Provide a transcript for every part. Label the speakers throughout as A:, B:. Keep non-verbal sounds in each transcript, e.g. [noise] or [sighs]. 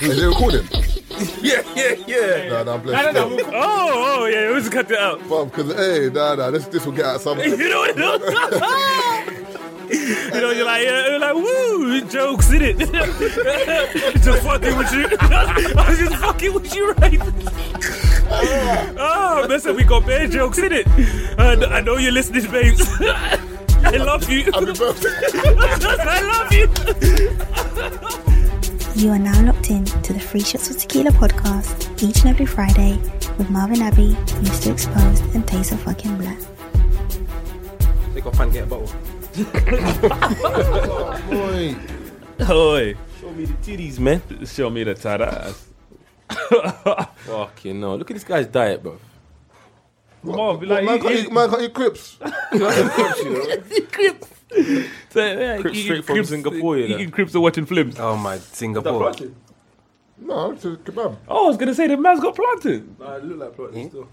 A: Is it recording?
B: [laughs] Yeah, yeah, yeah.
A: Nah, nah, I'm
B: No, no,
A: blessed.
B: no. we'll- Oh, oh, yeah. We'll just cut that out. [laughs]
A: Because, hey, nah, nah, this, this will get out some.
B: You know what? [laughs] you know, you're like, yeah, you're like, woo, jokes in it. [laughs] just fucking with you. I was just fucking with you, right? [laughs] oh, listen, we got bad jokes in it. And I know you're listening, babes. [laughs] I love you. [laughs]
A: Happy birthday.
B: I love you.
C: You are now locked in to the Free Shots of Tequila podcast each and every Friday with Marvin Abbey, Mr. Exposed, and Taser Fucking Black.
D: Make my fan get a bottle.
A: Oi.
B: Oi,
D: Show me the titties, man.
B: show me the tight ass.
D: Fucking no. Look at this guy's diet, bro.
B: Marv,
A: What, man, can't eat, man can't eat crips.
D: Crips straight from Singapore, you know.
B: Eating crips and watching films.
D: Oh my Singapore.
A: No, it's a kebab.
B: Oh, I was gonna say the man's got planted.
E: I look like Plotney
D: Hmm?
E: still.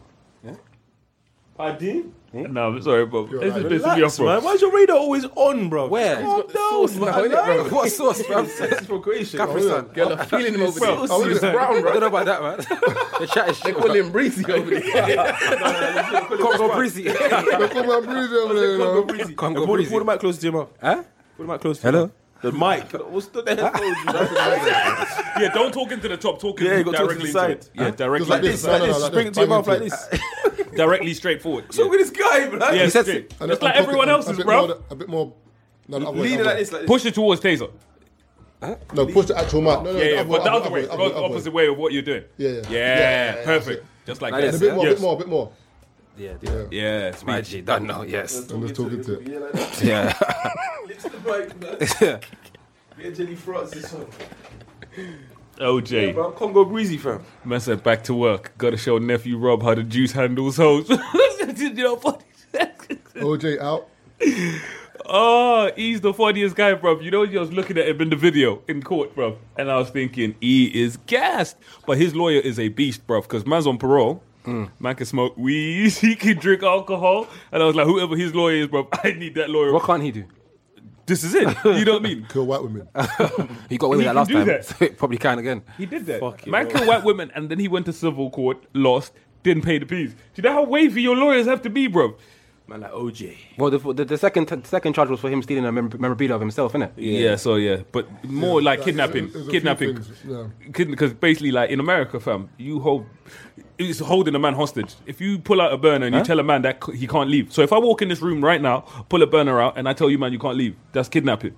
D: Pardon?
B: No, I'm sorry, bro. This is pissing me off,
D: Relax,
B: bro.
D: man. Why is your radar always on, bro?
E: Where?
D: Calm down, man.
E: What sauce, fam?
D: It's from Croatia.
E: Capri-Sun.
F: Girl, I'm feeling him over
A: [laughs]
F: there.
A: I want it brown,
E: I
A: bro.
B: [laughs]
E: don't know about that, man. the chat is
F: They
E: shit.
F: call him Breezy over
A: [laughs]
F: there.
E: Congo Breezy.
A: They call my breezy over there, you know.
E: Congo
D: Hey, Put
E: Breezy.
D: put the mic close to your mouth.
E: Huh?
D: Put the mic close to
E: Hello?
D: your mouth. The mic. What's the [laughs]
B: Yeah, don't talk into the top. Talk into
D: Yeah, you got to talk to
B: directly
D: the
B: into
D: side.
B: it.
D: Yeah, directly.
A: Just like this, no, no, no, like
D: Spring
A: this,
D: to your mouth like
A: bang
D: [laughs] this.
B: directly straightforward.
D: So with this guy, bro.
B: yeah,
E: he said
B: straight.
A: And
B: just
A: I'm
B: like everyone
A: talking
B: else's,
A: a bit
B: bro.
A: More, a bit more. No, the other way,
E: Leaning
A: other
E: like
A: way.
E: this,
D: [laughs]
E: like this.
B: Push it towards Taser.
A: No, push the actual mic. No, no,
B: Yeah, yeah,
A: other
B: but the other way,
A: other
B: go
A: other
B: the opposite way of what you're doing.
A: Yeah, yeah. Yeah,
B: yeah,
A: yeah, yeah,
B: perfect. Just like
E: Like
B: that.
A: And a
E: this,
A: bit more, a
B: Yes.
A: bit more, a bit more.
E: Yeah, dude.
B: Yeah, speech.
E: My G, done now, yes.
A: I'm just talking to it.
B: [laughs]
E: Yeah.
D: [laughs] Jelly frogs this one.
B: OJ,
D: Bro, I'm Congo Breezy, fam.
B: man said back to work. Got to show nephew Rob how the juice handles hoes. [laughs] you know, funny.
A: OJ out.
B: Oh, he's the funniest guy, bro. You know, I was looking at him in the video in court, bro, and I was thinking he is gassed, but his lawyer is a beast, bro, because man's on parole. Man can smoke weed, [laughs] he can drink alcohol, and I was like, whoever his lawyer is, bro, [laughs] I need that lawyer.
E: What can't he do?
B: This is it. You know what I mean?
A: Kill white women.
E: He got away
B: He
E: with that
B: can
E: last
B: do
E: time.
B: that.
E: [laughs] So it probably can again.
B: He did that.
D: Fuck you,
B: Man
D: bro.
B: killed white women and then he went to civil court, lost, didn't pay the fees. Do you know how wavy your lawyers have to be, bro?
D: Man, like OJ.
E: Well, the, the, the second the second charge was for him stealing a mem- memorabilia of himself, innit?
B: Yeah, so yeah, but more Oh, like kidnapping.
A: There's a few
B: Kidnapping.
A: things, yeah.
B: Because basically, like in America, fam, you hold. It's holding a man hostage. If you pull out a burner and you tell a man that c- he can't leave. So if I walk in this room right now, pull a burner out, and I tell you, man, you can't leave, that's kidnapping.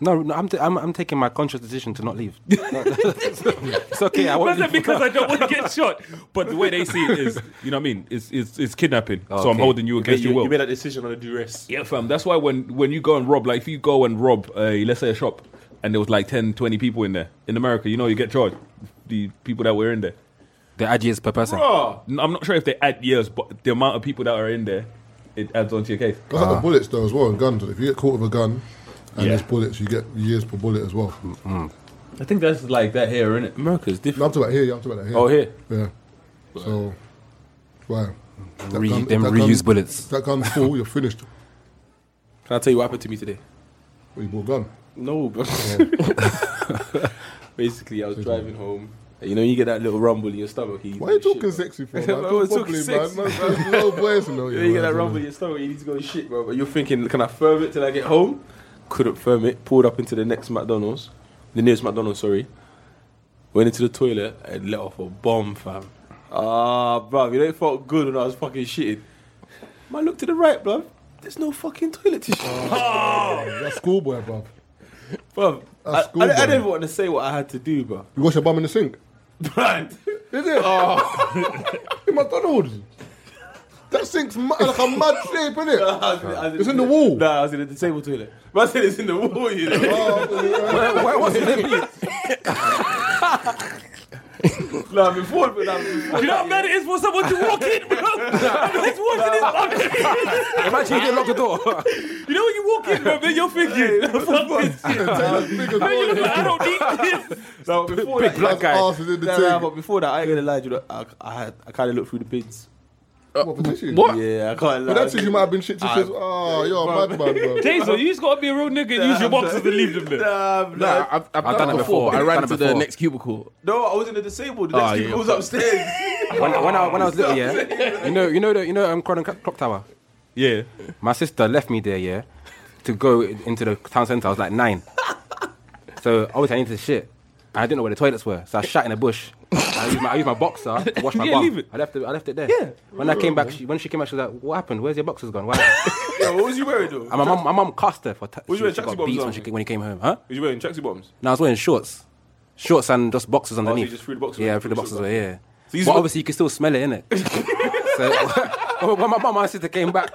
E: No, no I'm, t- I'm I'm taking my conscious decision to not leave. [laughs] No, it's okay. I won't
B: That's not
E: leave.
B: because I don't want to get shot. But the way they see it is, you know what I mean? It's, it's, it's kidnapping. so I'm
E: Okay.
B: holding you against your will.
D: You made that decision on a duress.
B: Yeah, fam. That's why when, when you go and rob, like if you go and rob, uh, let's say a shop, and there was like 10, 20 people in there in America, you know, you get charged. The people that were in there.
E: [laughs] The IG is per person.
D: Bro.
B: N- I'm not sure if they add years, but the amount of people that are in there, it adds on to your case.
A: That's like the bullets though as well, and guns. If you get caught with a gun and
B: Yeah.
A: there's bullets, you get years per bullet as well.
B: I think that's like that here, isn't it?
D: America's
A: No,
D: different.
A: I'm talking about here, yeah, I'm talking about here.
D: Oh, here.
A: Yeah. So, why? That
E: Re-
A: gun-
E: them
A: that
E: reused
A: gun-
E: bullets.
A: That gun's full, you're finished.
D: Can I tell you what happened to me today?
A: Well, you bought a gun.
D: No, bro. [laughs] Basically, I [laughs] was driving home. and You know, you get that little rumble in your stomach.
A: Why are you
D: shit,
A: talking
D: bro.
A: sexy for? Man?
D: I was
A: Talk
D: talking
A: properly,
D: sexy.
A: Man. Man, man, low voice and all,
D: Yeah, you get
A: man.
D: that rumble in your stomach, you need to go shit, bro. But you're thinking, can I firm it till I get home? Couldn't firm it. Pulled up into the next McDonald's, the nearest McDonald's, sorry. Went into the toilet and let off a bomb, fam. Ah, bro, you know it felt good when I was fucking shitting. Man, look to the right, bro. There's no fucking toilet tissue,
A: Oh. That's schoolboy, bruv.
D: bro. I,
A: That's good,
D: I, I
A: bro.
D: didn't want to say what I had to do, [laughs] bro.
A: You wash your bum in the sink?
D: Brand.
A: Is [laughs] it? in McDonald's. That sink's ma- like a mad [laughs] shape, isn't it?
D: It's
A: It's in the wall.
D: Nah, I was in the disabled toilet. But I said it's in the wall, you know.
A: [laughs]
E: Why, why was it?
D: nah, before, but nah, before.
B: You know how bad it is for someone to walk in, [laughs] bro? It's worse than his mum.
E: Imagine you didn't lock the door.
B: You know when you walk in, bro, man, you're thinking, fuck this shit.
A: That's big as
B: Man,
A: well.
B: you look like, I don't need this.
D: Nah, before
E: Big
D: that,
A: Man's
E: black guy.
A: arse is in the
D: Nah, nah,
A: tank.
D: but before that, I ain't gonna lie, to you know, I, I, had- I kind of looked through the bins.
A: What for tissue?
F: What?
D: Yeah, I can't lie.
A: But that [laughs] tissue might have been shit. She says, "Oh, you're a madman, [laughs] bro."
B: Taser, you just gotta be a real nigga and use your boxes and leave them there.
D: Nah,
F: No,
D: nah.
F: I've, I've,
E: I've
F: done, it before. I ran
E: Done it
F: to the
E: before.
F: next cubicle.
D: No, I was in the disabled. The
F: Ah,
D: next
F: yeah,
D: cubicle was
F: fuck.
D: upstairs. [laughs]
E: When, when, I, when I was little, yeah, you know, you know, the, you know, um, Croydon Clock Clock Tower.
B: Yeah.
E: My sister left me there, yeah, to go into the town centre. I was like nine, so obviously I needed to shit. I didn't know where the toilets were, so I shat in a bush. I used my, I used my boxer
B: [laughs]
E: to wash my
B: Yeah,
E: bum.
B: leave it.
E: I left it. I left it there. Yeah. When I came back, she, when she came back, she was like, "What happened? Where's your boxers gone?" Why?
D: yeah, what was you wearing though?
E: and my mum, my mum cussed her for. T-
D: Was you wearing
E: she
D: tracksuit
E: got
D: bottoms
E: beats
D: or
E: when she
D: something?
E: when he came home, huh?
D: was you wearing tracksuit bottoms?
E: No, I was wearing shorts, shorts and just boxers underneath.
D: just threw the boxers
E: yeah,
D: away.
E: I threw the boxers
D: Shorts
E: away. Yeah,
B: these
E: but
B: were-
E: obviously you can still smell it, innit? so when my mum and my sister came back,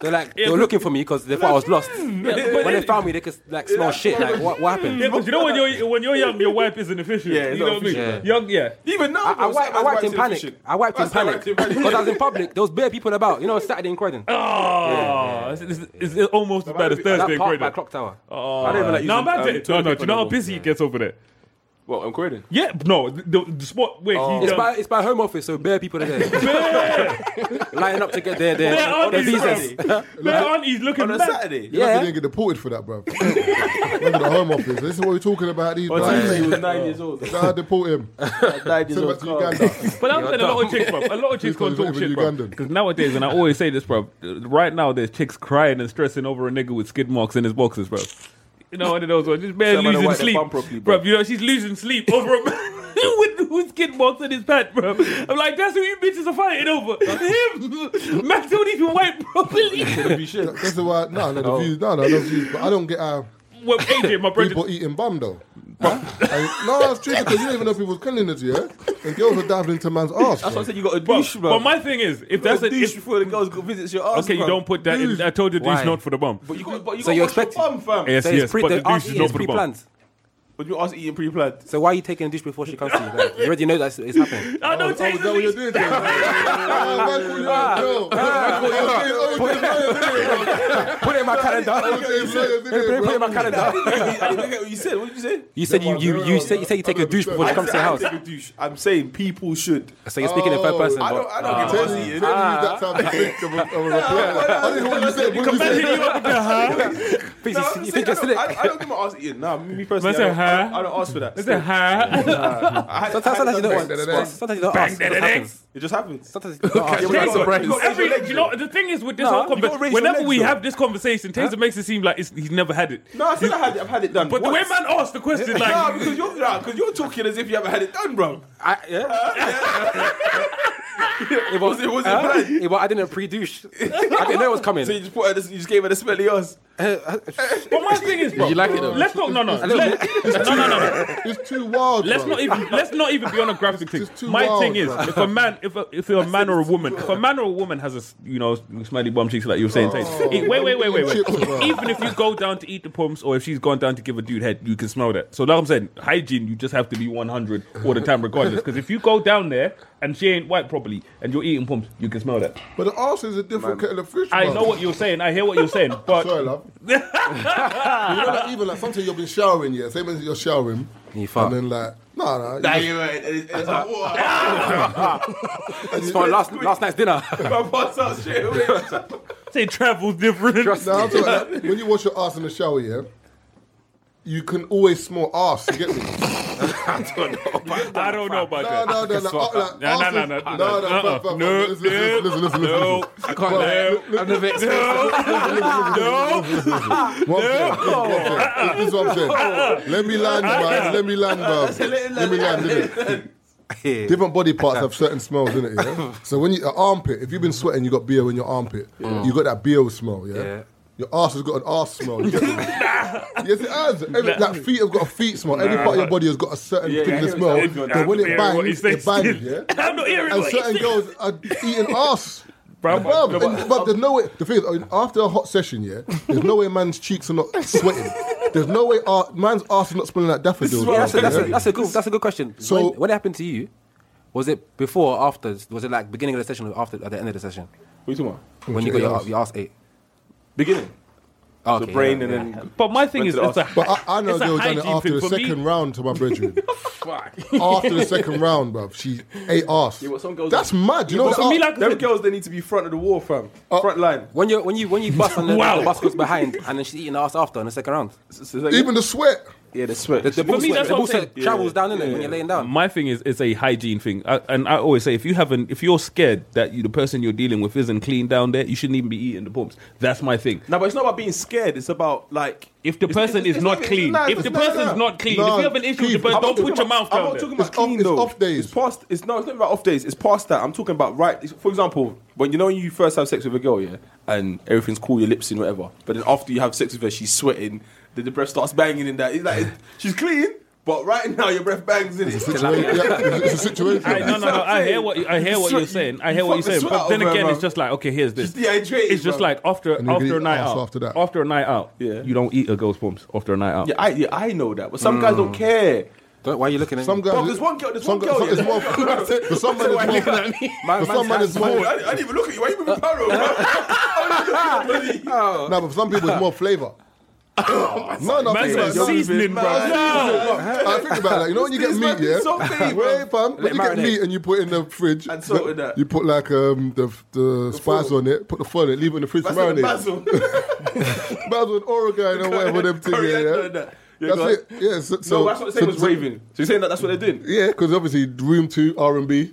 E: they're like they were looking for me because they thought I was lost.
B: but
E: when they found me, they could like smell shit. Like what, what happened?
B: Yeah, but you know when you're when you're young, your wife isn't efficient.
D: Yeah, it's
B: you know what
D: not
B: I mean.
E: efficient,
B: Young, yeah.
D: Even now,
E: I,
D: bro,
E: I, wiped, I
D: Skyman's
E: wiped in
D: wiped
E: panic.
D: efficient.
E: I wiped in
D: That's not
E: panic
D: wiped in panic.
E: because I was in public. There was bare people about. You know, Saturday in Croydon.
B: Oh, it's, it's, it's almost as bad as
E: that
B: Thursday in
E: park by
B: Croydon.
E: Clock Tower.
B: Oh,
D: I don't even like
B: no,
D: using,
B: man,
D: um,
B: it. no, no.
D: toilet
B: Do
D: paper
B: you know how
D: no
B: busy it gets over there?
D: Well, I'm Croydon.
B: Yeah, no, the, the spot where
D: Oh.
B: he um,
E: It's
B: done-
E: by it's by home office, so bare people are there,
B: Bare-
E: [laughs] lining up to get their
B: bare
E: their, their
B: aunties,
E: visas.
D: [laughs]
B: bruv. Bare aunties looking
D: On a
B: mad.
D: Saturday.
A: You lucky
E: Yeah.
A: you didn't get deported for that, [laughs] bro. Remember the Home Office. This is what we're talking about. These
D: But
A: guys.
D: he was nine years
A: [laughs]
D: old.
A: Nah, deport [laughs] him.
D: Nine years
A: Send him back
D: old.
A: to [laughs]
D: calm.
A: Uganda.
B: But I'm saying a lot of chicks, bro. A lot of chicks can't
A: Because
B: talk
A: even
B: shit, bro.
A: Ugandan.
B: Because nowadays, and I always say this, bro. Right now, there's chicks crying and stressing over a nigga with skid marks in his boxes, bro. You know, one of those ones. Just bare
D: Someone to
B: losing
D: wipe their
B: sleep,
D: bum properly,
B: bro.
D: bro.
B: You know, she's losing sleep over a [laughs] man with, with skid marks in his pants, bro. I'm like, that's who you bitches are fighting
D: [laughs]
B: over. Him, [laughs] Max don't even wipe properly.
D: You should.
A: That's the why. No, no, the views. No, no, the views. But I don't get how
B: well, AJ, my brother.
A: people eating bum though. I- no, that's true because you don't even know people's cleanliness, yeah. And girls are diving into man's ass.
D: That's what I
A: bro.
D: said. You got a
B: Bro,
D: douche, bro.
B: but my thing is, if
D: that's
B: that's
D: a
B: a
D: douche
B: if-
D: before the girls go visits your ass.
B: okay, you
D: bro.
B: don't put that. in I told you, douche
E: Why?
B: not for the bum.
D: But you got, but you
E: So
D: got
E: you
D: to wash your
E: expect-
D: bum, fam.
B: Yes,
E: So
B: yes,
E: it's pre-
B: but the
E: the
B: douche
E: auntie
B: is
E: is
B: not for the bum. [laughs]
E: pre-planned.
D: But you ask eating pre-planned. [laughs]
E: So why are you taking a douche before she comes to you? Like, you already know that's it's happening.
B: I
A: Oh,
B: don't
A: is that
B: take
A: what you're doing? [laughs] Jay? Ah, man, call you out, bro. Man, call you out. Oh, Jay, oh, Jay,
E: [laughs] Put it in my calendar.
A: oh, Jay, oh, Jay,
E: [laughs] Put it put it in
A: bro.
E: my calendar.
D: I didn't get what you said. What did you say?
E: You said you you you said you say you take a douche before she
D: I
E: comes to
D: said
E: your
D: I
E: house.
D: take a douche. I'm saying people should. Ah.
E: So you're speaking in third person.
D: I don't.
E: but-
D: I don't get
A: Tell
D: what
A: me,
D: you
A: tell me
D: said.
A: that time to
B: Ah.
A: think of a,
B: [laughs]
A: of a reply. I didn't hear what you said. What did you say?
E: Please,
D: No,
E: you-
D: I'm
E: you think
D: just saying,
E: you're
D: I don't-
E: slick?
D: I don't- I don't give my ass eating. Nah, me personally, I
B: Man
D: don't,
B: said, huh?
D: I don't ask for that.
B: Listen, hi.
D: I- I-
E: Sometimes, sometimes you
A: Bang, da,
E: don't
A: da, da.
E: ask. Sometimes you don't
B: Bang,
E: ask.
B: da,
E: It
B: da,
E: just
B: da.
E: happens.
D: It just happens.
E: Sometimes you don't ask.
D: Yeah, but-
F: surprised.
D: got
B: Every,
D: legs,
B: you know, the thing is with this
E: Nah,
B: whole
E: you gotta
B: conversation,
E: raise your
B: whenever
E: legs,
B: we
E: though.
B: have this conversation, Taser makes it seem like it's, he's never had it.
D: No, I said I had. it- I've had it done.
B: But the way
D: once.
B: man asked the
E: [laughs]
B: question,
D: Nah,
B: like,
D: because you're nah, because you're talking as if you haven't had it done, bro.
E: I, yeah. it was,
D: [laughs] it was it planned?
E: it was, I didn't pre-douche. I didn't know it was coming.
D: So you just put her, this- you just gave her the smelly ass.
B: but my thing is, bro,
F: you like it though?
B: let's not, no, no,
E: little
B: let, [laughs] no, no, no, no.
A: It's too wild.
B: Let's
A: bro.
B: not even let's not even be on a graphic thing.
A: It's too
B: My
A: wild,
B: thing is,
A: bro.
B: if a man, if a, if
A: [laughs]
B: a man or a woman, if a man or a woman has a s- you know smelly bum cheeks like you were saying, Taser, it- wait, wait, wait, wait, wait.
A: Chips, Oh, bro.
B: Even if you go down to eat the pumps, or if she's gone down to give a dude head, you can smell that. So like I'm saying, hygiene, you just have to be 100 all the time, regardless. Because if you go down there and she ain't wiped properly, and you're eating pumps, you can smell that.
A: But the arse is a different kettle of fish.
B: I
A: bro.
B: know what you're saying. I hear what you're saying, but
A: Sorry,
B: [laughs]
A: love. you know, like, even like sometimes you've been showering, yeah. Same as you're showering,
E: You fuck.
A: and then like, no, no,
D: Nah, you're right. And it's- and it's [laughs] like, whoa,
E: It's for last, last night's dinner.
D: [laughs] I pass out straight away.
B: say travel's different.
E: Trust
A: No,
E: me.
A: I'm talking about when you wash your ass in the shower, yeah, you can always smell ass. You get me?
B: I don't know
A: No,
B: about that.
A: no, no, no, uh, like, arse
B: No, no, no,
A: is-
B: no,
A: no,
B: no,
A: no,
B: uh-uh.
A: fuck, fuck,
B: No,
A: fuck. Listen, listen,
B: no,
A: listen, listen, listen,
B: no,
A: listen.
F: I can't lie. I've never experienced
A: What I'm saying, This is what I'm saying. Let me land,
B: Uh-uh.
A: man. Let me land, man. Let me land, innit? Different body parts have certain smells in it. Yeah? So when you an armpit, if you've been sweating, you got beer in your armpit. You got that beer smell. Yeah.
E: Yeah.
A: Your ass has got an ass
B: [laughs]
A: smell. You get me? yes, it has. Every, Like feet have got a feet smell. Every part of your body has got a certain thing
D: yeah,
A: to
D: I
A: smell.
D: hear what
A: But when
B: Yeah,
A: it
B: what he
A: bangs,
B: said
A: it bangs.
B: still.
A: Yeah.
B: I'm not hearing
A: And
B: [laughs] what
A: certain
B: you
A: girls are eating
B: [laughs]
A: ass.
B: Bro,
A: Bruv, and- but there's no way. The thing is, I mean, after a hot session, yeah, there's no way man's cheeks are not sweating. There's no way our, man's arse is not smelling like daffodils.
E: Yeah, that's, a,
A: bruv,
E: that's, a,
A: yeah?
E: that's a good. That's a good question.
A: So-
E: So when, when it happened to you, was it before or after? Was it like beginning of the session or after at the end of the session
D: What you talking about?
E: when you got your, your ass ate?
D: Beginning.
E: Okay,
D: the brain
E: yeah,
D: and
E: yeah.
D: then
B: But my thing
D: Went
B: is,
D: to the
B: it's a,
A: But I, I know
B: it's a
A: they were done it
B: hygiene
A: after
B: thing
A: the
B: for
A: second
B: me.
A: round to my
B: [laughs]
A: brethren.
D: fuck.
A: after the second round, bruv, she ate ass.
D: Yeah, but some girls-
A: That's mad. You know
B: but
A: that
B: for me,
A: ar-
B: like-
D: Them girls, they need to be front of the wall, fam. front line.
E: When you when you when you bust and then
B: Wow.
E: the bus goes behind and then she's eating ass after in the second round.
A: even the sweat.
D: yeah, the sweat.
E: The, the ball
B: me,
E: sweat-
B: that's
E: the
B: what
E: ball
B: I'm saying. Mm.
E: sweat travels down in it when you're laying down.
B: My thing is, it's a hygiene thing, I, and I always say, if you haven't, if you're scared that you, the person you're dealing with isn't clean down there, you shouldn't even be eating the pumps. That's my thing.
D: no, but it's not about being scared. It's about like
B: If the
D: it's-
B: person
D: it's-
B: is
D: it's
B: not
D: nothing-
B: clean,
D: no,
B: if
D: it's
B: the
D: not- no,
B: person's
D: no.
B: not clean,
A: No,
B: if you have an issue with the
A: Keith,
B: person,
D: I'm not
B: don't
D: talking
B: put your
D: about-
B: mouth
D: I'm
B: down
D: not
B: there.
D: talking about
A: It's off-
D: clean
A: it's
D: though.
A: off days.
D: It's past. It's no. It's not about off days. It's past that. I'm talking about right. it's- For example, when you know when you first have sex with a girl, yeah, and everything's cool, your lips in whatever. But then after you have sex with her, she's sweating. Then the breath starts banging in that. It's like
A: [laughs]
D: it's- she's clean, but right now your breath bangs in it.
A: Situation- yeah, it's a situation.
B: I, no, no, no. I hear what you- I hear what
D: You
B: you're
D: sweat-
B: saying. I
D: you
B: hear what
D: fuck
B: you're saying.
D: the sweat
B: But
D: out
B: then
D: of her,
B: again,
D: man.
B: it's just like okay, here's this.
D: She's dehydrated,
B: It's just
D: bro.
B: like after
A: And you can
B: after a
A: eat
B: night
A: ass
B: out.
A: after that.
B: After a night out,
D: Yeah.
B: you don't eat a ghost pumps after a night out.
D: Yeah, I, yeah, I know that, but some guys
A: Mm.
D: don't care.
E: Don't, why are you looking at
A: Some
E: me?
A: guys.
D: Bro, there's one girl- there's
A: some
D: one
A: guys-
D: girl, [laughs] yeah.
A: There's more. For some man,
D: Why you
A: there's
D: looking
A: more.
D: at me?
E: My-
A: For
E: man's
A: some man, it's
E: hands
D: I,
A: more.
D: I didn't even look at you. Why you moving parallel? bro? [laughs] I Oh wasn't even looking at you.
A: No, but for some people, it's more
D: [laughs]
A: flavour. No, no,
B: Man's
A: think about
B: like
A: it, no.
B: seasoning, bro.
D: Man.
B: No.
A: I think about that. You know when you get
D: This man
A: meat, yeah.
D: did something,
A: Wait, fam.
E: Let
A: When you get
E: marinate.
A: meat and you put it in the fridge,
D: And salt in that.
A: you put like um the the spice
D: foil.
A: on it, put the foil on it, leave it in the fridge to
D: That's not
A: marinate.
D: basil.
A: Basil and oregano, whatever them things. Yeah,
D: Coriander
A: yeah.
D: and that. Yeah,
A: That's
D: go on.
A: it. Yeah. So, so
D: No, that's what the same
A: so-
D: as
A: so-
D: raving. So you're saying that that's what they're doing?
A: Yeah, because obviously room two R and
D: [laughs]
A: B.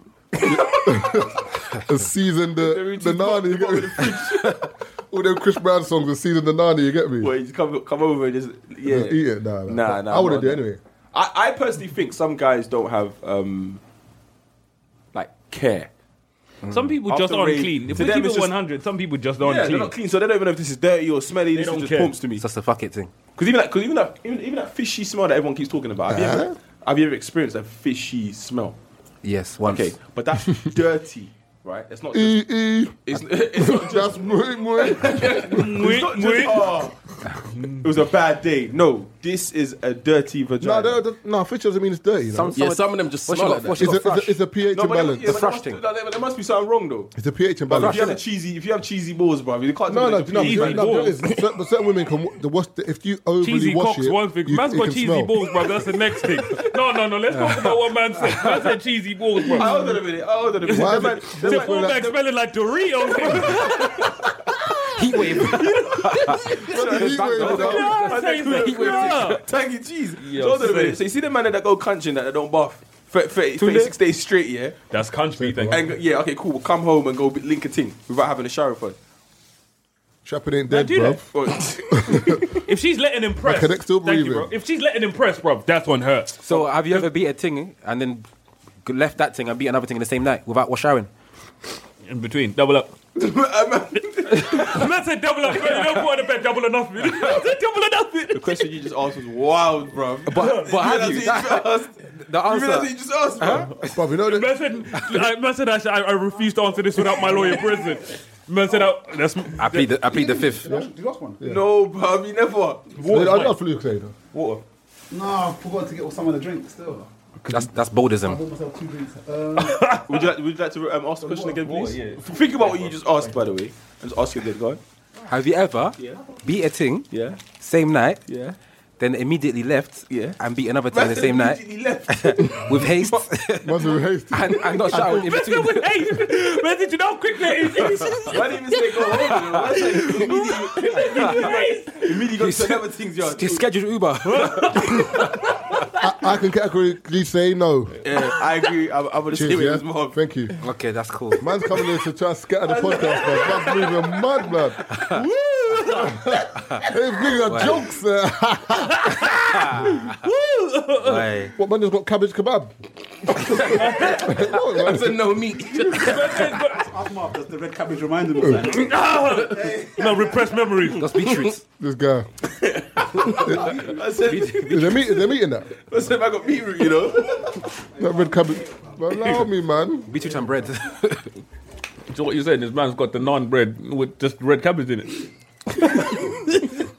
A: season the the nani, you get me? [laughs] All them Chris Brown songs and season the nani, you get me?
D: Where you just come come over and just yeah,
A: Just eat it, nah, nah.
D: Nah, nah,
A: I wouldn't
D: not
A: do it
D: that.
A: anyway.
D: I, I personally think some guys don't have um like care.
B: Some people
D: Mm. After
B: just aren't
D: rain,
B: clean. If
D: to
B: we
D: them
B: keep
D: it's
B: it
D: just-
B: 100, some people just
D: Yeah,
B: aren't
D: they're
B: clean.
D: not clean, so they don't even know if this is dirty or smelly. This is
B: don't
D: just
B: care.
D: pumps to me.
E: It's just a fuck it thing.
D: Because even like, cause even that, even, even that fishy smell that everyone keeps talking about. Have, you
A: Uh-huh.
D: ever, have you ever experienced a fishy smell?
E: Yes, once.
D: Okay, but
A: [laughs]
D: that's dirty, right? It's not. Just,
A: E e.
D: it's, [laughs] it's not just.
A: That's muy
D: [laughs]
A: muy.
D: It's not
A: [laughs]
D: just oh, it was a bad day. No, this is a dirty
A: No,
D: vagina.
A: no, no, no. Fish doesn't mean it's dirty. You know?
E: Some,
F: Yeah, some of them just
E: What she
F: smell
E: got-
F: like that.
E: what she
A: it's,
E: got
A: a, it's, a,
E: fresh?
A: it's a pH
D: No, but there-
A: imbalance.
E: The
D: yeah, but there
E: thrush
D: must-
E: thing.
D: no, There there must be something wrong though.
A: It's a pH
D: If
A: imbalance.
D: you have a cheesy, if you have cheesy balls, bro, you can't.
A: No, no,
D: tell
A: no,
D: me they're
A: no,
B: cheesy
A: no,
B: balls.
A: but listen, cer- but certain women can. wa- The wash, the, if you overly
B: Cheesy
A: wash
B: cocks,
A: it,
B: one thing.
A: you,
B: Man's
A: it
B: got
A: can
B: cheesy
A: smell.
B: balls, bro. That's the next
D: [laughs]
B: thing. No, no, no. Let's talk about what man said. Man said cheesy balls, bro.
D: I hold on a minute. I hold on a minute.
A: Why
D: That
A: is
D: man-
A: it-
D: that
A: the
D: man-
A: fullback-
B: Fullback smelling like
D: [laughs]
B: Doritos.
E: Heat wave.
A: Anyway,
B: Yeah, same thing. Yeah.
D: Tangy cheese. So hold on a minute. So you see the man that go crunching that they don't buff. for- for- 36 days straight, yeah?
B: That's country thing.
D: And go- yeah, okay, cool. We'll come home and go be- link a thing without having a shower first.
A: Trapping ain't dead,
B: do that.
A: bro.
D: [laughs] But-
B: If she's letting impress,
A: I can still
B: thank you,
A: breathe
B: bro.
A: it.
B: If she's letting impress, bro, that's on her.
E: So have you ever beat a thing eh, and then g- left that thing and beat another thing in the same night without wash showering?
B: In between, double
D: [laughs]
B: up. man said double up. bro. You don't put on the bed, double or nothing. [laughs] Man said double or
D: the
B: nothing.
D: question you just asked was wild, bro.
E: But, but have you?
D: That's what
E: [laughs]
D: you
E: the
D: just asked. You realize
E: answer.
D: what you just asked, bro?
A: Bro, you know that.
B: Man said, like, man said I, I, I refuse to answer this without my lawyer present. Man said, I, that's
E: I plead the, I plead the fifth.
G: You lost one?
D: No, bro, you never.
A: I love fluke later.
D: Water.
G: No, I forgot to get some of the drinks still.
E: That's that's
G: I
E: boldism.
G: bought myself two drinks. Um,
D: Would you like, would you like to um, ask the question again, please? Think about what you just asked, by the way. And just ask it again, go on.
E: Have you ever
D: Yeah.
E: beat a thing
D: Yeah.
E: same night,
D: Yeah.
E: then immediately left
D: Yeah.
E: and beat another thing in the same night
D: Immediately left.
E: with haste
A: Must have hasty.
E: and, and not showered in between?
B: Hey, man said, you know how quick that is.
D: Why didn't even say go home? you know? Why say immediately, immediately go to
E: said-
D: another things, yo.
E: Just scheduled Uber.
A: I, I can categorically say no.
D: Yeah, I agree. I'm, I'm gonna stay
A: Cheers,
D: with
A: yeah?
D: his mom.
A: Thank
B: [laughs]
A: you.
E: [laughs] okay, that's cool.
A: Man's coming here to try and scatter the podcast, man. Man's moving mad,
B: [laughs]
A: man. These niggas are jokes. uh,
E: Why?
A: what man has got cabbage
B: [laughs]
A: kebab? [laughs] no, man.
F: no meat.
G: Aftermath, does the red cabbage reminded me of [laughs] that.
B: no, repressed memories.
E: That's beetroots.
A: This guy.
D: I said, I
A: Is they meat? Is they meat in that?
D: said, I got beetroot, you know.
A: That red cabbage. Man, allow me, man.
E: Beetroot and bread.
B: So what you're saying is man's got the non bread with just red cabbage in it.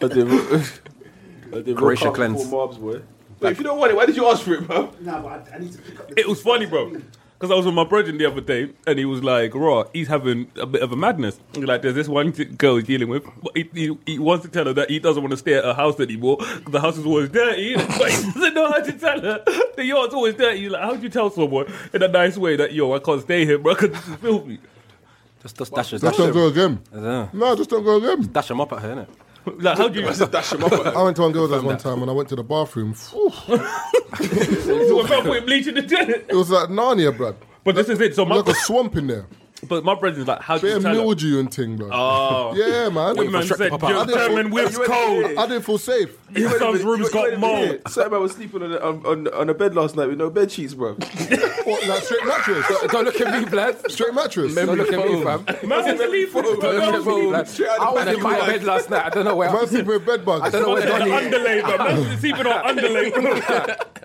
D: But they
E: Croatia cleanse.
D: Mobs, boy. Wait, if you don't want it, why did you ask for it, bro? [laughs]
G: Nah, but I, I need to pick up the
B: It was funny, bro. Because I was with my brother the other day, and he was like, "Raw, he's having a bit of a madness." He's Like, there's this one t- girl he's dealing with. but He, he, he wants to tell her that he doesn't want to stay at her house anymore. 'cause The house is always dirty, [laughs] but he doesn't know how to tell her the yard's always dirty. He's Like, how do you tell someone in a nice way that yo, I can't stay here, bro, because this is filthy?
E: Just, just dash, her,
A: Just
E: dash,
A: don't
E: her,
A: go again. No, just don't go again.
E: dash him up at her, innit?
B: Like,
A: [laughs]
B: how do you?
D: Dash him up. at her.
A: I went to one girl's house one time and I went to the bathroom. Phew,
B: Without putting bleach in the toilet.
A: It was like Narnia, bruv.
B: But this is it. So my
A: Like a swamp in there.
B: but my brother's like, how do
A: Bit
B: you
A: of
B: tell her?
A: mildew and thing, bruv.
B: Oh.
A: yeah, man.
B: Women said your
A: I didn't-
B: German whip's cold.
A: I didn't feel safe.
B: Your son's room's got mold.
D: Something I was sleeping on a, on, on, on a bed last night with no bed sheets, bro.
A: What, like straight mattress.
F: Don't look at me, blood.
A: Straight mattress.
F: Don't look at me, fam.
B: Man was sleeping.
F: Don't look at me, blood.
D: Straight out
F: I
D: the
F: was
D: back
F: in
D: of
F: my
D: my
F: bed last night. I don't know where.
A: Man sleeping with bed bugs.
F: I don't know where Donny. is.
B: Underlay, bro. Man was
A: [laughs]
B: sleeping on underlay.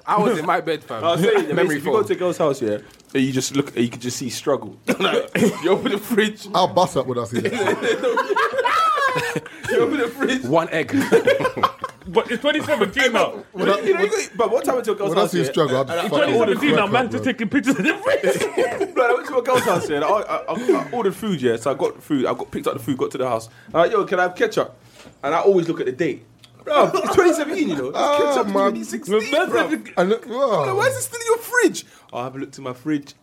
F: I was in my bed, fam.
D: I was saying,
F: memory
D: if you go
F: foam.
D: to a girl's house, yeah, and you just look, you could just see struggle. [laughs] you open the fridge,
A: I'll bust up when I see that.
D: you open the fridge.
F: One
E: [laughs]
F: egg.
B: But it's 2017 now.
D: You know, you know, you go, but what time I went to a girl's
A: When I
D: house?
A: see
D: yeah,
A: struggle, I'll
D: and I-
A: just
B: It's
A: fucking order
B: 2017 now.
A: crack
B: Man
A: up,
B: just
A: bruv.
B: taking pictures
A: [laughs]
B: of the fridge.
D: Blood, I went to a girl's house yeah, and I, I, I, I ordered food, yeah. So I got food, I got picked up the food, got to the house. I'm like, yo, can I have ketchup? And I always look at the date. Bro,
B: [laughs]
D: it's 2017, you know. It's
A: Ah,
D: ketchup
A: man.
D: 2016,
B: Man
D: bro.
B: said-
A: And look,
D: Like,
A: wow.
D: Why is it still in your fridge? Oh, I haven't looked in my fridge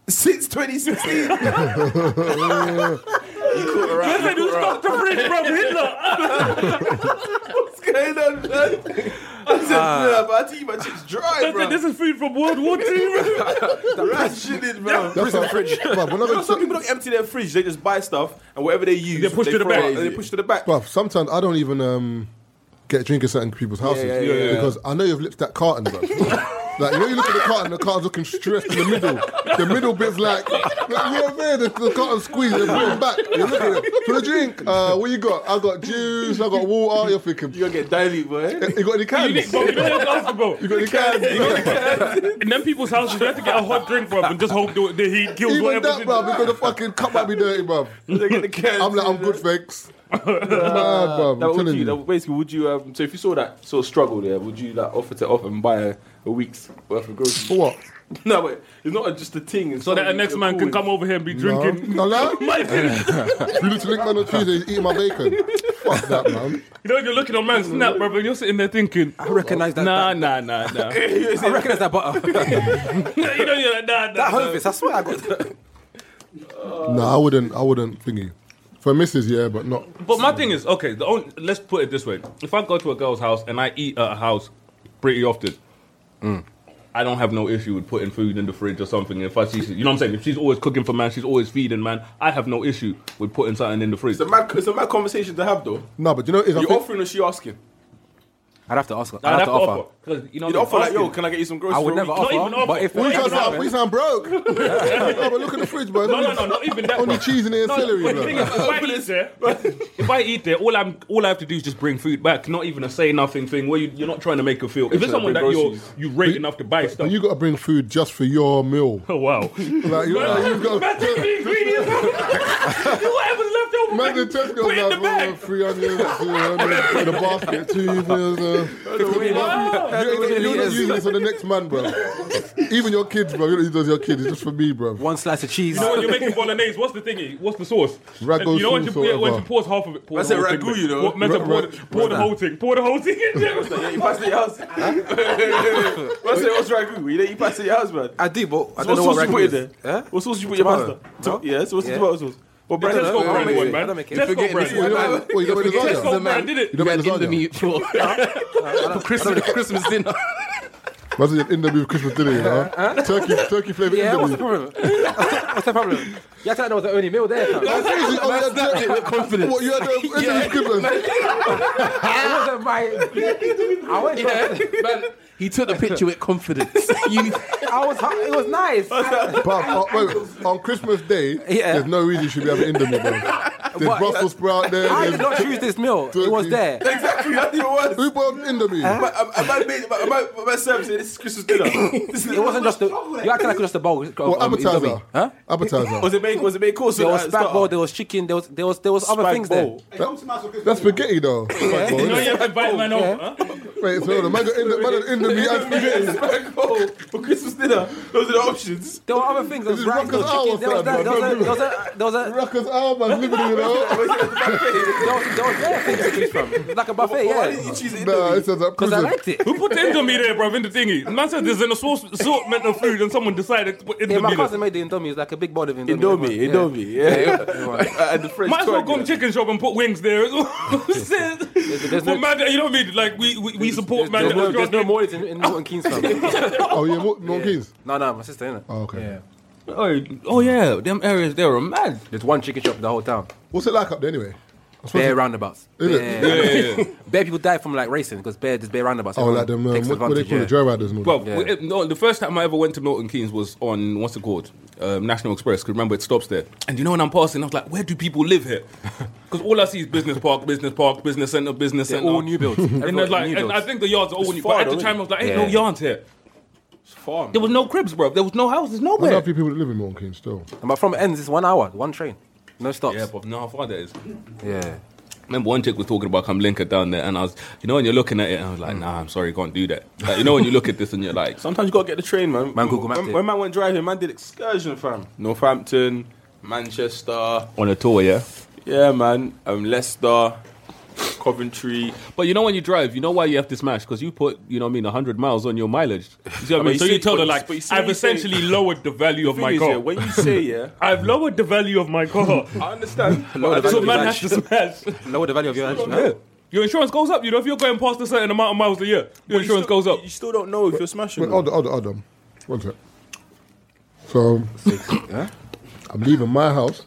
B: [laughs]
D: since 2016. you caught her
B: Man
D: out.
B: said, who stopped the fridge, bro? Hitler.
D: [laughs] What's going on, man? I said, nah, but I think my chips dry,
B: Man said,
D: bro.
B: this is food from
A: [laughs]
B: World War II, [laughs] bro. [laughs]
D: Rationing, bro.
A: That's how, fridge. [laughs] Bruv, when I
D: You know,
A: go to,
D: some people don't empty their fridge. They just buy stuff and whatever they use,
B: They push to the
D: throw
B: back.
D: it and they push to the back.
A: bruv, sometimes I don't even um, get a drink at certain people's houses
D: yeah, yeah, yeah.
A: because I know you've lipped that carton, bruv. [laughs] like, you know, you look at the carton, the carton's looking stressed in the middle. The middle bit's like, [laughs] like yeah, man, the, the carton's squeezed, they're putting back. You're looking at it. For the drink, uh, what you got? I got juice, I got water. You're thinking, you
D: You gonna get dilute, boy.
A: got any
B: [laughs] You
A: cans?
B: need- bro, you know what's nasty, bro?
A: You got any cans?
D: [laughs]
B: In them people's houses, you have to get a hot drink, bro, and just hope the, the heat kills
A: Even
B: whatever's
A: that,
B: in
A: bruv, because the fucking cup might be dirty,
B: [laughs]
A: bruv.
D: They get the can.
A: I'm like, I'm good, thanks. Mad, bruv.
D: Now,
A: I'm
D: would
A: telling
D: you, now,
A: you.
D: basically, would you? Um, so, if you saw that sort of struggle there, would you like offer to offer and buy a, a week's worth of groceries? [laughs]
A: For what?
D: no, wait, it's not just a thing. It's
B: So that the
D: something
B: next
D: you're
B: man can
D: cool
B: come
D: with.
B: over here and be
A: No,
B: drinking. [laughs]
A: no, no.
B: My
A: You need to link man on Tuesday, he's eating my bacon. Fuck that, man.
B: You know, you're looking
A: [laughs]
B: on man's snap, bro, and you're sitting there thinking,
E: I recognise that.
B: nah, nah, nah,
A: [laughs]
B: nah. [laughs]
E: I recognise that butter. that
B: you know, you're like, nah, nah. nah.
E: Hovis, [laughs] I swear I got.
A: No, I wouldn't. I wouldn't thingy. For misses, yeah, but not.
B: But my thing is, okay, the only, let's put it this way. If I go to a girl's house and I eat at a house pretty often, I don't have no issue with putting food in the fridge or something. If I see, you know what I'm saying? If she's always cooking for man, she's always feeding man, I have no issue with putting something in the fridge.
D: It's a mad, it's a mad conversation to have, though.
A: No, but you know, is I
D: You're
A: think,
D: offering or she asking?
E: [laughs] I'd have to ask. her. I'd,
B: I'd
E: have, to offer.
B: 'cause, you know,
D: You'd
B: what
D: offer
B: I'm
D: like, yo,
B: asking.
D: can I get you some groceries?
E: I would
D: for a
E: never
D: week?
E: offer.
B: even offer.
E: But if
A: we
E: it
A: sound,
E: doesn't
A: sound,
E: happen,
A: we sound
B: [laughs]
A: broke. no, but look at the fridge, bro.
B: No, no, no, not even
A: [laughs]
B: that.
A: Only
B: bro.
A: cheese and
B: No,
A: celery,
B: but
A: bro.
B: the thing is, if I eat there, if I eat there, all I'm all I have to do is just bring food back. Not even a say nothing thing where you, you're not trying to make her feel. If it's someone that
D: bring
B: you're
D: groceries.
B: you rate enough to buy stuff.
A: [laughs] And you got to bring food just for your meal.
B: Oh wow! [laughs]
A: Like you,
E: Oh,
A: like, you got.
B: Man, take the ingredients. Whatever's left over,
A: Man, the
B: man,
A: Tesco's
B: put it in the
A: like oh,
B: bag.
A: three onions, two onions, put in a basket, two onions. Uh,
B: Oh.
A: you, you, you're not using this on the next man, bro. Even your kids, bro. You don't use those your kids. It's just for me, bro.
E: one slice of cheese.
B: You know when you're making bolognese, what's the thingy? What's the sauce?
A: Ragu
B: And you know when you,
A: sauce or
B: yeah, when
A: whatever.
B: you pours half of it. Pour
D: That's
B: the
D: a
B: whole thing,
D: ragu,
B: but-
D: you know.
B: What, meant to
A: Ra-
B: pour,
A: ra-
B: the- pour the whole thing. Pour the whole thing [laughs] in there.
D: Yeah, you pass to your house. [laughs] What's it? What's ragu? You know, you pass to your house, man.
E: I do, but I
D: What
E: don't know what
D: sauce you
E: ragu
D: put in
E: is.
D: there?
E: Huh?
D: What sauce you put in your
E: Tomato.
D: pasta? To- Yeah, so what's the
E: Yeah.
D: tomato sauce? What brand?
B: Tesco
D: What
B: brand
D: brand?
B: one,
E: it.
D: [laughs]
E: I
B: man.
E: don't make it.
B: Tesco
F: Forgetting this
B: brand.
A: You
F: one
A: don't-
F: man.
A: Wait, you don't make
B: Tesco
A: lasagna?
F: The
B: brand
F: man
B: did it.
A: You don't make
F: had in the
A: lasagna?
F: meat
B: [laughs]
F: for [laughs] for Christmas, Christmas dinner. [laughs]
A: That's in the with Christmas dinner, you know? Turkey, turkey flavour
E: Yeah, what's the
A: interview.
E: [laughs] problem? what's the problem? You had to know was the only meal there. [laughs] Fam. It
A: That's crazy. Oh, you had
F: snapped
A: turkey-
F: it with confidence.
A: What, you had the interview with
E: [laughs]
A: Christmas?
E: wasn't [laughs] my. I went.
F: Yeah,
E: for-
F: man, he took the picture with confidence. [laughs] You,
E: I was. hu- It was nice.
A: Bruv, oh, wait, wait. on Christmas Day,
E: Yeah.
A: there's no
E: [laughs]
A: reason you should be having interview, bro. There's
E: What?
A: Brussels sprout there.
E: I did
A: There's,
E: not choose this meal. It was [laughs]
A: Turkey.
E: there.
D: That's even worse.
A: Who boiled Indomie?
D: But um, [laughs] am I made- but am I- am I serving saying this is Christmas dinner? This is-
E: It wasn't just the. You acting like it was just
A: [laughs]
E: the bowl. of,
A: Or
E: um,
A: appetizer?
E: Indomie. Huh?
A: Appetizer.
D: Was it main? Was it main course?
B: uh,
E: There
D: or
E: was
D: that
E: spag
D: starter?
E: bowl. There was chicken. There was there was there was other
D: Spag
E: things
D: [laughs]
E: there.
D: bowl.
A: That's spaghetti though. Spag bowl,
B: You know
A: innit?
B: you have to invite man over. huh?
A: Wait, so the man got Indo- man got Indomie and spaghetti.
D: Spag bowl for Christmas dinner. Those are the options.
E: There were other things. There was
A: is
E: rice. There was
A: Rutgers
E: chicken. There was
A: Hour,
E: that. There was
A: fam.
E: a. There was a. There was a.
A: Ruckus Alman's living in it
E: There was, there was there things to choose from.
A: [laughs]
E: It's like a buffet.
D: Why
E: Yeah.
D: did you choose it?
A: Nah, it says that
E: Because I
A: prison. [laughs]
E: liked it.
B: Who put the Indomie there, bruv, in the thingy? Man said there's an assortment assortment of food and someone decided to put
E: Yeah, my
B: Indomie
E: cousin
B: there.
E: made the indomie. It's like a big bowl of indomie.
D: Indomie,
E: Yeah.
D: Indomie, [laughs] yeah. And the French
B: Might as well
D: twang,
B: go
D: yeah.
B: to chicken shop and put wings there. [laughs]
E: [laughs] there's
B: but
E: no-
B: man, you know what I mean? Like, we, we, we support man.
E: There's no,
B: that-
E: there's no more in, in Milton Keynes,
A: [laughs]
E: fam.
A: Oh yeah, Mo- Milton Keynes.
E: No, no, my sister, innit?
A: Oh, okay.
B: Oh, oh, yeah, them areas there are mad.
E: There's one chicken shop in the whole town.
A: What's it like up there anyway?
E: Bear roundabouts.
A: Is it?
E: Bear,
B: Yeah, yeah, yeah.
E: bear people die from like racing because bear, there's bear roundabouts.
A: Oh, like them. Um,
E: Takes
A: what, what they
E: advantage,
A: call
E: yeah.
A: the joyriders and all.
B: Bro,
E: Yeah.
B: we- no, the first time I ever went to Milton Keynes was on what's it called, um, National Express. Because remember, it stops there. And you know, when I'm passing, I was like, "Where do people live
E: [laughs]
B: here?" Because all I see is business park, business park, business center, business
E: They're
B: center.
E: all new
A: [laughs]
E: builds.
B: And,
E: Everyone's
B: there's like,
E: new
B: and
E: builds.
B: I think the yards are all new.
D: far,
B: But at the
D: though,
B: time, I
D: innit?
B: was like, "Ain't
E: Yeah.
B: no yards here.
D: Farm.
B: There was no cribs, bro. There was no houses,
A: I know
B: nowhere."
A: how many people that live in Milton Keynes still.
E: But from ends, it's one hour, one train, no stops.
B: Yeah, but know how far that is.
E: yeah.
B: Remember, one chick was talking about come link her down there, and I was, you know, when you're looking at it, and I was
E: Mm.
B: like, "Nah, I'm sorry, can't do that." Like, you know, when you look at this and you're like, [laughs]
D: Sometimes you gotta get the train, man.
E: Man, Google mapped
D: when,
E: it.
D: when man went driving, man did excursion, fam. Northampton, Manchester.
B: on a tour, yeah.
D: Yeah, man. Um, Leicester, Coventry.
B: But you know when you drive, you know why you have to smash because you put, you know, what I mean, hundred miles on your mileage. You see what I
D: But
B: mean?
D: you
B: so
D: see-
B: you tell
D: but
B: them
D: you-
B: like,
D: but you see when
B: I've
D: you
B: [laughs]
D: say-
B: essentially lowered the value of
D: Thing
B: Oh my
D: is,
B: car.
D: yeah, when you say yeah,
B: I've lowered the value of my [laughs] car,
D: I understand. but I
B: so
D: don't
B: man
D: think
B: has to smash.
E: Lower the value of your engine.
B: [laughs] Yeah. Your insurance goes up. You know, if you're going past a certain amount of miles a year, your
D: you
B: insurance
D: still-
B: goes up.
D: You still don't know if you're smashing.
A: Wait, hold
D: man.
A: on, hold on, hold on. One sec. So, [laughs] I'm leaving my house,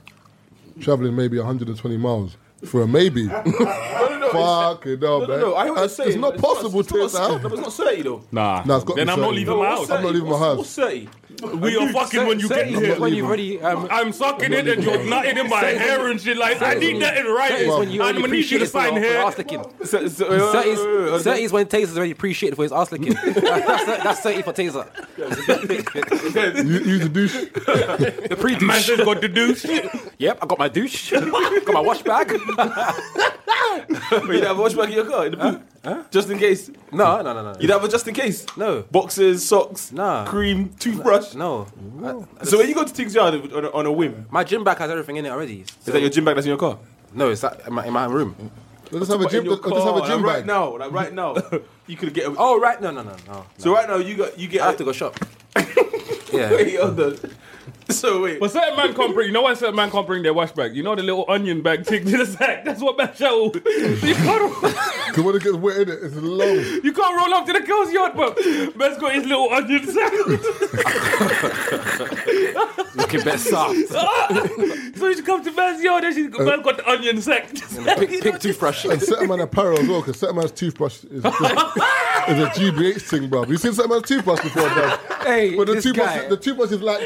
A: traveling maybe 120 miles for a
D: [laughs]
A: maybe. Fuck it up, Uh,
D: No, no, no. I hear what you're
A: It's
D: saying.
A: not
D: but
A: possible
D: it's not,
A: to
D: it's not,
A: now.
D: no, but it's not thirty though.
B: Nah,
A: Nah, it's gotta
B: then
A: be
B: I'm not
A: certain.
B: leaving my
A: No,
B: house.
A: I'm not leaving my house.
D: What's thirty?
B: We are fucking when you get here.
E: when you've already um,
B: I'm sucking it and you're nutting in my hair and shit. Like I need that in
E: That
B: writing.
E: is when you
B: I'm
E: already
B: gonna need you
E: appreciate
B: to
E: it for
B: sign
E: the- for the
B: here.
E: ass licking.
D: So, so, wait, wait, wait, wait, wait, wait.
E: 30s, 30s when Taser's already appreciated for his ass licking. that's, that's 30 for Taser.
A: You, use the douche.
E: the pre
B: Man
E: douche.
B: just got the [laughs] douche.
E: Yep, I got my douche. [laughs] got my wash bag.
D: But you don't have a watch back in your car in the boot, just in case. You
E: No, no, no, no.
D: don't have a just in case.
E: No.
D: boxes, socks,
E: Nah.
D: cream, toothbrush.
E: No. I-
D: So when you go to Tig's yard on a, on a whim,
E: my gym bag has everything in it already.
D: is that your gym bag that's in your car?
E: No, it's like in my, in my room.
A: They just have a
D: But in
A: gym,
D: your
A: they just have a
D: car,
A: gym
D: like
A: bag.
D: Right now, like right
A: [laughs]
D: now, you could get. A,
E: Oh, right. No, no, no, no.
D: So right now you got you get.
E: I have to go
D: [laughs]
E: shop. yeah.
D: Wait, hold on. So wait.
B: But certain man can't bring. You know why certain man can't bring their wash bag? You know the little onion bag tick to the sack. That's what man shall. You can't,
A: Because when it gets wet in it, it's long.
B: you can't roll up to the girls' yard, but man's got his little onion sack.
E: Looking best [laughs] soft.
B: so she comes to man's yard and she's man got the onion sack. [laughs]
E: Pick, pick toothbrush.
A: And certain man apparel as well, because certain man's toothbrush is, is [laughs] a GBH thing, bruv. You seen certain man's toothbrush before, bruv?
E: Hey,
A: But the
E: this
A: toothbrush,
E: guy.
A: the toothbrush is like,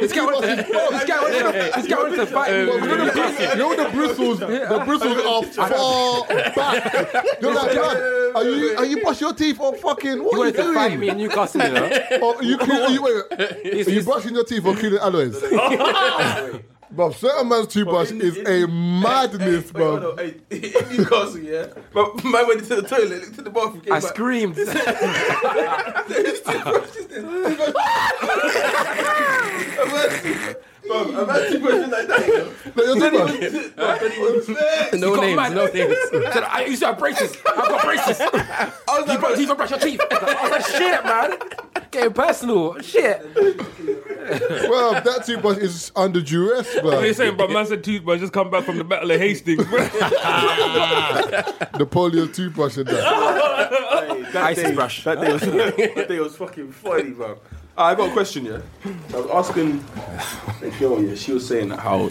E: This guy wants to this guy wants to- this guy wants to fight me.
A: You know the bristles, you know the bristles, the bristles are [laughs] far back. You're like, man, are you are you brushing your teeth or fucking
E: He
A: what are you
E: wanted to fight me
A: doing?
E: in Newcastle, you know?
A: Or are you, clean- are you, wait,
E: He's-
A: are you
E: he's-
A: brushing your teeth or cleaning [laughs] alloys? But certain man's toothbrush
D: in-
A: is a madness,
D: Wait, hold
A: bro.
D: on, hey, [laughs] in Newcastle, yeah. My man went into the toilet, looked to the bathroom, came
E: I
D: back.
E: screamed.
D: Bro, I'm actually pushing
E: [laughs]
D: like that.
A: No, your toothbrush.
E: No
F: names, no names.
E: Said, I used to have braces. I've got braces.
D: I was
E: You
D: like, bro,
E: bro, you bro, brush your teeth. I was like, shit, man. Getting personal. Shit.
A: Bro, that toothbrush is under duress, bro.
B: They saying, bro, man said toothbrush just come back from the Battle of Hastings, bro.
A: The polio toothbrush and that.
E: Icy brush.
D: That day was that day was fucking funny, bro. I got a question, yeah. I was asking the girl, yeah. She was saying how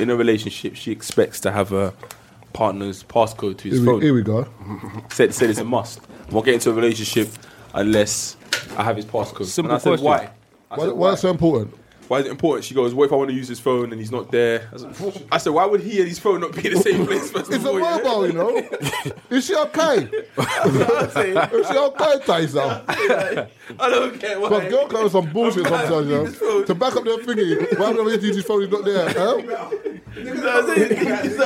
D: in a relationship she expects to have a partner's passcode to his
A: Here
D: phone.
A: we, here we go.
D: Said said it's a must. I won't get into a relationship unless I have his passcode.
B: Simple
D: and I said
B: question.
D: why. I
A: Why,
D: said,
A: why is that so important?
D: why is it important? She goes, what if I want to use his phone and he's not there? I, was like, I said, why would he and his phone not be in the same place? First
A: It's a
D: of all, Oh, yeah?"
A: mobile, you know. Is she okay? Is she okay, Taser?
D: [laughs] I don't care why.
A: Because girl can have some bullshit sometimes, you
D: His phone.
A: know. To back up their thingy, why would I use his phone? He's not there. Huh?
D: You know what I'm saying? You know what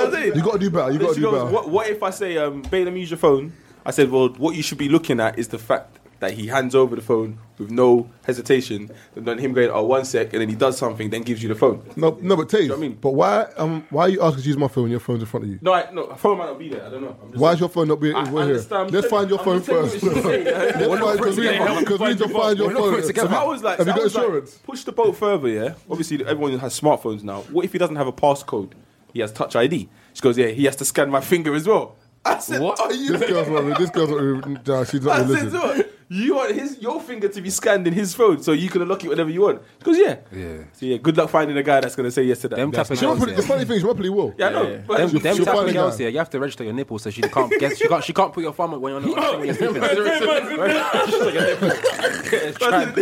D: I'm saying?
A: You gotta do better. You gotta
D: she
A: do
D: goes,
A: better.
D: What, what if I say, um, babe, let me use your phone? I said, well, what you should be looking at is the fact that he hands over the phone with no hesitation, and then him going, oh, one sec, and then he does something, then gives you the phone.
A: No, no, but Taze.
D: what I mean?
A: But why? Um, why are you asking to use my phone? when Your phone's in front of you.
D: No, I, no, her phone might not be there. I don't know. I'm just
A: Why is your phone not being
D: I
A: we're here?
D: understand. I'm
A: Let's find
D: saying-
A: your
D: I'm
A: phone
D: just saying
A: first.
D: what she's saying. [laughs]
A: Because we because we need to find your phone.
D: So I was like,
A: Have you
D: I
A: got
D: was like,
A: insurance?
D: push the boat further, yeah? Obviously, everyone has smartphones now. What if he doesn't have a passcode? He has Touch ID. She goes, yeah, he has to scan my finger as well. I said, what? Are
A: [laughs]
D: you
A: This girl's not. This girl's not. Nah, she's
D: I
A: not
D: said,
A: religious.
D: "Zoe, you want his your finger to be scanned in his phone, so you can unlock it whenever you want. Because yeah,
E: Yeah.
D: So yeah, good luck finding a guy that's gonna say yes to that.
E: Them type of
A: She won't
E: girls,
A: put it- The
E: yeah.
A: funny thing, is she probably will.
D: yeah, I know. But
E: Them, them
A: She'll
E: type
A: find it
E: of girls
A: out.
E: here, you have to register your nipple so she can't guess. She can't. She can't put your thumb when you're on when you're sleeping.
B: [laughs]
D: Try-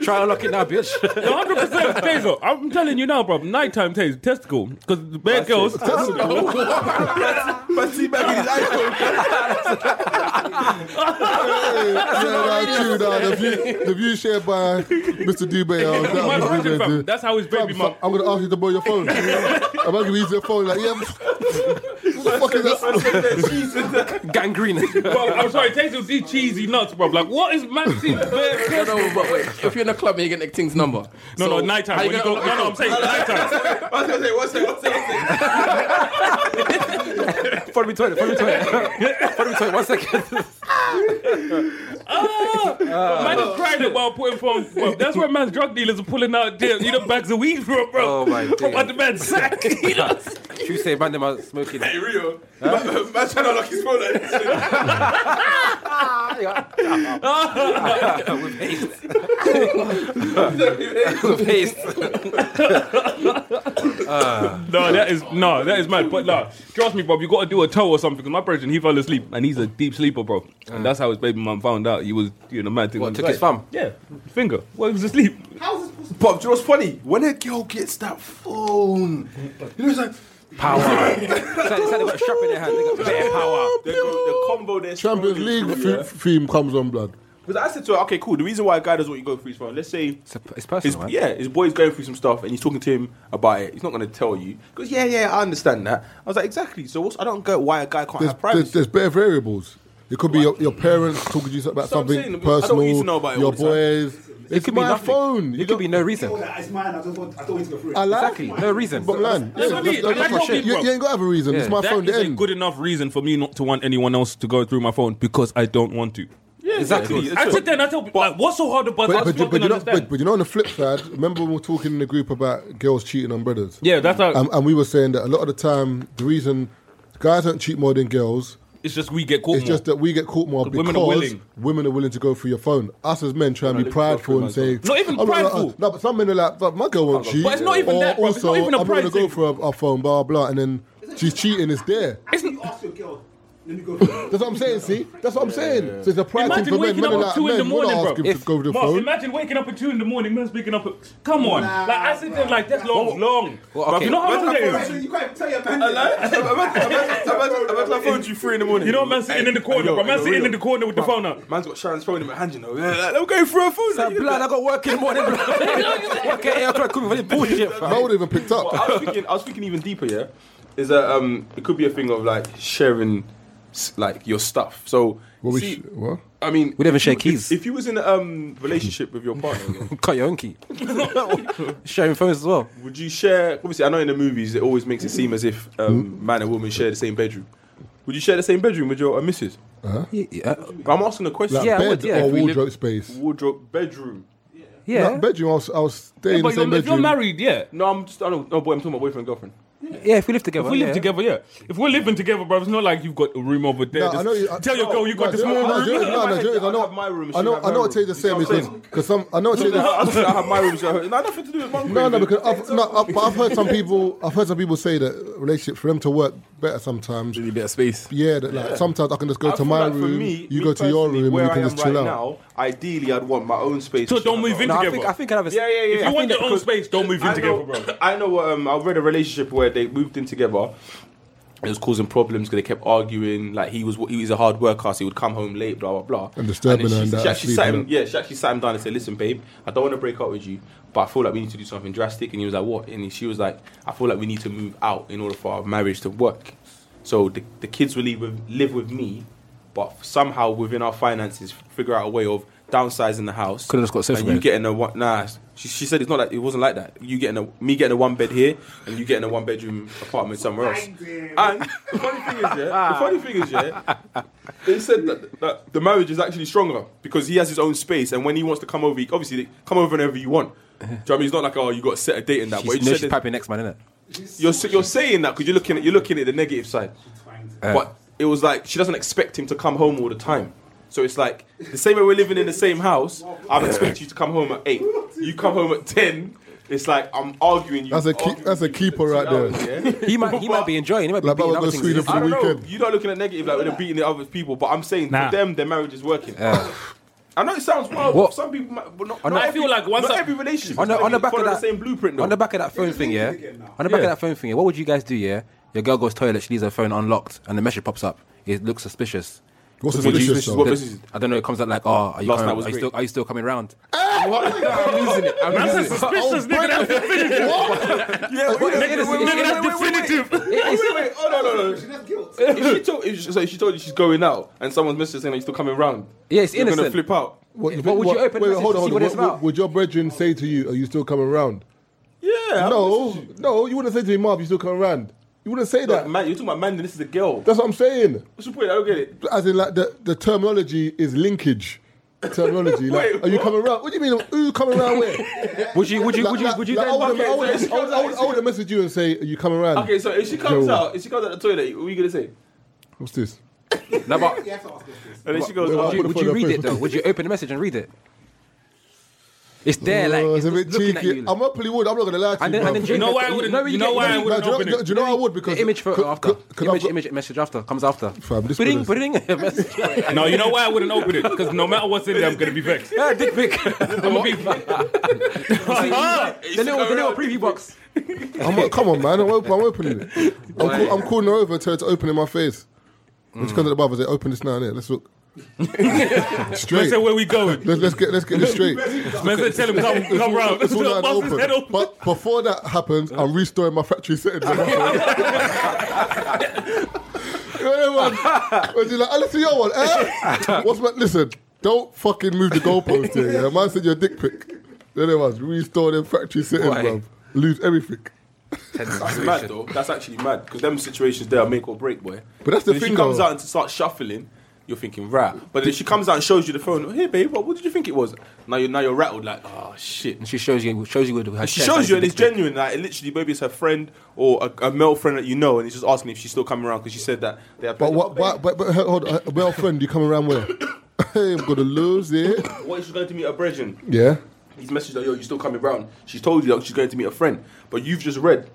E: Try and lock it now, bitch.
B: hundred percent taser. I'm telling you now, bro. Nighttime taser, testicle, because bare girls. [laughs]
D: but see, back in his [laughs] iPhone.
A: Hey, yeah, that's true. Now the view, the view shared by Mr. Dubay. uh, that
B: My
A: was
B: brother,
A: Dubay,
B: fam,
A: dude.
B: That's how his
A: Fam,
B: baby
A: fam,
B: mom.
A: I'm gonna ask you to borrow your
D: [laughs]
A: phone. I'm gonna use your phone. Like, yeah. What the fuck is that?
E: Gangrene.
B: Bro, I'm sorry, Taser these cheesy nuts, bro. Like, what is man seeing bare girls?
F: No, but wait. If you're in a club and you get Nick Ting's number,
B: No, no, nighttime.
F: How
B: When
F: you
B: you
F: gonna
B: go, no, no, I'm
D: [laughs]
B: saying nighttime.
D: I was gonna say, what's that? What's that?
E: [laughs] Follow me to it. Follow me [laughs] to it. Follow me to it. One second.
B: Man is crying it while putting phone. Bro. That's where man's drug dealers are pulling out their, you know, bags of weed from, bro.
E: Oh, [laughs] my
B: From
E: dear.
B: under man's sack.
D: [laughs]
B: You know?
E: She say, man, them are smoking.
D: Hey, Rio. Man man trying to unlock his phone like this.
E: With haste. With haste.
B: No, that is no, that is mad. But no, trust me, bro. You got to do a toe or something. Because my brother, he fell asleep, and he's a deep sleeper, bro. And that's how his baby mum found out he was, you know, mad thing.
E: What,
B: on
E: took
B: side.
E: his thumb?
B: Yeah, finger. Well, he was asleep.
D: Bob, do you know what's funny? When a girl gets that phone, you know, it's like "Oh,
E: Power. it's like, it's like they got a strap in their hand. They got bare power.
D: the, the combo there.
A: Champions League f- theme comes on blood.
D: Because I said to her, okay, cool. The reason why a guy does what you go through his phone, let's say
E: It's, a, it's
D: His,
E: personal, man.
D: yeah, his boy's going through some stuff, and he's talking to him about it. He's not going to tell you. Because yeah, yeah, I understand that. I was like, exactly. So what's, I don't get why a guy can't
A: There's,
D: have
A: there's,
D: privacy.
A: there's bare variables. It could be your, your parents talking to you about
D: So I'm
A: something
D: saying, I don't
A: personal.
D: need to know about it all
A: your
D: the time.
A: boys. It's
E: could be
A: my
E: nothing.
A: phone.
E: It
A: You
E: could
A: don't-
E: be no reason.
G: Oh, that is mine. I just want. I don't want to go through it.
A: I like
E: Exactly. No reason.
A: But man,
B: That's
A: yeah,
B: what I mean.
A: that's- that's
B: Like
A: my
B: what
A: shit.
B: we-
A: You, you ain't got to have a reason. It's my
B: That
A: phone.
B: is
A: The
B: a
A: end.
B: good enough reason for me not to want anyone else to go through my phone because I don't want to.
D: yeah,
E: exactly.
B: I sit there and I tell people, like, what's so hard about
A: But,
B: that?
A: but, you-
B: But,
A: but, you know, but, but you know, on the flip side, remember when we were talking in the group about girls cheating on brothers?
B: yeah, that's how.
A: Um, and we were saying that a lot of the time, the reason guys don't cheat more than girls
B: it's just we get caught.
A: It's just that we get caught more
B: But
A: because
B: women are
A: women are, willing.
B: willing.
A: to go through your phone. Us as men try and be prideful and say,
B: Not even
A: "Oh, no, no, no,
B: prideful.
A: No, but some men are like, "But my girl won't cheat."
B: But it's not even
A: or
B: that, bro. It's not
A: also,
B: even a
A: I'm gonna
B: pride
A: go
B: thing.
A: for our phone, blah blah, and then she's cheating. It's there.
G: After you ask your girl, let me go [laughs] through it.
A: That's what I'm saying. See, that's what I'm saying. So it's a pride
B: Imagine
A: thing for men.
B: waking
A: Men
B: up
A: are
B: at
A: like,
B: two in
A: men,
B: the
A: we're
B: morning,
A: not
B: bro.
A: asking to
E: If-
A: go to the
B: Mark,
A: phone.
B: imagine waking up at two in the morning, man's waking up. At, come on, like I sit there like that's long, long.
E: Well, okay.
B: You know how long that
G: You
B: is.
G: can't- You can't tell your man.
D: I phoned you three in the morning.
B: You know, man sitting in the corner, bro. Man sitting in the corner with the phone up.
D: Man's got Sharon's phone in my hand, you know. Yeah, like, I'm going through her phone.
E: It's like, blood, I got work in the morning,
D: [laughs]
E: blood. work at 8 o'clock, could be really bullshit,
A: I
E: fam.
A: would even picked
D: But
A: up.
D: I was thinking, I was thinking even deeper. Yeah, is that um, it could be a thing of like sharing, s- like your stuff. So
A: What we
D: see,
A: sh- what?
D: I mean,
E: We never share
D: if-
E: keys.
D: If you was in a um relationship with your partner,
A: [laughs]
D: yeah,
E: Cut your own key. Sharing phones as well.
D: Would you share? Obviously, I know in the movies it always makes it seem as if
A: Hmm?
D: um, man and woman share the same bedroom. Would you share the same bedroom with your uh, missus?
E: Yeah, yeah.
D: I'm asking a question.
A: Like
E: Yeah, I
A: bed
E: would, yeah,
A: or
E: if we
A: wardrobe
E: live-
A: space.
D: Wardrobe, bedroom.
E: yeah.
A: Like bedroom. I was, I was staying in the
B: But
A: same
B: you're, if you're
A: bedroom.
B: married, yeah.
D: No, I'm just. I don't, no, boy, I'm talking about boyfriend, girlfriend.
E: Yeah, if we live together.
B: If we live
E: yeah.
B: together, yeah. If we're living together, bro, it's not like you've got a room over there.
A: No, I
B: Just
A: know you- I-
B: tell your
A: no,
B: girl you got
A: no,
B: this
A: no,
B: small
A: no,
B: room.
A: no, no, no, no,
D: I
A: I know-
D: have my room.
A: I
D: she
A: know.
D: have
A: I
D: her
A: know. I
D: room.
A: tell you the
D: You see
A: same
D: what I'm
A: because
D: saying?
A: because some. I know. I tell you the
D: I said I have my room. So her, no, nothing to do with my
A: No, no, because I've, no, I've, I've heard some people. I've heard some people say that relationships for them to work better sometimes.
F: Need a bit of space.
A: Yeah, that like sometimes I can just go
D: I
A: to
D: feel
A: my
D: like for
A: room,
D: me,
A: you
D: me
A: go to your
D: personally,
A: room, and
D: where
A: you
D: I
A: can
D: am
A: just chill
D: right
A: out.
D: now, Ideally, I'd want my own space.
B: So
D: and shit
B: don't
D: like
B: move
D: that.
B: in
E: No, I
B: together.
E: think I think I'd have a
D: Yeah, yeah, yeah.
B: If
D: I
B: you
D: think
B: want your
D: that-
B: own space, don't move in
D: I
B: together,
D: know,
B: bro.
D: I know. Um, I read a relationship where they moved in together. It was causing problems because they kept arguing. Like he was, he was a hard worker, so he would come home late, blah blah blah.
A: And disturbing
D: then
A: her and
D: she,
A: that,
D: she actually
A: sleeping
D: sat him,
A: up.
D: yeah, she actually sat him down and said, "Listen, babe, I don't want to break up with you, but I feel like we need to do something drastic." And he was like, "What?" And she was like, "I feel like we need to move out in order for our marriage to work." So the, the kids will live with, live with me, but somehow within our finances, figure out a way of downsizing the house.
E: Could've just got Seth,
D: And you
E: man.
D: getting a one. Nah, she, she said it's not like it wasn't like that. You getting a me getting a one bed here, and you getting a one bedroom apartment somewhere else. And the funny thing is, yeah, the funny thing is,
E: [laughs]
D: yeah, they said that, that the marriage is actually stronger because he has his own space, and when he wants to come over, he obviously come over whenever you want. Do you know what I mean? It's not like oh, you got to set a date and that. but
E: she's,
D: you
E: no,
D: said
E: she's
D: that-
E: piping next man, innit?
D: you're s- you're saying that because you're looking at you're looking at the negative side.
E: Uh.
D: But it was like she doesn't expect him to come home all the time. So it's like the same way we're living in the same house. I'm expecting you to come home at eight. You come home at ten. It's like I'm arguing. You
A: That's a key-
D: arguing
A: that's a
D: you for
A: keeper
D: two
A: right there.
D: hours, yeah?
E: He might he might be enjoying. He might be
A: Like,
E: beating
A: but
E: other
A: the
E: things.
A: Sweden
E: in his-
A: for
D: I
A: the
D: don't know.
A: weekend.
D: You're not looking at negative like when they're beating the other people, but I'm saying
B: Nah.
D: for them, their marriage is working. [sighs] I know it sounds wild.
E: What?
D: But some people, might, but not,
E: On
D: not
E: the-
B: I feel like once
D: not
B: I-
D: every relationship
E: on the, on the back of
D: follow
E: that
D: the same blueprint. Though.
E: On the back of that phone thing, yeah. On the back
B: Yeah.
E: of that phone thing, yeah. What would you guys do, yeah? Your girl goes toilet, she leaves her phone unlocked, and the message pops up. It looks suspicious.
A: What's
D: Would you-
A: suspicious
D: what
A: though?
E: The-
D: message?
E: I don't know. It comes out like, oh, are you,
D: Last night
E: coming,
D: was
E: are you
D: great.
E: still are you still coming round? [laughs]
D: I'm losing it. I'm
B: That's
D: losing
B: a
D: it.
B: suspicious, nigga. That's definitive.
D: Yeah, wait, wait, wait,
E: Nigga,
D: wait,
E: nigga,
D: wait,
B: that's
D: wait, wait, wait.
B: definitive.
D: Wait, wait, wait. Oh, no, no, no. If she told, if she, so if she told you she's going out and someone's messaging saying that you're still coming round,
E: Yeah, it's
D: you're gonna
E: innocent.
D: flip out.
A: What,
E: But would you open
A: wait,
E: message
A: hold
E: to
A: on,
E: see
A: hold
E: what
A: on.
E: it's
A: What- what-
E: about?
A: Would your brethren say to you, "Are you still coming round?"
D: Yeah.
A: No, no, you wouldn't say to me, "Marv, you still coming round." You wouldn't say
D: Look,
A: that.
D: man, you're talking about man, then this is a girl.
A: That's what I'm saying.
D: What's your point? I don't get it.
A: As in, like the, the terminology is linkage. Terminology. Like,
D: [laughs] Wait,
A: are you
D: what?
A: coming round? What do you mean? Who coming round where?
D: [laughs]
E: Would you? Would you?
A: Like-
E: Would you?
A: like-
E: Would you?
A: like, I
E: then-
A: would have- I
D: Okay,
A: would have-
D: so-
A: I would- I would- I would have messaged you and say, "Are you coming round?"
D: Okay, so if she comes
A: Mm. Yo.
D: out, if she comes out the toilet, what are you gonna
A: [laughs]
D: say?
A: What's this?
E: No, but
D: And then she goes,
A: wait,
D: oh,
A: what?
E: would you,
A: put the
E: would you
A: phone
E: read
A: up
E: it though?
A: first.
E: Would you open the message and read it? It's there, like
A: Oh,
E: it's, just looking at you.
A: I'm up, really would. I'm not gonna lie to
E: and
A: you.
E: then, and
A: bruv.
E: then
B: You know why I
E: you
B: wouldn't-
E: when
B: you know
E: get-
B: why I
A: Nah,
B: wouldn't
A: do you know-
B: open it?
A: Do you know I would because
E: The image photo
A: c-
E: after.
A: c- 'cause
E: image,
A: I've got-
E: image message after comes after.
A: Fam, this
E: Pudding,
A: brother's-
E: pudding, [laughs] message.
A: [laughs]
B: No, you know why I wouldn't open it? Because no matter what's in there, I'm gonna be vexed.
E: Yeah, dick [laughs] pic.
B: I'm gonna be vexed.
E: the little, the little preview box.
A: I'm like, come on, man. I'm, op- I'm opening it. I'm, call, I'm calling her over to her to open in my face.
E: Mm.
A: When she comes to the bar, I say, open this now, innit? Let's
E: [laughs]
A: look.
B: I
A: straight.
B: said, where we going?
A: Let's, let's get let's get this
E: [laughs]
A: straight.
B: Man said, tell him, come, come round.
A: It's all out in the
B: Bust his
A: open.
B: head open.
A: But before that happens, I'm restoring my factory settings. [laughs] on my phone. you know what I mean? When you're like, oh, listen, your one. Eh? What's my listen? Don't fucking move the goalpost here. Yeah, man said your dick pic. Then it was restore them factory settings,
E: Why?
A: bruv. Lose everything.
D: That's mad though. That's actually mad because them situations there are make or break, boy.
A: But that's the
D: When
A: thing,
D: She comes
A: though.
D: out and starts shuffling. You're thinking right, but then she comes out and shows you the phone. Hey, babe, what, what did you think it was? Now you're now you're rattled, like oh shit.
E: And she shows you, shows you with her.
D: She
E: chest,
D: shows you and
E: the
D: it's genuine. Like it literally, maybe it's her friend or a, a male friend that you know, and it's just asking if she's still coming around because she said that. They have
A: But what? But, but, but hold on, uh, well, friend, you coming around where? [coughs] I'm gonna lose it.
D: What if she's going to meet a brethren?
A: Yeah.
D: He's messaged her, yo, you still coming round? She's told you that she's going to meet a friend, but you've just read,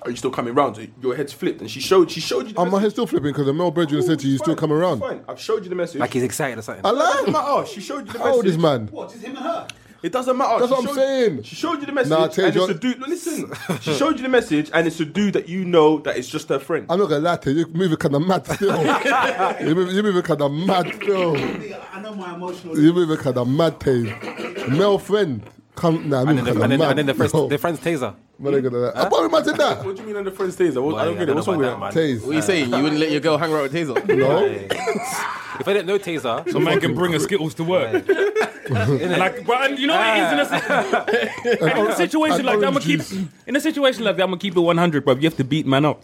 D: are you still coming round? So your head's flipped, and she showed she showed you.
A: And
D: The
A: Oh, my
D: message.
A: head's still flipping because the male brethren said to you, you still
D: Fine,
A: coming around.
D: Fine, I've showed you the message.
E: Like he's excited or something.
A: I
D: It doesn't
A: laugh.
D: matter. She showed you the
A: How old is
D: message.
A: man?
G: What? Just him and her.
D: It doesn't matter.
A: That's
D: She
A: what I'm
D: showed-
A: saying.
D: She showed you the message,
A: Nah, I
D: and
A: tell you,
D: it's a dude. no,
A: [laughs]
D: Listen, she showed you the message, and it's a dude that you know that is just her friend.
A: I'm not gonna lie to you, you're moving kind of mad still. you're, moving, you're moving kind of mad still.
G: I know my emotional.
A: You're moving kind of mad, Tay. Male friend. Come, nah, I'm
E: and,
A: moving
E: then the,
A: kind
E: and,
A: of
E: then,
A: mad.
E: and then the friends,
A: no.
E: the friends taser.
A: I'm not gonna lie. I can't imagine that.
D: What do you mean on the friend's days? I, was, I
E: Well,
D: don't
E: yeah,
D: get it. What's wrong with
E: about
D: that?
E: that, man?
A: Taze.
F: What are you saying? You wouldn't let your girl hang around
B: [laughs]
F: with Taser?
A: No?
E: If I didn't know taser,
B: The man can bring a Skittles
A: [laughs]
B: to work. and like, bro, and you know what it is in a,
A: [laughs]
B: si- and in a situation
A: and
B: like that. I'm gonna
A: orange
B: keep
A: juice.
B: in a situation like that. I'm gonna keep it 100, bro. You have to beat man up.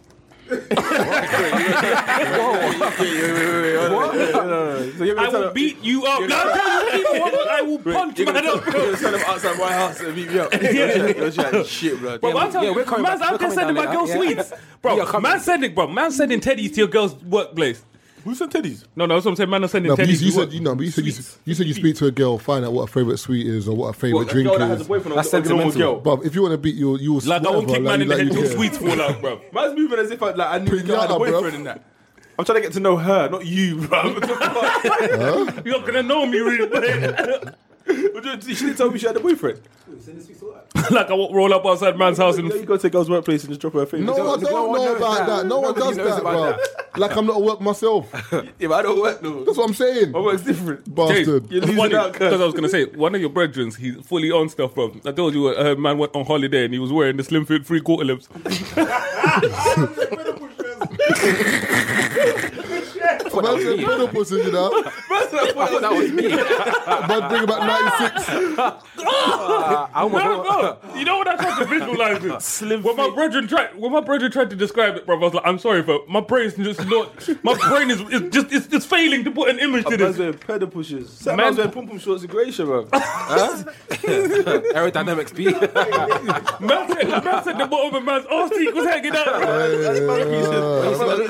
D: So you're
B: I
D: gonna tell
B: will
D: her-
B: beat you up. No, I'm telling you, keep it 100. I will punch
D: You're
B: man
D: gonna
B: up,
D: tell-
B: bro.
D: you're gonna tell him outside my house
B: [laughs]
D: and beat me up. You're trying shit, bro.
B: Bro, I'm telling
E: yeah, we're
B: you,
E: coming
B: man's
E: back- we're
B: out there
E: coming
B: sending
E: down
B: my
E: there.
B: girl
E: Yeah.
B: sweets, bro.
E: We are coming.
B: man sending, bro. Man sending teddies to your girl's workplace.
D: Who sent teddies?
B: No, no, that's what I'm saying. Man, are sending
A: No, but you,
B: teddies.
A: you
B: to
A: said you know, but you said you,
B: Sweets.
A: you said you speak to a girl, find out what her favorite sweet is or what her favorite
D: a
A: drink
D: girl that has a
A: is.
D: boyfriend.
E: That's
D: or a normal
E: sentimental.
D: girl.
A: But if you want to beat you, you will.
B: Like, I won't
A: whatever,
B: kick man in the
A: like
B: head
A: you
B: till
A: care.
B: sweets fall out, bro.
D: Man's moving as if I, like, I knew the girl had
A: Pinata,
D: a boyfriend
A: bruv.
D: in that. I'm trying to get to know her, not you,
A: [laughs]
B: [laughs]
D: bro.
B: You're not gonna know me really, mate.
D: she didn't tell me she had a boyfriend.
B: [laughs]
G: [laughs]
B: like I walk, roll up outside man's house
D: You
B: and
D: know, you go to a girl's workplace and just drop her a thing.
A: No, I don't
E: no one
A: know
E: knows
A: about
E: that.
A: that. No one does
E: Nobody knows
A: that, bro.
E: about
A: Like I'm not at work myself. That's
D: Yeah, but I don't work no.
A: what I'm saying.
D: My work's different. [laughs]
A: Bastard.
D: You're losing out,
B: Because I
D: cuz.
B: was gonna say, one of your brethrens, he's fully on stuff, bro. I told you, a uh, man went on holiday and he was wearing the slim fit three quarter lips.
A: Man said pedal pussy, you know.
E: that was me.
A: Man bring
B: [laughs] Ah.
A: about 96.
E: I
B: [laughs]
E: almost
B: No, no. You know what I tried to visualize it. when my brethren tried, when my brethren tried to describe it, bro, I was like, I'm sorry, but my brain's just not. My brain is, is just it's, it's failing to put an image to
D: Man's
B: this.
D: wearing pedal pushers. Some
B: Man-
D: man's wearing pom pom shorts in Croatia, bro.
E: aerodynamics
A: [laughs]
E: B. [laughs]
B: Man said, man said the bottom of man's arse cheek was hanging out. Bro.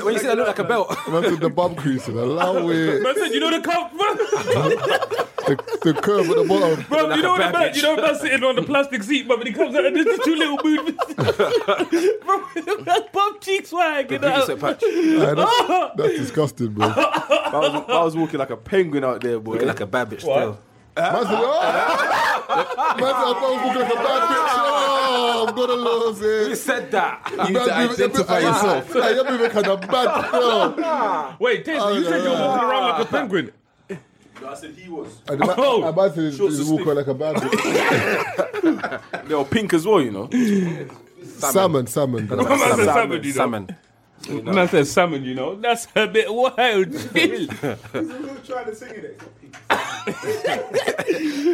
E: when you see that look like a
D: [laughs]
E: belt,
A: Man said the bum creasing. Allow it.
B: Man said, you know the cup, bro.
A: The, the curve at the bottom.
B: Bro, you know
E: a
B: what man,
E: baggage.
B: you know man sitting on the plastic seat, but when he comes out, there's just two little movements. [laughs] bro, [laughs] that's bum cheeks were
E: [laughs]
B: hanging out.
E: so patch.
A: Like, that's, that's disgusting, bro. Man said,
D: I was, I was walking like a penguin out there, boy.
E: Looking
D: [laughs]
E: like a bad bitch still.
A: oh. Man said, I thought I was looking like a bad bitch.
B: Ah.
A: Oh, I'm gonna lose
E: You
A: it.
E: said
A: [laughs]
E: that.
A: You identify yourself. Hey, you're moving kind of bad. girl.
B: Wait, Taser,
A: Oh,
B: you said you were walking around like a penguin.
D: I said he was.
A: And the man-
B: Oh.
A: and man said he's-
D: Shorts
A: he's
D: are
A: walking like a
B: [laughs]
A: bad bitch.
D: They were pink as well, you know.
A: Salmon, salmon. bro.
B: Man said salmon, you know.
E: Salmon.
B: Man said salmon, you know. That's a bit wild. [laughs]
G: trying to sing it.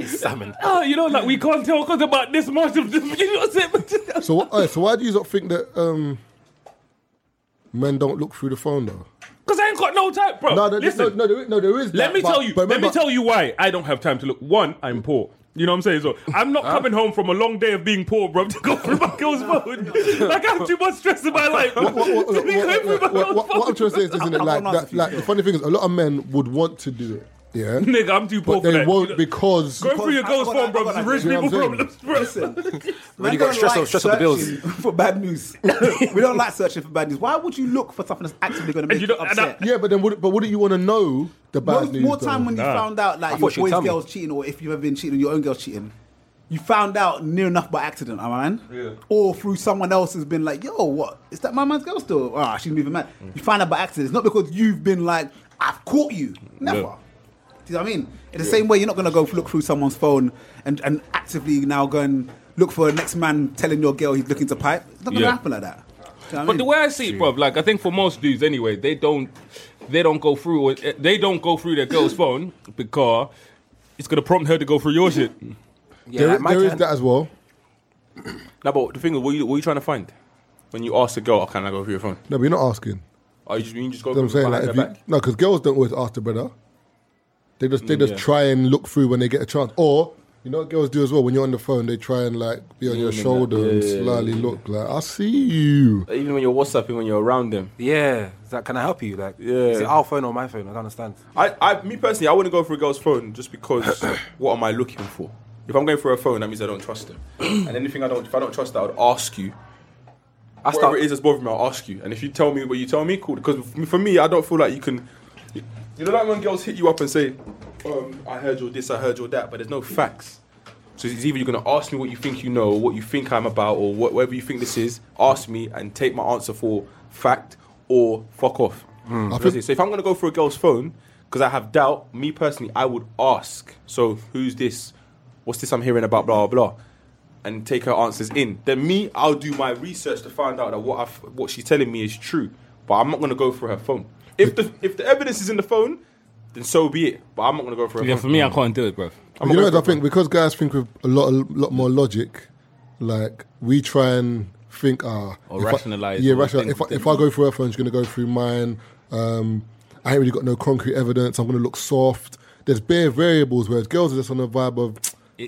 E: Salmon.
B: [laughs] oh, you know, like we can't talk about this much of this. [laughs] You know what I'm saying? [laughs]
A: So, what, alright, so why do you not think that um, men don't look through the phone though?
B: Because I ain't got no time, bro.
A: No, no,
B: Listen,
A: no, no, there is, no, there is.
B: let
A: that,
B: me
A: but-
B: tell you.
A: But
B: let me
A: remember-
B: tell you why I don't have time to look. One, I'm poor. You know what I'm saying? So I'm not coming home from a long day of being poor, bro, [laughs] to go through my girl's phone. like I have too much stress in
A: [laughs]
B: my life.
A: What, what,
G: [laughs]
A: what,
B: to be going
A: what,
B: through my
A: what, what,
B: girl's
A: what, what I'm
B: phone.
A: trying to say is, isn't it
G: I- I
A: like
G: wanna ask
A: that?
G: you
A: Like
G: still.
A: the funny thing is, a lot of men would want to do it,
G: [laughs]
A: yeah,
B: Nigga, I'm too poor
A: but
B: for
A: they
B: that.
A: won't because
B: Going through your
G: Because-
B: girl's
G: I- I-
B: phone,
G: I-
B: bro,
G: I-
B: is rich
A: You know
B: people
A: what I'm
B: problems,
D: [laughs]
B: bro.
E: Really got stress off- stress off the bills.
G: for bad news. [laughs] we don't like searching for bad news. Why would you look for something that's actively going to make
B: you
G: you,
B: don't- and I-
G: upset?
A: yeah. But then, would, but wouldn't you want to know the bad
G: What if
A: news?
G: more
A: though?
G: time when you found out like
E: thought
G: your
E: she'd tell
G: boy's
E: me.
G: girl's cheating, or if you've ever been cheating, or your own girl's cheating. You found out near enough by accident, am I man? Yeah. Or through someone else has been like, "Yo, what is that? My man's girl still? Ah, she's moving mad." You find out by accident. It's not because you've been like, "I've caught you." Never. Do you know what I mean? In the same way, you're not gonna go look through someone's phone and, and actively now go and look for a next man telling your girl he's looking to pipe. It's not gonna
B: Yeah.
G: happen like that. Do you know what I
B: But
G: mean?
B: the way I see it, bro, like I think for most dudes anyway, they don't they don't go through eh, they don't go through their girl's phone because it's gonna prompt her to go through your shit.
E: Yeah,
A: there,
E: like my
A: there is
E: turn.
A: that as well.
D: No, but the thing is, what are you, what you trying to find? When you ask a girl, oh, can I go through your phone?
A: No, but you're not asking.
D: Are you just, you just go
A: You know what I'm saying, like,
D: behind
A: if
D: her
A: you,
D: back? Mm,
A: no, because girls don't always ask the brother. They just they just
D: yeah.
A: try and look through when they get a chance, or you know what girls do as well. When you're on the phone, they try and like be on your
D: Mm,
A: shoulder
D: yeah,
A: and
D: yeah, yeah,
A: slyly look like I see you.
D: Even when you're WhatsApping, when you're around them.
E: Yeah, is that can I help you? Like,
D: Yeah.
E: is it our phone or my phone? I don't understand.
D: I, I, me personally, I wouldn't go through a girl's phone
A: [coughs]
D: just because what am I looking for? If I'm going through a phone, that means I don't
A: [coughs]
D: trust them. and anything I don't, if I don't trust that, I would ask you.
E: I
D: Whatever
E: start.
D: it is that's bothering me, I'll ask you. And if you tell me what you tell me, cool. Because for me, I don't feel like you can. You know, like when girls hit you up and say, um, "I heard your this, I heard your that," but there's no facts. So it's either you're gonna ask me what you think you know, what you think I'm about, or what, whatever you think this is. Ask me and take my answer for fact or fuck off.
E: Hmm.
D: You know what I'm saying? so if I'm gonna go for a girl's phone because I have doubt, me personally, I would ask. So who's this? What's this I'm hearing about? Blah blah. blah," And take her answers in. Then me, I'll do my research to find out that what I've, what she's telling me is true. But I'm not gonna go for her phone. If the if the evidence is in the phone, then so be it. But I'm not gonna go for her
B: Yeah,
D: phone.
B: for me I can't do it, bro.
A: you know what I think? Because guys think with a lot, a lot more logic. Like we try and think, ah,
B: Or
A: if I-
B: rationalise
A: Yeah,
B: or
A: rationalize.
B: think
A: If I, if I go through her phone, she's gonna go through mine. Um, I ain't really got no concrete evidence. I'm gonna look soft. There's bare variables, whereas girls are just on the vibe of,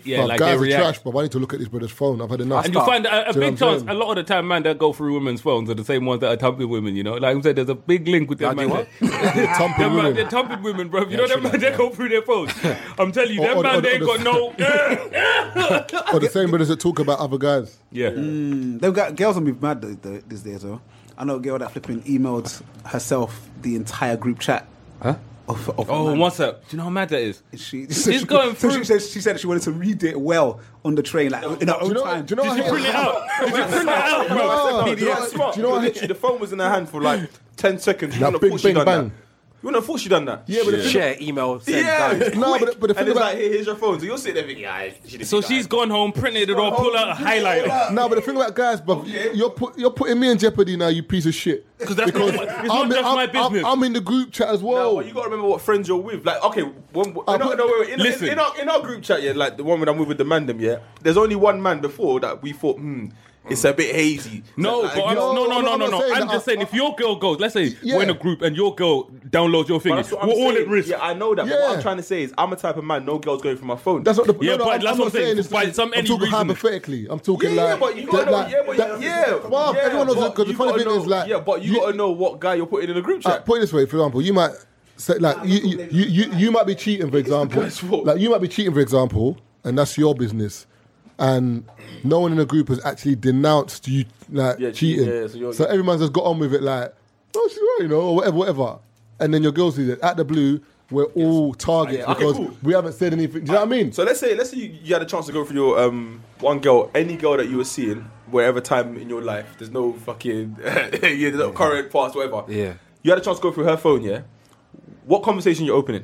B: yeah,
A: "Bruv,
B: like they
A: guys are
B: react."
A: trash, but I need to look at this brother's phone. I've had enough.
B: And you find a, a
A: Do you know
B: big
A: what I'm
B: chance, a
A: saying?
B: lot of the time, man, that go through women's phones are the same ones that are thumping women, you know? Like I said, there's a big link with them,
E: I
B: man.
E: do what?
A: [laughs] Tumping
B: Them man,
A: women.
B: they're thumping women, bro. You know them man, they go through
A: [laughs]
B: their phones. I'm telling you,
A: Or-
B: them
A: or-
B: man,
A: or-
B: they ain't
A: or
B: got
A: the-
B: no. uh,
A: Or the same brothers that talk about other guys.
B: [laughs] yeah.
G: Them gu- girls will be mad though, though, these days, though. I know a girl that flipping emailed herself the entire group chat. Huh? Of, of
B: Oh,
A: Mm.
G: man.
B: what's up? Do you know how mad that is?
G: She, [laughs]
B: She's going
G: so
B: through-
G: She said, she said she wanted to read it well on the train, like in
A: Do
G: her own
A: you know?
G: time.
A: Do you know? I hate-
B: Print it out. Did you print it out,
A: No,
B: bro?
A: Oh, do you know-
D: That's smart.
A: Do you know? I
D: literally,
A: hate-
D: the phone was in her hand for like 10 seconds. You
A: That
D: wouldn't
A: bing,
D: have thought she
A: bing,
D: done
A: bang.
D: that. You wouldn't have thought she done that.
A: Yeah, but the thing-
E: Share, email, send,
D: Yeah,
E: done.
D: it's
A: No,
D: quick.
A: but- but the
D: and
A: thing
D: it's
A: about-
D: like, here, here's your phone. So you're sitting there thinking, yeah, she didn't
B: So
D: do
B: she's
D: that.
B: gone home, printed it all, pulled out a highlighter.
A: No, but the thing about guys,
D: Oh,
A: bro, you're put, you're putting me in jeopardy now, you piece of shit.
B: Because that's not, my- it's not
A: I'm, in-
B: just
A: I'm-
B: my
A: I'm-
B: business.
A: I'm, in the group chat as
D: No,
A: well.
D: but you gotta remember what friends you're with. Like, okay, one, no,
A: I
D: no,
A: put-
D: wait, wait, in,
B: Listen.
D: in, our, in our group chat, yeah, like the one that I'm with with the mandem, yeah. There's only one man before that we thought, hmm, it's a bit hazy.
B: No,
D: Like,
B: but I'm,
D: you know,
B: no, no,
A: I'm
B: no,
A: not-
B: no,
A: I'm
B: no.
A: not saying
B: I'm
A: that
B: just
A: I-
B: saying, if your girl goes, let's say
A: Yeah.
B: we're in a group and your girl downloads your
D: but
B: thing,
D: that's
B: we're
D: what I'm
B: all
D: saying.
B: at risk.
D: Yeah, I know that. But what I'm
A: Yeah.
D: trying to say is, I'm a type of man. No girls going through my phone.
A: That's not the
B: Yeah,
A: no, no,
B: but
A: I'm, I'm
B: that's what
A: not
B: I'm saying.
A: this-
B: By some-
A: I'm
B: any
A: talking
B: reason.
A: hypothetically. I'm talking
D: yeah,
A: like
D: but you
A: that-
D: gotta know,
A: like,
D: yeah, but
A: that-
D: yeah,
A: Well,
D: yeah,
A: everyone knows
D: but
A: it, 'cause the
D: you
A: funny
D: gotta
A: thing is
D: know-
A: like
D: yeah, but you, gotta know what guy you're putting in the group
A: Uh,
D: chat.
A: put it this way, for example, you might say like you, you, you, you, you might be cheating, for example.
D: guy's fault.
A: Like you might be cheating, for example, and that's your business. And no one in the group has actually denounced you like
D: Yeah, cheat-
A: cheating.
D: yeah, so
A: so
D: you're-
A: everyone's just got on with it like, oh, she's right, you know, or whatever, whatever. And then your girl sees it at the blue. We're all targets
D: Okay,
A: because
D: cool.
A: we haven't said anything. Do you know what I mean?
D: So let's say let's say you, you had a chance to go for your um one girl, any girl that you were seeing, wherever time in your life. There's no fucking [laughs] yeah, there's no current, past, whatever.
E: Yeah.
D: You had a chance to go through her phone, yeah. What conversation you opening?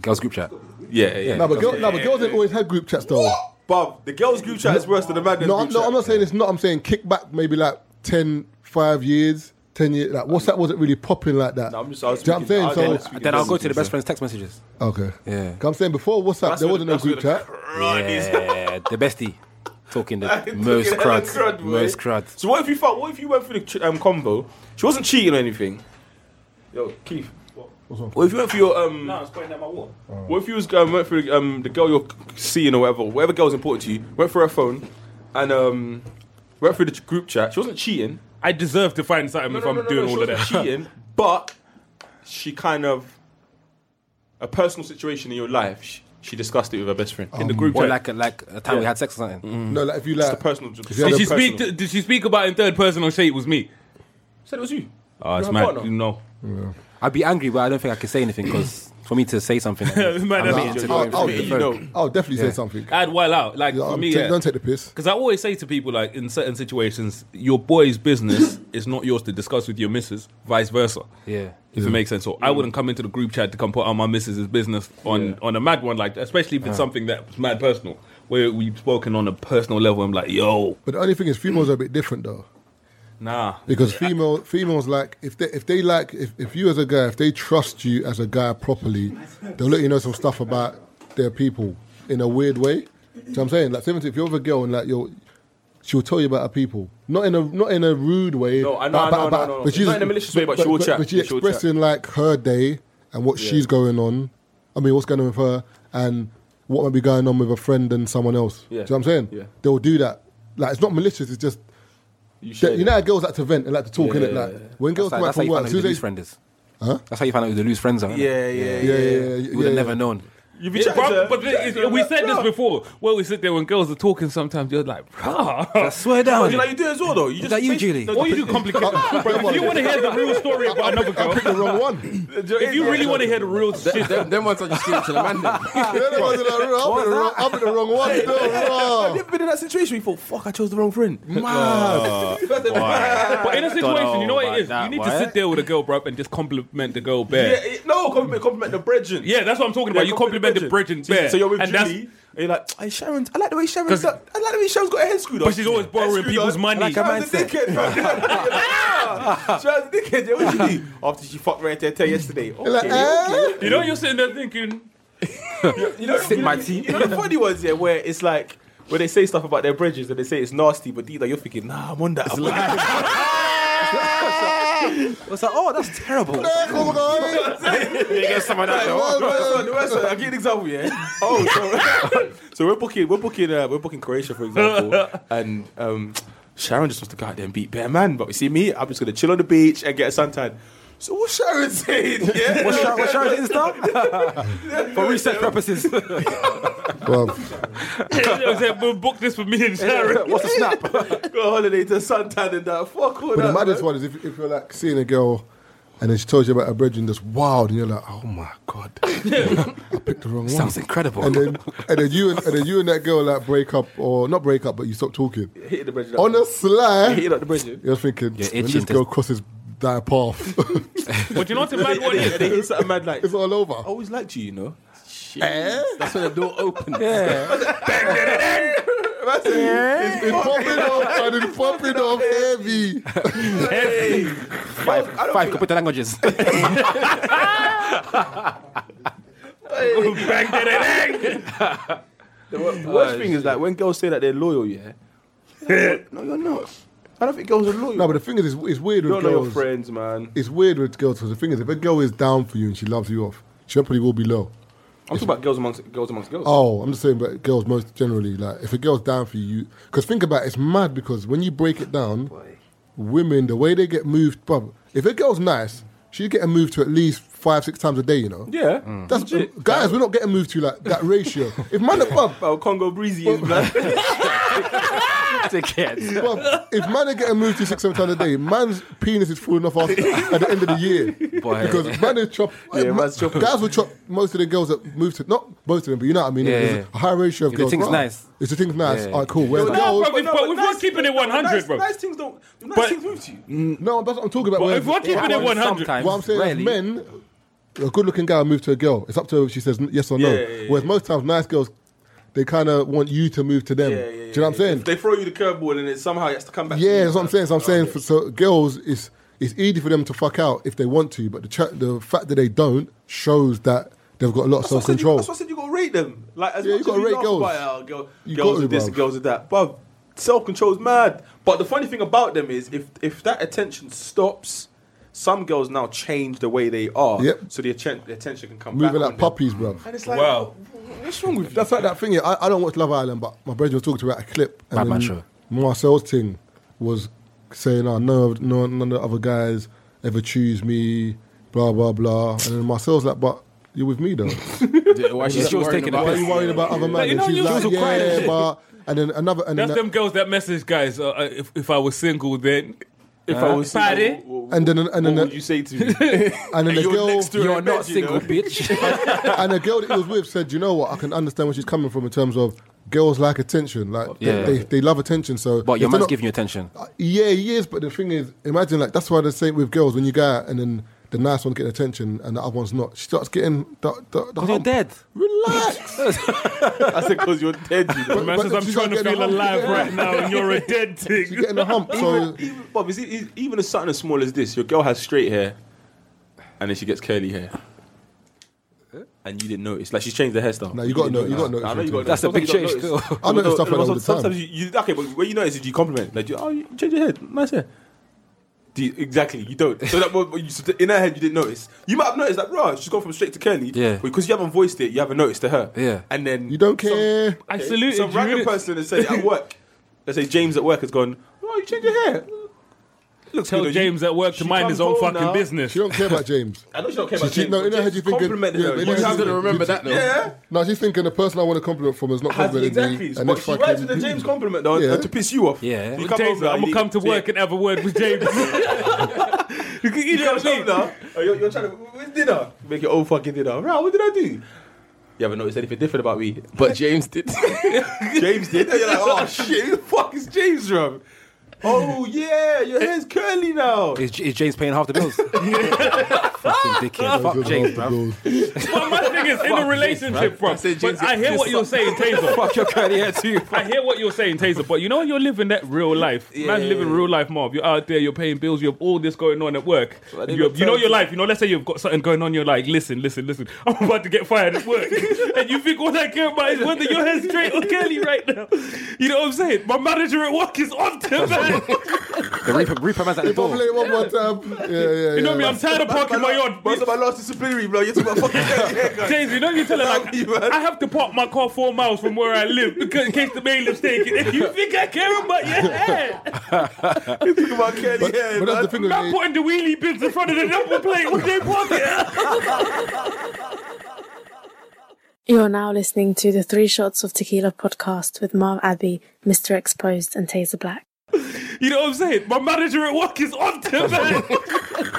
E: Girls group chat.
D: Yeah, yeah.
A: no, but, girl, no, but girls ain't always had group chats though.
D: Bob, the girls' group chat is worse than the man.
A: No, I'm, no, I'm not saying it's not. I'm saying kick back maybe like 10, 5 years, 10 years. Like, WhatsApp wasn't really popping like that.
D: No, I'm just- I was
A: Do you know what
D: speaking-
A: I'm
D: I
A: saying?
D: was
A: So,
D: speaking-
E: Then I'll go to
D: doesn't
E: the best friend's text messages.
A: okay.
E: Yeah.
A: 'Cause I'm saying before WhatsApp, there wasn't no
D: that's where
A: group
D: the
A: chat.
D: crud is.
E: Yeah, the bestie. Talking
D: [laughs]
E: the
D: Talking
E: most
D: hella
E: crud.
D: boy.
E: most crud.
D: So what if you fuck? What if you went for the ch- um combo? She wasn't cheating or anything. Yo, Keith. What? if you went for your um? No, I was pointing at my wall. What if you was um, went for um the girl you're seeing or whatever, whatever girl's important to you? Went for her phone, and um, went through the ch- group chat. She wasn't cheating.
B: I deserve to find something if I'm doing
D: she
B: all of
D: wasn't [laughs]
B: that.
D: cheating, but she kind of a personal situation in your life. She, she discussed it with her best friend in the group
E: Or
D: chat.
E: like, like a time we had sex or something.
A: No, like if you like.
D: the personal.
A: had
B: Did
A: a
B: she speak? To, did she speak about in third person or say it was me?
D: Said it was you.
B: Oh, it's
D: You're
B: mad.
D: a partner.
B: [laughs] No,
E: I'd be angry, but I don't think I could say anything because for me to say
D: [laughs]
E: something, I'm
B: Man, that's-
E: not into
D: Oh,
A: I'll,
E: going
A: I'll-
E: for the
D: You
E: folk.
D: know.
A: I'll definitely say something.
B: I'd well out. Like
A: Yeah,
B: for
A: I'm
B: me,
A: ta-
B: yeah.
A: Don't take the piss.
B: Because I always say to people, like in certain situations, your boy's business is not yours to discuss with your missus, vice versa.
E: Yeah.
B: If it makes sense. So I wouldn't come into the group chat to come put on my missus's business on, on a mad one, like especially if it's something that's mad personal, where we've spoken on a personal level. I'm like, yo,
A: But the only thing is, females are a bit different though.
B: nah.
A: Because female females like if they if they like if, if you as a guy if they trust you as a guy properly, they'll let you know some stuff about their people in a weird way. Do you know what I'm saying? Like seventy, if you're with a girl and like you're she'll tell you about her people. Not in a not in a rude way.
D: No, I know,
A: but-
D: I know,
A: but-
D: I know,
A: but-
D: I know.
A: but she's-
D: Not in a malicious way, but she will chat.
A: But she's
D: She will chat.
A: expressing like her day and what she's going on. I mean, what's going on with her and what might be going on with a friend and someone else.
D: Yeah.
A: Do you know what I'm saying?
D: Yeah.
A: They'll do that. Like it's not malicious, it's just
D: You
A: yeah,
D: shared
A: you
D: it.
A: know how girls like to vent and like to talk,
D: Yeah,
A: innit?
D: yeah,
A: Like,
D: yeah, yeah.
A: when
E: That's,
A: girls
E: like,
A: come out
E: that's how
A: from
E: you find
A: work,
E: out
A: as
E: who
A: soon
E: the
A: as
E: loose
A: they...
E: friend is. That's how you find out who the loose friends are. innit?
D: Yeah, yeah,
A: Yeah, yeah, yeah.
E: You would have
A: yeah,
E: never
A: yeah.
E: known.
D: You be
B: Yeah,
D: chatting
B: bruv,
D: to her-
B: but
D: chatting to
B: it-
D: her,
B: it- we
D: like,
B: said this
D: "Bruh."
B: before. Where we sit there when girls are talking, sometimes you're like,
E: I
B: rah.
E: swear down.
D: Do you know how you do it as well, though? You just
E: that you,
D: face-
E: Julie?
D: No,
B: Or you do complicated.
E: [laughs]
B: Bruv, if you want to hear the real story about another
A: I
B: girl,
A: picked the wrong
E: [laughs]
A: one.
D: do- do-
B: if you really want to hear the real shit,
F: them, them ones are just giving it to the
B: [laughs]
F: man. then.
A: [laughs] Yeah, that wasn't the wrong- I picked the wrong- I picked the wrong one.
D: I've
A: No,
D: never been in that situation before. Fuck, I chose the wrong [laughs] friend. Oh, [laughs]
B: But in a situation, you know what
E: about
B: it is.
E: that
B: You need
E: one.
B: to sit there with a girl, bro, and just compliment the girl
D: Yeah,
B: bare. Yeah,
D: it- no, compliment, compliment the brethren.
B: that's what I'm talking about. You compliment the bridge and
D: So-
B: bare.
D: So you're with
B: and that's-
D: Julie, and you're like, hey, Sharon, I like the way Sharon's
B: 'Cause-
D: got, I like the way Sharon's got her head screwed up.
B: But she's always borrowing
D: Head screwed
B: people's
D: up.
B: money.
D: Like a Sharon's a
E: mindset.
D: dickhead, man. You're like, [laughs] ah, Sharon's a dickhead. Yeah, what you [laughs] do? After she fucked Ray Tete yesterday. Okay,
A: like, eh?
B: You know, you're sitting there
D: [laughs]
B: thinking,
D: You know, you know-
E: my tea.
D: You know the funny ones, yeah, where it's like where they say stuff about their bridges and they say it's nasty, but deep down you're thinking, nah, I'm on that. I'm on that.
E: I was like, oh, that's
D: [laughs]
E: terrible.
A: Oh, God.
D: Well, well, well, well, I'll give you an example, yeah. Oh, so, [laughs] so we're booking, we're booking, uh, we're booking Croatia
E: [laughs]
D: for example, and um, Sharon just wants to go out there and beat Bear Man, but you see me, I'm just gonna chill on the beach and get a suntan. So what's Sharon saying? Yeah.
E: What's Sharon- what's Sharon's
D: [laughs]
E: Insta? For research purposes. [laughs]
A: Bruv.
B: I said, "Well, book this for me and
D: [laughs]
B: Sharon.
E: What's the snap?
D: Go holiday to suntan and that. Fuck all
A: But the
D: that.
A: maddest
D: man.
A: one is if, if you're like seeing a girl and then she tells you about her brethren that's wild and you're like, oh my God. [laughs] I picked the wrong one.
E: Sounds incredible.
A: And
E: [laughs]
A: then, and then you and, and then you and that girl like break up or not break up, but you stop talking.
D: Hit the bridge. now.
A: On a sly,
D: Hit it up the [laughs] bridge.
A: you're thinking
E: You're
A: when
E: itching
A: this
E: to-
A: girl crosses that path, [laughs]
B: But you know what the mad one
D: [laughs] And
B: is?
D: then hit something mad like.
A: it's all over.
D: I always liked you, you know.
F: That's when the door opens.
A: It's popping off and it's popping off heavy.
D: [laughs]
E: Five, five computer languages.
B: Bang, da, da, dang.
D: The wor- the worst thing is like when girls say that they're loyal, yeah. no, you're not. I don't think girls are loyal.
A: No, but the thing is, it's, it's weird
D: you
A: with
D: don't know your
A: girls.
D: friends, man.
A: It's weird with girls because the thing is, if a girl is down for you and she loves you off, she probably will be low.
D: I'm talking about girls amongst girls amongst girls.
A: Oh, I'm just saying, but girls most generally, like if a girl's down for you, because think about it, it's mad because when you break it down, women the way they get moved, bruv, If a girl's nice, she's getting moved to at least five, six times a day. You know,
D: Yeah.
A: that's guys. We're not getting moved to like that ratio. if man, bruv,
D: Oh, Congo breezy is man.
E: Dickhead.
A: bruv, if man are getting moved to six, seven times a day, man's penis is falling off after, at the end of the year
E: Boy.
A: because man is chop.
D: Yeah,
A: ma-
D: man's chopping.
A: Guys will chop most of the girls that move to not most of them, but you know what I mean.
E: Yeah,
A: There's
E: yeah.
A: a high ratio of
E: If the
A: girls.
E: thing's
A: bruv,
E: nice.
A: If the thing's nice,
E: Yeah.
A: alright, cool. Whereas
B: Nah,
A: girls-
B: bro, if- but if we're keeping it 100,
D: nice,
B: bro.
D: Nice things don't. do Nice
B: But-
D: things move to you.
A: No, that's what I'm talking about.
B: But
A: whereas-
B: if we're keeping it 100,
E: Sometimes,
A: what I'm saying
E: rarely.
A: is men, a good looking guy will move to a girl. It's up to her if she says n- yes or no.
D: Yeah, yeah, yeah,
A: Whereas most times, nice girls, they kind of want you to move to them.
D: Yeah, yeah,
A: Do
D: yeah,
A: you know what I'm
D: yeah.
A: saying?
D: If they throw you the curveball and it somehow has to come back. to
A: yeah,
D: you,
A: that's what I'm
D: man.
A: saying. So I'm
D: Oh,
A: saying
D: okay.
A: for so girls, it's it's easy for them to fuck out if they want to, but the ch- the fact that they don't shows that they've got a lot of
D: That's
A: self
D: what I said, you-
A: control.
D: That's what I said. You gotta rate them. Like as
A: Yeah, you
D: much as
A: gotta
D: we
A: rate
D: laugh
A: girls.
D: About, it, oh, girl,
A: You
D: girls
A: gotta,
D: are this,
A: bruv.
D: girls are that. But self control's mad. But the funny thing about them is, if if that attention stops, some girls now change the way they are.
A: Yep.
D: So the, atten- the attention can come
A: Moving
D: back.
A: like
D: on them.
A: puppies, bro.
D: And it's like,
B: Wow.
D: what's wrong with you?
A: That's like that thing. Yeah, I, I don't watch Love Island, but my brother was talking to me about a clip. And
E: Bad man
A: then
E: show.
A: Marcel's thing was saying, "Oh, no, no, none of the other guys ever choose me." Blah blah blah. And then Marcel's like, "But you're with [laughs] me though.
F: Why
E: She's just taking
A: Why are
E: a
A: you worrying about other men?"
B: you
A: And
B: know,
A: she's
B: you
A: like,
B: was
A: "Yeah,
B: crying and shit."
A: but." And then another, and then,
B: That's them
A: that,
B: girls that message guys. Uh, uh, if, if I was single, then
D: If I was
B: Paddy?
D: single, what, what,
A: and then, and then,
D: would you say
A: [laughs]
D: to me?
A: Oh, and then the
D: You're
A: girl,
D: next to her
E: You're
D: in bed,
E: not
D: you know?
E: single,
A: [laughs]
E: bitch.
A: and the girl that he was with said, "You know what? I can understand where she's coming from in terms of girls like attention. Like,
E: Yeah.
A: they, they, they love attention. So,
E: But your
A: if they're
E: man's
A: not- Uh,
E: giving you attention.
A: Yeah, he is. But the thing is, imagine like that's why they say with girls when you go out and then the nice one's getting attention and the other one's not. She starts getting the the. the
E: Because you're
A: hump.
E: dead.
A: Relax.
D: I said because you're dead. You know?
A: But-
B: man says, I'm
A: she's
B: trying to
A: getting
B: feel
A: a hump.
B: alive right now, and you're a
D: [laughs]
B: dead
A: She's
B: thing.
A: getting a hump. So
D: even, Bob, is it, is, even as something as small as this, your girl has straight hair, and then she gets curly hair, and you didn't notice. Like she's changed the hairstyle.
A: No, you gotta
D: didn't
A: know- you
D: notice.
A: gotta
D: I know you
A: notice
D: got.
E: That's a big change still.
A: I notice stuff like that all the time.
D: Sometimes you, you okay, but when you notice it, you compliment. Like, you, oh, you change your hair, nice hair. Do you- exactly, you don't. So that what- what you- so that in her head, you didn't notice. You might have noticed that, bro. She's gone from straight to curly.
E: Yeah.
D: Because you haven't voiced it, you haven't noticed to her.
E: Yeah.
D: And then
A: you don't
D: some-
A: care.
B: I saluted
D: some
B: you.
D: random
B: innit?
D: person
B: [laughs]
D: has said at work, let's say James at work has gone, oh, you changed your hair. Looks
B: Tell
D: good on you."
B: James at work to
D: She
B: mind
D: come
B: his own
D: home
B: fucking
D: now.
B: business.
A: she don't care about James.
D: I know she don't care about
A: She-
D: James.
A: no, in her
D: but
A: head you
D: James
A: thinking-
D: complimented
A: yeah,
D: her.
A: but in
D: You
A: her head you
D: have to-
F: gonna remember that though.
D: Yeah.
A: No, she's thinking the person I want to compliment from is not
D: Has,
A: complimenting
D: exactly.
A: me.
D: But
A: it's
D: she rides with a
A: fucking- [laughs]
D: James compliment though,
A: Yeah.
D: and to piss you off.
E: Yeah.
D: You
B: James,
D: over,
B: I'm gonna
D: you-
B: come to
D: yeah.
B: work and have a word with [laughs] James. [laughs] you can- you
D: You
B: know
D: come
B: what I
D: home
B: mean?
D: now. oh, You're, you're trying to where's dinner. Make your own fucking dinner. Right, what did I do? You haven't noticed anything different about
B: [laughs]
D: me.
F: But James did.
D: James did. And you're like, oh shit, who the fuck is James from? Oh yeah, your hair's curly now.
E: Is, is James paying half the bills? Fucking dickhead.
A: That was
E: Fuck
A: just
E: James,
A: half the
E: bro.
A: goals.
B: But my thing is in a relationship, bro.
F: said James
B: But I hear what you're saying, Taser.
E: Fuck your curly hair too.
B: I hear what you're saying, Taser. But you know you're living that real life. Man's living real life, Marv. You're out there, you're paying bills, you have all this going on at work.
D: But they
B: You,
D: got
B: you know
D: time
B: your
D: to-
B: life. You know, let's say you've got something going on. You're like, listen, listen, listen. [laughs] I'm about to get fired at [laughs] work, and you think all I care about is whether your hair's straight or curly right now. You know what I'm saying? My manager at work is on to man.
E: The Reaper, Reaper man's at the
A: If I
E: door.
A: play it one more time, yeah, yeah,
B: You know
A: yeah,
B: me, I'm
A: man.
B: tired of parking my
D: That's
B: yard.
D: my last disciplinary, bro. You're talking
B: [laughs]
D: about fucking haircut.
B: James, you know you tell her like
D: You, man.
B: I have to park my car four miles from where I live because in case the bailiff's taking it. You think I care about your head?
D: Talking about curly
A: But,
D: hair,
A: but that's
D: man.
A: the thing with
B: Man
A: me.
B: putting the wheelie bins in front of the number plate with their pocket.
H: You're now listening to the Three Shots of Tequila podcast with Marv Abbey, Mr. Exposed, and Taser Black.
B: You know what I'm saying? My manager at work is on to man.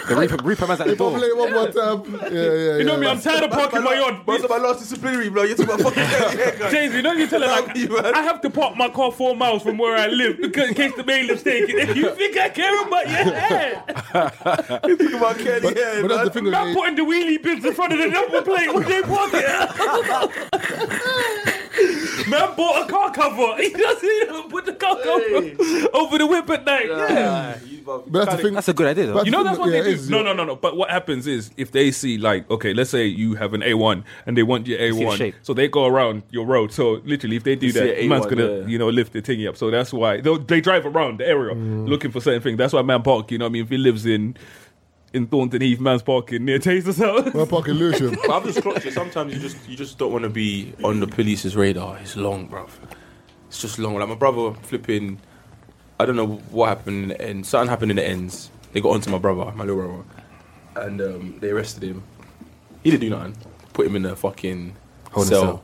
E: The Reaper, Reaper man's at the
A: If I
E: door.
A: play it one more time, yeah, yeah,
B: You know
A: yeah,
B: me,
A: man.
B: I'm tired of parking my
D: That's
B: yard.
D: my last disciplinary, bro. You're talking about fucking curly haircut.
B: James, you know you tell her like
D: You, man.
B: I have to park my car four miles from where I live because in case the bailiff's taking it. You think I care about your head?
D: Talking about curly hair,
A: But that's
D: man.
A: the thing eh, with
B: Man
A: me.
B: putting the wheelie bins in front of the number plate with their
D: [laughs]
B: pocket. Man bought a car cover. [laughs] He doesn't even put the car cover over the whip at night. yeah.
A: But that's the thing.
E: That's a good idea, though.
A: that's
B: You know
A: the
B: that's
A: thing-
B: what
A: yeah,
B: they
A: it
B: do.
A: is,
B: No,
A: yeah.
B: no, no, no. But what happens is if they see like, okay, let's say you have an A1 and they want your
E: your
B: A1,
E: shape.
B: so they go around your road. So literally, if they do
D: see
B: that,
D: a
B: man's
D: A1,
B: gonna
D: yeah.
B: you know lift the thingy up. So that's why they they drive around the area looking for certain things. That's why man park. You know, what I mean, if he lives in in Thornton Heath, man's parking near Taser's house.
A: My fucking Lucian.
D: [laughs] But I've just clocked it. Sometimes you just you just don't want to be on the police's radar. It's long, bruv. It's just long. Like my brother flipping. I don't know what happened in the end. Something happened in the ends. They got onto my brother, my little brother, and um, they arrested him. He didn't do nothing. Put him in a fucking
E: Holding
D: cell.
E: cell.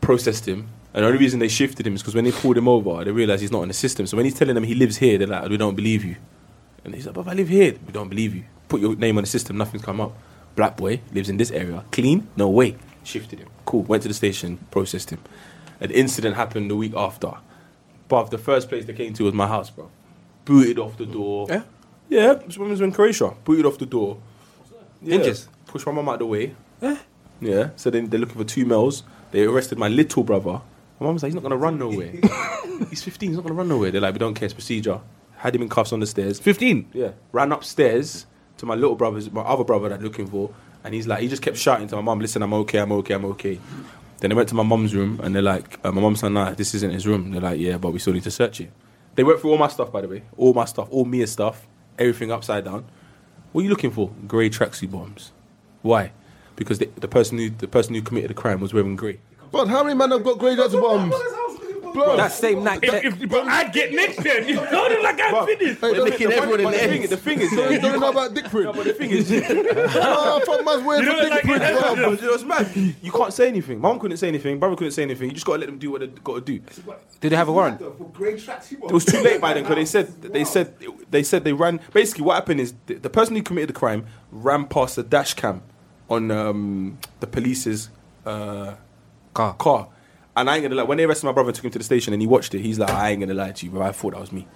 D: Processed him. And the only reason they shifted him is because when they pulled him over, they realized he's not in the system. So when he's telling them he lives here, they're like, "We don't believe you." And he's like, "But I live here." We don't believe you. Put your name on the system. Nothing's come up. Black boy lives in this area. Clean? No way. Shifted him. Cool. Went to the station. Processed him. An incident happened the week after. But the first place they came to was my house, bro. Booted off the door.
E: Yeah?
D: Yeah. This woman's in Croatia. Booted off the door. Yeah.
E: Hinges.
D: Pushed my mum out the way. Yeah. So then they're looking for two males. They arrested my little brother. My mum's like, he's not gonna run nowhere. he's 15. He's not gonna run nowhere. They're like, we don't care. It's procedure. Had him in cuffs on the stairs.
B: Fifteen.
D: Yeah. Ran upstairs to my little brother's, my other brother that I'm looking for, and he's like, he just kept shouting to my mum, listen, I'm okay, I'm okay, I'm okay. Then they went to my mum's room, and they're like, uh, my mum's like, nah, this isn't his room. They're like, yeah, but we still need to search it. They went through all my stuff, by the way, all my stuff, all Mia's stuff, everything upside down. What are you looking for? Grey tracksuit bombs. Why? Because the, the person who the person who committed the crime was wearing grey.
A: But how many men have got grey jackets
D: [laughs]
A: bombs? Bro,
E: That same night, check.
B: If, if, but I get next then. You know, they're like I'm finished.
A: Hey, don't-
F: licking
A: don't-
F: everyone in
D: But
F: the
D: the,
F: end.
D: thing, the thing is, yeah,
A: You
D: [laughs] you
A: don't know
D: can't-
A: about dick print.
D: but the thing
B: [laughs]
D: is,
A: Ah, fuck man's wearing
B: You
A: for
B: know,
A: dick
B: like
A: print,
B: everyone-
A: bro.
D: It was mad. You can't say anything. Mum couldn't say anything. Brother couldn't say anything. You just gotta let them do what they gotta do. It
E: Did they have a warrant?
D: was too late by then because they said they said they said they ran. Basically, what happened is the, the person who committed the crime ran past the dash cam on um, the police's uh,
E: Car.
D: car. And I ain't gonna lie. When they arrested my brother, and took him to the station, and he watched it. He's like, I ain't gonna lie to you, but I thought that was me.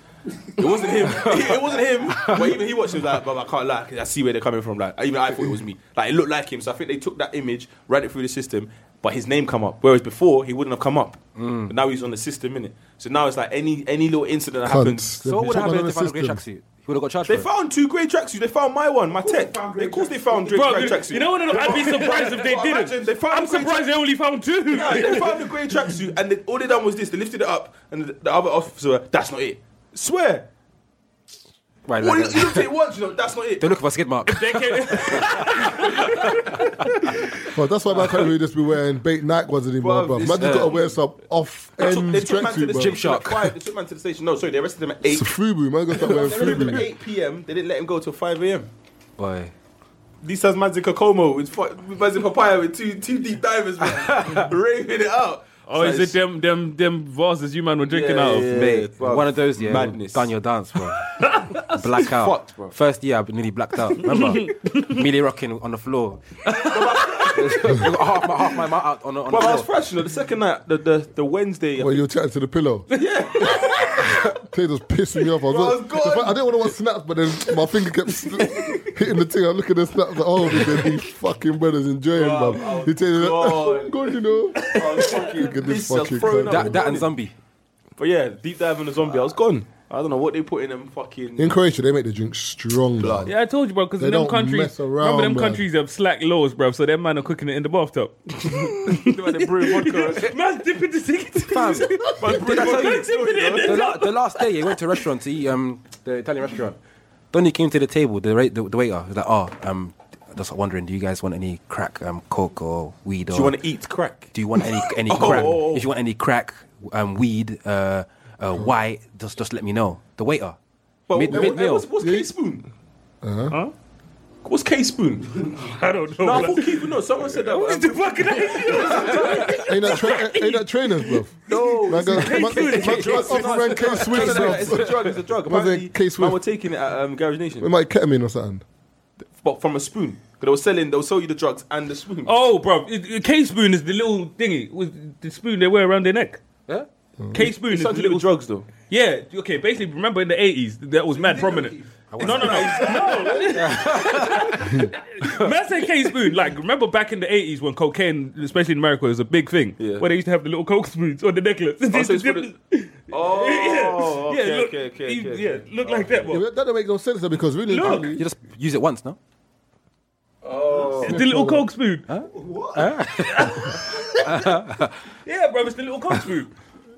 D: It wasn't [laughs] him. it wasn't him. But even he watched it. He was like, but I can't lie. 'cause I see where they're coming from. Like even I thought it was me. Like it looked like him. So I think they took that image, ran it through the system, but his name come up. Whereas before he wouldn't have come up. But now he's on the system, innit? So now it's like any any little incident that happens.
E: So what would
A: Someone
E: have
A: on
E: happened if
A: the
E: they found a grey
A: system.
E: tracksuit? He would have got charged
D: They
E: for it.
D: found two grey tracksuits. They found my one, my tech. Of course, they found grey
B: Bro,
D: tracksuits.
B: you know what? I'd be surprised if they
D: But imagine
B: didn't.
D: they found
B: I'm
D: the grey
B: surprised they only found
D: [laughs]
B: two.
D: No, they found the grey tracksuit, and they, all they done was this. They lifted it up, and the, the other officer, went, that's not it. Swear.
E: Right,
D: All
E: like
D: you,
E: that.
D: you looked at it once, you know, that's not it.
E: They're looking for a skid mark.
B: They came-
A: Well, that's why my country just be wearing bait Nike ones anymore,
D: Bruv,
A: bro. Man,
D: it's,
A: just
D: uh,
A: gotta wear some off
D: They
A: end
D: took, they took man to
A: tracksuit,
D: the
A: bro.
D: station at
E: Gymshark.
D: five. They took man to the station. No, sorry, they arrested him at eight.
A: It's a FUBU, man. Gotta start wearing
D: They arrested him at
A: FUBU.
D: eight p.m. They didn't let him go till five a.m.
E: Boy.
D: These has Magic Kokomo with, fu- with Magic Papaya with two two deep divers, man, raving it out.
B: Oh,
D: So
B: is
D: it's-
B: it them them them vases you man were drinking
D: Yeah,
B: out of?
D: yeah, yeah.
E: Mate,
D: bruv.
E: one of those, yeah,
D: Madness.
E: done your dance, bro. Black out.
D: fucked, bro.
E: First year, I nearly blacked out. Remember? Merely rocking on the floor. half my, half my mouth out on, the- on
D: But I
E: the
D: was
E: floor.
D: fresh, you know. The second night, the the, the Wednesday,
A: Well, you were chatting to the pillow. Yeah. [laughs] They just pissing me off. I, was
D: Bro, I was
A: in
D: gone.
A: fact, I didn't want to watch snaps, but then my finger kept s- hitting the thing. I look at the snaps, like, oh, these, these fucking brothers enjoying,
D: Bro, I
A: man.
D: was
A: He tell you, [laughs]
D: gone.
A: like, God, you know.
D: I was fucking
A: Look at this
D: pissed, I was
A: fucking
D: throwing
A: cunt.
D: up.
E: That, that and zombie.
D: But yeah, deep dive in the zombie, I was gone. I don't know what they put in them fucking.
A: In Croatia, they make the drink strong, blood.
B: Yeah, I told you, bro. Because
A: They
B: in them
A: don't
B: countries,
A: mess around,
B: remember them
A: bruv.
B: countries have slack
D: [laughs]
B: laws, bro. So their man are cooking it in the bathtub.
D: they brewing
B: [laughs]
D: vodka. [laughs]
B: Man's dipping the cigarette. [laughs]
E: fam.
B: But
E: Did I tell you?
B: you?
E: the, la- the last day, he went to a restaurant to eat um the Italian restaurant. Donny came to the table. The, ra- the, the waiter was like, "Oh, um, just wondering, do you guys want any crack, um, coke or weed? Or
D: Do you want to eat crack?
E: do you want any any crack? If you want any crack, um, weed, uh, uh, white, just just let me know." The waiter, mid
D: Hey,
E: mid
D: hey,
E: meal.
D: What's, what's K spoon?
A: Uh-huh.
B: Huh?
D: What's K spoon?
B: I don't know.
D: no, I
B: No,
D: thought K No, someone said that. um,
B: what the fuck is that?
A: Ain't that, tra- ain't that trainers, bro?
D: No,
A: Like, uh, my, my, my, my case switch,
D: No, no, no,
A: bro.
D: it's a drug. It's a drug.
A: Was it
D: Apparently,
A: K Swift?
D: man were taking it at um, Garage Nation,
A: It might ketamine or something.
D: but from a spoon. 'Cause They were selling. They will sell you the drugs and the spoon.
B: Oh, bro, K spoon is the little thingy with the spoon they wear around their neck.
E: Yeah?
B: K spoon is
D: it's
B: the
D: something to
B: little
D: do with drugs, though.
B: Yeah, okay, basically, remember in the 80s, that was mad prominent. No, no, no, no.
D: [laughs]
B: Man said K spoon. Like, remember back in the 80s when cocaine, especially in America, was a big thing?
D: Yeah.
B: Where they used to have the little coke spoons on the necklace. [laughs]
D: so it's for the- Oh,
B: yeah,
D: okay,
B: yeah, look,
D: okay, okay,
B: even-
D: okay,
B: yeah,
D: okay.
B: look like that
A: Yeah,
B: one.
A: but that don't make no sense, though, because really,
B: Look.
A: really-
E: You just use it once, no?
B: The little coke spoon. [laughs] yeah, bro, it's the little coke spoon.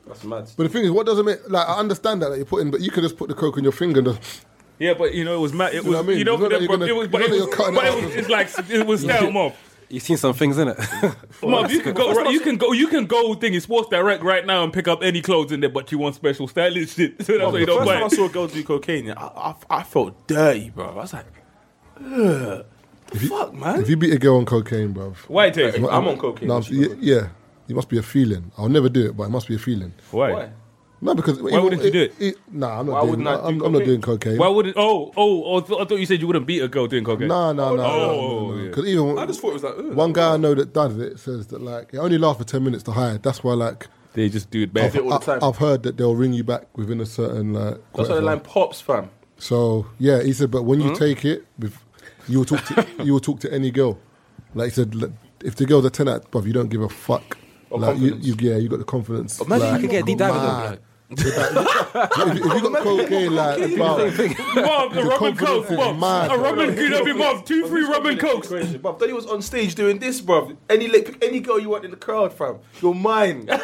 D: That's mad.
A: But the thing is, what doesn't make like I understand that, that you're putting, but you could just put the coke in your finger. And just,
B: Yeah, but you know it was mad. It
A: You know
B: was
A: what I mean?
B: you know,
A: It's not
B: but
A: like you're
B: it
A: gonna-
B: was but
A: it's not
B: it
A: like
B: was
A: you're cutting
B: but
A: it
B: it
A: out.
B: was it's like
A: [laughs]
B: it was style mob.
E: You've seen some things, innit?
B: Mom, you can go. Right, you can go. You can go. Thing is, Sports Direct right now and pick up any clothes in there, but you want special stylish shit, [laughs] so that's why you
D: the
B: don't
D: first
B: buy.
D: time I
B: it.
D: saw a girl do cocaine, yeah, I, I, I felt dirty, bro. I was like, "Ugh, the fuck, man.
A: if you beat a girl on cocaine, bruv,
B: Why take?
D: If I'm on cocaine.
A: no, I'm-
D: what you
A: yeah,
D: got?
A: yeah, it must be a feeling. I'll never do it, but it must be a feeling.
B: Why?
A: No, because why
B: wouldn't you do it?
A: nah, I'm not.
D: Why
A: doing,
D: wouldn't I do
A: I'm, I'm not
D: cocaine?
A: doing cocaine.
B: Why wouldn't? Oh, oh, oh! I thought- I thought you said you wouldn't beat a girl doing cocaine.
A: Nah, nah, nah.
B: Oh,
A: nah, nah, nah.
B: yeah.
A: 'Cause even
D: I just thought it was like, Ugh.
A: one guy I know that does it says that like it only lasts for ten minutes to hide. That's why like
B: They just do it
A: I've,
B: bad.
D: all the time.
A: I, have heard that they'll ring you back within a certain like.
D: That's why the
A: whatever.
D: line pops, fam.
A: So yeah, he said, but when you take it, bef- you will talk to you will talk to any girl. Like he said, "Look, if the girl's a ten out, bruv, you don't give a fuck. like you, you, yeah, you got the confidence.
E: [laughs] Imagine
A: like,
E: you could get a deep dive with them,
A: mad. if, if you got cocaine, like bruv,
B: Mom, a
A: The
B: rum and
A: confidence
B: coke,
A: is
B: mom.
A: mad,
B: A
A: bro.
B: rum and you know, mom. Two, three rum and cokes.
D: Bruv, Daddy was on stage doing this, bruv. Any li- pick any girl you want in the crowd, fam. You're [laughs] mine. I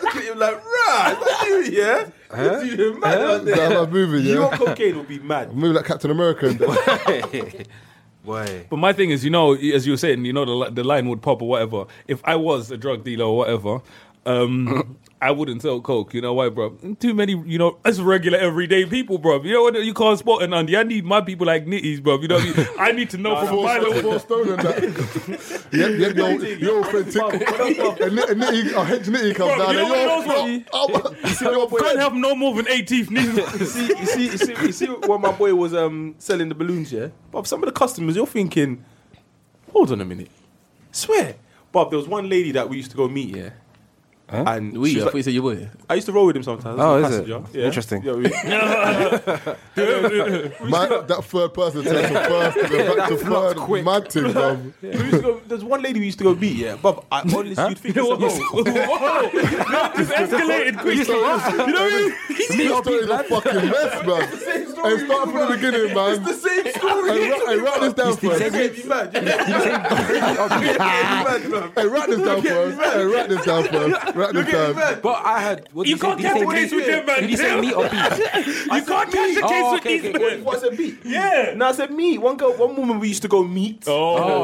D: look at him like, rah, is that you, yeah? Is you mad out there?
A: that's like moving,
D: You on
A: yeah.
D: cocaine will be [laughs] mad.
A: Moving like Captain America. And that.
E: [laughs] Why?
B: But my thing is, you know, as you were saying, you know, the, li- the line would pop or whatever. If I was a drug dealer or whatever, um, I wouldn't sell coke. You know why, bro? Too many, you know, us regular everyday people, bro. You know what? You can't spot an undie. I need my people like nitties, bro. You know, what I, mean? I need
A: [laughs]
B: to know from
A: Four
B: my
A: stone-
B: little.
A: four stone and [laughs] that. yeah, yeah, no, you're authentic. [laughs] and Nitty- and Nitty, I hedge Nitty comes
B: Bruv,
A: down.
B: you know
A: and
B: what
A: you're-
B: knows
A: oh, oh, you're
B: Can't help no more than 18th
D: You
B: neither.
D: see, you see, you see, you see when my boy was um, selling the balloons, yeah? Bob, some of the customers, you're thinking, hold on a minute. Swear. Bob, there was one lady that we used to go meet, yeah? And
F: We,
D: she's
F: I
D: like-
F: thought you said you were.
D: I used to roll with him sometimes.
E: Oh,
D: as a
E: is it?
D: passenger, yeah.
E: Interesting.
D: Yeah, we-
A: My, that third person takes the first to the back to third.
E: quick.
A: Mad thing, bro.
D: we used to go- there's one lady we used to go meet, yeah? Bob, I, honestly, you'd think it's a hoe.
B: Whoa,
A: [laughs]
B: this escalated quickly. You know what I mean?
A: This story is a fucking mess, man. And start from the beginning, man.
D: It's the same story.
A: Hey, write, hey, write this down
D: You
A: first.
D: can't be mad. You can't be mad,
A: Hey,
D: man.
A: write this down first. Hey, write this down first. Write
D: Look
A: this
D: at me,
A: down.
D: man.
E: But I had. What did
B: You
E: say?
B: can't
E: Did you
B: catch
E: say
B: the case
E: me?
B: with them, man.
E: Did you say me or B?
B: You can't catch the case
E: Oh,
B: with
E: okay,
B: these
E: okay, okay.
B: men.
D: What's a beat?
B: Yeah.
D: No, I said meet. One girl, one woman we used to go meet.
E: Oh,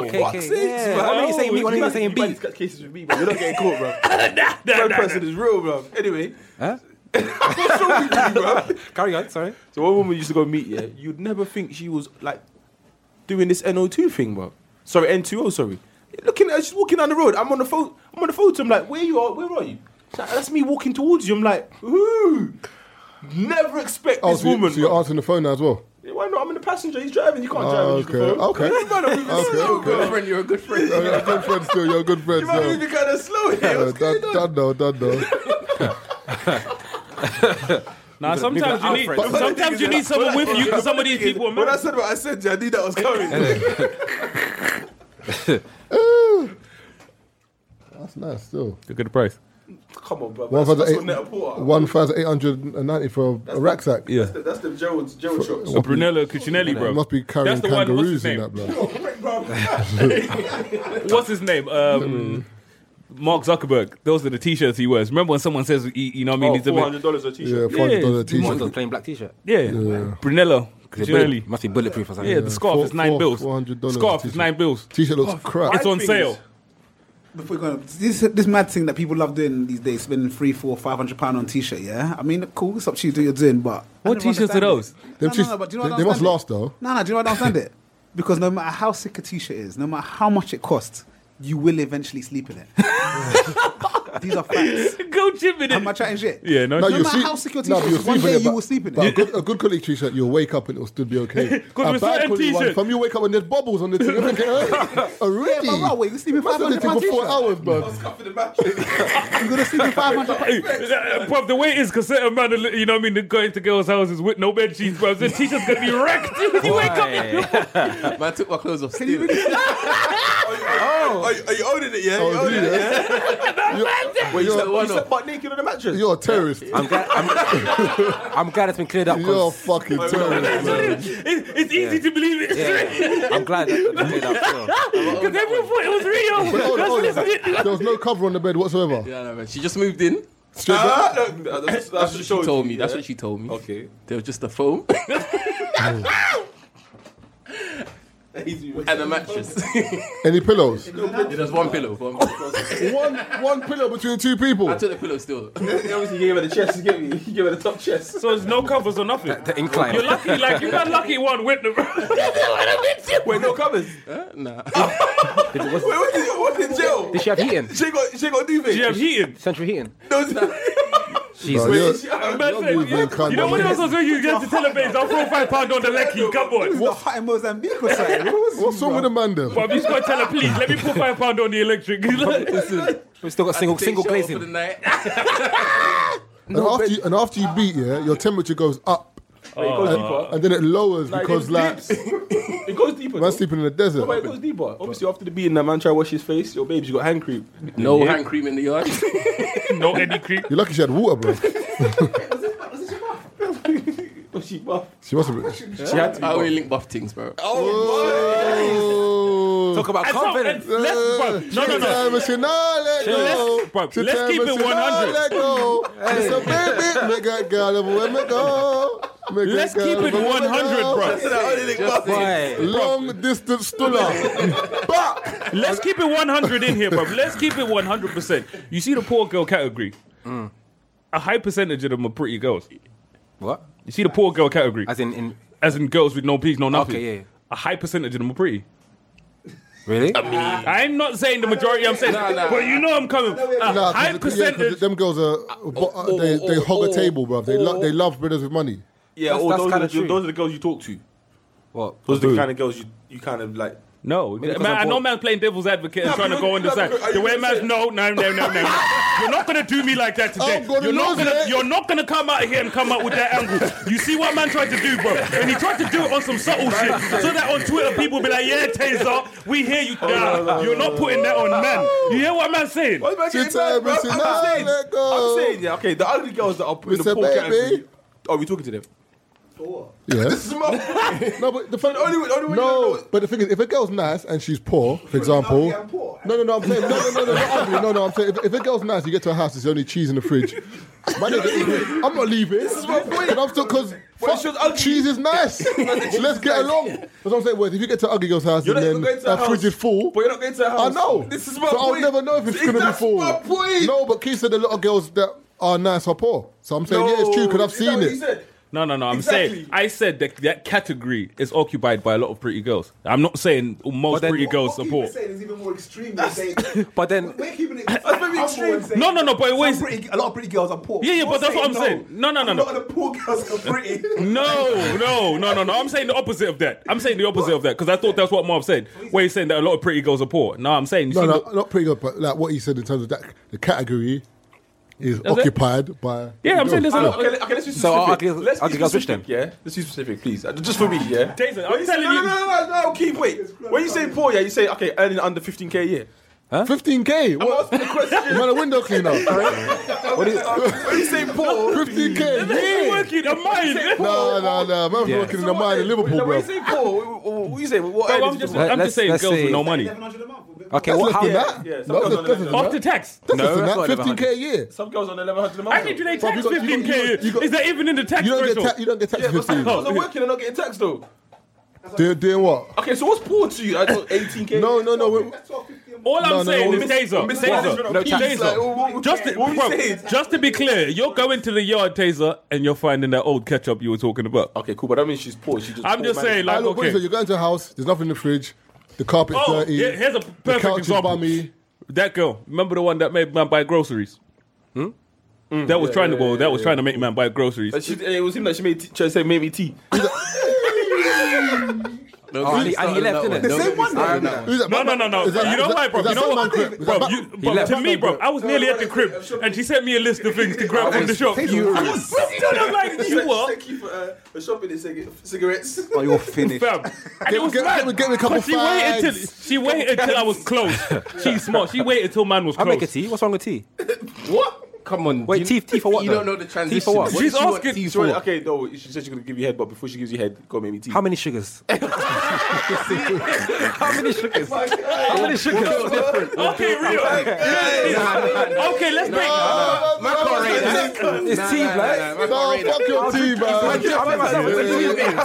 B: Oh,
E: okay, okay. Yeah. Why don't you say me? Why don't you say
D: You
E: B?
D: man's got cases with me, bro. You're not getting caught, [laughs] bro. Third person is real, bro. Anyway.
E: Huh?
D: What's wrong with you, bro?
E: Carry on. Sorry.
D: So one woman used to go meet, yeah. You'd never think she was like doing this NO2 thing, bro. Sorry, N2O, sorry. Looking at her, she's walking down the road. I'm on the phone. I'm on the phone to him, like, where you are? Where are you? She's like, That's me walking towards you. I'm like, ooh. Never expect
A: Oh,
D: this
A: so, you,
D: woman.
A: so you're
D: bro.
A: answering the phone now as well.
D: Yeah, Why not? I'm in the passenger. He's driving. You can't
A: Oh,
D: drive and use
A: okay.
D: the phone.
A: Okay.
D: You're not a [laughs]
A: [laughs]
D: really
A: Okay,
D: slow,
A: okay.
D: bro.
F: friend, you're a good friend.
A: Oh, you're a good friend still. You're a good friend
D: You might be
A: still.
D: moving kind of slow here.
A: Uh,
D: What's going
A: Done done
D: on?
A: though, done though.
B: Nah, sometimes you need sometimes you need someone with you because some of these people are
D: When I
B: mad.
D: said what I said, yeah, I knew that [laughs] was coming.
A: That's nice still.
B: Look at the price.
D: Come on, bro.
A: One
D: That's, that's
A: thousand
D: what Netta Porter.
A: eight, one thousand eight hundred and ninety for a, a rucksack.
B: Yeah.
D: That's the- That's the Gerald's Gerald shops.
B: A Brunello Cucinelli, bro.
A: It must be carrying
B: That's the one, what's his
A: kangaroos in
B: name?
A: that blood. Mm.
B: What's his name? Um, Mark Zuckerberg. Those are the T-shirts he wears. Remember when someone says, he, you know, what I mean, he's a
D: Oh,
B: bit,
D: four hundred dollars a
A: Yeah,
D: t-shirt.
A: five hundred dollar
B: Yeah,
E: One's a
A: t-shirt.
E: plain black t-shirt.
B: yeah, Brunello,
E: It's
B: Cucinelli.
E: bullet- Must be bulletproof or something.
B: Yeah, the scarf
A: Four-
B: is nine
A: four-
B: bills.
A: $400
B: Scarf is
A: t-shirt.
B: nine bills.
A: T-shirt looks crap.
B: It's on
D: thing
B: sale.
D: is-
G: Before you go on, this this mad thing that people love doing these days, spending three, four, five hundred pound on t-shirt. Yeah, I mean, cool. It's up to you do what you're doing, but I
B: What
G: never
B: t-shirts are
G: understand
B: those?
G: it.
A: Them
G: No, no,
A: t-
G: no, but do you know
A: they-
G: what I
A: they must
G: understand
A: last,
G: it?
A: though.
G: No, no. Do you know what I understand [laughs] it? Because no matter how sick a t-shirt is, no matter how much it costs, you will eventually sleep in [laughs] it. These are facts.
B: Go chip in
G: Am I
B: it.
G: chatting shit?
B: Yeah, no.
G: No
A: you'll
G: matter
A: see-
G: how sick your
A: no,
G: t-shirt
A: but you'll
G: is, one
A: sleep in
G: day
A: it, but- But
G: you will sleep in
A: a
G: it.
A: good, a good quality t-shirt, you'll wake up and it'll still be okay.
B: with
A: a bad
B: certain
A: quality one,
B: t-shirt-
A: from you wake up and there's bubbles [laughs] on the thing. You're thinking, "Hey, already?
G: Yeah, but bro, wait, you sleep in
A: Must have been
G: 500
A: for four
G: pound
A: hours, man.
D: [laughs]
G: You're gonna sleep in five hundred
B: [laughs]
G: pounds.
B: Bro, uh, the way it is, because certain man, you know what I mean, they're going to girls' houses with no bed sheets, bro. The t-shirt's going to be wrecked. [laughs] you wake up, you
F: Man, I took my clothes off.
G: Can you really?
D: Are you, are you owning it? Yeah,
A: Oh,
D: owning
A: really,
D: it.
A: yeah?
D: Wait, you
A: You're-
D: slept- you slept butt naked on the mattress.
A: You're a terrorist.
E: I'm glad, I'm, I'm glad it's been cleared up. 'cause-
A: You're a fucking terrorist. man.
B: It's, it's easy to believe it. [laughs]
E: yeah, I'm glad that it's cleared up. so.
B: Because everyone thought it was real.
A: But [laughs] hold on, hold on.
B: That's just it.
A: There was no cover on the bed whatsoever.
F: Yeah, no, man. She just moved in.
A: Straight back.
D: Ah, no, no, that's,
F: That's,
D: that's
F: what she
D: showed
F: told
D: you,
F: me. That's
D: yeah?
F: what she told me.
D: Okay.
F: There was just a phone
D: [laughs]
F: and a mattress.
A: Any pillows?
F: There's one pillow. One pillow.
A: one one pillow between two people.
F: I took the pillow still.
D: Obviously, he gave her the chest. He gave me. He gave her the top chest. [laughs]
B: So there's no covers or nothing.
E: The
B: [laughs]
E: incline.
B: You're lucky, like, you're not lucky one with the. [laughs]
D: Wait, no covers.
F: Huh? Nah.
E: Did, was,
D: Wait, what did you? What's in jail?
E: did she have heating?
D: She ain't got. She ain't got a duvet.
B: You have heating.
E: Central heating?
D: Those-
A: Nah,
E: Jesus.
A: you're-
B: Man said,
A: moving
B: you,
A: cunt,
B: you know what
A: man.
B: else I was doing? You get to tell a babes, I'll throw five pound on the lecky. Come on.
G: What hot in Mozambique or something? What was-
A: What's wrong with the man then?
B: But you just got to tell her, please, let me put five pound on the electric. [laughs]
E: We've still got single, single
F: Take shower for the
E: glazing.
F: night.
A: And after you and after you beat, yeah, your temperature goes up
D: It goes deeper.
A: and then Uh, it lowers
D: Like,
A: because
D: it
A: like Oh
D: dips. [laughs] it goes deeper.
A: man
D: though.
A: sleeping in the desert.
D: But it goes deeper. Obviously, after the beating, that man tried to wash his face. Yo, babes, you got hand creep.
F: No hand cream in the yard.
B: no any creep.
A: You're lucky she had water, bro.
D: Was [laughs] she buff?
A: She must have been.
F: I only link buff things, bro.
A: [laughs] Oh,
E: Talk about
B: And so,
E: confidence.
B: and
A: Uh,
B: let's, bro, no, no, no.
A: Time is now, let go.
B: Let's- bro,
A: Time
B: let's
A: is
B: keep it
A: now,
B: 100.
A: Let go. It's a baby. Make that girl over when we go. Make that
B: Let's keep
A: girl
B: it
A: over when we
B: 100,
A: go.
B: bro.
E: Why?
A: Long distance stuller. Back.
B: Let's keep it 100 in here, bro. Let's keep it 100%. You see the poor girl category? A high percentage of them are pretty girls.
E: What?
B: You see the poor girl category?
E: As in, in
B: As in girls with no peas, no nothing.
E: Okay, yeah.
B: A high percentage of them are pretty.
E: really?
B: Um, I'm not saying the majority, I'm saying,
F: Nah, nah.
B: but you know I'm coming. A
A: Nah, 'cause
B: Ah, high
A: the- 'cause
B: percentage.
A: them girls are, bo- uh, they, they
F: oh,
A: hog
F: oh,
A: a table, bruv. They, lo-
F: oh.
A: they love brothers with money.
D: Yeah,
E: That's-
D: or
E: that's
D: those, are
E: kinda
D: the,
E: true.
D: those are the girls you talk to.
E: What?
D: Those are the kind of girls you, you kind of like.
B: No, man,
E: because I
B: I know
E: bought-
B: man's playing devil's advocate and trying to go on the
D: no,
B: side.
D: because- are
B: The
D: you
B: way
D: gonna
B: man's
D: say-
B: no, no, no, no, no. no. You're not gonna do me like that today.
A: I'm gonna
B: you're not
A: lose
B: gonna,
A: it.
B: you're not gonna come out here and come out with that angle. You see what man tried to do, bro? And he tried to do it on some subtle shit, so that on Twitter people be like, "Yeah, Taser, we hear you." Nah, you're not putting that on man. You hear what man's saying?
D: Why am I getting
A: She
D: mad,
A: said,
D: bro? I'm
A: "Missy, nah,
D: saying,
A: let go."
D: I'm saying, yeah, okay, the ugly girls that are put in the
A: Mr.
D: poor category.
A: Baby.
D: Are Oh, we talking to them?
A: Yeah.
D: This is my
A: [laughs]
D: point.
A: No, but the fact,
D: only way- only way
A: no,
D: you don't know-
A: but the thing is, if a girl's nice and she's poor, for example,
G: ugly and poor.
A: no, no, no, I'm saying, no, no, no, no, not ugly, no, no, I'm saying, if, if a girl's nice, you get to her house, there's only cheese in the fridge. My nigga, I'm not leaving. This
D: is my point.
A: I'm still because
D: it's just ugly.
A: cheese is
D: [laughs]
A: nice. Let's get along. That's what I'm saying. Well, if you get to ugly girl's house
D: You're not
A: and
D: even going
A: then
D: to her
A: that
D: house.
A: fridge is full,
D: But you're not going to her
A: I
D: house.
A: know.
D: This is my
A: so
D: point.
A: I'll never know if it's gonna be
D: That's
A: full.
D: my point.
A: No, but Keith said a lot of girls that are nice are poor. So I'm saying, yeah, it's true because I've
D: Is that
A: seen
D: what
A: it.
D: you said?
B: No, no, no. I'm
D: Exactly.
B: saying I said that that category is occupied by a lot of pretty girls. I'm not saying most
E: But then-
B: pretty
E: What-
B: girls are
G: What Keith
B: poor.
G: is saying is even more extreme. than [laughs] saying-
E: But then,
G: We're keeping it.
D: very extreme.
G: I'm saying
B: No, no, no, but it
G: some
B: was-
G: pretty- a lot of pretty girls are poor.
B: Yeah, yeah,
G: You're
B: but that's what I'm saying. No, no, no,
G: A
B: no.
G: lot of the poor girls are
B: [laughs]
G: pretty.
B: No, no, no, no, no. I'm saying the opposite of that. I'm saying the opposite of that because I thought that's what Marv said. Where he's saying that a lot of pretty girls are poor. No, I'm saying. you
A: No,
B: see
A: no,
B: the-
A: not pretty good, but like what he said in terms of that, the category is
B: That's it.
A: occupied by.
B: Yeah, I'm saying there's a
D: No, no,
B: lot.
D: okay, okay, let's be specific.
E: So, I'll- I'll-
D: let's
E: I'll
D: be
E: give you a switch
D: specific, yeah? Let's be specific, please. Uh, Just for me, yeah?
B: [laughs] Jason, I'm
D: When you say-
B: telling
D: no,
B: you-
D: No, no, no, no, Keith, wait. When you say poor, yeah, you say, okay, earning under 15k a year.
A: fifteen k.
D: I'm
A: What?
B: [laughs]
D: asking the question.
A: Man, a window cleaner.
D: When you say poor,
A: Fifteen k.
B: working a mind.
A: No, no, no. Man's
E: Yeah.
A: working in the mine in Liverpool, bro.
D: say Paul, what, what you say? What
B: Bro,
D: earnings
B: I'm just,
D: people-
E: Let-
B: I'm
E: let's-
B: just saying
E: let's
B: girls
E: see.
B: with no money.
G: 1100 a month.
E: Okay,
A: That's
E: what,
A: less
E: how,
A: than that.
D: yeah,
A: No,
D: some girls
A: that's- that's
D: on the-
A: less than
B: After
A: that.
B: tax.
A: That's
E: No,
A: less than
E: that's
A: that.
E: not
A: 15k a year.
D: Some girls on 1100 a month.
B: I think do they
A: Bro, you
B: tax
A: got- you got- you
B: 15k?
A: got-
B: Is that even in the tax
A: You don't get
B: threshold?
A: ta- you don't get taxed
D: Yeah, but some
A: 15.
D: girls are working and not getting taxed though.
A: They're doing what?
D: Okay, so what's poor to you? I thought 18k.
A: No, no, no. we-
B: All I'm
A: No, no,
B: saying
A: no,
B: is
A: we-
B: taser.
D: Miss
B: Taser.
D: Management
E: No
D: of
E: tax.
D: Peace, like, what- what-
B: Just to,
D: what we
B: bro,
D: saying?
B: just to be clear, you're going to the yard, Taser, and you're finding that old ketchup you were talking about.
D: Okay, cool, but that means she's poor. She just
B: I'm
D: poor
B: just
D: management.
B: saying,
A: I
B: like,
A: look, Windsor,
B: okay.
A: you go into a house, there's nothing in the fridge, the carpet's
B: Oh,
A: dirty,
B: here- here's a
A: the
B: perfect
A: couch is
B: example.
A: bummy.
B: That girl, remember the one that made man buy groceries?
A: Mm.
B: Hmm? that was trying to, well, that was trying to make man buy groceries.
D: But she, it was him that she made t- she said made me
B: [laughs]
D: tea.
E: oh, and he, and he left, didn't
G: The
E: it?
G: same one. though.
A: Who's that
B: No, no,
A: Batman?
B: no, no.
A: Is that-
B: you
A: is
B: know
A: that-
B: why, bro?
A: is that
B: You know
A: Batman
B: what?
A: crib? Is
B: Bro,
A: that
B: you,
A: Batman-
B: bro
E: left.
B: to me, bro, I was nearly at the
D: no,
B: crib,
D: I'm sure-
B: and she sent me a list of things to grab from the shop. You, I [laughs] was still I'm like, you what?
D: Thank you for uh, for shopping and cig-
A: [laughs]
D: cigarettes.
G: Oh, you're finished.
B: Fam. And it was
A: get-
B: mad.
A: get me- get me a couple
B: 'Cause she waited till
A: fags.
B: she waited till I was close. She's smart. She waited till man was
E: I make a
B: close.
E: tea. What's wrong with tea?
F: What? Come on.
E: Wait,
F: do you-
E: tea, tea for what?
F: You
E: though?
F: don't know the
E: Tea
F: transition.
E: for what?
F: What
B: She's
F: did you want
B: asking-
F: tea
D: She went,
F: for?
D: okay, no, she said she's gonna give you head, but before she gives you head, go make me tea.
E: [laughs] How many sugars? How many sugars? How many sugars?
B: Okay, real. Okay, let's break.
E: It's tea, black.
A: No, fuck your tea, man.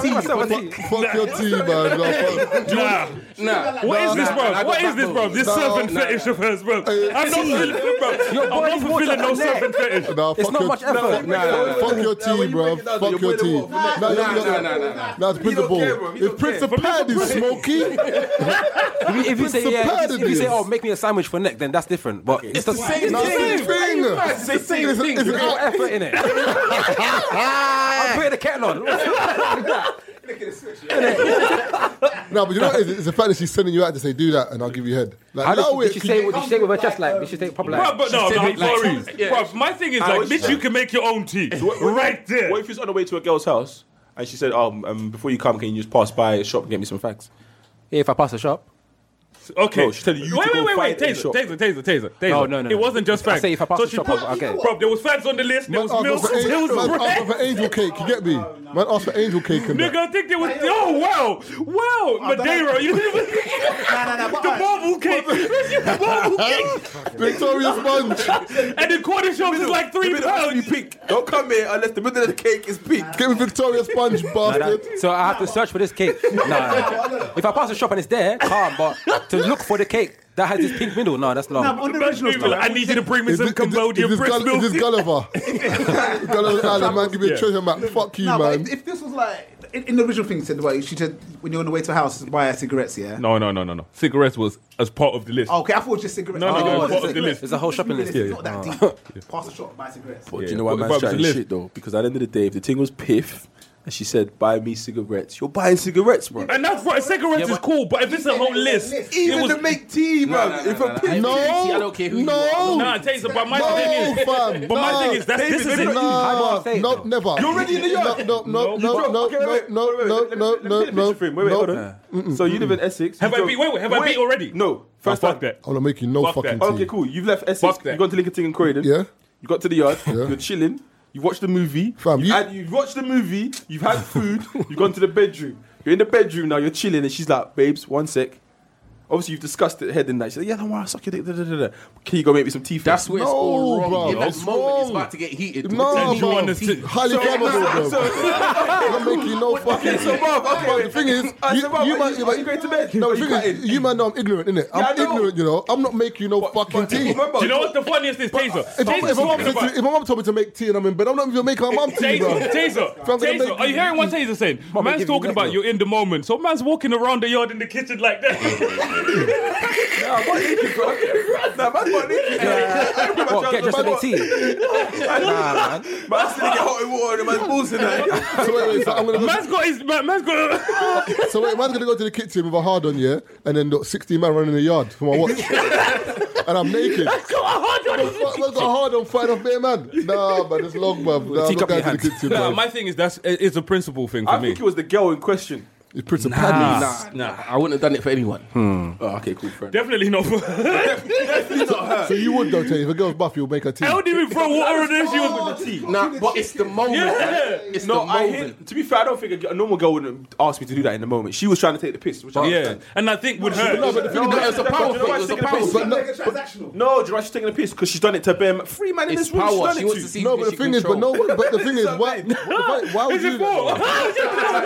E: Tea.
A: Fuck- Fuck your tea, man. No, fuck-
B: Nah.
F: Nah.
B: What is this, bro?
F: nah, I
B: what
F: got
B: is this, bro?
F: backbone.
B: This
A: No,
B: serpent
A: nah,
B: fetish of hers, bro. I'm not feeling, bro. I'm
E: Your
B: not
E: body's water
B: fulfilling no
E: and neck.
B: serpent fetish.
A: no,
E: It's
A: fuck
E: not
A: your-
E: much effort.
A: Fuck your
D: when
A: tea,
D: you
A: bro.
D: break it down,
A: Fuck
D: you're
A: your
D: boiling
A: tea.
D: water. Nah,
A: No,
F: nah,
A: no, no,
F: nah, nah, nah, nah.
A: no, it's principle.
D: care, bro. He
A: If
D: don't care.
A: principality is smoky,
E: If you- if you say,
A: It's a
E: yeah,
A: part
E: if you-
A: of
E: if you say,
A: this.
E: oh, make me a sandwich for neck, then that's different. But it's, the same
A: no,
E: thing.
A: same thing. It's
E: It's the same thing.
A: it's
E: There's no
A: out-
E: effort in it. I'm putting the kettle on.
A: No, but you know what it is? It's the fact that she's sending you out to say, do that, and I'll give you head.
E: How
A: Like,
E: did,
A: no,
E: did
A: wait.
E: she
A: can
E: say?
A: you-
E: Did she say with her chest like? Did she say it proper
B: Bro,
E: like?
B: but no, no, sorry. Bro, my thing is like,
D: was-
B: bitch, you can make your own tea. Right there.
D: What if he's on the way to a girl's house and she said, "Oh, um, before you come, can you just pass by a shop and get me some facts?"
E: Yeah, if I pass the shop.
B: Okay.
D: No, she's telling you
B: Wait,
D: to
B: wait,
D: go
B: wait, wait.
D: fight in
B: Taser,
D: the shop.
B: taser, taser, taser, taser.
E: No, no, no,
B: It
E: no.
B: wasn't just
E: I
B: fags.
E: say if I pass the
B: she
E: shop,
B: put-
E: I'll get it.
B: Bro, there was fags on the list. There
A: Man
B: was
A: asked
B: milk.
A: for
B: There
A: angel-
B: was
A: man asked
B: bread.
A: for angel cake, you get me? Man asked for angel cake and
B: Nigga,
A: that.
B: I think there was. Oh wow, wow,
G: I don't
B: Madeira.
G: know.
B: You didn't even.
G: Nah, nah, nah, but
B: The
G: alright.
B: marble cake, the marble cake,
A: Victoria Sponge.
B: and the corner shop is like three
D: You
B: pounds.
D: pink. Don't come here unless the middle of the cake is pink.
A: Get me Victoria Sponge, bastard.
E: So I have to search for this cake. No, if I pass the shop and it's there, calm. But to look for the cake that has this pink middle, no, that's long.
G: Nah, but on the original
B: People,
G: stuff.
B: I need you to bring me
A: Is
B: some
A: this- is this-
B: Cambodian
A: is this
B: breast
A: Gull- Is
B: milk.
A: this Gulliver? Gulliver Island, man, give me a treasure map. Fuck you,
G: No, but
A: man.
G: if, if this was like in, in the original thing, it said like, she said when you're on the way to a house, buy her cigarettes. Yeah.
B: No, no, no, no, no. Cigarettes was as part of the list.
G: Oh, okay, I thought it was just cigarettes.
B: No, no,
G: oh,
B: no,
G: it's
B: part
G: just
B: of the
G: cigarettes.
B: list.
E: There's a whole shopping list.
G: It's not that
B: [laughs]
G: deep. Pass the shop, buy cigarettes.
D: But do
B: Yeah,
D: you know why
B: but
D: man's
B: if I was
D: chatting
B: to live-
D: shit though? Because at the end of the day, if the thing was piff and she said, buy me cigarettes, you're buying cigarettes, bro.
B: And that's right. Cigarettes is cool, but if it's a whole list, it
D: Even
B: was.
D: to make tea, bro.
F: nah,
D: if
F: nah,
D: a
F: nah,
D: piff,
F: nah.
A: No,
F: I don't care who you
A: no,
F: are.
B: Nah, taser. But my
A: No,
B: thing is,
A: fam,
B: but my
A: nah.
B: thing is that's this is it.
E: How do I say
A: No, no,
E: it, though?
A: never. You're
D: already in the yard.
A: No, no, no, no,
D: Okay,
A: no,
D: wait,
A: no,
D: wait, wait,
A: no,
D: let me-
A: no,
D: let me
A: no,
D: finish the
A: no,
D: frame. Wait, wait, hold
A: no.
D: on. So you live in Essex.
B: Have
D: you
B: I
D: drove-
B: beat? Wait, wait. Have I
D: Wait,
B: beat already?
D: No.
B: Oh,
D: First
B: fuck
D: time.
B: that.
A: I want to make you no
B: Fuck
A: fucking
B: that.
A: tea.
D: Okay, cool. You've left Essex.
B: Fuck that.
D: You've gone to Lincoln and Croydon.
A: Yeah.
D: You got to the yard.
A: Yeah.
D: You're chilling. You've watched the movie.
A: Fam,
D: you've,
A: you-
D: had, you've watched the movie. You've had food. you've gone to the bedroom. You're in the bedroom now. You're chilling, and she's like, "Babes, one sec." Obviously, you've discussed it head and night. She's like, "Yeah, don't worry, I'll suck your dick." Da, da, da, da. Can you go make me some tea? First?
F: That's where it's
A: No,
F: all wrong.
A: bro.
F: In that
A: It's
F: moment, it's
A: wrong.
F: about to get heated.
A: No,
B: And you
A: bro.
B: want us to-
A: highly flammable, bro. I'm making you no fucking
D: Okay, so Bob, okay,
A: But
D: wait.
A: the thing is, you,
D: I said, Bob,
A: you
D: are
A: man,
D: you-
A: but-
D: are you going to bed?
A: No,
D: Are
A: the
D: you
A: thing is,
D: cutting?
A: you man know I'm ignorant, innit?
D: Yeah,
A: I'm
D: I know.
A: ignorant, you know. I'm not making you no fucking tea.
D: Remember,
B: Do you know what the funniest is, Taser?
A: If, I,
B: Taser's
A: if, my mom
B: talking
A: said to-
B: about-
A: if my mom told me to make tea and I'm in bed, I'm not even making my mom tea, bro.
B: Taser, Taser,
A: Fam, they
B: Taser.
A: make-
B: Are you hearing what Taser saying? man's
E: give you
B: talking
E: neck,
B: about
E: bro.
B: you're in the moment. So man's walking around the yard in the kitchen like that.
D: Nah, man, naked, bro. Nah, man, man, naked.
E: What, get dressed
D: Man,
E: up in
D: man,
E: tea? Nah, man.
D: Man, still get hot in water and the man's balls in there.
A: So wait, wait, so I'm gonna
B: [laughs]
A: go,
B: man's got his man, man's got.
A: so wait, man's gonna go to the kitchen with a hard on, yeah, and then look, 16 man running in the yard for my watch, and I'm naked.
B: He's got a hard on his-
A: Fuck, man's got a hard on fighting off bare man. Nah, man, it's long, man. Nah, I'm not
E: teacup
A: going to the
E: in hand.
A: kitchen,
B: Nah,
A: man.
B: my thing is that's it's a principle thing for
D: I
B: me.
D: think it was the girl in question.
A: It's pretty nah.
B: Nah.
F: Nah, I wouldn't have done it for anyone.
D: Oh, okay, cool, friend.
B: Definitely not.
A: So you would though, tell you, if a girl's buff, you'll make her tea.
B: I don't even throw water in this. She was
D: Tea.
F: Nah, but it's the moment.
B: Yeah.
F: man. It's
D: No,
F: the
D: I
F: moment.
D: hate, to be fair, I don't think a, g- a normal girl wouldn't ask me to do that in the moment. She was trying to take the piss,
E: [laughs]
D: which I
B: Yeah,
D: understand.
B: and I think with her,
F: No, but it was a power
D: Do you know why
F: thing, it was
D: she's
F: a
D: taking
F: power
D: the piss?
F: thing.
G: [laughs]
A: no,
D: No, do you know why she's taking the piss? Because she's done it to bare free man in
F: It's
D: this room. She's
F: power.
D: done
F: She
D: it
F: wants
D: to.
F: to see-
A: no, but the thing is, but no, but the thing is, why, why, why would you?
B: Who's it [laughs] for?
A: I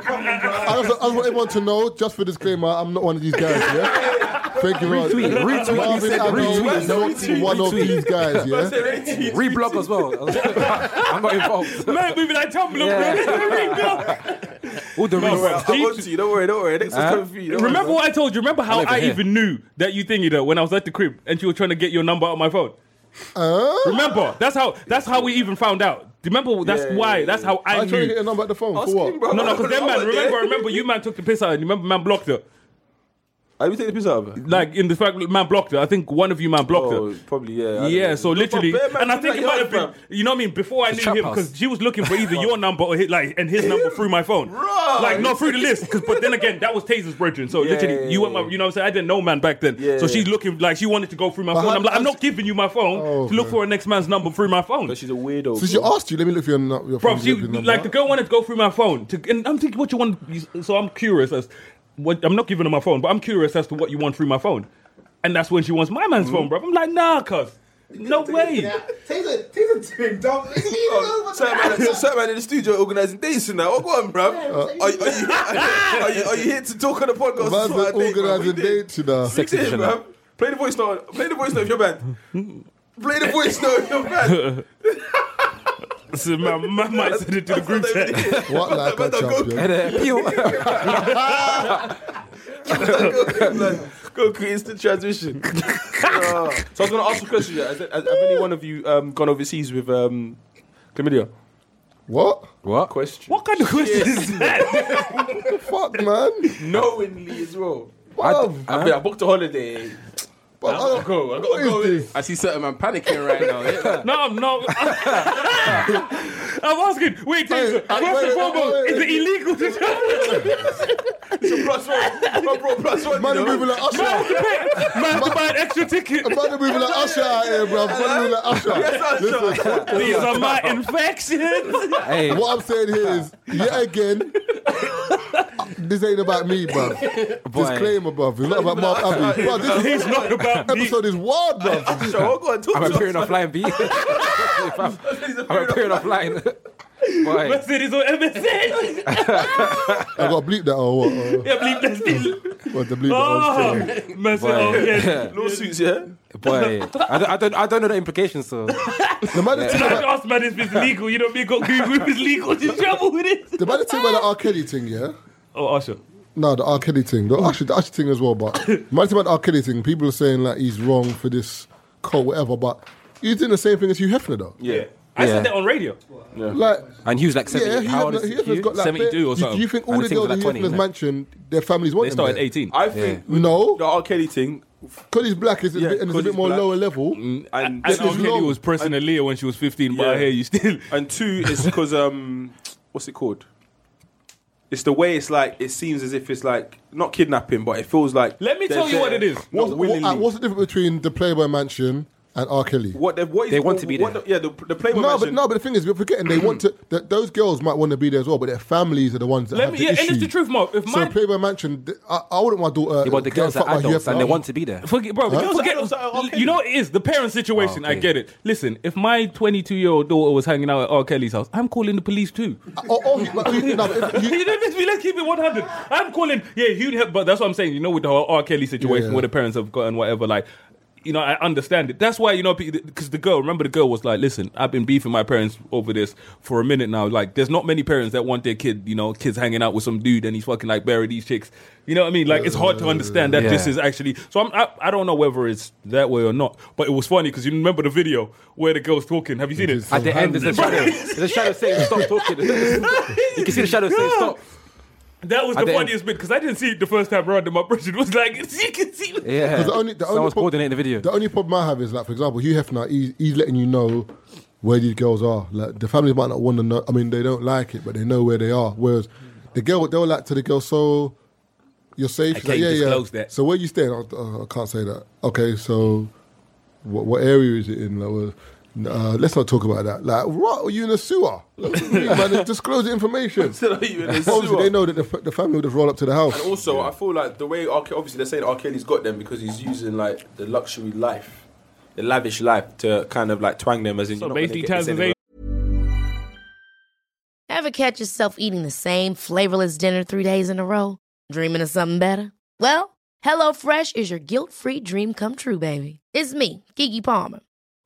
A: just, I just want everyone to know, just for disclaimer, I'm not one of these guys. Yeah. Thank you. Retweet,
E: retweet, he said
A: I'm not
E: retweet,
A: one of
E: retweet.
A: these guys. Yeah.
E: Reblog as well. [laughs] I'm not involved.
B: Man, moving that Tumblr, [laughs] bro.
E: All the
B: No,
E: reasons.
B: well,
D: I'm on to you. Don't worry, don't worry. Next is coming for you. [laughs] Don't worry,
B: Remember
D: bro.
B: what I told you? Remember how
E: I'm over
B: I
E: here.
B: even knew that you thingy though when I was at the crib and you were trying to get your number out of my phone? Remember? That's how that's how we even found out. Remember that's
D: Yeah,
B: why
D: yeah,
B: that's how I
A: I trying to
B: knew.
A: get your number at the phone
D: Ask
A: for what?
D: him, bro.
B: No, no, because then
D: [laughs] I
B: man,
D: was there.
B: remember, remember you man took the piss out and remember man blocked her.
D: Are we taking the piss out of her?
B: Like in the fact man blocked her. I think one of you man blocked her.
D: Oh, probably, yeah. I don't
B: Yeah,
D: know.
B: so
D: But- but
B: literally,
D: bare man
B: and I
D: do
B: think
D: that,
B: it might
D: yeah,
B: have been,
D: fam.
B: you know what I mean? Before I knew
E: trap
B: him,
E: house.
B: because she was looking for either your number or his, like and his number through my phone, like not through the list. 'cause- but then again, that was Taser's brethren. So literally,
D: yeah,
B: you went, my, you know, what I'm saying I didn't know man back then.
D: Yeah,
B: so
D: yeah.
B: she's looking like she wanted to go through my
A: But
B: phone.
A: how-
B: I'm like, I'm
A: how's-
B: not giving you my phone
A: Oh,
B: to look
A: man.
B: for a next man's number through my phone.
D: But she's a weirdo.
A: So she
B: [laughs]
D: bro.
A: asked you, let me look for your, nu- your
B: Bro,
A: phone,
B: she
A: your number.
B: like the girl wanted to go through my phone, to, and I'm thinking, what you want? you- So I'm curious as, what I'm not giving her my phone, but I'm curious as to what you want through my phone, and that's when she wants my
D: Mm.
B: man's phone, bro. I'm like, nah, cuz, no way.
G: Taser, Taser doing dumb.
B: [laughs]
D: Oh, Certain man, certain man in the studio organising dates and that. Oh, go on, bruv. Are, are, you, are, you, are you here to talk on the podcast?
A: Man's
D: It's not
A: been
D: a date, bruv.
A: organising
D: We did.
A: dates, you know.
D: We Oh, did,
E: edition,
D: bruv. Play the voice note. Play the voice note of your band. Play the voice note of your [laughs] band.
B: So my, my mind sent it to the group chat.
A: What like a
D: Man's not
A: champion?
D: Like, Go create instant transmission. Ah. [laughs] so I was going to ask a question. yeah. Has, has, have any one of you um, gone overseas with um, chlamydia?
A: What?
E: What?
D: Question.
B: What kind of question is that?
A: Fuck, man.
D: Knowingly as well.
A: Wow.
D: I mean, I booked a holiday.
A: But I
D: I'll
A: don't-
D: go. I
A: What
D: [laughs] gotta
A: is
D: go.
A: this?
F: I see certain man panicking right now. Yeah.
B: No, I'm not. I'm asking. Wait, Taser.
A: I- wait,
B: First and
A: wait,
B: foremost,
A: wait,
B: is
A: wait.
B: it illegal to travel?
D: Plus one. My bro, plus one.
A: Man,
D: you
A: are
D: know?
A: moving like Usher.
B: Man,
A: Man,
B: I have to pay- man, I have [laughs] to buy an extra ticket.
A: are moving like Usher out here, bro. Man, are moving like Usher.
D: Yes, Usher.
A: Listen, fuck this.
B: These are my infections.
E: [laughs] Hey,
A: what I'm saying here is, yet again, this ain't about me, bro. Disclaimer, bro. It's not about
B: [laughs]
A: Mark Abbey. Bro, this
B: It's not about me.
A: episode is wild, bro.
D: Sure, I'll go and talk
E: I'm
D: to
E: appearing offline, B. Fam, I'm appearing offline. Boy,
B: That's it. It's on MSN.
A: I got to bleep that or what? Or
B: Yeah, bleep that's it.
A: what the bleep that
B: Oh,
A: I was
B: mess it
E: Boy.
B: up. Yes.
D: Lawsuits, yeah?
E: boy. I don't, I don't, I don't know the implications. So
A: The man is
B: And I asked man if it's legal. You know me. Got Google if it's legal to travel with it.
A: The man thing about the R. Kelly thing, yeah?
B: Oh, Usher.
A: No, the R. Kelly thing. The Usher, the Usher thing as well, but the man thing about the R. Kelly thing, people are saying like he's wrong for this cult, whatever, but he's doing the same thing as Hugh Hefner, though.
D: Yeah.
B: I
E: Yeah.
B: said that on radio.
A: Like,
E: and Hughes like
A: yeah,
E: seventy.
A: Hugh
E: how old
A: Hefner,
E: is
A: Hugh Hefner's
E: Hugh?
A: got like...
B: 72 or
A: you- Do
B: something.
A: you think
E: And
A: all
E: the
A: the
E: thing was
A: girls in
E: like
A: Hugh
E: 20,
A: Hefner's
E: innit?
A: mansion, their families want
B: They
A: them
B: started
A: there?
B: 18.
D: I think
A: No,
D: the R. Kelly thing,
A: because he's black it's a
D: Yeah,
A: bit, and it's
D: 'cause
A: a bit
D: he's
A: more
D: black. Mm,
A: lower level.
D: and,
B: And
A: This
B: R.
A: is
B: Kelly
A: long.
B: was pressing Aaliyah when she was 15, but
D: Yeah.
B: I hear you still.
D: and two is because, um, what's it called? It's the way it's like, it seems as if it's like, not kidnapping, but it feels like.
B: Let me
D: they're
B: tell you
D: there,
B: what it is.
D: not
A: What's, what, uh,
D: willingly.
A: what's the difference between the Playboy Mansion and R. Kelly?
D: What they, what is,
E: They want to be
D: what
E: there.
D: The, yeah, the, the Playboy
A: No, but
D: Mansion- [laughs]
A: no, but the thing is, we're forgetting they want to. That those girls might want to be there as well, but their families are the ones that
B: Let
A: have
B: me,
A: the
B: [laughs] yeah,
A: issue.
B: and it's the truth, Mo. If
A: So
B: my
A: Playboy Mansion, th- I, I wouldn't want my daughter.
E: Yeah, but the
A: get
E: girls
A: fucked
E: are
A: by Hugh
E: adults and they
A: Hefner.
E: want to be there.
B: Forget, bro. The
A: Huh?
B: girls
D: Those
B: get,
D: adults are okay.
B: You know what it is the parent situation.
E: Oh, okay.
B: I get it. Listen, if my 22 year old daughter was hanging out at R. Kelly's house, I'm calling the police too.
A: Oh, oh, you- like, you- no, but
B: [laughs]
A: if you-
B: you know, let's be let's keep it 100. I'm calling. Yeah, Hugh. Hef- But that's what I'm saying. You know, with the whole R. Kelly situation
A: Yeah.
B: where the parents have gotten whatever, like. You know, I understand it. That's why you know, because the girl, remember, the girl was like, "Listen, I've been beefing my parents over this for a minute now. Like, there's not many parents that want their kid, you know, kids hanging out with some dude and he's fucking like bury these chicks. You know what I mean? Like, it's hard to understand that this
E: Yeah.
B: is actually. So I'm, I, I don't know whether it's that way or not. But it was funny because you remember the video where the girl's talking. Have you seen it?
E: At the end, there's a shadow. There's a shadow saying, "Stop talking." you can see the shadow saying, "Stop."
B: That was the
E: At the end.
B: funniest bit because I didn't see it the first time around. and My impression was like, [laughs] you can see. the-
E: Yeah.
A: the only- the only
E: Someone's
A: prob-
E: coordinating the video.
A: the only problem I have is like, for example, Hugh Hefner, he's, he's letting you know where these girls are. Like the families might not want to know. I mean, they don't like it, but they know where they are. Whereas The girl, they were like to the girl, so you're safe.
B: I
A: She's like,
B: can't
A: yeah, yeah.
B: disclose that.
A: So where you staying? Oh, uh, I can't say that. Okay, so what, what area is it in? Like, well, uh, let's not talk about that. Like, what? Are you in a sewer? Like, what do you mean, man? disclose the
D: [laughs]
A: information.
D: Said, "Are you in a
A: Obviously,
D: sewer?"
A: they know that the, f- the family would just roll up to the house.
D: Also, I feel like the way R. Ke- obviously they're saying R. Kelly's got them because he's using like the luxury life, the lavish life to kind of like twang them as in.
B: So
D: you're not gonna
B: basically,
D: get this
B: Tanzania-
I: Ever catch yourself eating the same flavorless dinner three days in a row? Dreaming of something better? Well, HelloFresh is your guilt free dream come true, baby. It's me, Gigi Palmer.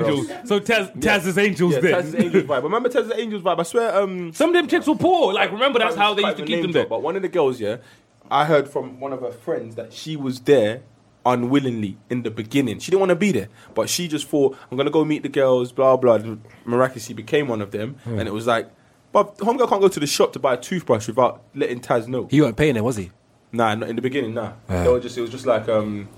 B: Angels. So Taz, Taz's angels
D: Yeah,
B: there.
D: Taz's Angels vibe. Remember Taz's Angels vibe? I swear,
B: [laughs]
D: um,
B: Some of them chicks were poor. Like remember, that's how they used to
D: Quite
B: keep
D: a
B: them
D: name
B: there.
D: drop, But one of the girls, yeah, I heard from one of her friends that she was there unwillingly in the beginning. She didn't want to be there, but she just thought, "I'm gonna go meet the girls." Blah blah. And miraculously, became one of them,
B: Hmm.
D: and it was like, "But homegirl can't go to the shop to buy a toothbrush without letting Taz know."
E: He weren't paying it, was he?
D: Nah, not in the beginning, nah. They were just, it was just like, um,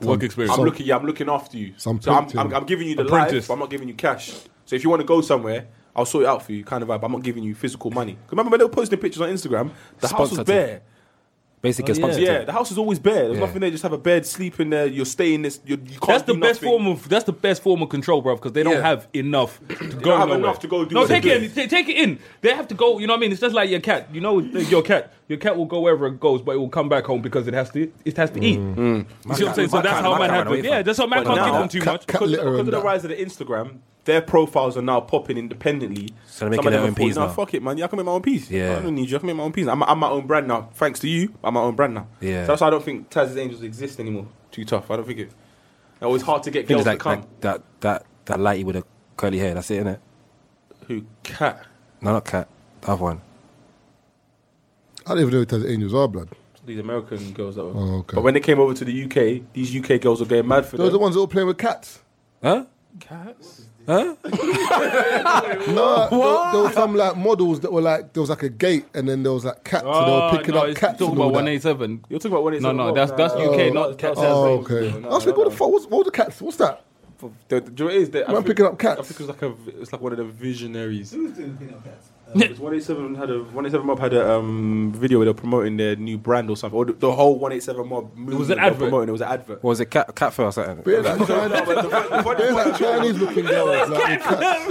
B: Work experience.
D: I'm looking, yeah, I'm looking after you.
A: Some
D: so I'm,
A: pimp
D: I'm,
A: thing.
D: I'm giving you the
B: Apprentice.
D: life, but I'm not giving you cash. So if you want to go somewhere, I'll sort it out for you, kind of vibe. I'm not giving you physical money. 'Cause Remember when they were posting pictures on Instagram? The house was
E: Sponsored.
D: bare.
E: Basically, a sponsor.
D: Yeah, the house is always bare. There's
E: Yeah.
D: nothing there. Just have a bed, sleep in there. You're staying this. You're, you can't
B: That's the
D: do
B: best
D: nothing.
B: form of that's the best form of control, bro, because they don't
D: Yeah.
B: have
D: [clears throat]
B: enough to go
D: don't have
B: nowhere.
D: enough to go do
B: no,
D: what they
B: take it,
D: do.
B: in, ta- take it in. They have to go. You know what I mean? It's just like your cat. You know th- your cat. Your cat will go wherever it goes, but it will come back home because it has to. It has to eat.
D: Mm.
B: You see what I'm saying? So
E: My
B: that's
E: cat-
B: how man
E: my cat ran
B: happens.
E: away
B: Yeah,
E: from-
B: that's how man
E: But
B: can't
E: now-
B: give them too
A: Cat-
B: much.
A: cat
D: Because,
A: litter
D: because of
A: and
D: the
A: that.
D: rise of the Instagram, their profiles are now popping independently.
E: So they're making
D: Some of
E: their
D: them
E: own
D: thought,
E: peas
D: Nah,
E: now.
D: fuck it, man. Yeah, I can make my own piece.
E: Yeah.
D: I don't need you. I can make my own piece. I'm, I'm my own brand now. Thanks to you, I'm my own brand now.
E: Yeah.
D: So that's why I don't think Taz's Angels exist anymore. Too tough. I don't think it. It was hard to get
E: Thing
D: girls
E: is, like,
D: to come.
E: like that, that, that lighty with the curly hair. That's it, innit?
D: Who cat?
E: No, not cat. The other one.
A: I don't even know what angels are, blood.
D: These American girls that were.
A: Oh, okay.
D: But when they came over to the UK, these UK girls were getting mad for
A: Those are the
D: them.
A: ones that were playing with cats.
E: Huh?
A: [laughs] No, there, there were some like models that were like there was like a gate, and then there was like cats, and they were picking
B: Oh, Ah,
A: up
B: no, it's
A: cats.
B: talking
A: and all
B: about
A: that.
B: 187.
D: You're talking about when it's
B: No,
D: on the
B: no,
D: boat.
B: that's- that's
D: Nah,
B: UK,
D: nah,
B: not
D: that's
B: cat-
D: Taz's
A: Oh,
D: Angels.
A: okay.
D: Nah,
A: I was like, what
D: nah,
A: the fuck? What's, what was the cats? What's that?
D: The, the, do you know what it is? They- I
A: Man
D: think-
A: picking up cats.
D: I think it was like a, it's like one of the visionaries.
G: Who's doing picking up cats?
D: Because 187 had a 187 Mob had a um, video where they were promoting their new brand or something, or the, the whole 187 Mob. Movement
B: was an
D: they were
B: advert.
D: Promoting it was an advert.
E: What was it? Cat, cat fur or something?
A: But yeah,
B: [laughs]
A: like, China- they're like Chinese looking girls. Like, with cats.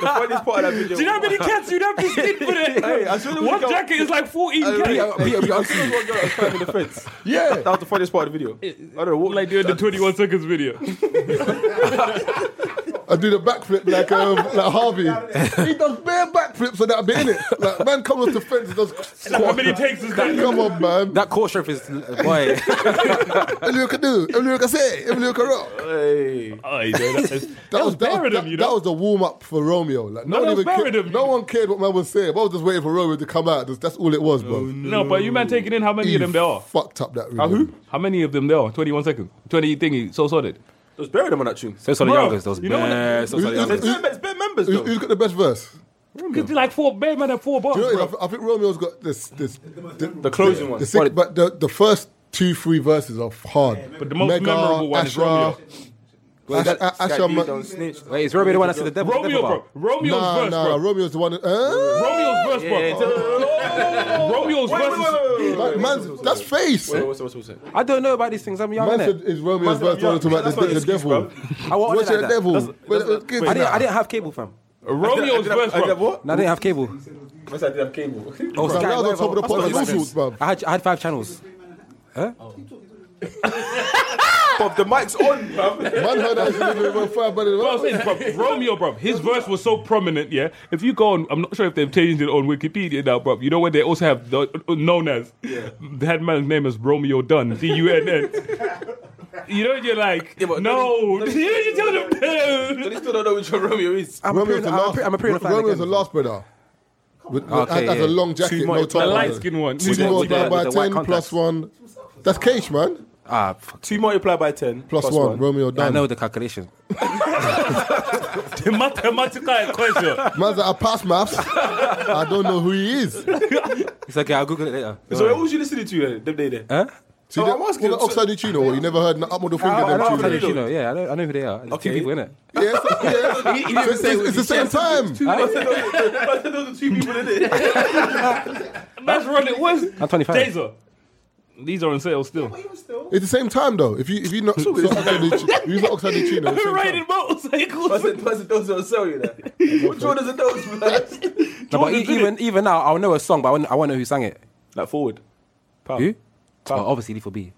B: [laughs]
D: the funniest part of that video.
B: Do you know how many cats you have to sleep for
D: Hey, I
B: that?
D: saw the
B: One
D: girl-
B: jacket is like 14 cats.
A: Peter, Peter,
D: I saw one girl that was climbing the fence.
A: Yeah.
D: that was the funniest part of the video. I don't know what
B: Like doing the 21 seconds video.
A: I do the backflip like um, like Harvey. He does bare backflips and that'll be in it. Like man comes off the fence and
B: [laughs]
A: does.
B: How many takes is
D: [laughs]
B: that?
A: Come on, man.
E: That court strip is uh, boy. [laughs]
A: Every you can do, every you can say, every you can rock.
D: Hey.
B: Oh, you know, that is- that
A: That
B: was
A: was, that,
B: bearing
A: was,
B: them,
A: that,
B: you
A: that
B: know.
A: was the warm up for Romeo. Like, no,
B: No, that
A: one even
B: was buried
A: cared,
B: him.
A: no one cared what man was saying. But I was just waiting for Romeo to come out. That's, that's all it was, bro.
B: [laughs] Oh, No, but you man taking in how many
A: He
B: of them there are?
A: Fucked up that room.
B: Uh, How many of them there are? 21 seconds. 20 thingy, so sorted.
D: Those buried them on that tune.
E: Those are the
B: Bro,
E: youngest. Those
B: you know what-
E: bears, those are
A: Who's-
E: the youngest.
D: There's bare- there's bare members
A: Who's,
D: though.
A: who's got the best verse?
B: Because like four, bare man had four bars.
A: Do you know
B: bro.
A: what? I, th- I think Romeo's got this this
D: the closing one.
A: the six,
E: What-
A: but the the first two three verses are hard.
B: But the most memorable one is Romeo.
A: Asha,
D: That-
A: Asha,
D: that dude
A: Ma-
D: don't snitch.
E: Wait, is Romeo the one that said the devil?
B: Romeo,
E: devil bar?
B: bro. Romeo's
A: nah,
B: verse,
A: nah,
B: bro.
A: Romeo's the one. that- Uh,
B: Romeo's verse, bro. [laughs] Romeo's
D: Wait, wait,
B: verse. is-
D: wait, wait, wait, wait.
A: man- man's- that's face.
D: Wait, what's- what's- what's it?
E: I don't know about these things. I'm young,
A: Man said
E: innit?
A: is Romeo's verse.
D: Yeah,
A: One talking about
D: that's
A: the,
D: not an
A: the
D: excuse,
A: devil.
D: bro. Oh,
E: I
A: What's
E: wasn't like
A: the
E: that.
A: devil?
E: That's-
A: Wait,
E: I didn't,
A: nah.
E: I didn't have cable, fam.
D: I
B: Romeo's
D: did have-
B: verse,
D: I did have
B: bro.
D: what?
E: No, I didn't have cable.
D: What's that? I did have [laughs] cable.
E: Oh,
A: Bro,
E: Sky,
A: that was on
E: whatever.
A: top of the
E: That's not
A: podcast.
E: even-
A: Bluetooth, bruv.
E: I had, I had five channels.
D: Bob, the mic's on, [laughs] bruv.
A: Man heard that. he said, "Well, five, but it-
B: Bro, I'm saying, bro, Romeo, bro, his verse was so prominent, yeah. If you go on, I'm not sure if they've changed it on Wikipedia now, bro. You know what they also have the, uh, known as? They had man's name as Romeo Dunn, D U N N. You know, you're like, [laughs]
D: but
B: no.
D: don't he- don't he-
B: you tell them, [laughs]
D: But
B: no.
D: they still don't know which one Romeo is.
E: I'm
A: Romeo's
E: appearing.
A: the
E: I'm
A: last.
E: appearing- I'm appearing.
A: Ro- Romeo's the last brother. With, with,
E: Okay,
A: that's a
E: yeah.
A: long jacket,
E: Two
A: no
E: more-
A: top.
B: The
A: on
B: light
A: it.
B: skin one.
A: Two
E: more
A: more
E: with the-
A: down by
E: with the white
A: ten plus
E: contacts.
A: one. That's Cage, man.
E: Ah, fuck.
D: Two multiplied by ten
A: Plus, plus one, Romeo
E: I
A: done.
E: know the calculation.
B: The mathematical equation.
A: Man's like, I pass
E: [laughs]
A: maths. I don't know who he is. See,
E: It's okay. I'll Google it later.
D: So what was you listening to then? Them day there.
E: Huh?
A: oh,
D: Oh,
A: that,
D: I'm
A: well,
D: asking
A: the
D: you, so-
A: Oxide Uccino, what, you never heard an Upmodel
E: I,
A: finger
E: I know,
A: them
E: who
A: two.
E: they
A: names?
E: are, you know, yeah, I know, I know who they are. It's
D: Okay.
E: two people in it.
A: Yeah, so- yeah. So it's, it's the same time.
D: [laughs] Those are two people in it.
B: That's running. What's
E: I'm 25.
B: Taser? These are on sale still.
A: It's the same time though. If you if you not so Oxide Uccino, use the Oxide Uccino. it's the same
B: Riding
A: time.
B: [laughs] motorcycles.
D: [laughs] Person, person, those don't sell you [laughs] that. What Jordans are those, man?
E: No, but e- even even now, I'll know a song, but I won't, I won't know who sang it.
D: [laughs] Like forward. Pow.
E: Who? Oh, obviously, Lethal B.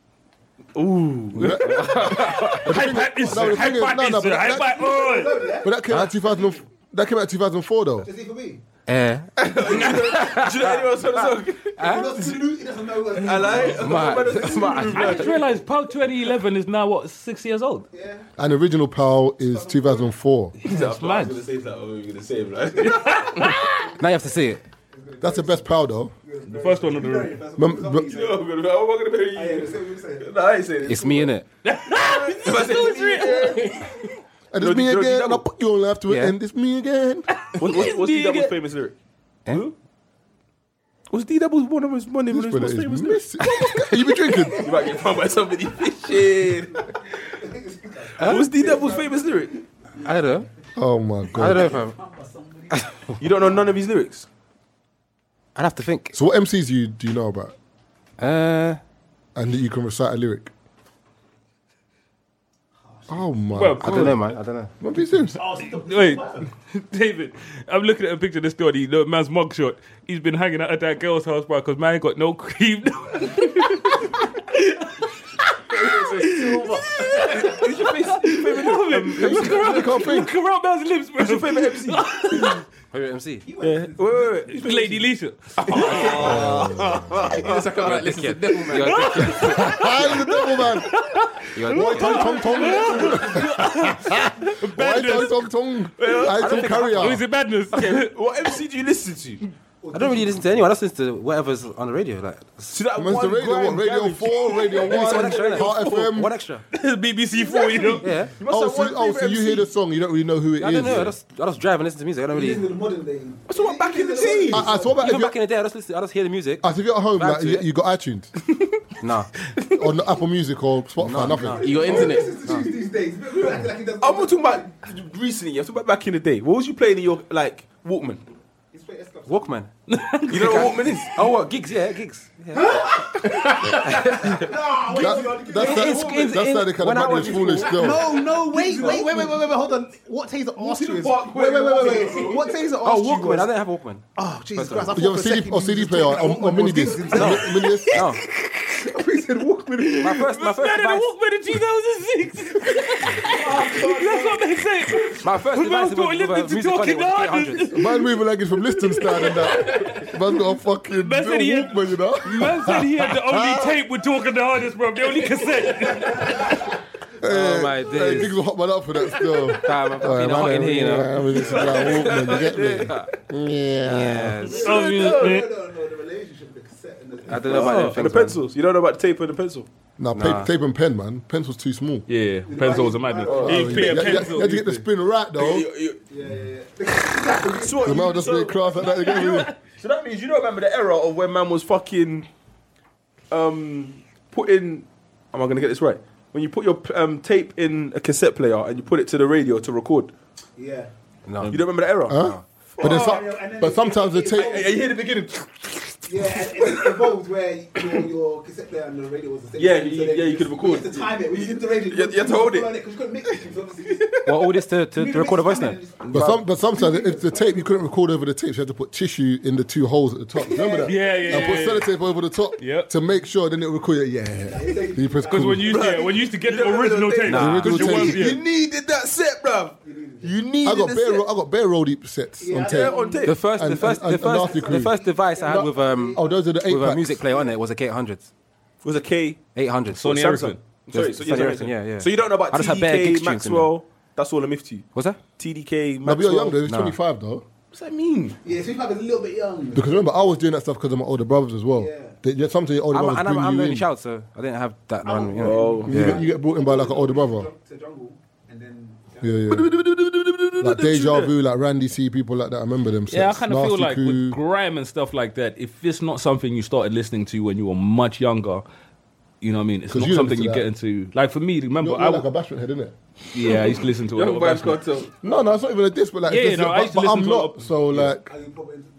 B: Hyper is
A: No, the thing is- no, no, but that-
B: hyper. oh.
A: But that came out 2000. and- That came out 2004 though.
G: Is it for me?
E: Eh,
D: Do you know [laughs] anyone else on the song?
G: He doesn't know- he doesn't know what-
D: I like.
E: mad, mad.
B: I just realized Pal 2011 is now what six years old.
A: And original Pal is 2004.
D: That's I was
B: mad.
D: gonna say that. What were you gonna say, [laughs] man?
E: Now you have to see it.
A: That's the best Pal though.
B: The first one on the room.
A: Mem- mem-
D: You know what oh, I'm gonna- how am I gonna marry you? No, I ain't saying it.
E: It's me in it.
D: But it's me again.
A: and it's me
D: Jody
A: again. And
D: Double.
A: I'll put you on live to it.
E: Yeah.
A: And it's me again.
D: What- what- [laughs] What's
B: me
D: D Double's
B: again.
D: famous lyric?
E: Eh?
D: Was D Double's one of his one of his
A: But
D: most
A: it is
D: famous lyrics?
A: messy. [laughs] you be drinking?
D: You might get found by somebody fishing. What's D Double's famous lyric?
E: I don't know.
A: Oh my
E: I don't
A: god.
E: know if I'm.
D: You don't know none of his lyrics.
E: I'd have to think.
A: So what MCs you do you know about?
E: Uh,
A: And that you can recite a lyric. Oh my
B: Well,
E: I don't know, man. I don't know.
A: What are you serious?
B: Wait, [laughs] David, I'm looking at a picture of this story. You know, man's mugshot. He's been hanging out at that girl's house, bro, because man ain't got no cream. [laughs]
D: Who's your face- favorite lyric?
B: look around,
A: can't think.
B: look around man's lips, bro.
D: Your favorite MC?
E: Favorite MC?
D: Wait, wait, wait.
B: Lady Lisa.
F: It's like I'm like, listen to devil, man.
A: I'm Ah, the devil man. Why tong tong tong? Why tong tong tong? I tong
B: Oh,
A: carrier.
B: is it madness? [laughs]
D: What MC do you listen to?
E: I don't really listen to anyone. I just listen to whatever's on the radio. Like
D: To that
A: Man's the
D: one
A: radio,
D: grand
A: what, Radio
D: garage.
A: 4, Radio 1,
E: one
A: Heart
E: extra, innit? one
A: FM.
E: extra.
B: BBC Four, you know.
E: Yeah.
D: You must
A: Oh,
D: have
A: so,
D: one
A: oh, so
D: favorite
A: you
D: MC.
A: hear the song, you don't really know who it is.
E: I don't know. I just I just drive and listen to music. I don't really.
G: the modern day.
D: So what, back in the day?
A: Ah, ah, so what about
E: Even
A: if
E: back
A: you're,
E: in the day, I just listen. I just hear the music.
A: ah, so if you're at home,
E: Back
A: like,
E: to
A: you,
E: it.
A: you got iTunes
E: [laughs] Nah.
A: [laughs] or no- Apple Music or Spotify, nothing.
F: You got internet.
G: These days, we're acting like he doesn't
D: I'm not talking about recently. I'm talking about back in the day. What was you playing in your like Walkman?
E: Walkman.
D: [laughs] You know what Walkman is?
E: Oh, what gigs? Yeah, gigs. Yeah.
A: That, that's
E: In-
A: that,
E: in-
A: that's
E: in-
A: that kind of
E: when I
A: madness
E: was-
A: foolish though.
G: No, no, wait, wait, wait, wait, wait, wait, hold on. What taser asked you? is- Wait,
D: Park,
G: wait,
D: wait,
G: wait, wait, wait. What taser asked you?
E: Oh, Walkman.
G: was-
E: I didn't have a
A: [laughs]
E: Walkman.
G: Oh, Jesus Christ. I
A: You
G: thought
A: have a
G: for
A: CD
G: second
A: or
G: you
A: CD
G: just
A: player or,
G: talking
A: or
G: about Walkman
A: mini disc?
G: was
A: No. Mini disc?
E: [laughs] No.
G: He said Walkman.
E: My first, my first
B: Better than
E: device.
B: Walkman in 2006. [laughs] That's what they say.
E: My first
B: We're all
E: device was, was
B: listening
E: a
B: to
E: music on it
B: Talking
E: was
B: Hard.
E: 800.
A: Man moving like it's from Liechtenstein and that. Man's got a fucking
B: Man said he had-
A: Walkman, you know?
B: Man said he had the only tape with talking the hardest, bro. The only cassette.
E: Oh my
A: Hey, niggas
E: days.
A: will hot man up for that
E: [laughs]
A: still.
E: Damn, I'm
A: Alright,
E: fucking hot in
A: man,
E: here, you know.
A: yeah, I mean, this is like Walkman, you get me?
E: Yes.
B: Oh, yeah.
G: No, no, the relationship, the cassette and the.
E: I don't know about them
D: Oh, and the
E: things, man.
D: pencils. You don't know about tape and the pencil.
A: Nah,
E: Nah.
A: Tape, tape and pen, man. Pencil's too small.
B: Yeah, pencils are madness. He
A: You,
B: play a
A: you- you- you
B: pencil.
A: had to get the spin right, though.
D: You- you- So,
A: The
D: what,
A: man
D: you,
A: just
D: so,
A: made craft like that
D: [laughs]
A: again. really.
D: so that means you don't remember the era of when man was fucking um putting. Am I gonna get this right? When you put your um, tape in a cassette player and you put it to the radio to record,
G: Yeah.
E: No.
D: you don't remember the era.
A: Huh? But,
D: Oh,
A: there's some, but sometimes the
D: Hey,
A: tape.
D: you hear the beginning?
G: Yeah, and it evolved where your, your cassette player and the radio was the same.
D: Yeah,
G: thing,
D: you-
G: so they-
D: yeah, you could record.
G: You had to time it. When you did the radio,
D: You had- you had to hold it.
G: Because you couldn't mix it. 'cause obviously-
E: Well, all this to, to, to record a voice note.
A: But, some, but sometimes if the tape, you couldn't record over the tape. You had to put tissue in the two holes at the top. Remember that?
B: Yeah, yeah,
A: And
B: yeah,
A: put
B: yeah.
A: sellotape over the top
B: Yep.
A: to make sure then it record it. Yeah. Then you press
B: Because
A: cool.
B: when you used to, when you used to get the original tape,
E: Nah.
A: The original
B: because you
A: tape.
B: weren't- yeah.
D: needed that set, bruv. You needed
A: I got bare, ro- I got bare roadie sets on tape.
D: Yeah, on tape.
E: The first,
A: And-
E: the first,
A: and- and-
E: the
A: and
E: first,
A: Nasty Crew.
E: the first device I had with um
A: Oh, those are the eight
E: with a
A: packs.
E: music player on it was a K800.
D: was a K.
E: 800.
B: Sony
E: Samsung.
B: Ericsson.
D: Sorry, so, yeah,
E: Sony Ericsson, yeah, yeah.
D: So you don't know about
E: I just had bare gigs
D: TDK,
E: tunes in
D: Maxwell. That's all a myth to you.
E: What's that?
D: TDK,
A: Now, but you're
D: Maxwell.
A: young though. He's
E: Nah.
A: 25 though.
D: What's that mean?
G: Yeah, so you might be a little bit young.
A: Because remember, I was doing that stuff because of my older brothers as well.
G: Yeah.
A: They, you're- sometimes your older
E: I'm,
A: brothers
E: and
A: bring
E: I'm, I'm
A: you
E: the
A: in.
E: only child, so I didn't have that one. You know.
A: You, get, you get brought in by like an older brother. Yeah, yeah. like deja vu, like Randy C, people like that. I remember them.
B: Yeah, I
A: sets.
B: kind of feel
A: Nasty
B: like
A: Crew.
B: with grime and stuff like that, if it's not something you started listening to when you were much younger, you know what I mean? It's
A: 'Cause
B: not
A: you
B: something
A: listen to
B: you
A: that.
B: get into. Like for me, remember,
A: You're,
B: I
A: you're
B: w-
A: like a bashment head, innit?
B: yeah, I used to listen to a lot
D: Young
B: of
D: Vibes
B: Bashment.
D: Cartel.
A: No, no, it's not even a diss, but like,
B: Yeah,
A: it's just-
B: no, I
A: but,
B: used
A: but
B: to
A: I'm
B: listen to a
A: not.
B: lot-
A: So like,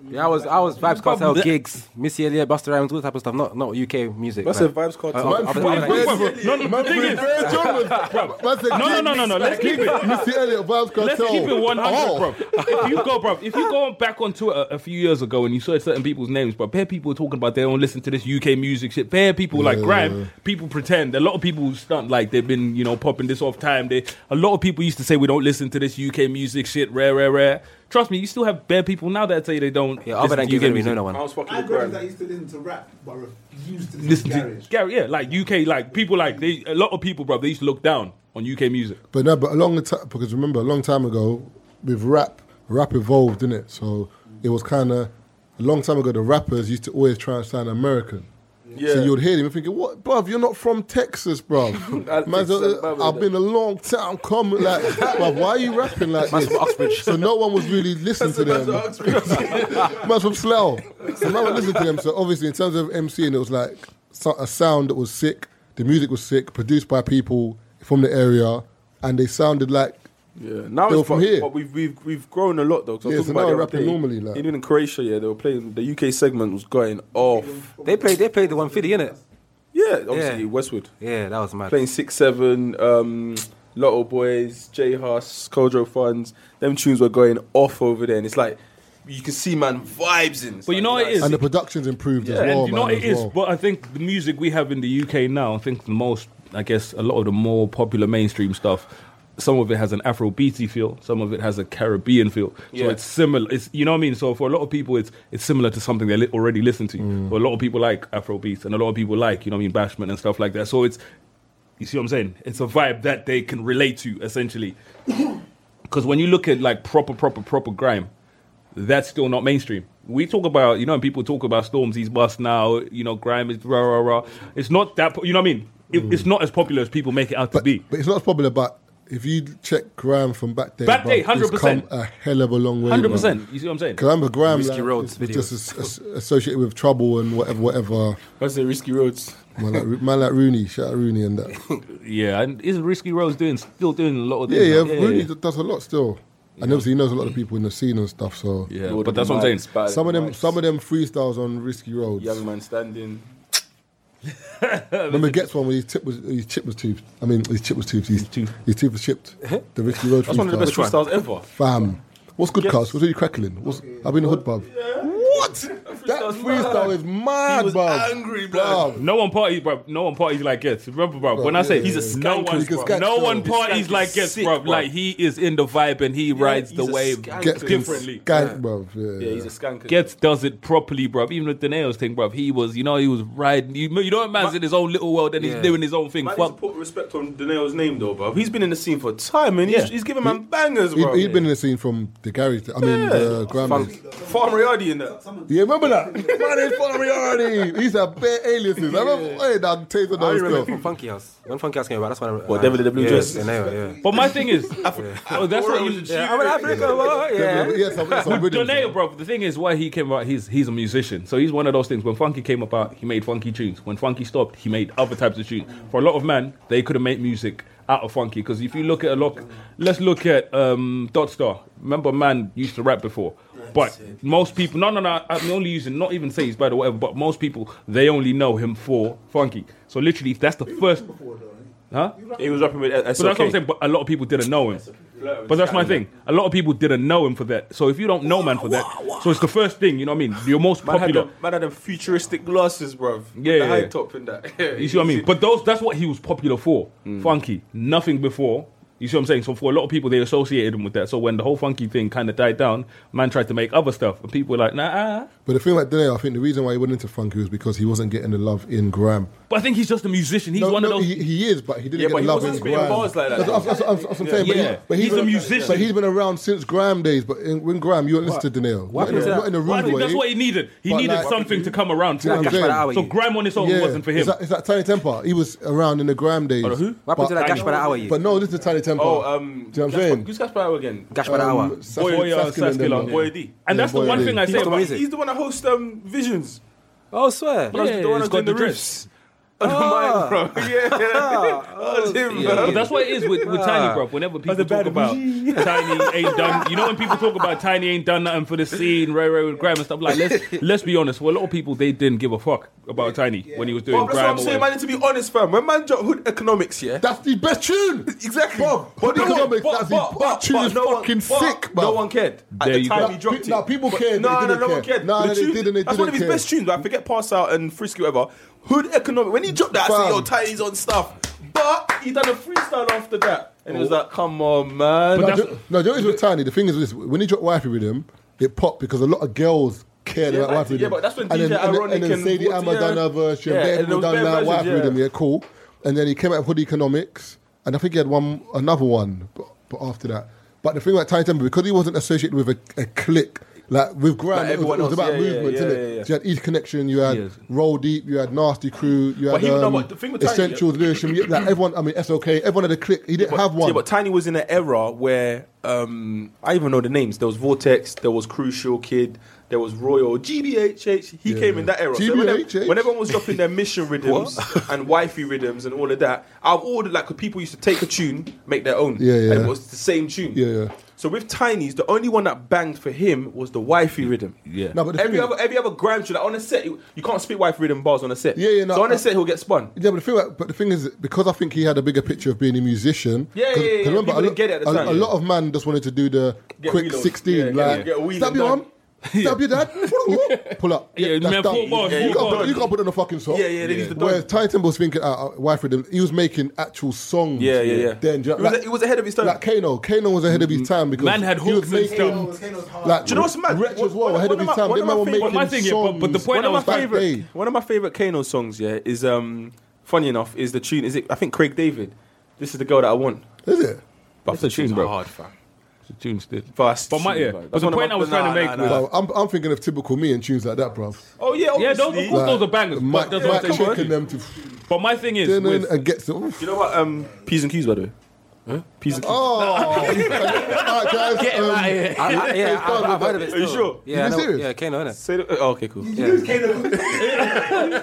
E: Yeah, I was I was vibes cartel
B: Bubble-
E: gigs, Missy Elliott, Buster Rhymes, all that type of stuff. Not not UK music.
D: That's
E: like.
D: a Vibes Cartel.
E: I- I- I-
A: man,
E: I-
A: from
E: I- I-
A: where-
E: I-
B: No, no,
A: man,
B: the thing
A: from
B: is- [laughs]
A: where genres, bruv? Man said
B: No, no, no, no, no.
A: gigs,
B: Let's keep it. [laughs]
A: Missy Elliott, Vibes Cartel.
B: Let's keep it 100,
A: Oh.
B: bro. If you go, bro, if you go back on Twitter a few years ago and you saw certain people's names, bro, bare people talking about they don't listen to this UK music shit. Bare people like
A: Yeah.
B: grime, people pretend. A lot of people stunt like they've been, you know, popping this off time. They a lot of people used to say we don't listen to this UK music shit. Rare, rare, rare. Trust me, you still have bare people now that say they don't.
E: Yeah, other
B: listen
E: than
B: to UK
E: gigging, we
B: music.
E: know no one.
D: I was fucking
G: I
D: with
G: grew up
D: Grime.
G: that used to listen to rap, but refused to
B: Listen
G: listen
B: to
G: to
B: Gary, yeah, like UK, like people like they, a lot of people, bro. They used to look down on UK music.
A: But no, but a long time because remember a long time ago with rap, rap evolved, didn't it? So it was kind of a long time ago. The rappers used to always try and sound American. So
D: Yeah.
A: you'd hear them and thinking, "What, bruv? You're not from Texas, bruv.
D: [laughs]
A: Man's
D: Texas,
A: a-
D: bruv,
A: I've been a long time coming. Like, [laughs] bruv, why are you rapping like
E: Man's
A: this?
E: from Oxbridge.
A: So no one was really listening to them. [laughs] Man's from Slough. So no one listened to them. So obviously, in terms of MCing, it was like so- a sound that was sick. The music was sick, produced by people from the area, and they sounded like
D: Yeah, now
A: They were
D: it's
A: from
D: but,
A: here.
D: But we've, we've we've grown a lot though. 'cause I
A: Yeah,
D: was
A: so
D: talking
A: now
D: about the
A: rapping
D: other day,
A: normally, like-
D: even in Croatia, yeah, they were playing. The UK segment was going off.
E: They played they played the one fifty in it.
D: Yeah, obviously
E: Yeah.
D: Westwood
E: Yeah, that was mad.
D: playing six seven, um, Lotto Boys, J Hus, Kojo Funds. Them tunes were going off over there, and it's like you can see man vibes in. It's
B: But you
D: like,
B: know what it is?
A: and the production's improved as
B: and
A: well.
B: you know
A: man,
B: what it
A: as
B: is,
A: well.
B: but I think the music we have in the UK now, I think the most, I guess, a lot of the more popular mainstream stuff. Some of it has an Afro beaty feel, some of it has a Caribbean feel. So
D: Yeah.
B: it's similar. It's you know what I mean. So for a lot of people, it's it's similar to something they li- already listen to.
A: Mm.
B: So a lot of people like Afro beats, and a lot of people like you know what I mean, bashment and stuff like that. So it's you see what I'm saying. It's a vibe that they can relate to essentially. Because when you look at like proper, proper, proper grime, that's still not mainstream. We talk about, you know, and people talk about Storms, he's bust now, you know, grime is rah, rah, rah. It's not that, po- you know what I mean? It, It's not as popular as people make it out to
A: but,
B: be.
A: but it's not as popular. But if you check Graham from back then,
B: Back
A: bruv,
B: day,
A: it's
B: 100%.
A: come a hell of a long way. bruv.
B: 100%. You see what I'm saying?
A: Because I remember Graham
E: Risky
A: like,
E: Roads
A: was
E: videos.
A: just as, as- associated with trouble and whatever, whatever.
D: That's the risky roads.
A: Man like, man like Rooney, shout out Rooney and that.
B: Yeah, and isn't Risky Rose doing, still doing a lot of
A: Yeah,
B: things?
A: yeah,
B: now?
A: Rooney does a lot still, and obviously he knows a lot of people in the scene and stuff. So
B: Yeah, but that's what I'm saying.
A: some of them, some of them freestyles on risky roads.
D: young man standing.
A: Remember gets one where his tip was his chip was toothed. I mean his chip was toothed. His,
B: tooth.
A: his tooth was chipped. The risky road
D: [laughs] That's one of the best
A: freestyle.
D: freestyles ever.
A: Fam. What's good, cuz? What's really crackling? What's, I've been in the hood, bub. What? That
D: freestyle's
A: freestyle is mad,
D: He was
A: bruv.
D: angry, bruv.
B: No one parties, bro. No one parties like Gets. Remember, bro. When I say
A: He's a
B: no one,
A: He's a skank,
B: no
A: bro.
B: one
A: This
B: parties
D: skank
B: like
D: is
B: Gets,
D: sick,
B: bro.
D: bro.
B: Like he is in the vibe and he rides the
D: he's a
B: wave
D: skank.
A: Gets been
B: differently.
A: Skank, bruv. Yeah.
D: Yeah, he's a skanker.
B: Gets does it properly, bruv. Even with Danaeus thing, bruv. He was, you know, he was riding. You, you know, man's in his own little world and he's
E: Yeah.
B: doing his own thing.
D: Man needs to
B: Fuck.
D: put respect on Daniel's name though, bro. He's been in the scene for time, and he's,
B: Yeah.
D: he's giving man bangers,
A: He'd,
D: bro.
A: he'd been in the scene from the garage. I mean, the Grammys.
D: Farmer Yardie in that.
A: Yeah, remember that? My name's Fariardi. He's a bare aliases. I remember, hey, that taste of those
E: Remember
A: stuff.
E: from Funky House. When Funky House came about, that's when I. What,
D: Devil in the Blue
E: yeah,
D: Dress?
E: Yeah, yeah.
B: But my thing is, oh, that's what you.
E: yeah. I'm in Africa, what? Yeah.
A: Yes, some, some rhythms.
B: Doneo, bro. The thing is, why he came out, he's he's a musician, so he's one of those things. When Funky came about, he made funky tunes. When Funky stopped, he made other types of tunes. For a lot of men, they couldn't make music out of funky because if you look at a lot, let's look at um, Dot Star. Remember, man used to rap before, but most people, no, no, no. I'm only using, not even say he's bad or whatever, but most people they only know him for funky. So literally, if that's the first, huh?
D: He was rapping with
A: uh,
D: S-
B: So that's what I'm
D: SOK.
B: saying. But a lot of people didn't know him. But that's my thing. A lot of people didn't know him for that. So if you don't know man for that, so it's the first thing. You know what I mean? Your most
D: Man had,
B: popular.
D: them, man had them futuristic glasses, bro.
B: Yeah,
D: the
B: yeah,
D: high
B: yeah.
D: top in that. [laughs] Oh,
A: Mm.
B: You see what I mean? But those that's what he was popular for. Funky, nothing before. You see what I'm saying? So for a lot of people, they associated him with that. So when the whole funky thing kind of died down, man tried to make other stuff, and people were like, nah.
A: But the thing like Dele, I think the reason why he went into funky was because he wasn't getting the love in Graham.
B: But I think he's just a musician. He's
A: No,
B: one
A: no,
B: of those.
A: he, he is, but he didn't
B: Yeah,
A: get
B: but
A: the
B: he
A: love
B: wasn't
A: in
B: spitting
A: Graham.
B: bars like that.
A: That's, that's- that's what I'm saying. But,
B: Yeah.
A: he, but
B: He's a
A: been-
B: musician.
A: But he's been around since Graham days. But in, when Graham, you listen to Daniel. Not, in
B: happened
A: a-
B: to
A: not in a rude
B: Well, I think
A: way.
B: that's what he needed. He
A: but
B: needed
A: like-
B: something to come around to.
A: You know what I'm saying?
B: So Graham on his own
A: Yeah.
B: wasn't for
A: It's
B: him.
A: that, it's that Tiny Temper. He was around in the Graham days.
B: Oh, who?
E: What happened to that
A: But-
E: Gash by the Hour you?
A: But no, this is Tiny Temper.
D: Oh,
A: Do
D: um,
A: you know what I'm
D: Gaspar-
A: saying?
D: Who's Gaspar again?
E: Gash by the
A: Um,
E: Hour.
A: Sas-
B: uh, Boy, uh,
A: Saskin and them
B: Saskilon,
A: lot.
B: Boy D.
A: Yeah,
B: And that's the
A: Boy
B: one
A: D.
B: thing I say
E: He's the
B: about
E: one-
D: He's the one that hosts um, Visions.
E: Oh, swear.
D: That's the one
B: it's
D: that's
B: got
D: doing the
B: the
D: riffs. [laughs] On
A: Ah.
D: the mic, bro. [laughs]
A: [laughs]
D: Yeah, that was him,
E: Yeah,
D: bro.
E: yeah.
B: But that's what it is with, with Tiny, bro. Whenever people talk about
D: [laughs]
B: Tiny ain't done, you know, when people talk about Tiny ain't done nothing for the scene, Ray Ray with Graham and stuff like. Let's
D: [laughs]
B: let's be honest. For a lot of people, they didn't give a fuck about Tiny when he was doing
D: Bob, that's what
B: Graham.
D: I'm
B: or whatever.
D: saying, man. Need to be honest, fam. When man dropped Hood Economics, yeah.
A: That's the best tune.
D: Exactly.
A: Bob, Hood Economics, that's the- that tune is fucking
D: but
A: sick, man.
D: No one cared. At
B: There
D: the
B: you
D: time
B: go.
D: he dropped it.
A: Now, people
D: But-
A: cared,
D: No,
A: they
D: no,
A: didn't
D: no one
A: care.
D: cared.
A: No,
D: The
A: no, they
D: tune-
A: didn't, they
D: That's one of
A: didn't
D: his best tunes, but I forget Pass Out and Frisky, whatever. Hood Economic. When he dropped that, I said,
A: Fam.
D: yo, Tiny's on stuff. But he done a freestyle after that. And
B: Oh.
D: it was like, come on, man.
A: No, Jo- no, Joey's with Tiny. The thing is, this when he dropped Wifey with him, it popped because a lot of girls cared
D: Yeah,
A: about
D: but-
A: Wifey with
D: yeah,
A: him.
D: but that's when
A: and
D: DJ
A: then, and then-
D: Ironic
A: and then
D: and
A: Sadie
D: Water-
A: Amber
D: yeah.
A: done her version,
D: Yeah,
A: Bear
D: and
A: Cool
D: those
A: done
D: bare
A: that Wifey
D: versions,
A: with him.
D: yeah.
A: Yeah, cool. And then he came out with Hood Economics, and I think he had one another one, but, but after that. But the thing about Tiny Temper, because he wasn't associated with a, a clique. Like with Graham, it,
D: Like
A: was,
D: everyone
A: it was
D: else,
A: about
D: yeah, yeah,
A: movement,
D: yeah,
A: innit?
D: yeah, yeah.
A: So you had East Connection, you had
B: Yes.
A: Roll Deep, you had Nasty Crew, you had
D: But he- no,
A: um,
D: but the thing with Tiny, yeah.
A: Essentials, Lewisham, you- like everyone, I mean, SOK, everyone had a clique. He didn't have one.
D: Yeah, but Tiny was in an era where um, I even know the names. There was Vortex, there was Crucial Kid, there was Royal GBHH. He came in that era. So when,
A: GBHH?
D: when everyone was dropping their
A: [laughs]
D: mission rhythms and wifey rhythms and all of that, I've ordered like 'cause people used to take a tune, make their own.
A: Yeah, yeah.
D: And it was the same tune.
A: Yeah, yeah.
D: So with Tiny's, the only one that banged for him was the wifey rhythm.
B: Yeah.
A: No, but the
D: every
A: thing-
D: other every other grand tune like on a set, you, you can't spit wifey rhythm bars on a set.
A: Yeah, yeah, no,
D: so on
A: I-
D: a set, he'll get spun.
A: Yeah, but the thing, about- but the thing is, because I think he had a bigger picture of being a musician.
D: Yeah, yeah,
A: 'cause-
D: yeah,
A: 'cause
D: yeah,
A: Remember,
D: people
A: a, lo-
D: didn't get it at the
A: a-
D: time,
A: a
D: yeah.
A: lot of man just wanted to do the
D: Get
A: quick
D: wheeled.
A: sixteen,
D: Yeah, get-
A: like
D: get a wheel
A: stab
D: and
A: your
D: done.
A: mom, stab your
D: [laughs]
A: dad, pull up.
B: Yeah,
A: that's
B: man,
A: done.
B: four bars,
A: you,
B: four
A: can't
B: bars.
A: put, you can't put it on a fucking song.
D: Yeah, yeah, they used to
A: Whereas Ty Timble's thinking, uh, uh, wife with him, he was making actual songs.
D: Yeah, yeah, yeah.
A: Then, do you know-
D: He was-
A: like-
D: he was ahead of his time.
A: Like Kano, Kano was ahead of his time because
B: Mm-hmm. Man had
A: he was
B: hooks and
A: making.
B: stuff.
A: Like,
D: Do you know what's mad?
A: Wretch as
D: One
A: well,
D: of-
A: ahead of
D: one of
A: his
D: my-
A: time.
D: one
A: Them
D: of
A: man
D: my
A: were
D: favorite-
A: making
B: My thing, yeah, but- but the
A: songs
B: point I
D: one
B: was
D: of my
A: back
D: favorite,
A: day.
D: one of my favorite Kano songs, yeah, is um, funny enough, is the tune. Is it? I think Craig David. This is the girl that I want.
A: Is it?
D: But the tune, bro. Hard, fam.
B: The tunes did.
D: Fast.
B: But my-
D: tune,
B: yeah,
D: bro.
B: but
D: That's
B: the
D: one of
B: point
D: my-
B: I was trying to
D: Nah,
B: make
D: nah,
B: was-
D: nah.
A: Well, I'm, I'm thinking of typical me and tunes like that, bruv.
D: Oh yeah,
B: Yeah, those,
D: obviously.
B: of course those are bangers.
A: Mike,
B: But, those
A: Mike
B: are
A: taking
B: bangers.
A: them to
B: but my thing is,
A: dinner
B: with,
A: and gets it. Oof.
B: [laughs]
D: You know what? Um, P's and Q's by the way. P's and Q's.
A: Oh, All
B: [laughs]
A: right, guys, um,
E: I, I, yeah, I, I've heard of it.
D: Are you
E: still.
D: sure?
E: Yeah,
A: You
E: I know,
A: serious?
E: yeah, Kano, innit?
D: Say the, oh, okay, cool.
B: man,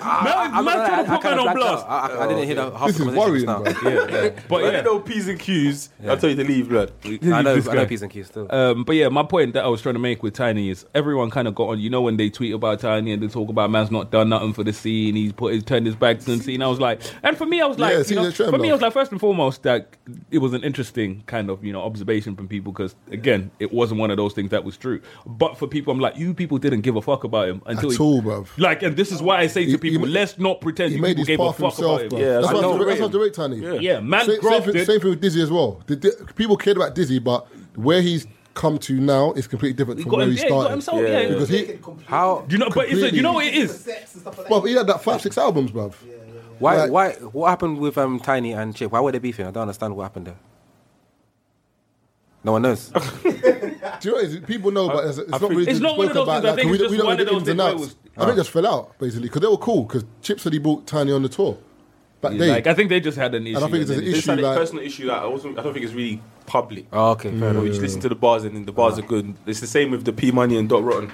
B: man
E: I'm not-
B: trying to
E: I
B: put
E: kinda
B: man on blast.
E: blacked out. I, I, I didn't hear the half
A: Oh, this
E: the
A: is
E: conversation
A: worrying,
E: just now.
A: bro. [laughs]
B: But
D: When I
B: yeah,
D: know P's and Q's, I'll tell you to leave, blood.
E: I know,
B: This
E: I know
B: guy.
E: P's and Q's still.
B: Um, but yeah, my point that I was trying to make with Tiny is everyone kind of got on. You know when they tweet about Tiny and they talk about man's not done nothing for the scene, he's put his turned his back to the scene. I was like, and for me, I was like,
A: Yeah,
B: you
A: see
B: know,
A: the trend,
B: for me, I
A: though.
B: was like, first and foremost, that it was an interesting kind of you know observation from people because again, it wasn't one of those things that was true. But for people, I'm like, you people didn't give a fuck about him until
A: At
B: he-
A: all, bruv.
B: Like, and this is why I say
A: He-
B: to
A: he
B: people,
A: ma-
B: let's not pretend
A: He
B: you
A: made
B: people
A: his
B: gave a
A: path
B: fuck
A: himself,
B: about
A: bro.
B: him.
D: Yeah,
A: that's
D: I
A: why
D: don't
A: I
D: rate
A: that's why I
D: him.
A: direct Tiny.
B: Yeah, man
A: Same, same,
B: grafted.
A: thing, same thing with Dizzy as well. The, the, people cared about Dizzy, but where he's come to now is completely different
B: He
A: from
B: got,
A: where
B: him,
A: he
B: yeah, he got
A: started.
B: himself.
D: Yeah.
B: Yeah,
A: because he,
E: How?
B: you know, but it's a, you know what it is.
G: Sex and stuff like that.
A: well, he had that five, six albums, bruv.
E: Why?
A: Like-
E: why? What happened with um, Tiny and Chip? Why were they beefing? I don't understand what happened there. No one knows.
A: Do you know what it is? People know, but it's, it's not really
B: it's not one of
A: spoken
B: those
A: about.
B: things. I
A: like, 'cause
B: think
A: we
B: it's
A: don't- we
B: just
A: don't
B: one
A: know
B: of
A: the
B: those
A: ins
B: things
A: and
B: where it
A: outs.
B: was-
A: I think it just fell out basically because they were cool because Chip said he bought Tiny on the tour back then.
B: Like, I think they just had an issue.
A: I think it's
B: and
A: an
B: then-
A: issue.
D: It's like a
A: like-
D: personal issue that I, wasn't, I don't think it's really public.
E: Oh, okay, fair
D: But
E: enough.
D: we just listen to the bars and then the bars are good. It's the same with the P Money and Dot Rotten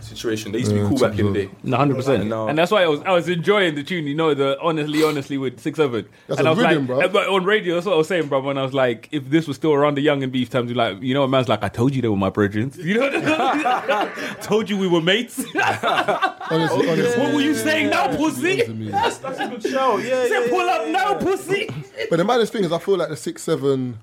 D: situation. They used to be cool back in the day.
B: No, hundred percent.
D: No.
B: And that's why I was I was enjoying the tune. You know, the honestly, honestly with six seven.
A: That's
B: and
A: a
B: I was
A: rhythm,
B: like,
A: bro.
B: and- But on radio, that's what I was saying, bro. And I was like, if this was still around the young and beef times, you like, you know, a man's like, I told you they were my brethren. You know, [laughs] told you we were mates.
D: oh,
A: Honestly, honestly.
B: what were you saying now, pussy?
A: It's amazing.
D: That's a good show. Yeah,
B: Say, pull up now, pussy.
A: But the maddest thing is, I feel like the six seven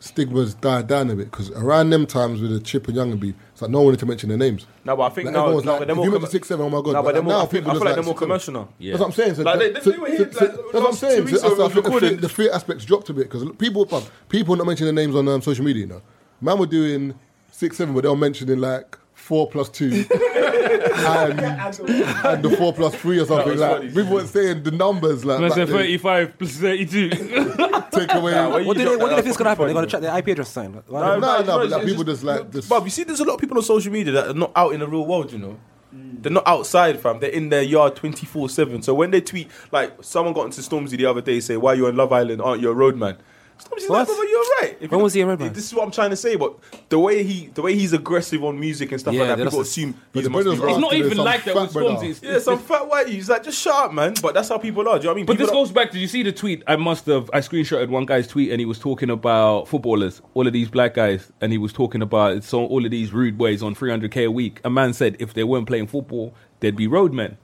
A: stigmas died down a bit because around them times with the Chip and Young and Beef, it's like no one wanted to mention their names.
D: No, but I think
A: Like,
D: now,
A: everyone's
D: no,
A: like,
D: but they're
A: if
D: more
A: you went
D: commer-
A: to six seven, oh my god!
D: No, but
A: Like,
D: they're more-
A: now
D: I feel-
A: people
D: I feel
A: just
D: like they're more
A: 6'7".
D: commercial now.
A: That's what I'm saying. So
D: Like, they-
A: that- so-
D: they- they were here,
A: so- so-
D: like,
A: that's what I'm
D: last two
A: saying.
D: weeks
A: So-
D: ago
A: so I think
D: we
A: the
D: recorded.
A: fear- The fear aspects dropped a bit because people, bruv, people not mentioning their names on um, social media. You know, man were doing six seven, but they were mentioning like four plus
D: [laughs]
A: two and, and the four plus three or something
B: was
A: like.
B: funny.
A: People were saying the numbers like.
B: Man
A: back
B: said
A: then.
B: 35 plus 32.
A: Take away.
E: What do they, what do they think's gonna happen? They're gonna check their IP address or something. Why
A: No,
E: not?
A: no,
D: it's not-
A: but
D: it's
A: like, people just like this.
D: Bob, you see, there's a lot of people on social media that are not out in the real world, you know. They're not outside, fam. They're in their yard 24 7. So when they tweet, like, someone got into Stormzy the other day, say, Why you on Love Island? Aren't you a roadman? Stormzy's
E: What?
D: like, "Brother, you're right. If
E: When
D: you-
E: was he a roadman?
D: This is what I'm trying to say, but the way he the way he's aggressive on music and stuff
E: Yeah,
D: like that,
E: that's
D: people
E: a-
D: assume
A: But
D: he's
A: the
D: must be
A: brothers
D: right.
A: are
B: It's not
A: after
B: even
A: this, some
B: like that with
A: fat brother.
B: Stormzy. It's-
D: Yeah, some fat white he's like, just shut up, man. But that's how people are. Do you know what I mean?
B: But this
D: People
B: goes back to you see the tweet. I must have I screenshotted one guy's tweet and he was talking about footballers, all of these black guys, and he was talking about it's on all of these rude ways on 300k a week. A man said if they weren't playing football, they'd be roadmen,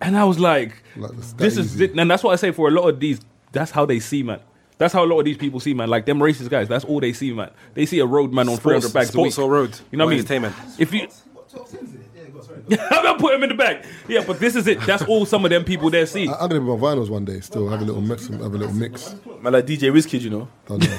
B: and I was like,
A: Like, that's
B: this
A: that
B: is
A: easy.
B: it. and that's what I say for a lot of these. That's how they see man. That's how a lot of these people see man. Like them racist guys. That's all they see man. They see a roadman on 300 bags
E: sports
B: a week.
E: or road.
B: You know what I
E: Or
B: mean?
E: entertainment.
B: If you [laughs] I'm gonna put him in the back. Yeah, but this is it. That's all some of them people there see.
A: I- I'm gonna be on vinyls one day. Still have a little mix. Have a little mix.
D: got, man, like DJ Wizkid, you know.
A: Don't know.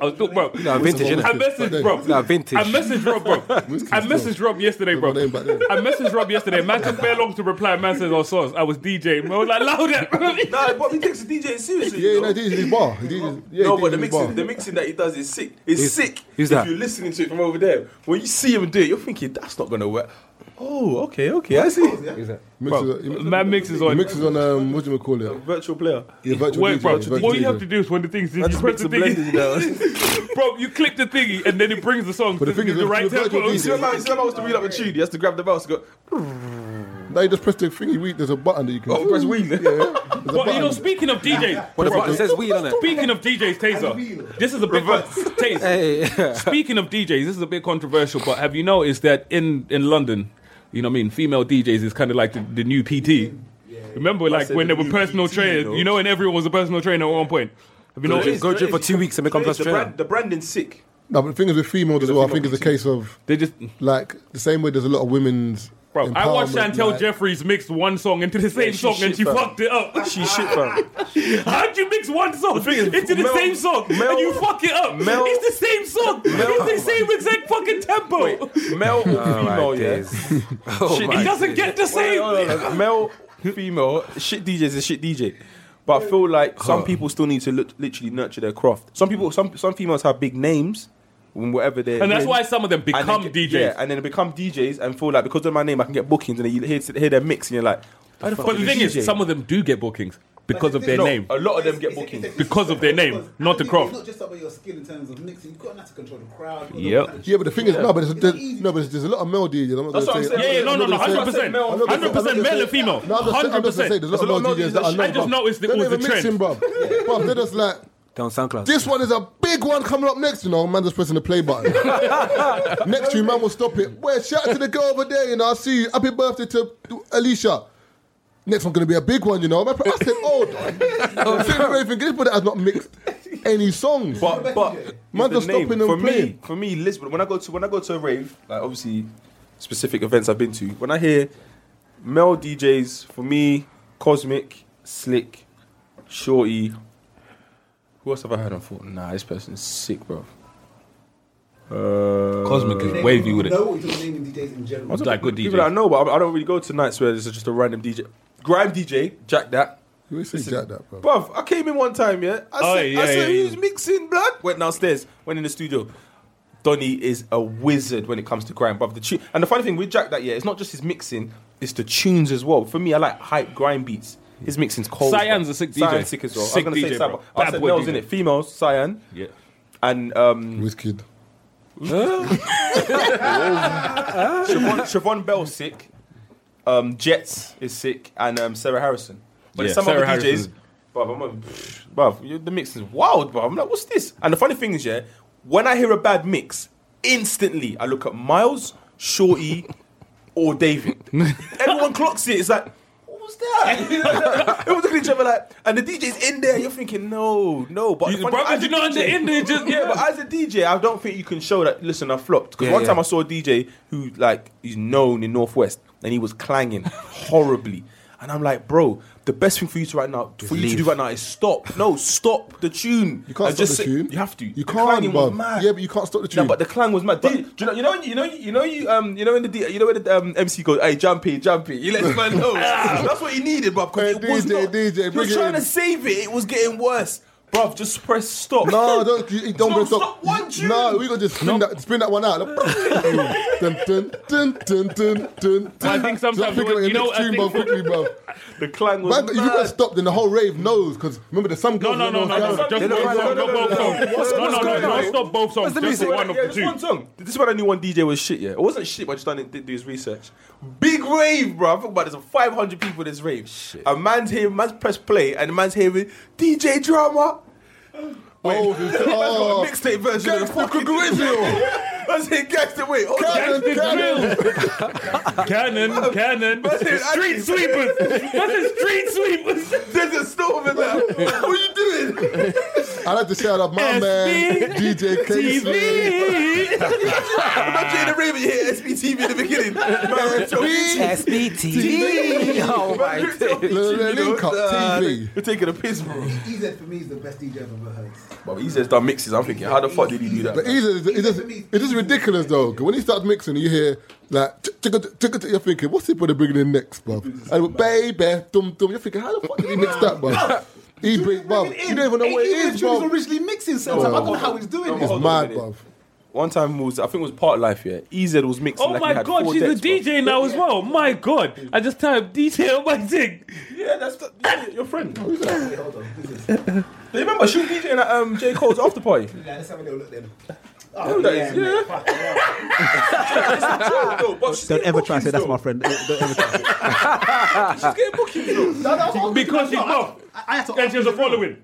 B: I was talking, bro.
E: Nah, vintage,
B: I
E: innit?
B: messaged Rob.
E: Nah, vintage.
B: I messaged
A: [laughs]
B: Rob, bro. I messaged Rob yesterday, bro.
A: Remember them back
B: I messaged Rob yesterday. Man took very long to reply. Man says, "Oh, sauce, I was DJing." I was like, "Loud that, bro."
D: Nah, but he takes the DJ seriously.
A: Yeah,
D: you
A: you
D: know?
A: know, DJ's his bar. He DJ's, yeah,
D: no,
A: he
D: but the
A: DJ's his
D: mixing,
A: bar.
D: the mixing that he does is sick. It's
E: Who's-
D: sick.
E: who's
D: if
E: that?
D: you're listening to it from over there, when you see him do it, you're thinking that's not gonna work. Oh, okay, okay, I see.
A: Mixes- he mixes-
B: [laughs] Man mixes on.
A: He mixes on um, what do you call it?
D: [laughs] Virtual player.
A: Yeah, virtual
B: Wait,
A: DJ,
B: bro.
A: virtual
B: All you
A: DJ.
B: have to do is when the thing's you
D: I just
B: press
D: mix
B: the
D: and blend
B: thingy,
D: it, you [laughs] know. See
B: bro. You click the thingy, and then it brings the song.
A: But the thing is,
B: the
A: with-
B: right
A: with virtual DJ,
B: tempo.
D: what I mean? See what I was to read up a tune. He has to grab the mouse. and Go.
A: No, you just press the thingy. We, there's a button that you can.
D: Oh, press wheel.
A: Yeah,
D: [laughs]
A: there's a
B: But you know,
A: button.
B: speaking of DJs,
E: What the
B: bro,
E: fuck? It says weed on it.
B: Speaking of DJs, Taser, this is a big one. Taser. Speaking of DJs, this is a bit controversial, but have you noticed that in, in London, you know what I mean, female DJs is kind of like the, the new PT. Remember, like
D: said
B: when
D: the
B: there were
D: new
B: personal
D: PT,
B: trainers,
D: though.
B: you know, and everyone was a personal trainer at one point. Have you noticed?
E: Go gym for two weeks and become plus
D: the,
E: trainer.
D: brand, the branding's sick.
A: No, but the thing is with females as well. I think it's a case of
B: They just,
A: like the same way. There's a lot of women's.
B: bro. I watched
A: empowerment,
B: Chantel
A: like-
B: Jeffries mix one song into the same
D: she
B: song, and
D: shit,
B: she
D: fam.
B: fucked it up.
D: She shit,
B: [laughs]
D: fam.
B: How'd you mix one song
D: thing is,
B: into the
D: Mel-
B: same song and
D: Mel-
B: you fuck it up?
D: Mel-
B: it's the same song. it's the same exact fucking tempo.
D: Male or female,
E: Oh, my
D: [laughs] yeah. Oh
E: days.
D: Shit,
B: It
E: my
B: doesn't get the
D: Wait,
B: same.
D: hold on, hold on. Male, female, shit DJ is a shit DJ. But I feel like some people still need to lit- literally nurture their craft. Some people, some some females have big names, in whatever they.
B: And that's why some of them become
D: they,
B: DJs.
D: Yeah, and then they become DJs and feel like because of my name I can get bookings, and then you hear, hear their mix and you're like, how the fuck
B: but the
D: did
B: thing
D: you
B: is,
D: DJ?
B: some of them do get bookings because of their
D: No,
B: name.
D: A lot of them get bookings.
B: Because of their name, not the craft.
G: It's not just about your skill in terms of mixing. You've got to control the crowd.
B: Yep.
A: Yeah, but the thing is, no, but there's,
G: It's
A: there's,
G: easy.
A: no, but there's, there's a lot of male DJs. I'm not
D: That's
A: gonna
D: what
A: say-
D: I'm saying.
B: yeah, yeah, no,
A: I'm
B: no,
A: not
B: no,
A: gonna say-
B: hundred percent,
D: male.
A: I'm not gonna say-
B: hundred percent,
A: I'm not
B: male
A: gonna
B: and
A: say-
B: female,
A: No, I'm just- I'm
B: hundred
A: just saying,
B: percent.
A: there's a lot of male DJs that are
B: I
A: not.
B: just noticed it
A: They're
B: was
A: not
B: the
A: even mixing,
B: trend.
A: bruv.
B: [laughs]
A: Bruv, They're just like,
E: Down SoundCloud.
A: This one is a big one coming up next, you know. Man just pressing the play button. next to you, man will stop it. Where shout out to the girl over there, you know. I see you. Happy birthday to Alicia. Next one gonna be a big one, you know. I said, oh, hold on. Everything this brother has not mixed any songs.
D: But but
A: Man
D: the
A: just
D: name.
A: stopping and
D: for
A: playing.
D: me for me Lisbon when I go to when I go to a rave like obviously specific events I've been to when I hear male DJs for me Cosmic Slick Shorty who else have I heard on thought nah this person is sick bro uh,
B: Cosmic is wavy with it.
G: No, what you're naming DJs in general.
B: It's like good
D: people that I
B: DJ.
D: know but I I don't really go to nights where there's just a random DJ Grime DJ Jack that
A: you always say jack that, bro.
D: Bruv, I came in one time, yeah. I
B: Oh,
D: said,
B: yeah,
D: I said
B: yeah,
D: who's
B: yeah.
D: mixing blood? Went downstairs, went in the studio. Donny is a wizard when it comes to grime, bruv. The tu- and the funny thing with Jack that yeah, it's not just his mixing, it's the tunes as well. For me, I like hype grime beats. His mixing's cold.
B: Cyan's
D: bruv.
B: a sick DJ.
D: Cyan's sick as well.
B: Sick
D: I was gonna
B: DJ,
D: say Cyan,
B: bro.
D: but I
B: Bad
D: said
B: boy
D: males
B: DJ.
D: in it, females, Cyan,
B: Yeah.
D: and um,
A: With kid.
D: Siobhan, Siobhan Bell sick. Um, Jets is sick, and um, Sarah Harrison. But
B: Yeah,
D: there's some
B: Sarah
D: other
B: Harrison.
D: DJs. Bruv, I'm a, bruv, you- the mix is wild, bruv. I'm like, what's this? And the funny thing is, yeah, when I hear a bad mix, instantly I look
B: [laughs]
D: at Miles, Shorty, or David. Everyone clocks it. It's like, what
B: [laughs]
D: was that? it was looking at each other like, and the DJ's in there. You're thinking, no, no. But
B: You-
D: but
B: bruv,
D: as
B: you're
D: a
B: not
D: DJ
B: in there, just-
D: yeah. [laughs] But as a DJ, I don't think you can show that. Listen, I flopped because
E: Yeah,
D: one
E: yeah.
D: time I saw a DJ who like is known in Northwest, and he was clanging horribly. And I'm like, bro, the best thing for you to right now, for you to
E: leave.
D: do right now, is stop. No, stop the tune.
A: You can't
D: And
A: stop the
D: say-
A: tune.
D: You have to.
A: You
D: The clanging
A: can't,
D: was
A: bub.
D: mad.
A: Yeah, but you can't stop the tune.
D: No, but the clang was mad. Did- do you know? You know? You know? You know? You um. You know when the D- you know when the um, MC goes, "Hey, jumpy, jumpy." You let this man
A: [laughs]
D: know. That's what he needed, bruv. 'cause
A: Hey,
D: it was
A: DJ,
D: not-
A: DJ,
D: he was
A: bring it
D: trying
A: in.
D: to save it. It was getting worse, bruv. Just press stop.
A: No, don't you, you don't
D: No,
A: bring it up.
D: stop one tune.
A: No, we gonna just spin that spin that one out. dun, dun, dun, dun, dun, dun, dun.
B: I think sometimes
A: just pick
B: when-
A: up
B: you
A: your
B: know,
A: next
B: I
A: tune,
B: think-
A: bro, quickly, bro.
B: [laughs]
D: The clang was
A: Man,
D: mad.
A: if you got stopped, then the whole rave knows. Because remember, there's some
B: No,
A: girls.
B: no, no,
A: that
B: no,
A: knows
B: no.
A: girls.
B: Just
E: no,
B: one
E: no, no,
B: song,
E: no,
B: not both
E: no,
B: songs.
D: what's-
B: No,
D: what's
B: no, no,
D: going on?
B: no. Stop both songs.
E: the
B: Just
E: music?
B: one of
D: yeah,
B: the
D: just one
B: tunes.
D: song. This is when I knew one DJ was shit. Yeah, it wasn't shit, but I just done it, did do his research. Big rave, bro. I think about there's 500 people in this rave. A man's hearing, man's press play, and the man's hearing DJ drama.
A: Oh, this- oh.
D: That's got a mixtape version of the
A: Gangsta
D: fucking [laughs]
A: Cucurullo.
D: I said gangster, wait, hold
A: Cannon,
D: on.
B: That's
A: cannon.
B: the drill. Cannon, cannon.
D: That's it,
B: Street
D: actually.
B: sweepers. That's the street sweepers.
D: There's a storm in there. what are you doing?
A: I'd like to shout out my man, DJ Casey.
B: TV.
D: Imagine in the rave and you hear SBTV in the beginning. Man, it's your
E: SBT. Oh my
D: Man, it's your
E: days.
A: Little
D: you know,
A: link up,
D: nah,
A: TV.
D: You're taking a piss, bro. E
G: EZ for me is the best DJ I've ever heard.
D: But he just done mixes. I'm thinking, how the fuck did he do that?
A: But he's a, it's, just, it's just ridiculous though. 'cause when he starts mixing, you hear like "Ch- chicka- ch- chicka- ch-" you're thinking, what's he put bringing in next, bruv? And baby, dum dum, you're thinking, how the fuck did he mix that,
D: [laughs]
A: bruv? He bring, bruv, you don't even know what it is,
G: He was
A: bruv.
G: originally mixing, so I don't know how he's doing
A: It's
G: this.
D: Hold on a
A: mad,
D: minute.
A: bruv.
D: One time it was, I think it was part life. Yeah, EZ was mixing.
B: Oh
D: like he
B: my
D: had
B: god,
D: four
B: she's a
D: decks, bro.
B: DJ now as well. My god. I just typed DJ on my thing.
D: Yeah, that's the, yeah, your friend. Who's that? Do you remember she was DJing at um, J Cole's after party?
G: Let's have a little look then.
D: Oh, that is- yeah.
G: Don't ever try and say that's my friend. Don't don't ever try.
D: She's getting bookings though.
B: Because she's buff.
G: I- I had to
B: And
G: ask
B: she has a
G: him.
B: following.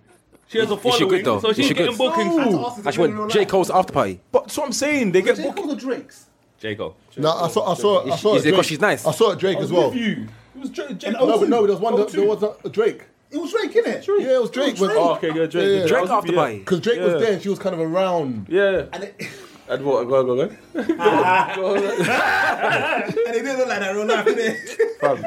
B: She has a following.
E: good, though?
B: So
E: Is
B: she's
E: she
B: getting
E: good?
B: bookings.
G: I had to ask him
E: I
G: if
E: just
G: he was
E: went J. Cole's after party.
D: But so I'm saying they get
G: J.
D: bookings.
G: Cole's or Drake's?
B: Jacob.
A: No, I saw, I saw, I saw.
E: Is it 'cause
A: Drake.
E: she's nice?
A: I saw it Drake as well.
D: With you. It was J. J.
A: No, but no, but there was one. that-
D: O2.
A: There was a, Drake.
G: It was Drake, innit? Drake.
A: Yeah, it was Drake. Because
D: Oh, okay, yeah, Drake.
A: Yeah, yeah.
D: That was-
E: Drake after
D: yeah.
E: party.
A: Drake was
D: Yeah.
A: there and she was kind of around.
D: Yeah, yeah.
G: And it,
D: And what? Go, go, go.
G: and it didn't look like that in real life, [laughs] innit?
D: Fam,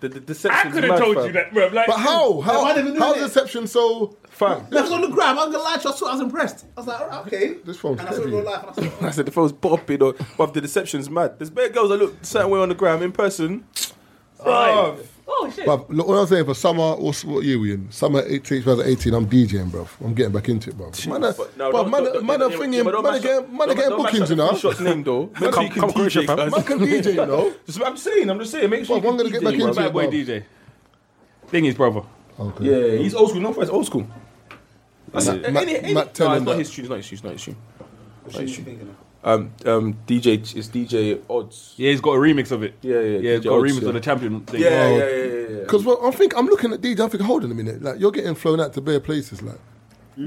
D: the, the deception.
B: I could have told you that, bro. Like,
A: But how? How?
G: I didn't know
A: How's
G: it.
A: deception so?
D: Fam, [laughs]
G: That was on the gram. I'm gonna lie to you. I saw. it, I was impressed. I was like, all right, okay.
A: This phone's
G: And I saw it in
A: heavy.
G: real life. And I saw
D: I said the phone's bopping or but the deception's mad. There's better girls that look a certain way on the gram in person.
B: Right.
D: Bruv.
A: But look, what I'm saying for summer, what's, what year we in? Summer 18, 2018, I'm DJing, bro. I'm getting back into it, bro. Man, are-
D: But no,
A: bruv,
D: don't-
A: man,
D: don't-
A: man,
D: yeah,
A: are
D: yeah,
A: thinking,
D: yeah, but don't
A: man, are
D: mash up-
A: getting, man, are
D: don't-
A: getting
D: don't mash
A: bookings, you
D: up the
A: know.
D: free Shot's name though. Maybe
E: Come-
D: you can
E: come Croatia,
D: DJ,
E: fam.
D: guys.
A: Man can DJ, you know.
D: Just- I'm saying, I'm just saying. Make sure
A: Well,
D: you
A: I'm gonna get back
D: DJ,
A: into
D: bruv.
A: it.
B: Bad boy DJ. Thing is, brother.
A: Okay.
D: Yeah, he's old school. No offense, old school. That's
A: Nah,
D: it.
A: Matt-
D: any, any,
A: Matt, tell
D: Nah,
A: him
D: it's not
A: that.
D: his tune. It's not his tune. It's not his tune.
G: it. What you thinking of?
D: Um, um, DJ is DJ Odds.
B: Yeah, he's got a remix of it.
D: Yeah, yeah,
B: Yeah, he's
D: DJ
B: got a
D: Odds,
B: remix
D: yeah.
B: of the champion thing.
D: Yeah,
A: Oh.
D: yeah, yeah, yeah, yeah.
A: Because well, I think I'm looking at DJ. I think, hold on a minute, like you're getting flown out to bare places, like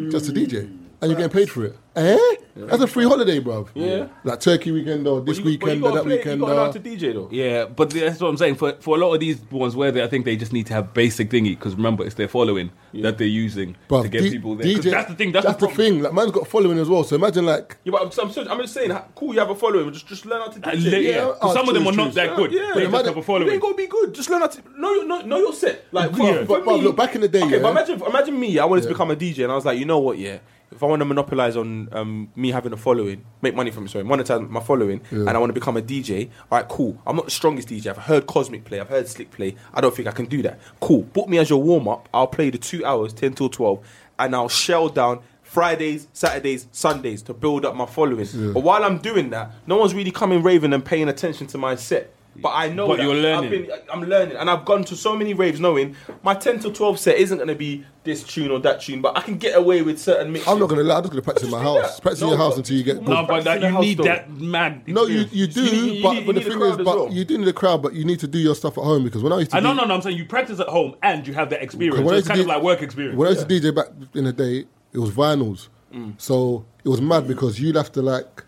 A: just a DJ, and you're getting paid for it. Eh? That's a free holiday, bruv.
D: Yeah.
A: Like Turkey weekend or this
D: But you- but
A: weekend
D: you
A: or
D: gotta
A: that
D: play-
A: weekend.
D: You got to know
A: uh,
D: how to DJ though.
B: Yeah, but that's what I'm saying. For for a lot of these ones where they, I think they just need to have basic thingy because remember it's their following that they're using
A: bruv,
B: to get
A: D-
B: people there. 'Cause that's the thing. That's, the,
A: the,
B: problem.
A: thing. Like man's got following as well. So imagine like
D: Yeah, but I'm, so I'm, so- I'm just saying, ha- cool, you have a following, but just, just learn how to
B: Uh,
D: DJ.
B: li- yeah, 'cause
A: oh,
B: some of them
A: true,
B: are not
A: true.
B: that good.
D: Yeah.
B: they
D: Yeah,
B: just
A: man,
B: have a
D: You
B: following.
D: ain't gonna be good. Just learn how to know your know, know your set. Like,
B: Yeah.
D: for-
A: But-
D: for
A: but
D: me-
A: look, back in the day,
D: Okay,
A: yeah.
D: but imagine, imagine me. I wanted to become a DJ, and I was like, you know what? Yeah, if I want to monopolize on um, me having a following, make money from it, sorry, monetize my following, and I want to become a DJ. All right, cool. I'm not the strongest DJ. I've heard Cosmic play. I've heard Slick play. I don't think I can do that. Cool. Book me as your warm up. I'll play the two hours, ten till twelve, and I'll shell down. Fridays, Saturdays, Sundays to build up my following. But while I'm doing that, no one's really coming raving and paying attention to my set. But I know
B: But
D: that
B: you're learning.
D: I've been, I- I'm learning, and I've gone to so many raves knowing my 10 to 12 set isn't going to be this tune or that tune, but I can get away with certain mixes.
A: I'm not gonna lie, I'm just gonna practice in my
D: do
A: house.
D: that.
A: Practice in
D: No,
A: your house
D: but-
A: until you get.
D: No,
A: good.
B: No, but
D: Practice
B: that,
D: in the
B: you
D: house,
B: need
D: though.
B: that mad.
A: No, you,
B: experience.
A: you do,
D: You need- you
A: but, but
D: need- you
A: the
D: need a
A: thing
D: crowd
A: is,
D: as
A: but
D: well.
A: you do need a crowd, but you need to do your stuff at home because when I used to
B: I
A: do,
B: no, no, no. I'm saying you practice at home and you have that experience. So
A: When I used
B: it's
A: to
B: kind of
A: do-
B: like work experience.
A: When I used to DJ back in the day, it was vinyls.
D: Mm.
A: So it was mad because you'd have to like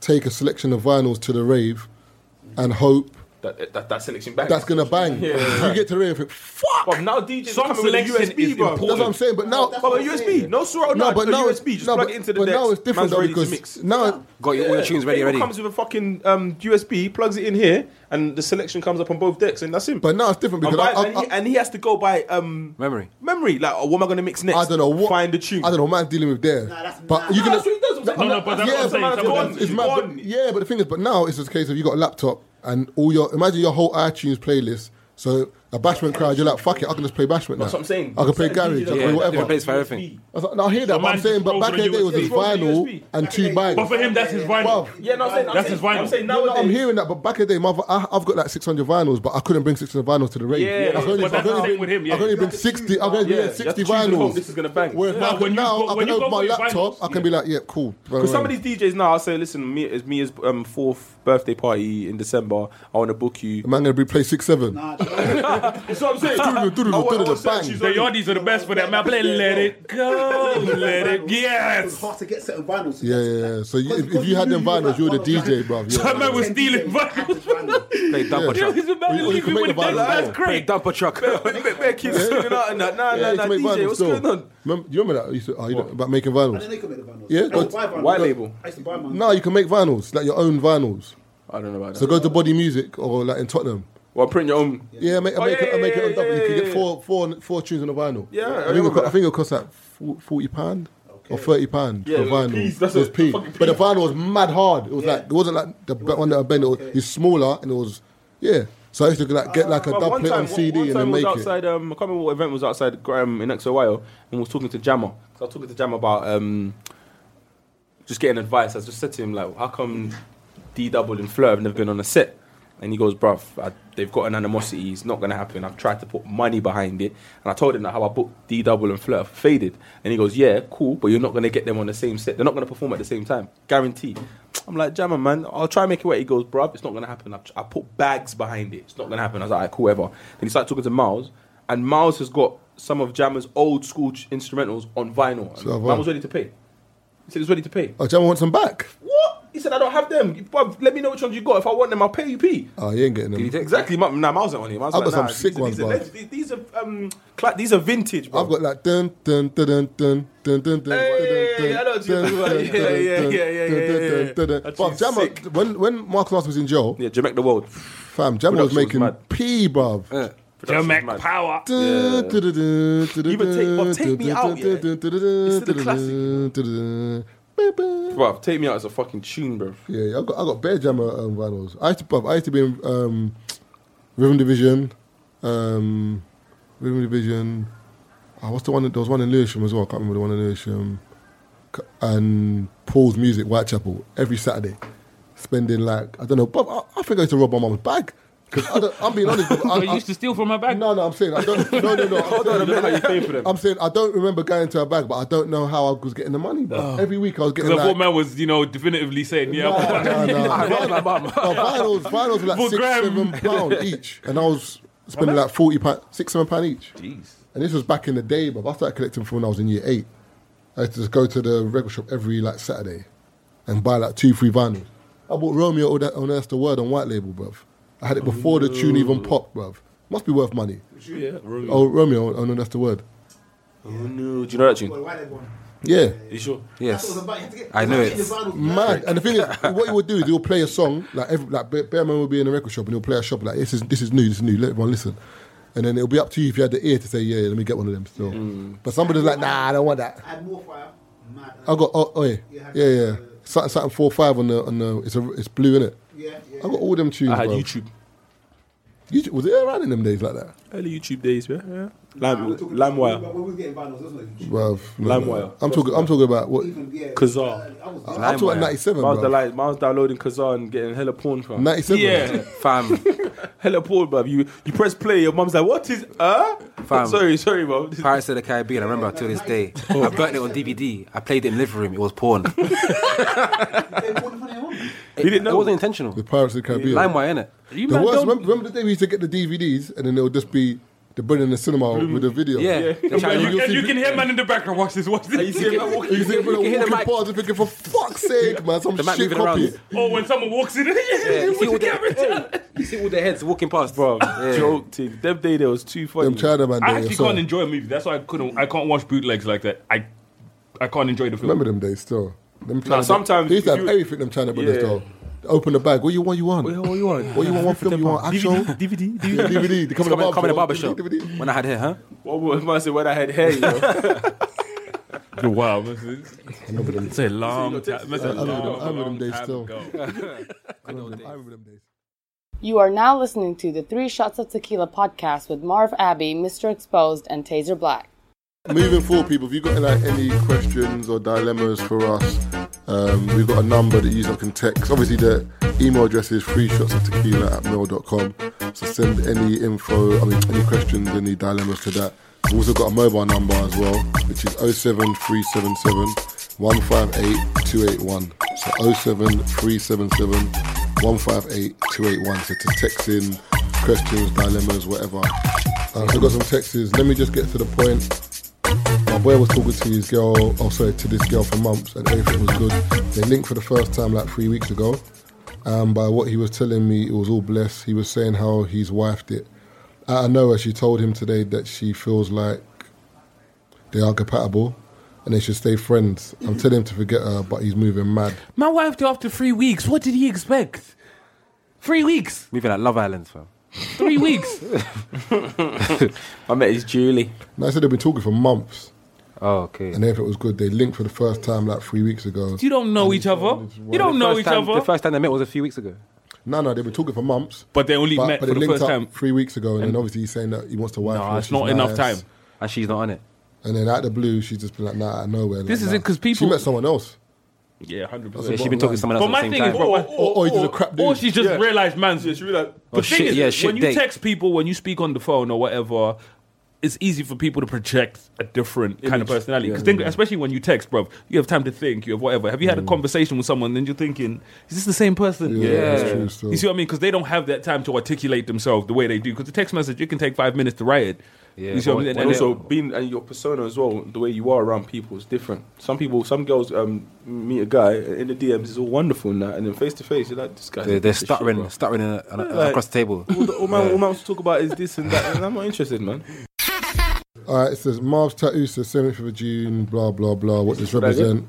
A: take a selection of vinyls to the rave and hope
D: that that, that selection bang.
A: That's gonna bang.
D: Yeah, yeah, yeah.
A: you get to rain, think, fuck.
D: But now DJs
B: Song
D: are coming with a
B: selection
D: USB,
B: is
D: bro.
B: important.
A: That's what I'm saying. But now,
D: But a USB, no Soro, no, but now USB, just
A: no,
D: plug
A: but-
D: it into the
A: but
D: deck.
A: now it's different
D: Man's
A: though
D: ready to
A: because
D: mix.
A: now
E: Got your, all your tunes ready
D: It
E: already.
D: comes with a fucking um, USB, plugs it in here, and the selection comes up on both decks, and that's him.
A: But now it's different
D: and,
A: because
D: by,
A: I, I,
D: and, he, and he has to go by um,
E: Memory.
D: memory. Like, oh, what am I going to mix next?
A: I don't know what.
D: Find the tune.
A: I don't know. what Man's dealing with there.
G: that's
A: but
G: mad.
A: you can.
D: That's what he does.
B: No, no, but that's
A: yeah,
B: what I'm saying.
A: but
D: it's
B: Someone
A: it's-
D: gone.
B: else
A: it's
B: is
A: mad, but-
D: gone.
A: yeah, but the thing is, but now it's just a case of you got a laptop and all your imagine your whole iTunes playlist. So a bashment crowd, you're like, fuck it, I can just play bashment now.
D: That's what I'm saying.
A: I can play
D: Certain
A: garage, I
D: DJs
A: can
D: are
A: play
E: Yeah,
A: whatever.
E: different playlist for everything.
D: USB.
A: I was like, no, I hear that,
B: So
A: but I'm
B: man
A: saying, but
B: throws
A: back
B: on
A: in the day, it was
B: USB.
A: just
D: Throws on
A: vinyl
D: USB.
A: and two
B: But
A: bangs.
B: for him, that's his vinyl.
A: Well,
D: Yeah, no, I'm saying, I'm
B: That's
D: saying,
B: his vinyl.
D: I'm saying
A: No, no, I'm
D: nowadays-
A: hearing that, but back in the day, my, I, I've got like 600 vinyls, but I couldn't bring 600 vinyls to the rave.
D: Yeah,
A: I can
B: but
A: only, I
B: that's
A: can
B: the
A: only
B: thing
A: bring,
B: with him, yeah.
A: I can only bring 60, I can only
D: Yeah,
A: bring 60
D: you have to choose at home,
A: vinyls.
D: this is gonna bang.
A: Whereas
D: Yeah.
A: now,
B: Now, when you
A: now
B: go-
A: I
B: when
A: can
B: you
A: open
B: go
A: my
B: for your
A: laptop,
B: vinyls,
A: I can be like, yeah, cool.
D: Because some of these DJs now, I'll say, listen, me, it's Mia's um, fourth birthday party in December. I want to
A: [laughs]
D: book you.
A: Am I going to be play 6 7?
G: Nah,
D: [laughs]
G: do
D: That's what I'm saying.
A: I want- I want bang.
B: The Yardies are the best for that, man. Play Let It Go, Let It,
G: it's
B: yes.
G: hard to get certain vinyls.
A: Yeah, yeah, yeah. So you,
G: Because-
A: if, if
G: because
A: you had them
G: you knew
A: vinyls, you were the
G: that vinyl
A: DJ,
G: was-
A: bruv.
B: That man
A: Yeah.
B: was stealing vinyls.
E: Play Dumper
B: Yo,
E: Truck.
B: he's about
A: Or
B: to
A: you- or you
B: leave
A: can
B: you
A: make
B: with
A: the
B: that.
A: vinyl
B: That's
A: vinyl.
E: Play
B: great.
E: Dumper Truck.
D: keeps spinning out and that. Nah,
A: Yeah,
D: nah,
A: you
D: nah,
A: can make
D: DJ,
A: vinyls
D: what's
A: still.
D: going on?
A: Remem- you remember that? I used to, oh, you don't- about making vinyls.
G: I didn't know you could make the vinyls.
A: Yeah,
G: I used to
A: but-
G: buy vinyls.
D: White label.
G: I used to buy mine.
A: No, you can make vinyls, like your own vinyls.
D: I don't know about that.
A: So go to Body Music or like in Tottenham.
D: well, print your own.
A: Yeah, make,
D: Oh,
A: make,
D: yeah,
A: it, make it on
D: yeah,
A: double. you can
D: yeah,
A: get four, four, four tunes on a vinyl.
D: Yeah, I
A: I, think
D: remember
A: it, co- I
D: that.
A: think it costs like fo- forty pound or thirty pound
D: Yeah,
A: for
D: it was
A: vinyl.
D: peas, that's
A: it was
D: it,
A: pee.
D: fucking
A: But the
D: peas.
A: vinyl was mad hard. It was like it wasn't like the ba- one that I bend. It was it's smaller and it was yeah. So I used to like get like a
D: Uh, But
A: dub
D: one
A: plate
D: time,
A: on CD
D: one
A: and
D: time
A: then
D: I was
A: make it.
D: outside, Um, I can't remember what event was outside Graham in XOYO and was talking to Jammer. 'Cause I was talking to Jammer about um, just getting advice. I just said to him, like, how come D Double and Flirt have never been on a set? And he goes, bruv, I, they've got an animosity. It's not going to happen. I've tried to put money behind it. And I told him that how I booked D Double and Flirt faded. And he goes, yeah, cool, but you're not going to get them on the same set. They're not going to perform at the same time. Guaranteed. I'm like, Jammer, man, I'll try and make it work. He goes, bruv, it's not going to happen. I've, I put bags behind it. It's not going to happen. I was like, all right, cool, whatever. Then he started talking to Miles. And Miles has got some of Jammer's old school ch- instrumentals on vinyl. And
A: So have I.
D: man was ready to pay. He said he's ready to pay.
A: Oh, Jammer wants them back.
D: What? He said, I don't have them. Bruv, let me know which ones you got. If I want them, I'll pay you P.
A: Oh, you ain't getting them.
E: you take-
D: Exactly. My, nah, miles ain't on him. I was
A: I've
D: like,
A: got some
D: nah,
A: sick
D: these,
A: ones,
D: These are,
A: bruv.
D: leg- these, these are, um, cla- these are vintage, bro.
A: I've got like dun dun dun dun dun dun dun dun dun
D: Hey,
A: dun,
D: I know what you're [laughs]
A: dun,
D: talking about.
A: dun, dun,
D: Yeah, yeah,
A: dun,
D: yeah, yeah,
A: dun,
D: yeah,
A: dun,
D: yeah,
A: dun,
D: yeah.
A: dun, dun.
D: That
A: Bruv,
D: tune's
A: Jammer,
D: sick.
A: when when Mark Last was in jail,
D: Yeah, Jamaica the World.
A: fam, Jammer was
D: Production was
A: making
D: mad.
A: pee, bruv.
B: Jermac Power.
A: Even take
D: Bob, Take Me Out, yeah.
A: It's
D: still a Bruv, take me out as a fucking tune, bro.
A: Yeah, I got I got bear jammer um, vinyls. I used to bruv, I used to be in um, Rhythm Division, um, Rhythm Division. Oh, what's the one? There was one in Lewisham as well. I can't remember the one in Lewisham. C- And Paul's music, Whitechapel, every Saturday, spending like I don't know. But I, I think I used to rob my mum's bag because I'm being
B: [laughs]
A: honest. bruv, I,
B: I used to steal from my
A: I,
B: bag.
A: no, no, I'm saying I don't. No, no, no. I'm saying-
D: You know how you pay for them.
A: I'm saying I don't remember going to a bag, but I don't know how I was getting the money. But every week I was getting
B: Because I
A: like.
B: thought man was, you know, definitively saying, yeah, I
A: Nah,
B: want
A: nah, nah.
B: [laughs]
E: my
A: [laughs]
E: mum.
A: But vinyls, vinyls Oh, were like
B: For
A: six,
B: gram.
A: seven pound each, and I was spending like forty pound, six, seven pound each. Jeez. And this was back in the day, but I started collecting from when I was in year eight. I used to just go to the record shop every like Saturday, and buy like two, three vinyls. I bought Romeo on, on Earth the Word on white label, bruv. I had it before the tune even popped, bruv. Must be worth money.
D: Yeah.
A: Oh, Romeo on Earth the Word.
D: Oh, no. Do you know that tune?
G: Well, white label.
A: Yeah.
D: you sure?
G: That's
E: Yes.
G: what it was about. You had to get-
E: I know
G: you had to
E: it.
G: get the vinyls
A: Mad. And the thing is,
D: [laughs]
A: what he would do is he'll play a song, like every, like Bear- Bearman will be in a record shop and he'll play a shop like this is this is new, this is new, let everyone listen. And then it'll be up to you if you had the ear to say, yeah, yeah, let me get one of them still.
D: Mm.
A: But somebody's like, nah, I don't want that.
G: I had more fire. Mad.
A: I got oh, oh yeah.
G: Yeah.
A: Yeah, yeah. Something something four five on the on the it's a, it's blue, innit?
G: Yeah, yeah.
A: I got all them tunes.
D: I had
A: bro.
D: YouTube.
A: YouTube- was it around in them days like that?
D: Early YouTube days, yeah. yeah.
G: Nah,
D: Lime,
G: we're talking-
D: LimeWire.
G: When we were getting vinyls, that's not huge.
A: Bruv. no, no.
D: LimeWire.
A: I'm talking I'm talking about what
G: Even, yeah,
D: Kazaa.
G: I was
A: I'm
G: young.
A: talking about
E: LimeWire.
A: ninety seven.
D: Miles, the like, Miles downloading Kazaa and getting hella porn from.
A: Ninety seven.
B: Yeah.
E: Fam.
D: Hella porn, bruv. You you press play, your mum's like, what is uh?
E: Fam.
D: Sorry, sorry, bro.
E: Pirates of the Caribbean, I remember to this day. I burnt it on DVD. I played it in the living room. It was porn. It,
G: They bought them from their own.
D: He didn't know.
E: it wasn't intentional.
A: The Pirates of the Caribbean.
E: LimeWire, innit?
B: You
A: The
B: man
A: worst,
B: don't-
A: remember, remember the day we used to get the DVDs and then they'll just be They bring in the cinema with the video.
E: Yeah.
A: And
E: Yeah. And
A: you'll
B: you, and
A: see
B: you can hear man in the background. Watch this.
A: [laughs]
B: Watch this.
A: You can see people walking past and thinking, for fuck's sake, man, some
E: The mic
A: shit
E: moving around.
A: copy.
B: oh, when someone walks in, [laughs] yeah,
E: you
B: you
E: see all
B: the
E: the-
B: camera.
E: You see all their heads walking past,
D: Bro,
E: Yeah.
D: [laughs] joke thing. Them day there was too funny.
A: Them China man.
B: I
A: days,
B: actually
A: so-
B: can't enjoy a movie. That's why I couldn't. I can't watch bootlegs like that. I, I can't enjoy the film.
A: Remember them days still. Them China-
D: sometimes
A: they used to
D: if
A: have
D: you-
A: everything them China brothers
D: Yeah.
A: though. Open the bag. What you want? You want?
D: What you want?
A: What you want? One film? You want action?
D: DVD, DVD.
A: Yeah, DVD. [laughs] They come in
E: Come
A: the
E: in, come in the
A: barber
E: barber
A: shop.
E: shop.
A: DVD.
E: When I had hair, huh?
D: What was I say when I had hair? You know?
B: You're [laughs] wild. This is- It's a long time. It's
A: [laughs] I
B: a
A: remember
B: long,
A: them- I remember them
B: long
A: days
B: time
A: still.
B: ago.
A: I remember them- I remember them days.
J: You are now listening to the Three Shots of Tequila podcast with Marv Abbey, Mr. Exposed, and Taser Black.
A: Moving forward, people, if you've got like any questions or dilemmas for us, um, we've got a number that you lot can text. Obviously, the email address is free shots of tequila at mail.com. So send any info, I mean, any questions, any dilemmas to that. We've also got a mobile number as well, which is 07377 158 281. So 07377 158 281. So to text in questions, dilemmas, whatever. Uh, so I've got some texts. Let me just get to the point my boy was talking to his girl, oh sorry, to this girl for months, and everything was good. They linked for the first time like three weeks ago. And by what he was telling me, it was all blessed. He was saying how he's wifed it. Out of nowhere, she told him today that she feels like they are compatible and they should stay friends. I'm
B: Mm-hmm.
A: telling him to forget her, but he's moving mad.
B: My wife did after three weeks. What did he expect? Three weeks.
E: Moving like Love Islands, fam.
B: Three weeks.
D: [laughs] I met his Julie.
A: And I said they've been talking for months
E: Oh, okay.
A: and everything was good. They linked for the first time like three weeks ago.
B: You don't know each other. You don't know
E: First
B: each
E: time- The
B: other.
E: first time they met was a few weeks ago.
A: No, no, they've been talking for months.
B: But they only met
A: they
B: for the
A: linked
B: first
A: up
B: time.
A: three weeks ago, and, then obviously he's saying that he wants to wife her.
B: Nah, it's
A: she's
B: not enough time.
A: nice.
E: And she's not on it.
A: And then out of the blue, she's just been like, nah, out of nowhere. like,
B: This is
A: nah.
B: it, 'cause people-
A: She met someone else.
B: Yeah, hundred
A: Yeah,
E: Yeah,
B: percent.
E: she's been talking to someone else
B: But
E: at the
B: my thing
E: same time.
B: is, or,
A: Or, or he's just a crap dude.
B: or she just realized, man's
D: Yeah, she realized.
B: The
E: shit,
B: thing is,
E: yeah, shit
B: when you
E: date.
B: text people, when you speak on the phone or whatever, it's easy for people to project a different kind of personality. Because especially when you text, bruv, you have time to think. You have whatever. Have you had a conversation with someone and you're thinking, is this the same person?
A: Mm. Yeah, that's Yeah. true still.
B: You see what I mean? Because they don't have that time to articulate themselves the way they do. Because the text message, it can take five minutes to write it.
E: Yeah,
B: You see what I
E: but
B: mean?
D: And,
B: And
D: also
B: then-
D: being and your persona as well, the way you are around people is different. Some people, some girls um, meet a guy in the DMs is all wonderful and that, and then face to face, you're like, this guy.
E: They're, they're stuttering, stuttering uh, uh,
D: like-
E: across the table.
D: all, the, all, man, all man wants to talk about is this and that, and I'm not interested, man.
A: All right, it says Marv's tattoo says 17th of June, blah, blah, blah. What does represent?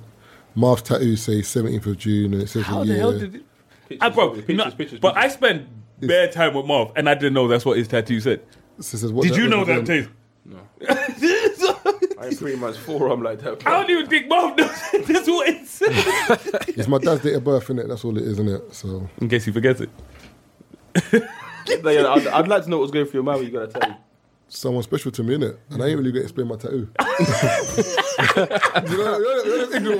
A: Marv's tattoo says 17th of June, and it says
B: how
A: a
B: the
A: year.
B: hell did it? I, Ah, bruv,
D: [laughs] pictures,
B: no,
D: pictures,
B: but I
D: pictures.
B: spent bare time with Marv, and I didn't know that's what his tattoo said.
A: It says, what
B: Did
A: does
B: you know that,
A: represent?
B: Taze?
D: I ain't pretty much forearm like that.
B: I don't even think Marv knows [laughs] that's what it says.
A: It's my dad's date of birth, innit? That's all it is, innit? So,
B: In case he forgets it.
D: Like, yeah, I'd, I'd like to know what's going through your mind. But you gotta tell me.
A: someone special to me, innit? And I ain't really going to explain my tattoo. [laughs] you know, you're, you're the ignorant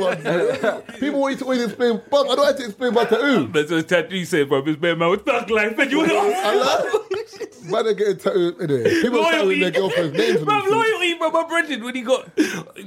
A: ones. People want you to always explain, but I don't have to explain my tattoo.
B: That's what tattoo said, bro. This man man with thug life, and [laughs] you
A: I love Man, they're getting tattooed, innit? People are tattooing their girlfriend's
B: [laughs]
A: names. on
B: bro,
A: themselves.
B: loyalty, bro. My Brendan, when he got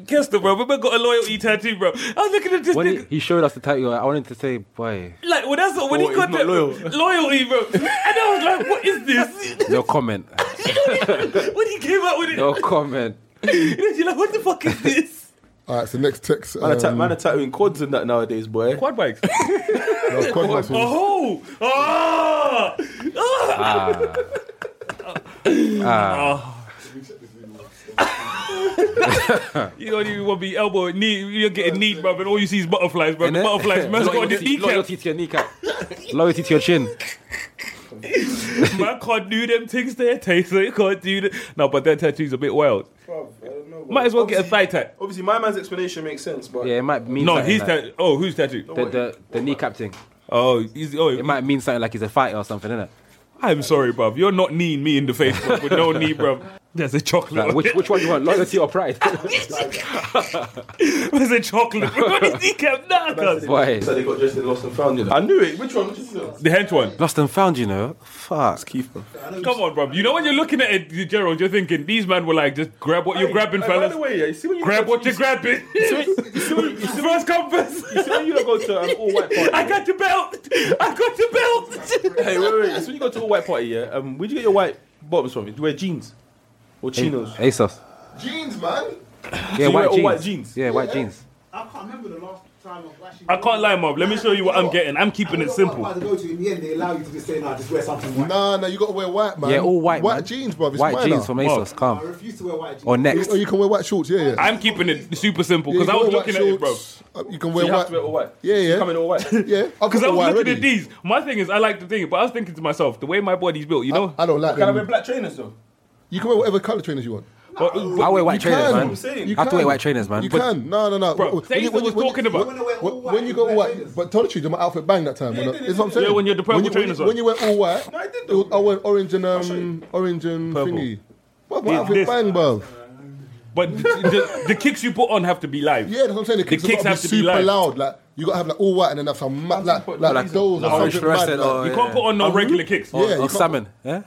B: Kester, bro, remember got a loyalty tattoo, bro. I was looking at this
E: When he,
B: nigga,
E: he showed us the tattoo, I wanted to say, boy,
B: like, well, that's when he
D: he's
B: got
D: not
B: that
D: loyal.
B: loyalty, bro. And I was like, what is [laughs] this?
E: no comment,
B: when he came out with it,
E: no comment.
B: [laughs] you're like, what the fuck is this?
A: All right, so next text.
D: Man, are ta-
A: um,
D: man are tattooing quads and that nowadays, boy.
B: Quad bikes.
A: no, quad muscles.
B: oh, oh, oh. Ah. Ah. [laughs] You don't even want to be elbow knee. You're getting knee, bro, and all you see is butterflies, bro.
E: Innit? [laughs]
B: Butterflies, man's got on his
E: Loyalty-
B: kneecap.
E: Loyalty to your kneecap. Loyalty to your chin.
B: Man can't do them things there, Taser. You can't do that. No, but that tattoo's a bit wild. Might as well get a thigh tat.
D: Obviously, my man's explanation makes sense, but
E: Yeah, it might mean
B: No,
E: something
B: his
E: like,
B: tattoo. Oh, whose tattoo?
E: the, the, the kneecap thing.
B: Oh, he's, oh,
E: It might mean something like he's a fighter or something, innit?
B: I'm sorry, bruv. You're not kneeing me in the face, bruv, with no knee, bruv. There's a chocolate.
E: Like, which, which one you want, loyalty or pride?
B: [laughs]
E: [laughs]
B: There's a chocolate. [laughs] Bro, on his kneecap. Nah, cuz.
E: Boy,
D: So they got dressed in Lost and Found, you know. I knew it. Which one? Which one?
B: The hench one.
E: lost and found, you know. Fuck.
D: Keith, bro.
B: Come on, bruv. You know when you're looking at it, Gerald, you're thinking, these men were like, just grab what you're grabbing,
D: Hey, By
B: fellas.
D: the way, yeah, you see when you
B: grab
D: go,
B: what
D: you
B: you're grabbing. First come first.
D: see when you go to an all white
B: [laughs]
D: party.
B: I got your belt. I got your belt.
D: Hey, wait, wait. wait. So when you go to a white party, yeah, um, where'd you get your white bottoms from? You wear jeans. Or chinos?
E: ASOS.
A: Jeans, man.
E: Yeah,
D: you
E: white
D: wear all
E: jeans.
D: white jeans?
E: Yeah, white jeans.
G: I can't remember the last time I've actually.
B: I can't lie, Mob. Let me show you what I'm getting. I'm keeping it simple.
G: By the go to, in the end, they allow you to just say, "Nah, just wear something white."
A: Nah, nah, you gotta wear white, man.
E: Yeah, all white.
A: White
E: man.
A: jeans, bruv. It's
E: White
A: minor.
E: jeans from ASOS.
G: I
E: Come
G: refuse to wear white jeans.
E: or next.
A: Oh, you can wear white shorts, yeah, yeah.
B: I'm keeping it super simple
A: Yeah, you
B: because I
A: can
B: was
A: wear
B: looking at
A: white
B: it, bro.
A: shorts. Uh, You can
D: So
A: wear
D: you
A: white.
D: have to wear all white.
A: Yeah, yeah.
D: You come in all white.
A: yeah, I've
B: Because I
A: got
B: was
A: white
B: looking
A: already.
B: at these. My thing is, I like the thing, but I was thinking to myself, the way my body's built, you know.
A: I don't like
D: Can I wear
A: them.
D: black trainers though?
A: You can wear whatever color trainers you want.
B: but-
E: I wear white
A: You can.
E: trainers, man.
A: I'm
D: saying.
E: I have to wear
A: can.
E: white trainers, man.
A: You
E: But
A: can. No, no, no.
B: Bro,
A: When
B: Taser
A: you- when
B: was
A: you- when
B: talking
A: you-
B: about.
A: When, when you go all white, but tell the truth, my outfit banged that time. when I- That's what I'm saying.
B: Yeah, when you had the purple
A: when you, when
B: trainers
A: you-
B: on.
A: When you wear all white,
D: No, I did
A: it was-
D: though.
A: I went orange and
D: show you.
A: um, orange and
B: Purple.
A: thingy. But my
B: This-
A: outfit
B: this.
A: banged, bruv.
B: But the, the, the kicks you put on have to be live.
A: Yeah, that's what I'm saying. The kicks,
B: kicks
A: have,
B: have
A: to
B: to
A: be
B: be
A: super
B: live.
A: loud. Like you gotta have like all white and then have some ma- like like, like those
E: like
A: or
E: orange
A: something mad,
E: fluorescent
A: like.
E: or-
B: You can't put on no regular kicks.
A: Yeah, you
E: or
A: can't-
E: salmon. Yeah.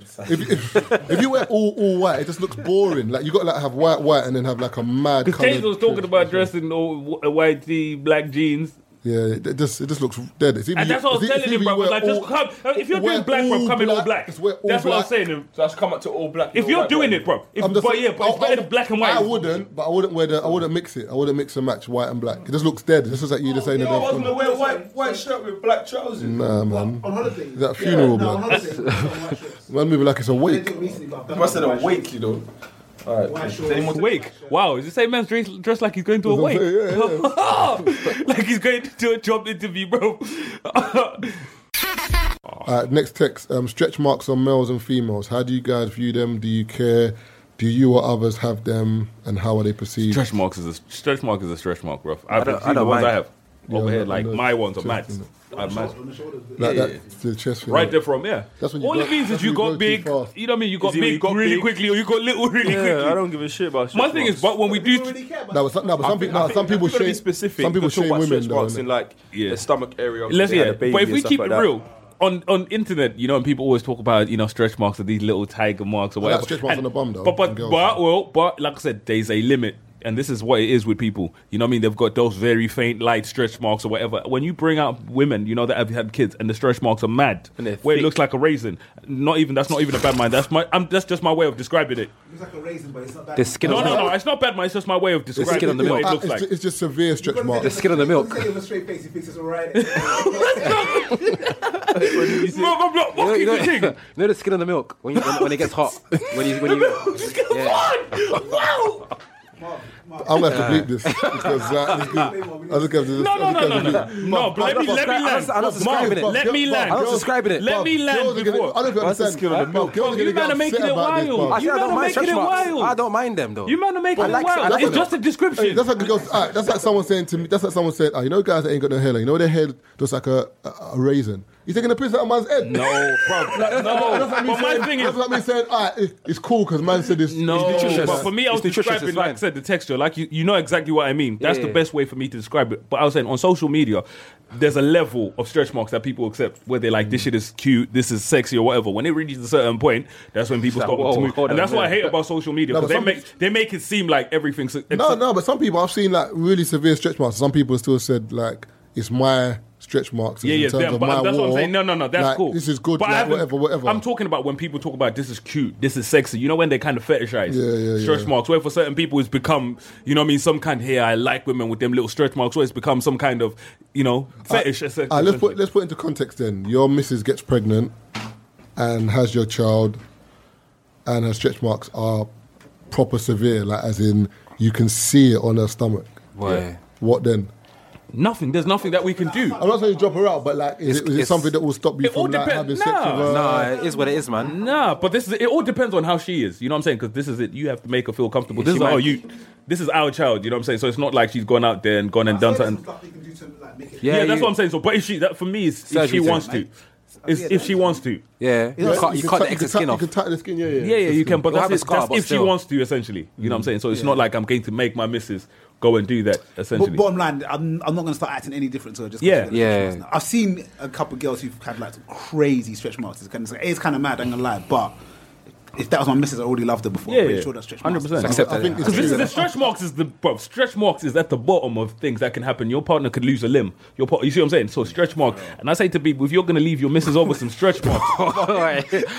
A: If, if, if you wear all all white, it just looks boring. Like you gotta like have white white and then have like a mad.
B: Because
A: coloured
B: Taser was talking
A: dress.
B: about dressing all wh- white tee, black jeans.
A: Yeah, it it just it just looks dead. It's either
B: And
A: you-
B: that's what I was
A: it's either
B: telling
A: you
B: him, bro.
A: wear
B: Like, just
A: all-
B: come. uh, If you're
A: wear
B: doing black, bro,
A: all
B: come in all
A: black.
B: black.
A: Just wear all
B: That's what I'm
A: black.
B: saying. him.
D: So I should come up to all black.
B: If
D: all
B: you're
D: white,
B: doing
D: white.
B: it, bro. If,
A: I'm just
B: but
A: saying-
B: yeah, but it's
A: I-
B: better
A: I-
B: than black and white.
A: I wouldn't, but I wouldn't wear the. I wouldn't mix it. I wouldn't mix and match white and black. It just looks dead. It's just like you just saying
D: You
A: that.
D: know, I wasn't
A: they're-
D: gonna wear white white shirt with black trousers.
A: Nah, man.
G: On holiday.
A: Is that funeral blood?
G: No, on
A: [laughs]
G: holiday. on white shirts.
A: Man, moving like it's a
G: They
A: wake.
G: do it recently, but I've done
D: You must
G: it
D: have
G: on
D: said
G: white
D: a wake, you know. All right.
G: shirts.
D: cool.
G: White shorts.
A: [laughs]
B: Wake. Wow, is the same man's dressed, dressed like he's going to a wake? [laughs] like he's going to do a job interview, bro. [laughs]
A: Uh, next text. Um, stretch marks on males and females. How do you guys view them? Do you care? Do you or others have them? And how are they perceived?
B: stretch marks is a stretch mark is a stretch mark, bro. I've
E: don't-
B: seen
E: I
B: the
E: don't
B: ones
E: mind.
B: I have over
A: I
B: here.
A: don't- I
B: Like
A: don't-
B: my ones are mad.
A: Just-
B: I'm mad.
G: On the shoulders.
A: like that, the chest. thing.
B: Right there from yeah.
A: That's when you
B: All
A: grow-
B: it means
A: that's
B: is
A: when
B: you
A: you grow
B: got
A: too
B: big.
A: fast.
B: You know what I mean? You got
D: Is it when
B: big
D: you got
B: really
D: big?
B: quickly, or you got little really
D: Yeah, I
B: quickly.
D: don't give a shit about.
B: My thing is, but when we
G: Don't
B: do
G: really care about
A: No, but some, no, but some, people, no, some people
D: should be
A: shame.
D: specific.
A: Some people
D: because you're
A: shame
D: white
A: women
D: stretch
A: though.
D: marks
A: innit?
D: in like
B: Yeah.
D: the stomach area.
B: Let's
D: obviously,
B: yeah,
D: had a baby
B: but if
D: and
B: we
D: stuff
B: keep
D: like
B: it
D: that.
B: real on on internet, you know, and people always talk about you know stretch marks or these little tiger marks or
A: I like
B: whatever.
A: Oh, stretch marks on
B: And-
A: the bum, though,
B: But but
A: on girls.
B: but well, but like I said, there's a limit. And this is what it is with people. You know what I mean? They've got those very faint, light stretch marks or whatever. When you bring out women, you know, that have had kids and the stretch marks are mad.
D: And they're
B: where it
D: thick.
B: looks like a raisin. Not even, that's not even a bad mind. That's my, I'm, that's just my way of describing it.
G: It's like a raisin, but it's not bad.
E: The skin
B: No,
E: on
B: no,
E: the
B: no. It's not bad mind. It's just my way of describing
E: skin on the
B: what
E: milk.
B: it
A: Ah,
B: looks
A: it's,
B: like.
A: ju- it's just severe stretch marks.
E: The skin of the milk.
G: Say it with a straight face, he thinks it's alright.
B: Bro, bro, bro,
E: You know,
B: what
E: you
B: keeps
E: know,
A: [laughs]
B: the thing?
E: you know the skin on the milk when, you, when, when it gets hot. When you, when you, yeah.
A: [laughs] I'm gonna have to bleep this because uh, it's
B: [laughs]
A: good. I think I've just-
B: No, no,
A: I
B: no,
A: think
B: no,
A: I've
B: no.
A: just-
B: No, but let me, let me
E: subscribe- I'm
B: land.
E: not- I'm not subscribing it.
B: Let me
A: Bob,
B: land.
E: I'm not subscribing it.
B: Let me
A: Girls
B: land
A: are getting- I
B: before.
A: don't even understand.
D: skin on the milk?
A: Girls are
B: You
A: gonna
B: man
A: get
B: are
A: upset
B: making it
A: about this,
B: wild.
A: Bob.
E: I said
B: You
E: I
B: man
E: don't
B: are
E: mind
B: making
E: stretch
B: it
E: marks. I
B: wild.
E: don't mind them though.
B: You man are making
E: I
B: it
E: like- I
B: wild.
E: like
B: It's
E: it.
B: just a
A: Hey,
B: description.
A: that's like a girl's, alright, that's like someone saying to me. That's like someone saying, oh, you know, guys that ain't got no hair. Like, you know, their head looks like a, a, a raisin. You taking a piss out of man's head?
B: No, bro. No.
A: That's like me
B: But my
A: saying-
B: thing
A: that's
B: is.
A: like me saying, all right, it- it's cool because man said this.
B: No,
A: it's
E: nutritious.
B: but for me, I was
E: It's nutritious,
B: describing,
E: it's
B: like I
E: fine.
B: said, the texture. Like you, you know exactly what I mean. That's
E: Yeah.
B: the best way for me to describe it. But I was saying on social media, there's a level of stretch marks that people accept where they're like, "This shit is cute, this is sexy, or whatever." When it reaches a certain point, that's when people
E: It's
B: stop
E: like, whoa,
B: to move.
E: hold
B: And
E: on,
B: that's what I
E: yeah.
B: hate about social media
A: No,
B: because
A: but
B: they
A: some-
B: make they make it seem like everything's
A: No, no, but some people I've seen like really severe stretch marks. Some people still said like it's my stretch marks.
B: Yeah,
A: in
B: yeah,
A: terms
B: them,
A: of
B: but
A: my
B: that's what I'm
A: war.
B: saying. No, no, no, that's
A: Like,
B: cool.
A: This is good.
B: But I
A: like,
B: haven't-
A: whatever, whatever.
B: I'm talking about when people talk about this is cute, this is sexy. You know when they kind of fetishize
A: Yeah, yeah,
B: stretch
A: yeah.
B: marks. Where for certain people it's become, you know, what I mean, some kind. Here, I like women with them little stretch marks. Where it's become some kind of, you know, fetish. essentially.
A: All right, Uh, Ah, let's put let's put into context. Then your missus gets pregnant and has your child, and her stretch marks are proper severe. Like as in, you can see it on her stomach.
E: Boy.
A: What then?
B: nothing. There's nothing that we can do.
A: I'm not saying you drop her out, but like, is,
E: It's-
A: it, is it
E: it's-
A: something that will stop you
B: It all
A: from like,
B: depend-
A: having sex with
B: Nah.
A: her?
E: Nah, it is what it is, man.
B: Nah, but this is it. All depends on how she is. You know what I'm saying? Because this is it. You have to make her feel comfortable.
E: Yeah,
B: this
E: she
B: is our
E: might-
B: you. This is our child. You know what I'm saying? So it's not like she's gone out there and gone and done something. Yeah, that's
E: you-
B: what I'm saying. So, but if she, that for me, is if she
E: Surgery to it,
B: wants to,
E: mate.
B: Is-
G: Yeah,
B: if she wants to.
E: Yeah,
A: Yeah,
E: you can't, you
A: can
E: can't
A: cut-
E: the extra
A: can cut-
E: skin off.
A: You can tighten the skin, yeah, yeah.
B: Yeah, yeah, you can. But
E: You'll
B: that's,
E: have a
B: it.
E: scar,
B: that's
E: but
B: if she
E: still.
B: wants to, essentially. You know what I'm saying? So it's not like I'm going to make my missus go and do that, essentially.
G: But bottom line, I'm, I'm not going to start acting any different to her. Just 'cause
B: Yeah.
G: she's got a stretch
E: Yeah.
G: marks. I've seen a couple of girls who've had like crazy stretch marks. It's kind of, it's kind of mad. I'm gonna lie, but if that was my missus, I already loved her before. I'm pretty sure that stretch marks.
B: Accept that. Because this is the stretch marks is the bro, stretch marks is at the bottom of things that can happen. Your partner could lose a limb. Your part, you see what I'm saying? So stretch mark. And I say to people, if you're gonna leave your missus over some stretch marks,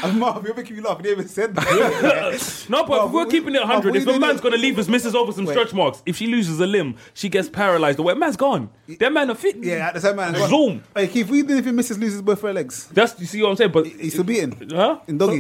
G: I'm Marv, [laughs] you're making me laugh. You didn't even said that.
B: no, but if we're keeping it 100,
G: we
B: if a
G: did
B: man's going to leave his missus over some stretch marks, if she loses a limb, she gets paralyzed or whatever, man's gone. That man are fit.
G: [laughs] Yeah, at the same man.
B: [laughs] Zoom.
G: Hey, Keith, we didn't even missus loses both her legs.
B: That's, you see what I'm saying? But
G: He's still beaten.
B: Huh? [laughs]
G: In doggy.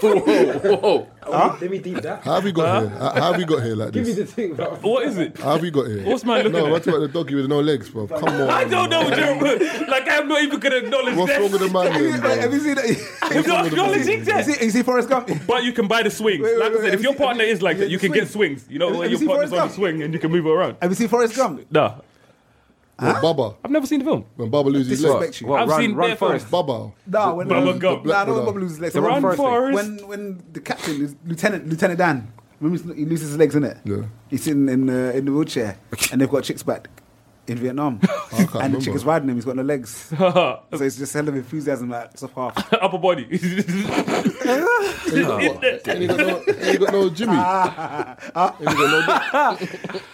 A: Whoa.
G: Huh?
K: Let me deep that.
A: How have we got here? How how have we got here like
K: Give me
A: this?
K: the thing, bro.
B: What is it?
A: How have we got here?
B: What's my looking
A: No,
B: at?
A: we're talking about the doggy with no legs, bro. Come on.
B: I don't [laughs] know, Jeremy. Like, I'm not even going to acknowledge
A: What's
B: that.
A: wrong with the man then, bro?
G: Have you
B: [laughs]
G: seen that?
B: I'm not acknowledging
G: Is
B: that.
G: he, is he Forrest Gump?
B: But you can buy the swings.
G: Wait, wait,
B: like I
G: wait,
B: said,
G: have
B: if your partner is like that, you can get swings. You know,
G: Have-
B: where your
G: have you seen
B: partner's
G: Forrest
B: on the
G: Gump?
B: swing and you can move her around.
G: Have you seen Forrest Gump?
B: Nah.
A: When Bubba,
B: I've never seen the film.
A: when Bubba loses his
G: Disrespect
A: legs.
G: you. What,
B: I've
E: Run-
B: seen
E: Run
B: bare
E: Forrest?
A: Bubba.
G: Nah, when
B: Bubba
G: um,
B: Gump.
G: Nah,
A: The
G: no,
A: Black
G: Bubba loses legs.
E: The Run
G: Forrest.
B: Forrest.
G: When when the captain, is Lieutenant Lieutenant Dan, remember he's- he loses his legs in it.
A: Yeah.
G: He's sitting in uh, in
A: [laughs]
G: the wheelchair, and they've got chicks back in Vietnam, and the
A: remember.
G: chick is riding him. He's got no
B: [laughs]
G: legs, so it's just hell of enthusiasm like
A: [laughs]
G: soft
B: [laughs]
G: half.
B: Upper body. [laughs]
A: And he got no, and he got no Jimmy. Oh,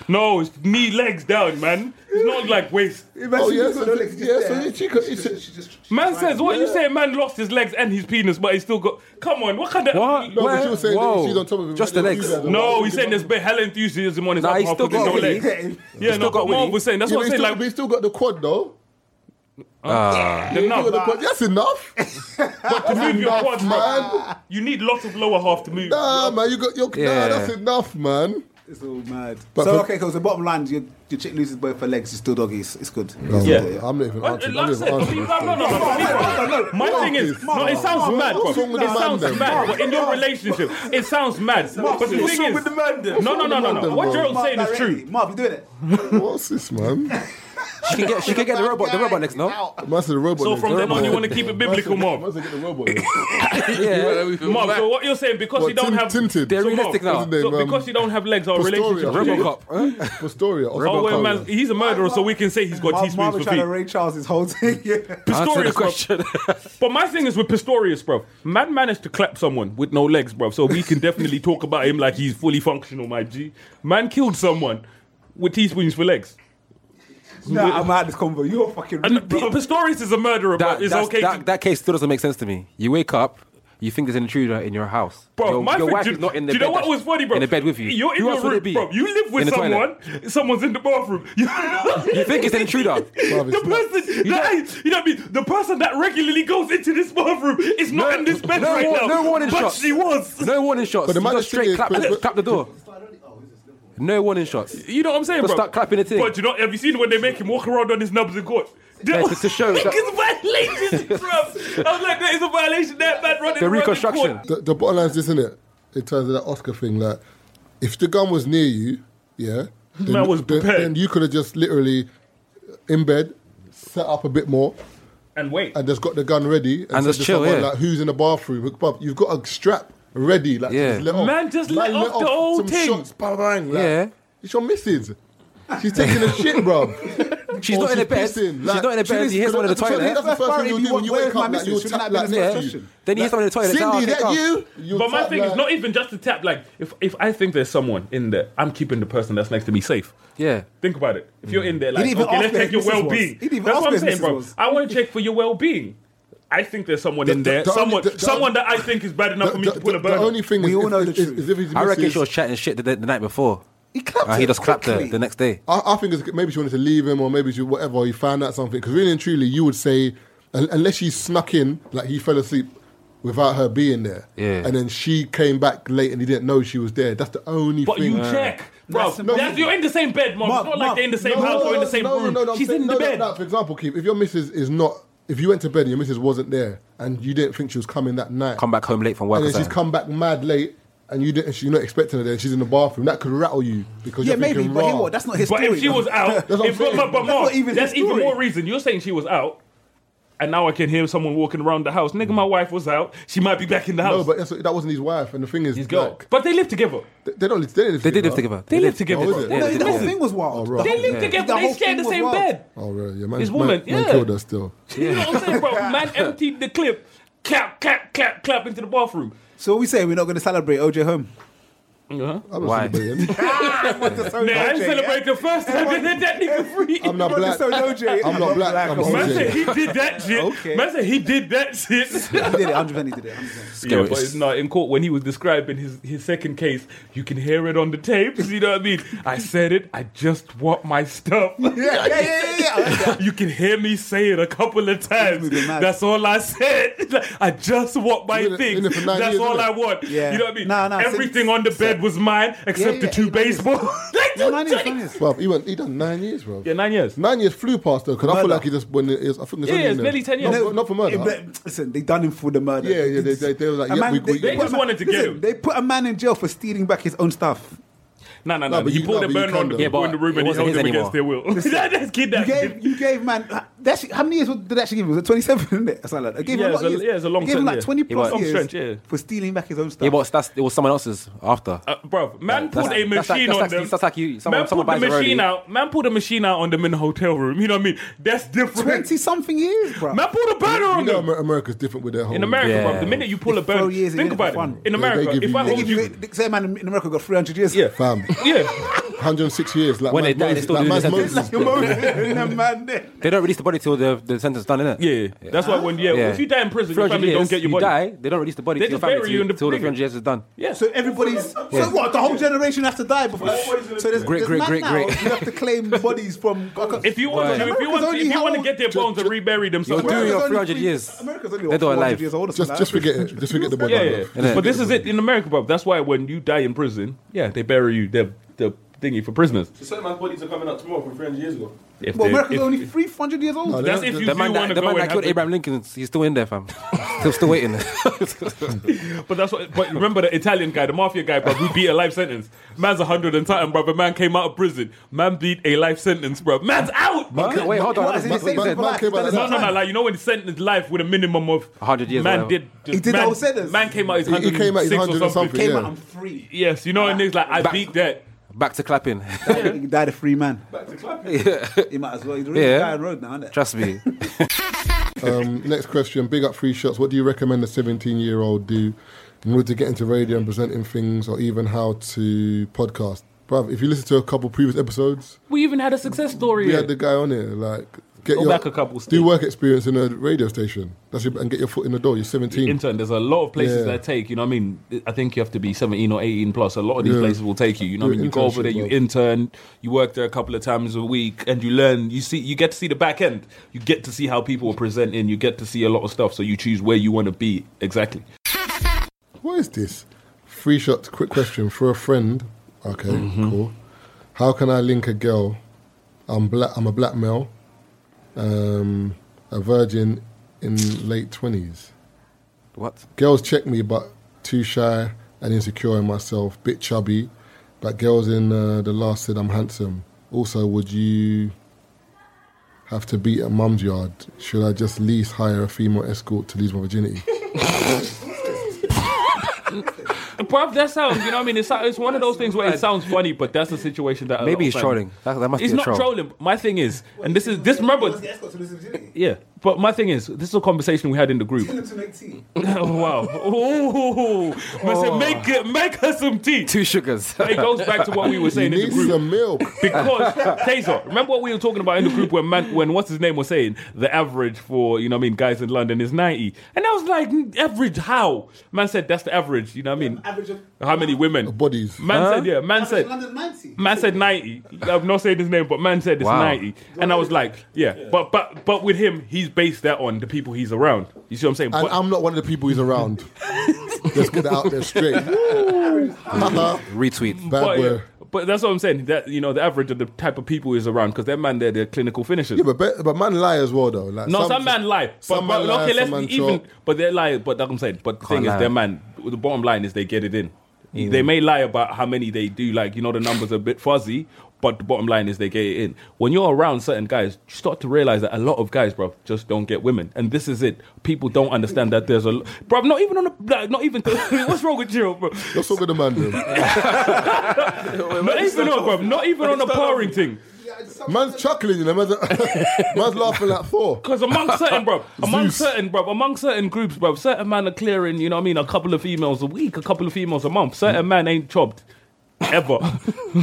B: no, it's knee legs down, man. It's not like waist.
A: Oh yeah,
G: Imagine he's
A: so,
G: got no legs, he's
A: yeah,
G: just
A: so
G: there.
A: he cheated. He said,
B: Man says, what you saying? Man lost his legs and his penis, but he still got. Come on, what kind of.
E: What?
A: no, but you were saying
E: Whoa.
A: that she's on top of him.
E: Just the legs.
B: No, he's saying there's bare hell enthusiasm on his
E: Nah,
B: upper
E: he's
B: half
E: still
B: because
G: [laughs]
E: got
B: there's no
E: Willy.
B: legs. Yeah, no,
E: got
B: but Marv
E: Willy.
B: was saying, that's
A: Yeah,
B: what
A: but he
B: I'm saying.
A: still,
B: Like,
A: but he still got the quad though.
B: the
A: He got
B: nub.
A: the quad. That's
B: [laughs]
A: enough.
B: But to move your
A: Enough,
B: quad, man,
A: man.
B: you need lots of lower half to move.
A: Nah, man, you got your.
E: Yeah.
A: Nah, that's enough, man.
G: It's all mad.
A: But
G: so
A: for-
G: okay, because the bottom line, your, your chick loses both her legs. You still doggies. It's good. It's
B: Yeah.
G: good,
A: I'm not even
B: uh, Like
A: answering. I'm
B: I
A: not
B: said,
A: even
B: for
A: answering.
B: people, no, no, no, for people.
G: [laughs]
B: My thing is, no, it sounds mad, bro.
A: What's wrong with
B: It
A: the man
B: sounds
A: then,
B: mad,
A: bro?
B: but in your relationship, it sounds mad. But the
D: what's
B: thing
D: wrong
B: is,
D: with the man then?
B: no, no, no, no,
A: What's wrong with the man then,
B: no. What you're
A: bro?
B: saying is
G: directly.
B: true.
G: Marv, you doing it?
A: What's this, man?
E: She can get she can get the robot the robot next no.
A: Must have the robot.
B: So
A: legs.
B: from then on, you
A: Robot.
B: want to keep it biblical, Marv.
A: Must have get the robot.
B: [laughs]
A: legs.
E: Yeah.
B: Marv, so what you're saying because
A: What,
B: you don't
A: tin-
B: have
A: tinted?
E: They're
B: so
E: realistic
B: Marv,
E: now.
A: What's his name,
B: So
A: um,
B: because you don't have legs, our
A: Pastoria.
B: relationship.
E: Robocop. huh?
A: Astoria.
B: Oh, well,
A: Oscar
B: man, he's a murderer, so we can say he's got
G: Marv,
B: teaspoons
G: Marv was
B: for
G: trying
B: feet.
G: to Ray Charles his whole thing. [laughs] Yeah.
E: Answer the
B: Pistorius, bro. [laughs]
E: question.
B: But my thing is with Pistorius, bro. Man managed to clap someone with no legs, bro. So we can definitely talk about him like he's fully functional, my G. Man killed someone with teaspoons for legs.
G: Nah, I'm out of this convo. You're fucking.
B: And P-
G: bro.
B: Pistorius is a murderer,
E: That,
B: bro. It's
E: that's-
B: okay.
E: that,
B: to,
E: that case still doesn't make sense to me. You wake up, you think there's an intruder in your house.
B: bro,
E: your,
B: my
E: your
B: thing,
E: wife
B: do,
E: is not in the
B: do you
E: bed.
B: know what
E: that-
B: was funny, bro?
E: In the bed with you.
B: You're in
E: Who
B: your
E: else would
B: room,
E: it be?
B: bro. You live with
E: In the toilet.
B: someone. Someone's in the bathroom. [laughs]
E: You think it's an intruder?
A: Jarvis.
B: the person, that, you know what I mean? The person that regularly goes into this bathroom is not
E: No-
B: in this bed
E: no
B: right
E: wa-
B: now.
E: no warning
B: but
E: shots.
B: she was.
E: No warning shots.
A: But the
E: you
A: man
E: go
A: is
E: straight
A: singing,
E: clap,
A: but- but-
E: clap the door. No warning shots.
B: You know what I'm saying,
E: Just
B: bro?
E: start clapping the thing.
B: But you know, have you seen when they make him walk around on his nubs in court?
E: Yeah, to- to show
B: [laughs]
E: that-
B: It's violations, bro. I was like, that is a violation. That man running
E: The
B: around in
E: reconstruction.
B: court.
A: the, the bottom line is this, isn't it? In terms of that Oscar thing, like, if the gun was near you, yeah, then,
B: Man was
A: then,
B: prepared.
A: then you could have just literally in bed, set up a bit more,
B: And wait,
A: and just got the gun ready,
E: And
A: said
E: just
A: to
E: chill, yeah.
A: like, who's in the bathroom? Look, Bob, you've got a strap ready, like, to
E: Yeah.
A: just let off.
B: Man, just let off the whole
A: some
B: thing.
A: Shots, bang, bang, like,
E: Yeah.
A: it's your missus. She's taking a shit, bro.
E: [laughs] She's
A: Or
E: not in the bed.
A: pissing,
E: She's
A: like,
E: not in the bed.
A: she
E: He hears
A: is-
E: one in the
A: that's-
E: toilet.
A: That's the first thing
G: If
A: you'll
G: you
A: do when you
G: went,
A: wake
G: "Where's
A: up.
G: my
A: Like, you'll
G: missus?"
A: tap
G: Shouldn't
A: like
G: have been
A: next
G: the
A: to
G: first
A: you.
G: question.
E: Then he hears someone in the toilet.
A: Cindy,
E: "Oh, okay,
A: that
E: calm."
A: you? You'll
B: But my
A: tap,
B: thing is
A: like-
B: not even just to tap. Like if if I think there's someone in there, I'm keeping the person that's next to me safe.
E: Yeah.
B: Think about it. If you're in there, like
G: didn't even
B: okay,
G: ask
B: let's
G: where
B: check your
G: his missus was.
B: well-being.
G: He didn't even
B: That's
G: ask
B: what I'm
G: where
B: saying,
G: his
B: bro.
G: missus was.
B: I want to check for your well-being. I think there's someone in
A: the-
B: there.
A: the only-
B: someone,
A: the- the
B: someone
A: only-
B: that I think is bad enough for me to pull a burner.
A: the only thing
G: We
A: is
G: all
A: if-
G: know the
A: is- is
G: truth.
A: if his
E: I reckon
A: missus-
E: she was chatting shit the, the night before.
G: He clapped.
E: Uh, he
G: her
E: just clapped her
G: quickly.
E: the next day.
A: I, I think it's, maybe she wanted to leave him, or maybe she whatever. He found out something because really and truly, you would say un- unless she snuck in, like he fell asleep without her being there,
E: Yeah.
A: and then she came back late and he didn't know she was there. That's the only
B: But
A: thing. uh,
B: you check, bro.
G: That's- no,
B: That's- you're in the same bed, mom. It's
G: Mark,
B: not like
G: Mark,
B: they're in the same
A: No,
B: house
A: no,
B: or in
A: no,
B: the same
A: no,
B: room.
A: no, no, I'm
B: She's
A: saying-
B: in the
A: no, no,
B: bed.
A: no, for example, Keith, if your missus is not, if you went to bed and your missus wasn't there, and you didn't think she was coming that night,
E: Come back home late from work.
A: and
E: Or
A: then she's
E: something.
A: come back mad late. And you didn't, you're not expecting her there. She's in the bathroom. That could rattle you because
G: Yeah,
A: you're
G: maybe,
A: thinking,
G: but he
A: "Rah."
G: what? That's not his
B: But
G: story.
B: if she was out,
A: what I'm
B: if, but,
A: saying.
B: but, but Mark,
G: That's not even
B: that's
G: his
B: even
G: story.
B: more reason. You're saying she was out, and now I can hear someone walking around the house. Nigga, my wife was out. She might be back in the house.
A: No, but that's, that wasn't his wife. And the thing is,
B: His girl.
A: like,
B: but they live together.
A: they, they don't. They, didn't live
E: They did live
A: together.
E: together.
B: They live
E: lived
B: together.
A: Oh, is it?
E: Yeah,
A: Yeah,
G: No,
E: they
G: the
E: did.
G: whole thing was wild.
A: Oh,
G: The
A: right.
B: They
G: whole-
B: live
G: yeah.
B: together.
G: The
B: they
G: whole
B: share
G: thing
B: the
G: was
B: same
G: wild.
B: bed.
A: Oh, really? Yeah, man,
B: His
A: man-
B: woman,
A: man
B: yeah.
A: killed her still.
B: You know what I'm saying, bro? Man emptied the clip. clap, clap, clap, clap into the bathroom.
G: So what we saying? We're not going to celebrate OJ home.
B: Uh-huh.
A: I'm Why?
B: Nah, I didn't celebrate the first time they did [laughs] that nigga free.
A: I'm
G: [laughs]
A: not black. I'm not black. I'm
B: Man
A: OJ.
B: said he did that shit. Man said he did that shit. he
G: did it. 100 he did it.
B: Yeah, but it's not in court when he was describing his, his second case. You can hear it on the tapes. You know what I mean? I said it. I just want
A: [laughs]
B: my stuff. [laughs] Yeah,
G: yeah, yeah, yeah,
B: you can hear me say it a couple of times. That's all I said. [laughs] I just want my
A: You've been in
B: things.
A: it for nine
B: That's
A: years,
B: all
A: innit?
B: I want.
A: Yeah.
B: You know what I mean?
A: Nah, nah,
B: Everything
A: since-
B: on the bed was mine except the two baseballs. [laughs]
A: No, nine years, nine years. Bruv, he went. He done nine years, bro. Yeah,
B: nine years.
A: Nine years flew past though, because I feel like he just when it is. I think it's only in the- Not, for- not for murder.
G: Yeah, but listen, they done him for the murder. Yeah,
A: yeah, they- they- they was like, yeah, we- we- They
G: put
A: just
G: a man-
A: wanted to get
G: listen,
A: him.
G: They put a man in jail for stealing back his own stuff.
B: No, no, no. but you pulled a burner on the people in the room and he held them against their will. [laughs] That's
G: You gave, you gave man. That shit, how many years did that shit give him? Was it [laughs] 27, isn't it? Something like that. I gave
B: Yeah,
G: him a
B: it's
G: lot of
B: a-
G: years.
B: yeah, it's a long
G: They gave him
B: term,
G: like
B: yeah.
G: 20
B: Yeah,
G: plus
B: long
G: years
B: stretch, yeah.
G: for stealing back his own stuff.
E: Yeah, but that's, it was someone else's after.
B: Uh, bro, man
E: That's-
B: pulled a
E: that's like-
B: machine
E: that's
B: on
E: like-
B: them.
E: that's like you- someone-
B: man
E: someone
B: pulled the
E: buys it
B: machine
E: early.
B: out. Man pulled a machine out on them in the hotel room. You know what I mean? That's different.
G: 20 something years, bro.
B: Man pulled a burner
A: You
B: on
A: know,
B: them.
A: Amer- America's different with their whole.
B: In America, bro, the minute you pull a burner, think about it. In America, if I hold you,
G: The same man in America got 300 years. [laughs]
B: Yeah.
A: Fam.
B: Yeah.
A: 106 years. Like
E: When
A: Mad
E: they die, they
A: Moses-
E: still
A: like
E: do
A: Mad
E: this.
A: Moses,
E: Like
A: bro.
E: They don't release the body till the, the sentence done, innit?
B: Yeah, that's why when yeah, if you die in prison, your
E: 300
B: family don't
E: years,
B: get your
E: you
B: body.
E: die, they don't release the body
B: They
E: till your
B: just bury
E: family
B: you in
E: till,
B: the
E: till the
B: thing.
E: 300 years is done.
B: Yeah.
G: So
B: [laughs]
G: everybody's.
E: Yeah.
G: So what? The whole generation has to die before. So there's,
E: Great,
G: there's
E: great,
G: man
E: great,
G: now,
E: great.
G: You have
B: [laughs]
G: to claim bodies from.
B: If you want, to, if you want, if you want to get their bones and rebury them,
E: You're doing your 300
B: years.
E: years.
G: America's only
E: They're not
G: what, 400
E: alive.
G: years old or
A: Just,
G: something
A: just
G: like that.
A: forget it. Just forget the body.
B: Yeah,
A: bro.
B: yeah. But this is it in America, bro. That's why when you die in prison, yeah, they bury you. The the thingy for prisoners.
D: So certain man's bodies are coming out tomorrow from 300 years ago.
B: If
G: Well,
B: they-
G: America's
B: if-
G: only 300 years old.
B: That's if you
E: the
B: do
E: man
B: want
E: that,
B: to
E: the
B: go
E: man
B: and
E: that killed
B: have the-
E: Abraham Lincoln, he's still in there, fam. still,
B: [laughs]
E: still waiting.
B: But that's what. But remember the Italian guy, the mafia guy, bro, who beat a life sentence. Man's a hundred and something, bro. But man came out of prison. Man beat a life sentence, bro. Man's out.
E: Man
B: bro.
E: came- wait, hold on. What is he
A: Man-
E: saying?
A: man-
E: He's
A: man
E: alive.
A: came out
B: No,
A: of
B: no, no,
A: that-
B: like you know when he sentenced life with a minimum of
E: 100 years,
B: Man
E: whatever.
B: did.
G: He did the
B: man,
G: whole sentence.
B: Man came out his
A: He- he
B: hundred.
A: came out his
B: or
A: 100
B: something.
A: and something,
G: Came
A: yeah.
G: out, I'm free.
B: Yes, you know, and it's like I beat that.
E: Back to clapping.
G: He died a free man.
D: Back to clapping.
E: yeah.
B: [laughs]
G: He might as well. He's already
E: yeah.
G: dying road now, isn't it?
E: Trust me.
A: Um, next question. Big up free shots. What do you recommend a 17 year old do in order to get into radio and presenting things or even how to podcast? Bruv, if you listen to a couple previous episodes,
B: We even had a success story.
A: we had the guy on here. Like, get
B: Go
A: your
B: back a couple
A: do
B: steps.
A: work experience in a radio station. That's your, and get your foot in the door. You're 17.
B: intern. There's a lot of places
A: Yeah.
B: that take. You know, what I mean, I think you have to be 17 or 18 plus. A lot of these
A: Yeah.
B: places will take you. You know, what I
A: Do
B: mean, you go over
A: internship,
B: there, you
A: bro.
B: intern, you work there a couple of times a week, and you learn. You see, you get to see the back end. You get to see how people are presenting. You get to see a lot of stuff. So you choose where you want to be exactly.
A: What is this? Free shot, quick question for a friend. Okay,
B: Mm-hmm.
A: cool. How can I link a girl? I'm black. I'm a black male, um, a virgin in late twenties.
E: What?
A: Girls check me, but too shy and insecure in myself. Bit chubby, but girls in uh, the last said I'm handsome. Also, would you have to beat at mum's yard? Should I just lease hire a female escort to lose my
B: [laughs]
A: virginity?
B: Bruv, that sounds. You know, what I mean, it's it's one of those things where it sounds funny, but that's the situation that a lot of
E: Maybe he's
B: fam-
E: trolling. That, that must
B: It's
E: be a
B: not
E: troll.
B: trolling. My thing is, and this is this. Remember, [laughs] yeah. But my thing is, this is a conversation we had in the group. [laughs] Oh, wow. Ooh. Man
A: Oh.
B: said, make, it- make her some tea. [laughs]
E: Two sugars.
B: It goes back to what we were
A: you
B: saying in the
A: need
B: group.
A: some milk. [laughs]
B: Because, Taser, remember what we were talking about in the group when, man, when what's his name was saying the average for, you know what I mean, guys in London is 90. And I was like, average how? Man said, that's the average, you know what I mean?
G: Average of.
B: How many women?
A: Bodies.
B: Man said, yeah, man said.
G: London 90.
B: Man said 90. I'm not saying his name, but man said it's
E: Wow.
B: 90. And I was like, yeah. But but but with him, he's based that on the people he's around. You see what I'm saying?
A: And
B: But-
A: I'm not one of the people he's
B: [laughs]
A: around. Let's get that out there straight. Haha.
E: Retweet.
A: Bad
B: but,
A: boy.
B: Uh-huh. yeah, but that's what I'm saying. That you know, the average of the type of people is around because that man, they're they're clinical finishers.
A: Yeah, but, be- but man lie as well though. Like
B: no, some, man lie, but,
A: some
B: but
A: man lie,
B: okay, let's
A: some man
B: be even.
A: talk.
B: But they lie. But like I'm saying, but the thing
E: Can't
B: is, their
E: lie.
B: man. The bottom line is they get it in. They may lie about how many they do. Like you know, the numbers are a bit fuzzy. But the bottom line is they get it in. When you're around certain guys, you start to realize that a lot of guys, bro, just don't get women, and this is it. People don't understand that there's a, l- bro. Not even on a, not even. [laughs] what's wrong with you, bro?
A: You're so good a man, bro.
B: Not even on, bro. Not even on a powering thing.
A: Man's chuckling, you know. Man's, [laughs] man's laughing at Thor.
B: Because among
A: [laughs]
B: certain, bro, among certain, bro, among certain groups, bro, certain man are clearing, you know what I mean, a couple of females a week, a couple of females a month.
A: Mm.
B: Certain man ain't chopped
A: [laughs]
B: ever. [laughs] we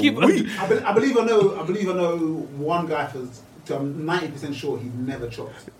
B: keep,
G: I, be, I believe I know. I believe I know one guy for. I'm ninety percent sure he's never chopped.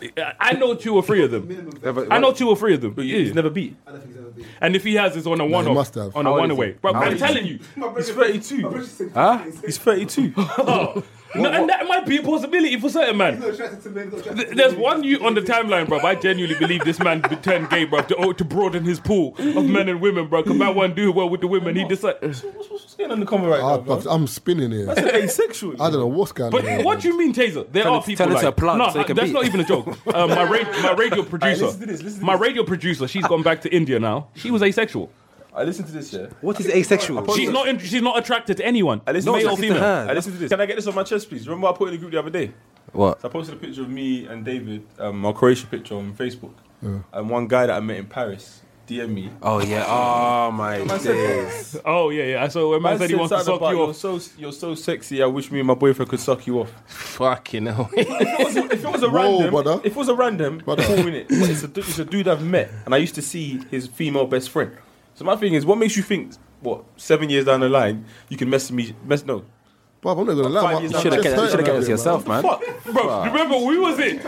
B: I know two or three of them. I know two or three of them. But he's never beat.
G: I don't think he's ever been.
B: And if he has, it's on a
A: he
B: one off.
A: must have.
B: On a
A: How old
B: one
A: is
B: away.
A: he?
B: Bro,
A: How
B: I'm
A: old is
B: telling
A: he?
B: you.
G: He's 32.
A: [laughs]
B: Huh? He's 32.
D: [laughs]
B: No, [laughs] and that might be a possibility for certain man. Th- There's one you on the timeline, bruv. I genuinely believe this man be- turned gay, bruv, to, oh, to broaden his pool of men and women, bruv. Because that one do well with the women, he decided.
D: What's going on in the comment right
A: Ah,
D: now? bro?
A: bruv, I'm spinning here.
D: That's an asexual.
A: I don't know what's going
B: But
A: on. here,
B: what do you mean, Taser? There
E: Tell
B: are
E: it-
B: people
E: tell it
B: like
E: to plant
B: no,
E: so it can
B: that's
E: beat.
B: not even a
D: [laughs]
B: joke. Uh, my, ra- my radio producer,
D: listen to this, listen to
B: my
D: this.
B: radio producer, she's gone back to India now. She was asexual.
D: I listen to this, yeah.
E: What is asexual?
B: She's not. In, she's not attracted to anyone,
D: I listen
B: male
D: to
B: or
D: this.
B: female.
D: I listen to this. Can I get this on my chest, please? Remember I put in the group the other day?
E: What?
D: So I posted a picture of me and David, um, our Croatia picture on Facebook. And one guy that I met in Paris DM me.
E: Oh yeah. Oh my days.
B: Oh yeah, yeah. I saw where man said he wants to
D: something
B: suck you
D: about,
B: off.
D: You're so, you're so sexy. I wish me and my boyfriend could suck you off.
E: Fucking hell.
D: if it was- if it was a
A: Whoa,
D: random,
A: brother.
D: if it was a random, cool, innit? But It's a, du- it's a dude I've met, and I used to see his female best friend. So my thing is, what makes you think, what seven years down the line, you can mess me, mess no?
A: Bruv, I'm not gonna lie.
D: Five
A: my-
D: years
A: my
D: old.
E: Should
A: chest
E: have kept, you
A: hurting
E: should've
A: a
E: kept it
A: bit,
E: to yourself, man.
B: Bro, remember we was it?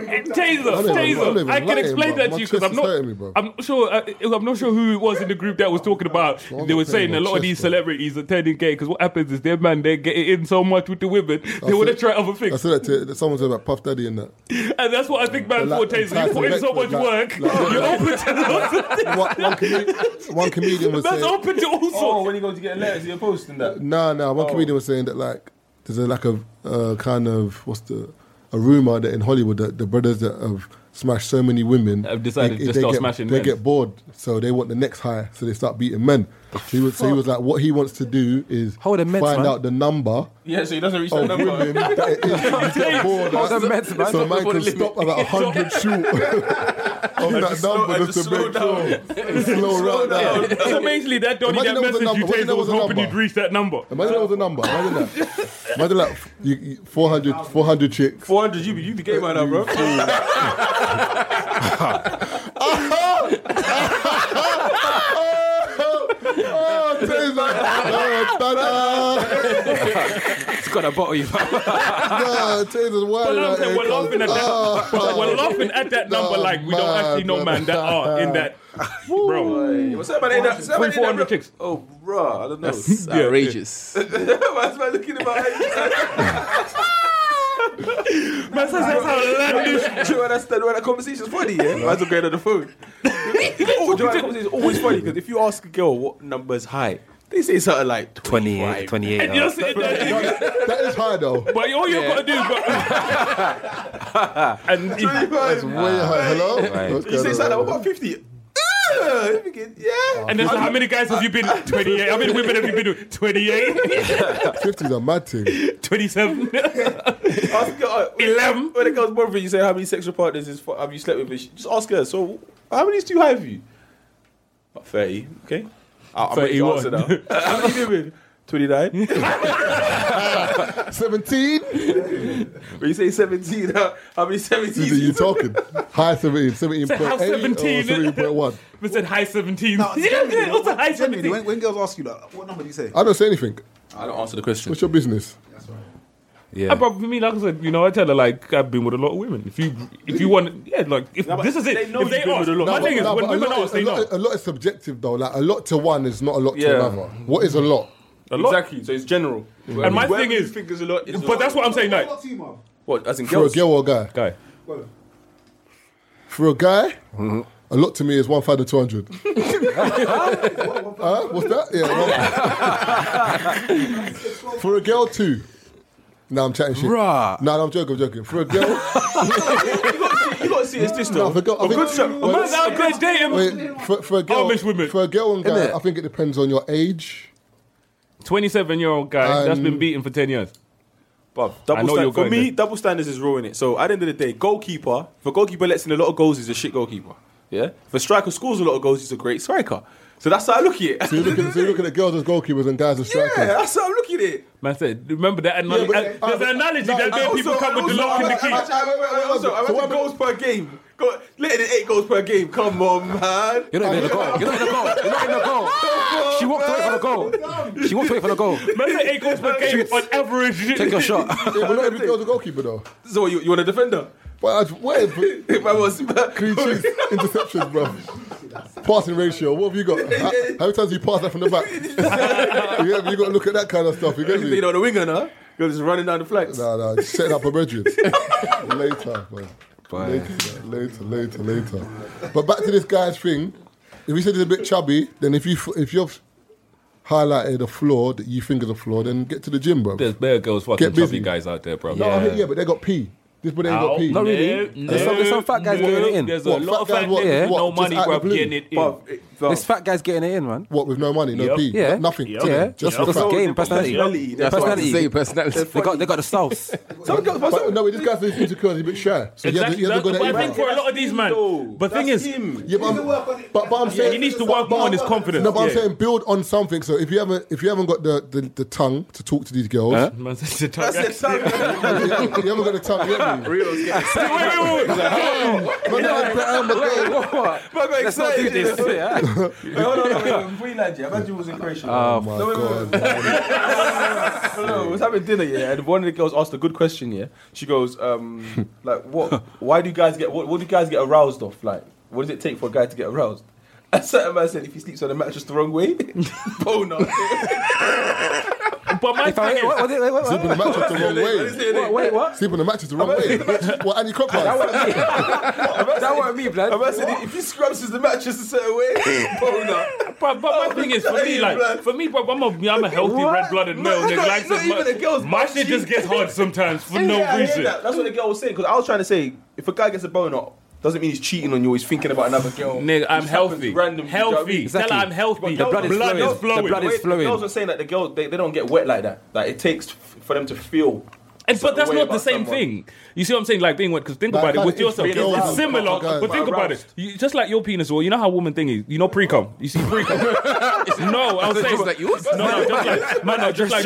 B: Taser,
A: don't even- I don't
B: Taser.
A: even
B: I can
A: like it,
B: explain
A: bruv.
B: that
A: My
B: to you because
A: chest
B: I'm
A: is
B: not.
A: hurting me, bruv.
B: I'm not sure. I, I'm not sure who it was in the group that was talking about.
A: I'm
B: They were
A: not
B: saying
A: hurting
B: a
A: my
B: lot of these
A: chest, bruv.
B: celebrities are turning gay because what happens is their man they get in so much with the women they want to
A: said-
B: try other
A: I
B: things,
A: said that to that someone said about Puff Daddy and that.
B: and that's what I think man
A: Like-
B: for Taser.
A: like
B: You put in
A: the
B: so much
A: Beckford,
B: work,
A: like-
B: you open to lots of things.
A: One, one, comed- one comedian was
B: That's
A: saying,
B: open to all
D: Oh,
B: sorts.
D: when you go to get a letter, is he a post and that?
A: No, no. One comedian was saying that like there's a like a uh, kind of what's the a rumor that in Hollywood that the brothers that have smashed so many women
B: Have decided to
A: they
B: start
A: get,
B: smashing
A: They
B: men.
A: get bored, so they want the next high, so they start beating men. So he was, so he was like, what he wants to do is
E: Hold the meds,
A: find
E: man.
A: out the number.
D: Yeah, so he doesn't reach
A: Of
D: that number.
A: women that it is that you get bored
E: Hold
A: at.
E: the meds, man.
A: so man
E: Stop before
A: can
E: the
A: stop at like hundred short of that number
D: and
A: just, to
D: just slow
A: make
D: down.
A: sure slow, right down.
B: It's amazingly that Donny
A: Imagine
B: that
A: there was a
B: message you
A: number. Imagine
B: Taser
A: there was
B: was
A: a
B: hoping
A: number.
B: you'd reach that number.
A: Imagine that was a number. Imagine that. Imagine like f- you, you, 400, 400 chicks.
D: 400, you be you the gay man now, bro.
A: Oh, Taser! Oh, ta-da!
E: It's got a bottle you.
A: Nah, Taser's wild.
B: But I'm
A: like,
B: saying we're
A: eh,
B: laughing at
A: ah,
B: that. But we're
A: ah.
B: laughing at that
A: Nah,
B: number like we don't actually know man that are in that. Bro,
D: What's that about? Ain't that?
B: three four hundred chicks.
D: Oh, bro, I don't know.
F: That's outrageous.
D: Man's man looking at my
B: Man, that's that's outlandish.
D: Do you know why that's the why that conversation's funny, yeah? Man's all going on the phone. [laughs] oh, do you know why that conversation's always funny? Because if you ask a girl what number is high, they say something like
E: 28,
D: 25.
E: 28.
B: And
E: uh,
B: you're sitting there.
A: That is high though.
B: But all you've got to do is go. and if-
A: That's way high. Hello. What's
D: You say
A: going on?
D: something like, what about 50? Ah, you're thinking, Yeah.
B: and then so how many guys have you been? 28. How many women have you been with? 28,
A: 50's a mad thing.
B: 27,
D: Ask a girl, uh, when-
B: 11.
D: When it comes boyfriend, you say how many sexual partners is, have you slept with? And she- Just ask her. So how many is too high have you? About thirty. Okay. I- I'm ready to
B: 31.
D: answer now. [laughs] how many you been with? Twenty-nine.
B: [laughs]
A: 17?
D: When you say seventeen, how, how many seventeens?
A: You're talking. High 17, 17.8
B: Say how
A: or
B: 17.
A: 17.1.
B: We said high 17.
G: No,
B: yeah,
G: genuinely,
B: yeah, also high
G: genuinely,
B: 17.
G: When, when girls ask you that, what number do you
B: Uh,
G: say?
A: I don't say anything.
D: I don't answer the question.
A: What's your business?
E: yeah.
B: I probably mean, like I said, you know, I tell her like I've been with a lot of women. If you, if you want, yeah, like if
D: but
B: this is it.
D: they know
B: if they
D: you've been
B: ask,
D: with a lot.
B: my
D: No,
B: thing is
A: Nah,
B: when
A: but a,
B: women
A: lot,
B: ask,
A: is- a,
B: they know.
A: lot, a lot is subjective though. Like a lot to one is not a lot to
D: Yeah.
A: another. What is a lot?
B: A lot.
D: Exactly. So it's general.
B: And my
D: Whatever
B: thing
D: you
B: is,
D: think is a lot. Is a
B: but
D: lot.
B: that's what I'm saying. Like,
G: What team are?
D: what as in
A: For a
D: girls.
A: girl or a guy?
B: guy,
A: For a guy,
E: Mm-hmm.
A: a lot to me is one thousand two hundred. huh? What's that? Yeah. one- For a girl, two. No, I'm chatting shit.
E: Bruh.
A: No, no, I'm joking. I'm joking. For a girl,
D: you gotta see it's this though.
A: for a girl, I
D: a
A: think-
D: good shot. A
A: Well,
D: good
B: man,
D: shot.
B: out there dating.
A: wait, for, for a girl,
B: miss women.
A: for a girl and guy,
E: Innit?
A: I think it depends on your age.
B: 27 year old guy that's
A: Um,
B: been beaten for 10 years.
D: Bruv,
B: I
D: double
B: know
D: stand-
B: you're
D: for
B: going
D: me,
B: there.
D: double standards is ruining it. So at the end of the day, goalkeeper, if a goalkeeper lets in a lot of goals, he's a shit goalkeeper. Yeah? If a striker scores a lot of goals, he's a great striker. So that's how I look at it.
A: So you're looking, so you're looking at girls as goalkeepers and guys as strikers.
D: [laughs] Yeah, that's how I'm looking at it.
B: Man said, remember that
A: Yeah,
B: analogy?
A: but-
B: uh, there's an analogy
A: no,
B: that
A: and
B: made
A: also-
B: people come with the
A: and
B: lock
A: also-
B: in the
A: and-
B: key.
A: and-
D: Wait, wait, wait, also, I went to goals per game. Go, later than eight goals per game. Come on, man.
E: You're not even in the goal. You're not in the goal. You're not in the goal. She walked away from the goal. She walked away from the goal.
B: Man said eight goals per game on average.
E: Take your shot. [laughs]
A: Yeah, but not every girl's a goalkeeper though.
D: So you, you want a defender? [laughs]
A: But I, wait, but
D: If I was [laughs]
A: clean sheets, interceptions, bro. Passing ratio. What have you got? How, how many times you pass that from the back? yeah, but you got to look at that kind of stuff. You get
D: you
A: me?
D: know the winger, no? You're just running down the flanks.
A: Nah, nah. just Setting up a Madrid. later, bro. Later, later, later, later. But back to this guy's thing. If he said he's a bit chubby, then if you f- if you've highlighted a flaw that you think is a flaw, then get to the gym, bro.
B: There's bare girls fucking
A: Get busy.
B: chubby guys out there, bro.
A: No, I hear, yeah, but they got P. This boy ain't got P.
E: Not really.
B: No,
E: There's, some, there's some fat guys
B: no.
E: getting it in.
B: There's
A: What,
B: a
A: fat
B: lot of
A: guys
B: fat
A: what?
B: guys
E: Yeah.
B: no
A: Just
B: money,
A: out the
B: bro,
A: blue.
B: getting it in.
D: But, it- but
E: There's fat guys getting it in, man.
A: What with no money, no
B: Yep.
A: P,
E: Yeah.
A: nothing.
B: Yep.
A: to
E: Yeah,
A: them,
E: just,
A: Just for
E: just
A: fun.
E: game, personality.
D: personality, that's
F: That's what I was
E: personality.
F: saying, personality.
E: They got, they got the sauce.
D: some girls, but
A: But
D: some,
A: no, this guy's insecure. He's a bit shy. So you have to,
B: Exactly.
A: you have to go
B: But
A: that
B: I think
A: email.
B: for a lot of these man, but thing is,
A: Yeah, but, I'm, but, but I'm saying
B: he needs to work
A: but
B: more on
A: I'm-
B: his confidence.
A: No, but I'm
B: Yeah.
A: saying build on something. So if you haven't, if you haven't got the, the, the tongue to talk to these girls, [laughs]
E: Huh?
B: Man said, "It's a [laughs] tough
D: that's
B: guy."
D: it. Sam.
A: you, haven't, you haven't got the tongue. You get me?
D: Reels getting
B: Wait, wait, wait, wait.
A: Man, I'm- I'm a girl.
E: What?
D: But I got
E: Let's not do
D: excited.
E: this. Yeah.
D: Wait, hold on, hold on. Before you land, yeah, imagine you was in Croatia. Oh,
A: my
D: no, wait, wait, wait. No, no, I was having dinner, yeah, and one of the girls asked a good question, yeah. She goes, um, like, what? Why do you guys get? What, what do you guys get aroused off? Like, what does it take for a guy to get aroused? A certain man said, if he sleeps on the mattress the wrong way, boner.
B: But my
E: If I,
B: thing
E: wait,
B: is,
E: wait, wait, wait,
A: Sleeping the mattress the wrong way.
E: wait, wait, what?
A: Sleeping the mattress the wrong
B: [laughs]
A: way. What Annie Clockwise?
E: That wasn't me, blood.
D: A man said, if he scrubs the mattress a certain way, boner.
B: Bruv, but my thing is for me,
D: saying,
B: like
D: blood.
B: for me, bro, I'm a I'm a healthy
D: What?
B: red blooded male.
D: Not-
B: nigga.
D: not-
B: like,
D: not
B: so
D: even
B: my,
D: a girl's
B: my
D: butt
B: shit just
D: cheek.
B: gets hard sometimes for
D: Yeah,
B: no
D: I hear
B: reason.
D: that. That's what the girl was saying. Because I was trying to say, if a guy gets a boner, doesn't mean he's cheating on you. He's thinking about another
B: [laughs]
D: girl.
B: Nigga, I'm
D: It just happens
B: healthy.
D: randomly, do you know what I
B: Healthy.
D: mean?
B: Tell her I'm healthy.
E: The blood is flowing.
B: is flowing.
E: The blood is
D: Wait,
E: flowing.
D: Girls are saying that the girls they, they don't get wet like that. Like it takes f- for them to feel.
B: And but
D: certain
B: that's
D: way
B: not the
D: about
B: same
D: someone.
B: thing. You see what I'm saying? Like being wet. Because think
A: Like,
B: about it
A: kinda
B: with yourself.
A: it's being
B: It's
A: aroused.
B: similar.
A: Okay.
B: But think about it.
D: Aroused.
B: You, just like your penis, well, you know how woman thing is. You know pre cum. You see pre
D: [laughs]
B: cum. no, I was saying
F: Just like yours?
B: No, no, just
D: [laughs]
B: like man, no, just like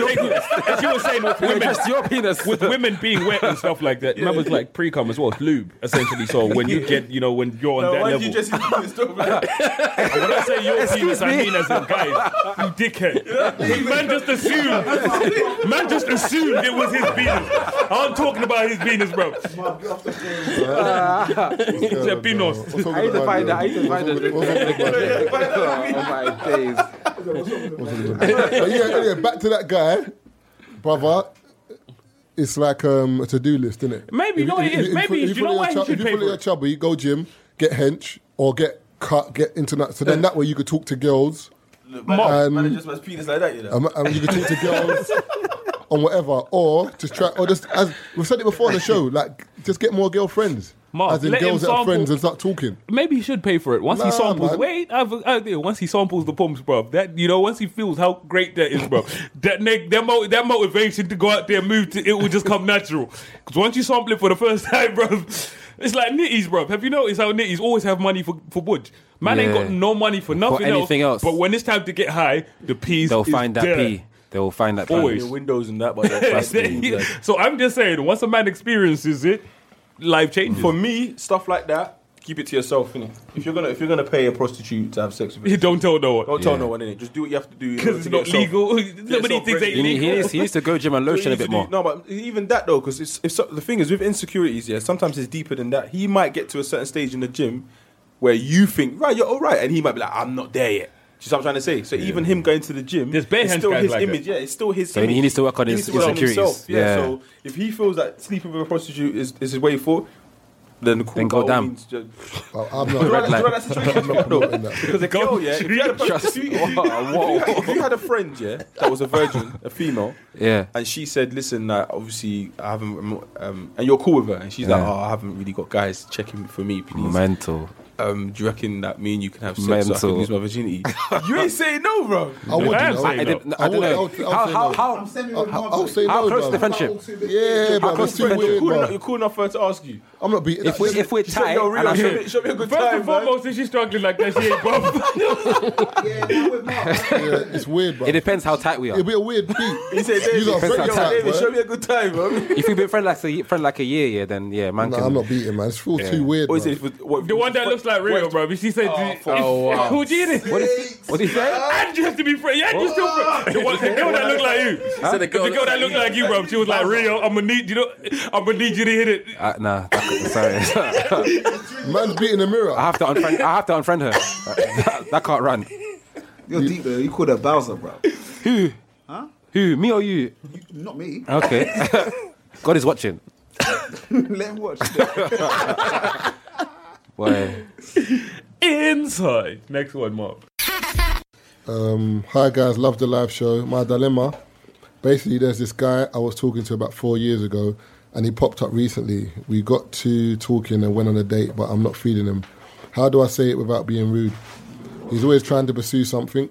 B: as you were saying with women.
E: Just your penis.
B: With women being wet and stuff like
D: [laughs]
B: that, remember it's like pre cum as well, it's lube essentially. So when you get, you know, when you're on
D: No,
B: that
D: why did
B: level,
D: you just
B: When I say your penis, I
E: me.
B: mean as a guy. You dickhead. Man just assumed. Man just assumed it was his penis. I'm talking about his penis, bro. [laughs] It's a penis.
E: I need to find that. I need to find that. Oh my days.
A: But yeah, anyway, back to that guy, brother. It's like um, a to-do list, isn't it?
B: Maybe, no, it is. Maybe, do you know why he should
A: if
B: pay
A: you
B: for
A: your
B: it?
A: chubby, go gym, get hench, or get cut, get internet. So then that way you could talk to girls.
D: Mom,
A: Um, [laughs]
D: [laughs] man, just must penis like that, you know.
A: Um, um, you could talk to
D: [laughs]
A: girls on whatever, or just try, or just as we've said it before on the show, like just get more girlfriends.
B: Mark,
A: as in
B: let him
A: girls that are
B: sample.
A: friends and start talking.
B: Maybe he should pay for it once he
A: Nah,
B: samples.
A: man.
B: Wait, I've an idea. Once he samples the pumps, bro. That you know, once he feels how great that is,
D: [laughs]
B: bro. that neg, that, mo- that motivation to go out there and move, to, it will just come natural. Because once you sample it for the first [laughs] time, bro, it's like nitties, bro. Have you noticed how nitties always have money for for budge? Man ain't
E: Yeah.
B: got no money for nothing
E: anything else.
B: But when it's time to get high, the peas
E: They'll
B: is
E: find that
B: there.
E: P. They will find that P.
B: Always.
D: Your windows and that, but trust me.
B: [laughs]
D: like,
B: so I'm just saying, once a man experiences it, life changes.
D: [laughs] For me, stuff like that, keep it to yourself. Innit? If you're gonna if you're gonna pay a prostitute to have sex with,
B: You
D: you,
B: [laughs] don't tell no one
D: don't tell no one innit. Just do what you have to do in order
B: because it's
D: to
B: not
D: [laughs] get yourself-
B: legal.
D: yourself
B: Nobody thinks
D: ready.
B: they
E: He, he
B: legal.
E: needs, he needs to go gym and lotion a
D: Easy
E: bit
D: to
E: more.
D: do- No, but even that though, because it's, if so, the thing is with insecurities, yeah, sometimes it's deeper than that. He might get to a certain stage in the gym where you think, right, you're all right, and he might be like, I'm not there yet. Do you know what I'm trying to say? So even him going to the gym,
B: There's bare
D: it's
B: hands
D: still
B: guys
D: his
B: like
D: image. Yeah, it's still his.
E: So he
D: image.
E: needs to work on
D: He
E: his
D: needs to work on
E: insecurities.
D: himself, Yeah.
E: Yeah.
D: So if he feels that sleeping with a prostitute is, is his way forward, then cool.
E: Then go
D: by all
E: down.
D: means, ju-
A: Well, I'm
D: do you
A: not.
D: know that- do you know that situation as well, though?
A: in that.
B: [laughs]
D: Because a girl, yeah, if
E: [laughs]
D: you had a, if you, [laughs] if you- if you had- if you had a friend, yeah, that was a virgin, a female,
E: Yeah.
D: and she said, "Listen, uh, obviously, I haven't." I'm not- Um, and you're cool with her, and she's like,
E: Yeah.
D: "Oh, I haven't really got guys checking for me, please."
E: Mental.
D: um, do you reckon that me and you can have sex so I can
E: Mental.
D: lose my
E: [laughs]
D: virginity? you ain't saying no, bro.
A: I would.
D: am
A: you know.
D: saying no.
A: I, would. I'll, I'll say no.
G: I'm sending you a
A: I'll,
G: mark,
A: I'll say
E: How
A: no,
E: close
A: bro.
E: is the friendship?
A: Yeah,
D: How
A: bro.
D: close
A: It's too
D: friend- you're
A: weird,
D: cool enough-
A: bro.
D: You're cool enough for her to ask you.
A: I'm not beating.
E: If, we, if
D: [laughs]
E: we're
D: She said,
E: tied,
D: "Yo,
E: and
D: real,
E: I'm
D: show
E: sure,
D: me- show me a good
B: First
D: time,
B: and
D: man."
B: foremost, if she's struggling like that, she ain't buff.
A: Yeah, it's weird, bro.
E: it depends how tight we are.
A: It'll be a weird beat.
D: He said,
A: you
D: "David,
A: got
E: friends
A: friend
E: like
D: yo,
E: that,
A: attack,
D: David, show
A: bro.
D: me a good
E: [laughs]
D: time, bro."
E: if we've been friend like a friend like a year, yeah, then yeah, man.
A: Nah,
E: can,
A: I'm not beating, man. It's feel too weird.
D: Or he
A: Bro.
D: said, if it- what-
B: The one that looks like real,
D: Wait.
B: bro. But she said, oh,
D: oh, wow.
B: who did it?
E: What is, what did he
G: [laughs]
E: say?
B: And you have to be friends. Yeah, you still friends. The, one, the girl that looked like you.
F: said
B: The girl that looked like you, bro. She was like, Rio, I'm gonna need you. Know, I'm gonna need you to hit it.
E: Uh, nah, that's- sorry. [laughs]
A: Man's beating the mirror.
E: I have to unfriend. I have to unfriend her. that, that can't run.
G: You're deep there. You called her Bowser, bro.
E: Who? Me or you?
G: Not me. [laughs]
E: Okay. [laughs] God is watching.
G: Let him watch.
B: [laughs]
E: Boy.
B: Inside. Next one, Mark.
A: Um, hi guys, love the live show. My dilemma. Basically, there's this guy I was talking to about four years ago, and he popped up recently. We got to talking and went on a date, but I'm not feeling him. How do I say it without being rude? He's always trying to pursue something,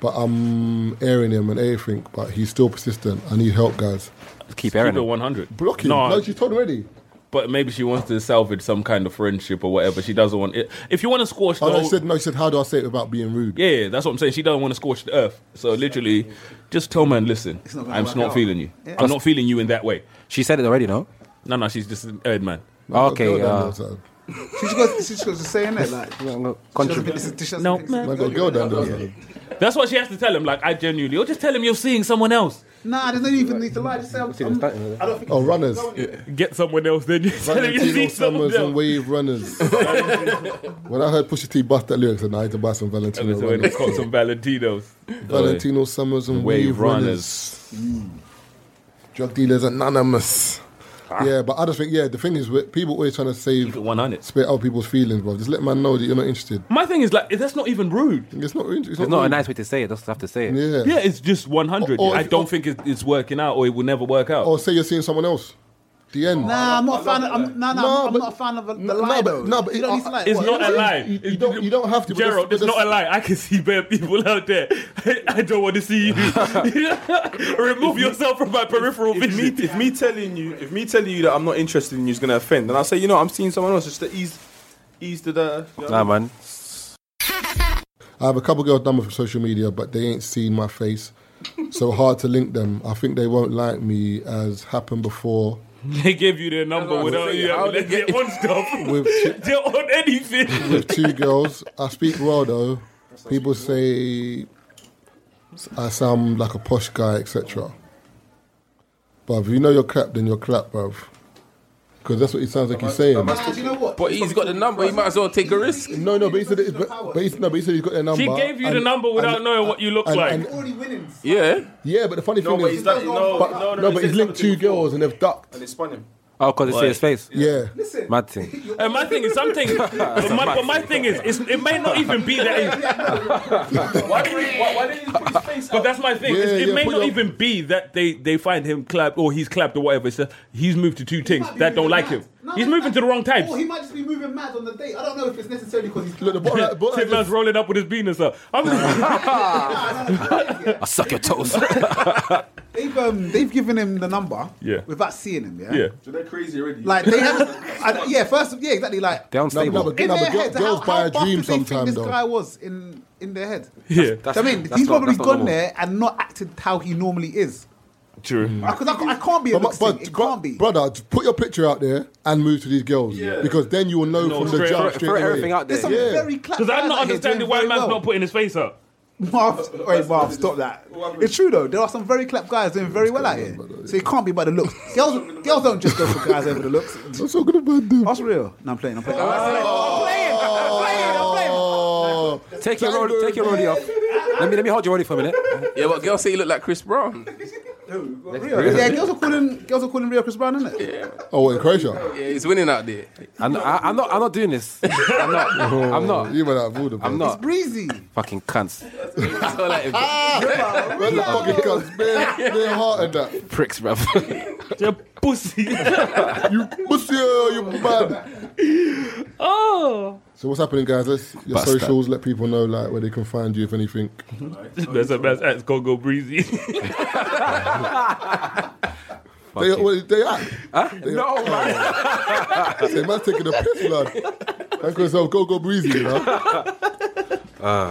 A: but I'm airing him and everything, but he's still persistent. I need help, guys.
E: Keep
B: Keep
E: airing
B: it
E: it.
B: 100.
A: Block him.
B: No,
A: No, she told him already.
B: but maybe she wants to salvage some kind of friendship or whatever. She doesn't want it. If you want to squash the
A: Oh, no,
B: whole-
A: she said no. She said, "How do I say it without being rude?"
B: Yeah, yeah, that's what I'm saying. She doesn't want to scorch the earth. So literally, just tell man, listen,
G: not gonna
B: I'm
G: work
B: just not
G: out.
B: feeling you. I'm not feeling you in that way.
E: She said it already, no?
B: No, no, she's just an Ed man.
E: Okay.
A: Girl down
E: Uh,
A: there, so-
G: She just goes. She just goes to saying that like. She doesn't think
E: contribute.
G: this is- she doesn't
B: No,
G: think this is
A: Man
G: good.
A: got a girl down there, so-
B: That's what she has to tell him. Like, I genuinely, or just tell him you're seeing someone else.
G: Nah, there's no even need to lie. Just say I'm. I'm I
E: starting with
G: don't think.
A: Oh, runners.
B: Get someone else, then you tell him you're
A: Valentino
B: seeing someone
A: Summers and
B: else.
A: Wave Runners. when I heard Pusha T bust that lyrics, and I had to buy some
B: And
A: Valentino
B: so they
A: Runners.
B: caught some Valentinos.
A: Valentino Summers and Wave, Runners. Drug Dealers Anonymous. Yeah, but I just think, yeah, the thing is, with- people always trying to
B: Keep
A: save,
B: it 100.
A: spit out people's feelings, bro. Just let man know that you're not interested.
B: My thing is like, that's not even rude.
A: It's not. It's not,
E: It's not a
A: rude.
E: nice way to say it. Just have to say it.
A: Yeah.
B: Yeah, it's just 100.
A: Or- or
B: I
A: if-
B: don't
A: or-
B: think it's, it's working out, or it will never work out.
A: Or say you're seeing someone else. The end.
G: Nah, I'm not a fan. Of, I'm, nah, nah,
A: No,
G: I'm,
A: but-
G: not a fan of the
A: No,
G: lie
A: no, but-
G: though.
A: no, but
G: you don't
A: it-
G: need to lie.
B: It's
G: What?
B: not a lie.
A: You- you don't- you don't have to, but
B: Gerald,
A: just-
B: it's
A: but
B: not a
A: just-
B: lie. I can see bare people out there. [laughs] I don't want to see you. [laughs] Remove yourself from my peripheral
D: If me,
B: vision.
D: if me telling you, if me telling you that I'm not interested in you is gonna offend, then I'll say, you know, I'm seeing someone else just to ease, ease to the. You know?
E: Nah, man.
A: I have a couple girls number from social media, but they ain't seen my face. So hard to link them. I think they won't like me, as happened before.
B: They gave you their number
D: That's what I
B: without
D: was saying.
B: you
D: How
B: having
D: they
B: to get on [laughs] stuff.
A: [laughs] With two,
B: They're on anything.
A: with two girls, I speak well though. People say I sound like a posh guy, etc. But if you know your crap, then you're crap, bruv. Because that's what it sounds like he's saying.
G: Nah, do you know what?
F: But he's got the number. He might as well take a risk.
A: No, no, but he said, it, but, but he, no, but he said he's got their number.
B: She gave you the
A: and-
B: number without
A: and-
B: knowing what you look
A: and-
B: like.
A: and-
G: Already winning.
F: Yeah.
A: yeah, but the funny
D: No,
A: thing
D: but
A: is,
D: he's like, no,
A: but,
D: no, no,
A: no,
D: he
A: but
D: said
A: he's linked
D: something
A: two
D: before.
A: girls and they've ducked.
D: And they spun him.
E: Oh, because they see his face.
A: Yeah.
G: Listen,
E: Mad thing.
B: And my thing is, some things. but, my, but my thing is, it's, it may not even be
G: [laughs]
B: that.
D: Why did he? Why, why did he put his face?
B: But that's my thing.
A: Yeah,
B: It's- it
A: yeah,
B: may
A: put
B: not
A: your-
B: even be that they, they find him clapped or he's clapped or whatever. It's just, he's moved to two things that don't like him. He's moving to the wrong types.
G: Or Oh, he might just be moving mad on the date. I don't know if it's necessarily because he's.
A: Look, the
G: [laughs]
A: bottom, line- bottom
B: Tip
A: line
B: man's
A: is-
B: rolling up with his penis up. I'm [laughs]
E: [laughs] I suck your [laughs] toes.
G: They've um, they've given him the number.
B: Yeah.
G: Without seeing him, yeah.
B: yeah.
D: So they're crazy already.
G: Like they haven't. I, yeah, first, yeah, exactly. Like
E: They're
A: No,
E: unstable.
A: no, but,
G: in
A: no,
G: their
A: but girl-
G: head,
A: girls
G: how,
A: buy
G: how
A: a
G: buff
A: dream
G: do they think
A: sometime
G: this guy
A: though.
G: was in in their head?
B: Yeah.
E: That's-
G: I mean,
E: that's
G: he's
E: not-
G: probably
E: that's not
G: gone
E: normal.
G: there and not acted how he normally is.
B: True.
G: Because I, ca- I can't be a
A: But,
G: looks
A: but,
G: thing.
A: but,
G: It can't be.
A: brother, just put your picture out there and move to these girls because then you will know
B: No,
A: from the
B: straight
A: jump
B: up.
A: straight
E: Throw
A: away.
E: everything out
G: There's
E: there.
G: some
A: Yeah.
G: very clap.
B: Because I'm
G: guys
B: not
G: out here
B: understanding
G: doing
B: why
G: very
B: man's
G: well.
B: not putting his face up.
G: [laughs] Marv, wait, Marv, stop that. It's true though. There are some very clap guys doing very well out here. So it can't be by the looks. girls, girls don't just go for guys over the looks.
A: I'm talking about them.
G: That's real. No, I'm playing. I'm playing.
A: Oh,
E: Take your roll, take your rollie off. Let me let me hold your rollie for a minute.
F: Yeah, but girls say you look like Chris Brown.
G: Yeah, girls are calling girls are calling Rio Chris Brown, isn't it?
A: oh, what, in Croatia.
F: Yeah, he's winning out there.
E: I'm not, I, am not I'm not doing this. I'm not. I'm not.
A: You went out of order.
E: I'm
A: bro.
E: not.
G: Breezy.
E: Fucking cunts.
F: I feel like him.
A: Man, the fucking
E: [laughs]
A: cunts, man. They're hard at that.
E: Pricks, bruv.
B: They're pussy.
E: [laughs]
A: You pussy, you mad.
B: oh.
A: So what's happening, guys? Let's your
B: Bastard.
A: socials. Let people know like where they can find you if anything.
B: [laughs] That's a best at Congo Breezy. [laughs]
A: They, well, they are.
E: No, man.
A: They man's taking a piss, blood. Thank yourself. Go, go, breezy.
E: [laughs]
A: You know.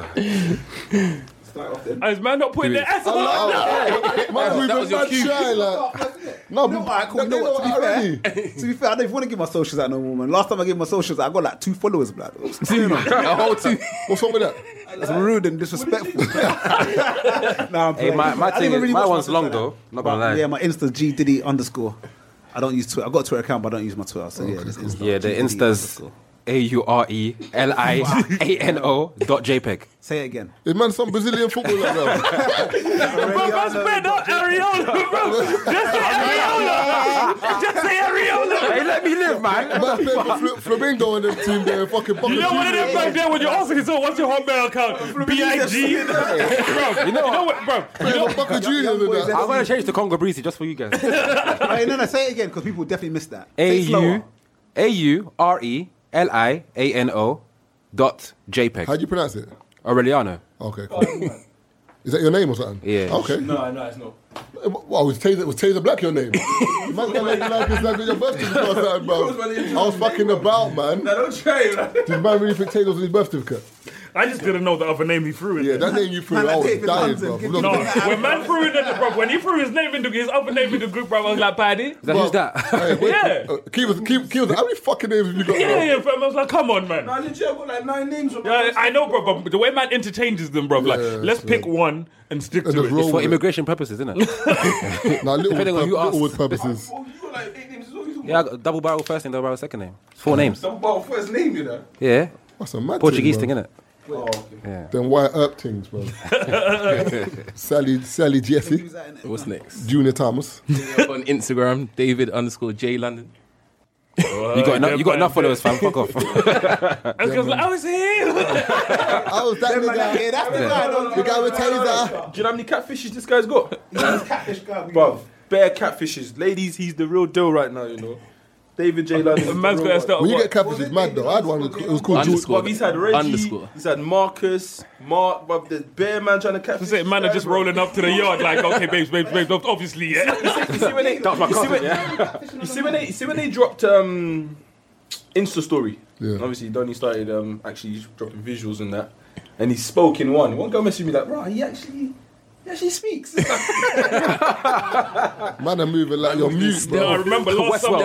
G: [laughs]
B: Is man not putting their ass on?
A: Man, "Oh, we've been mad shy. Like, no, but-
G: No, alright, cool.
A: they
G: You know what?
A: know
G: To
A: already.
G: [laughs] be fair, to be fair, I don't even want to give my socials out no more, man. Last time I gave my socials, I got like two followers, blood. [laughs] What's going on? [laughs]
F: A whole two.
A: What's wrong with that?
G: That's rude and disrespectful. [laughs] nah,
E: Hey,
G: I'm playing.
E: my,
G: I
E: my
G: don't
E: thing
G: even
E: is,
G: really
E: my
G: watch
E: one's
G: socials
E: long
G: like that.
E: though. Not gonna lie.
G: Yeah, my Insta G Diddy underscore. I don't use Twitter. I got a Twitter account, but I don't use my Twitter. So yeah, it's Insta.
E: Yeah, the
G: G Diddy
E: Insta's
G: underscore.
E: A U R E L I A N O dot E JPEG.
G: Say it [laughs] again.
A: Is man some Brazilian footballer? Bro?
B: Bro, man's been up Areola, bro. Just say Areola. Just say Areola.
E: Hey, let me live, man.
A: man played for Fl- Flamengo and them team there. Fucking
B: You know one of them back there when you're asking yourself, what's your Hotmail
A: [laughs]
B: account? B-I-G. Bro, you know what, bro?
A: Playing for Boca Juniors and that.
E: I'm gonna change to Congo Breezy just for you [laughs] guys.
G: Hey, no, no, say it again because people definitely missed that.
E: A
G: Say it slower.
E: U A U R E L I A N O dot
A: How
E: JPEG.
A: do you pronounce it?
E: Aureliano.
A: Okay, cool. Is that your name or something?
E: Yeah.
A: Okay.
D: No, no, it's not.
A: Wow, was Taser, was Taser Black your name? [laughs] man, got like, like, it's like your birth certificate or something, bro.
D: was my name.
A: I was fucking about, man.
D: Don't try it.
A: Did man really think Taser was his birth certificate?
B: I just didn't know the other name he threw in.
A: Yeah,
B: there.
A: that name you threw,
G: Man,
A: I was
G: like David
A: dying,
G: Hansen,
A: bro.
G: give
A: We're
B: No,
A: not gonna-
B: when man threw it in the bro, when he threw his name into his other name in the group, bro, I was like, Paddy.
E: That, who's that?
A: Hey, wait,
B: [laughs] Yeah.
A: uh, keep us, keep, keep us. How many fucking names have you got?
B: Yeah,
A: bro?
B: yeah, fam. I was like, come on, man.
D: I legit got like nine names. on my
B: Yeah,
D: list.
B: I know, bro, but the way man interchanges them, bro, like,
A: Yeah,
B: let's
A: so-
B: pick one and stick
A: And
B: to
A: just
B: it.
A: roll
E: for
A: with it.
E: immigration purposes, isn't [laughs] it?
A: Nah, little
E: Depending on who asks.
A: Littlewood purposes.
D: Oh, you got like eight names.
E: yeah, I got double barrel first name, double barrel second name. It's four names.
D: Double bottle first name, you know.
E: [laughs] Yeah.
A: That's a mad
E: [laughs] Portuguese
A: thing,
E: thing,
A: bro.
E: innit?
D: Oh, okay.
A: Then why herb things,
B: [laughs]
A: bro? Sally, Sally Jesse,
F: What's next?
A: Junior Thomas.
F: On Instagram, David underscore J London.
E: You got enough. You got enough followers, fam. Fuck [laughs] off.
B: I was like, I was here.
A: Oh, was that nigga.
G: Yeah, that's the guy. don't-
A: The guy with Taser.
D: Do you know how many catfishes this guy's got?
G: that's catfish guy. we
D: Bruv, bare catfishes. Ladies, he's the real deal right now, you know. David J. London. is the
B: Man's
D: real
B: gonna
D: one.
B: start.
A: When you
B: what?
A: get catfish, it's mad though. I had one. It was called Ju-
F: Underscore.
D: Bruv, he's had Reggie.
F: Underscore.
D: He's had Marcus, Mark, bruv. There's bare man trying to catfish.
B: That's it, man are [laughs] just rolling up to the yard like, okay, babes, babes, babes, babes, obviously, yeah.
D: [laughs] You see when they, you see when- you see when they, you see when they dropped um, Insta story.
A: Yeah.
D: Obviously, Donny started um, actually dropping visuals and that, and he spoke in one. One girl messaged me like, "Bro, he actually." He actually speaks.
A: Man, are moving like you're mute,
B: No, Oh, I
E: Oh,
A: bro.
E: [laughs]
B: remember last summer,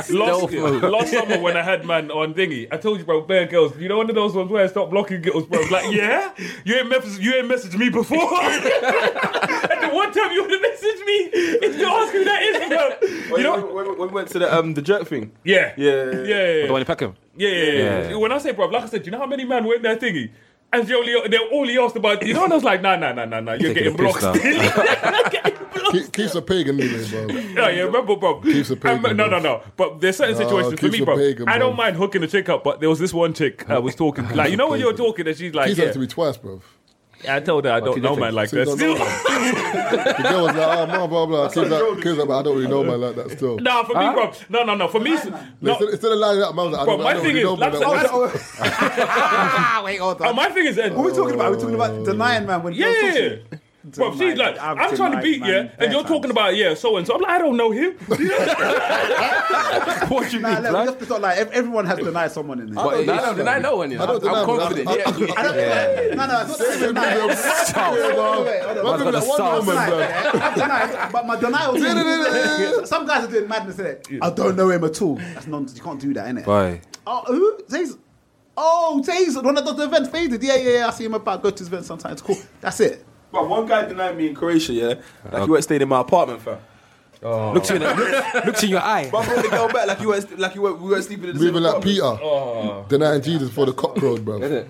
F: Stealth.
B: last, last summer when I had man on thingy, I told you, bro, bare girls, you know one of those ones where I stop blocking girls, bro. Like, [laughs] yeah, you ain't message, you ain't messaged me before. [laughs] and the one time you would have messaged me, it's to ask who that is, bro. [laughs] You know?
D: when, when we went to the um the
A: [laughs]
D: jerk thing.
B: Yeah.
D: Yeah, yeah,
B: Yeah,
D: yeah.
B: yeah,
E: The
B: yeah.
E: one in Peckham.
B: Yeah, yeah, yeah,
E: Yeah.
B: When I say, bro, like I said, you know how many men were in that thingy? And they only, they only asked about, you know, and I was like, nah, nah, nah, nah, nah, you're
E: Taking
B: getting
E: the piss
B: blocked [laughs] still.
E: [laughs]
A: Keep- Keeps a pagan anyway,
B: [laughs]
A: bro.
B: Yeah, yeah, remember, bro. [laughs]
A: Keeps a pagan,
B: I'm- no,
A: bro.
B: no, no. But there's certain
A: No,
B: situations for
A: keeps
B: me,
A: a
B: bro.
A: pagan,
B: I
A: bro.
B: don't mind hooking a chick up, but there was this one chick I was talking. Like, you know when you're
A: Pagan.
B: talking and she's like,
A: Keith had
B: yeah,
A: to be twice, bro.
B: I told her I don't know man like
A: So you
B: that.
A: don't know,
B: Still,
A: man. The girl was like, oh, blah, blah, blah. Keith's like, Keith's like, but I don't really know man like that still.
B: [laughs] nah, for me, bro. No, no, no. For me,
A: No,
B: no.
A: instead, instead of lining up, man was like, I
B: Bro,
A: don't, I
B: my
A: don't
B: thing
A: really
B: is,
A: know man
B: like,
A: like
B: I
A: that.
B: said- uh, my thing is,
G: What are we talking about? Are we talking about denying, man? When
B: Yeah.
G: girls talk to you?
B: Bro, she's
G: Denied,
B: like,
G: I've
B: I'm trying to
G: denied,
B: beat
G: man,
B: yeah,
G: bare
B: and you're talking
G: times.
B: about yeah, so and so. I'm like, I don't know him.
E: Portuguese,
G: Nah, let,
E: right?
G: let's be talking like ev- everyone has denied someone in this.
F: But no, no, then I know one.
A: I
F: Yeah. I'm
A: don't deny him.
F: confident.
A: I- I-
F: yeah.
G: I don't think that- No, no, it's not
A: Same
B: [laughs]
G: denied.
A: with them. Yeah, [laughs] bro. Man,
E: got
A: people
E: the
A: like, one
E: sauce.
A: woman,
G: Like,
A: bro.
G: yeah, I've denied, but
B: [laughs]
G: my denial. Some guys are doing madness in it. I don't know him at all. That's nonsense. You can't do that, innit?
E: Why?
G: Oh, who? Taser. Oh, Taser. One of the event faded. Yeah, yeah, yeah. I see him about go to his event sometimes. Cool. That's it.
D: But one guy denied me in Croatia, yeah. Like you weren't staying in my apartment, fam.
E: Look to you in the, look, look to your eye.
D: But I brought the girl back like you weren't like you weren't, we weren't sleeping in the
A: Moving
D: same
A: like
D: apartment.
A: Peter. Denying Jesus for the cockroach, bro.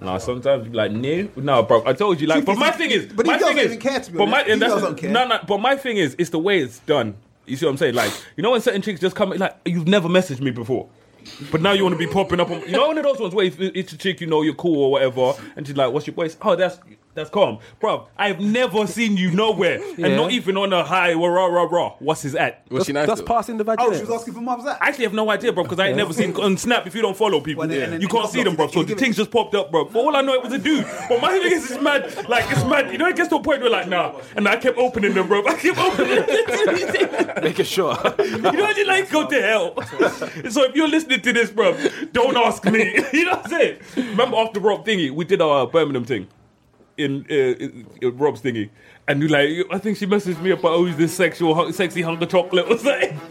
B: Nah, sometimes you be like, no, no, bro. I told you, like,
G: Truth
B: but
G: is,
B: my
G: he-
B: thing is,
G: but he
B: my
G: doesn't
B: thing is,
G: even care, to be
B: but my
G: honest. He
B: and that's
G: doesn't care.
B: no, no. But my thing is, it's the way it's done. You see what I'm saying? Like, you know when certain chicks just come, like, you've never messaged me before. But now you want to be popping up on you know one of those ones where if it's a chick you know you're cool or whatever, and she's like, "What's your voice?" Oh, that's that's calm, bro. I've never seen you nowhere, and
E: Yeah.
B: not even on a high. Rah rah rah. rah. What's his at?
F: Was she nice
E: That's
F: though?
E: passing the
G: Oh, she
E: vagina.
G: was asking for mum's that.
B: I actually have no idea, bro, because I ain't never
G: [laughs]
B: seen on Snap. If you don't follow people,
G: Well, then- and then
B: you
G: it
B: can't
G: got
B: see them, bro.
G: blocked.
B: So
G: You
B: the
G: give it-
B: things just popped up, bro. For all I know, it was a dude. But my thing is, it's mad. Like it's mad. You know, it gets to a point where like, nah. And I kept opening them, bro. [laughs] I kept opening
E: [laughs]
B: them.
E: Make it sure.
B: [laughs] you know, you like go to hell. [laughs] so if you're listening to this, bro, don't ask me. [laughs] you know what I'm saying? Remember after Rob thingy, we did our Birmingham thing in uh, uh, Rob's thingy, and you like, I think she messaged me about oh, is this sexual, hu- sexy hunk of chocolate or something. [laughs]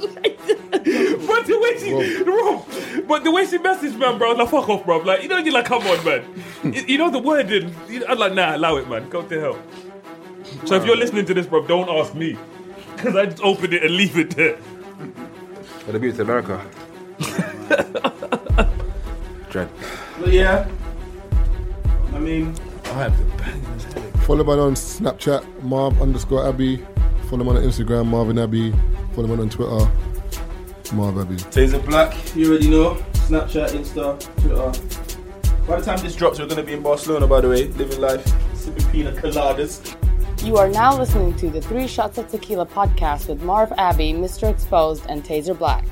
B: But the way she, Rob. but the way she messaged man, bro, I was like, fuck off, bro. Like, you know, you're like, come on, man. you, you know the wording. You know, I'm like, nah, allow it, man. Go to hell. So if you're listening to this, bro, don't ask me, [laughs] because I just open it and leave it there.
E: For the beauty of [laughs] America. Dread.
D: But yeah. I mean,
A: Follow man on Snapchat, Marv underscore Abby. Follow man on Instagram, Marvin Abbey. Follow man on Twitter, Marv Abbey.
D: Taser Black, you already know. Snapchat, Insta, Twitter. By the time this drops, we're going to be in Barcelona, by the way, living life, sipping pina coladas.
J: You are now listening to the Three Shots of Tequila podcast with Marv Abbey, Mr. Exposed, and Taser Black.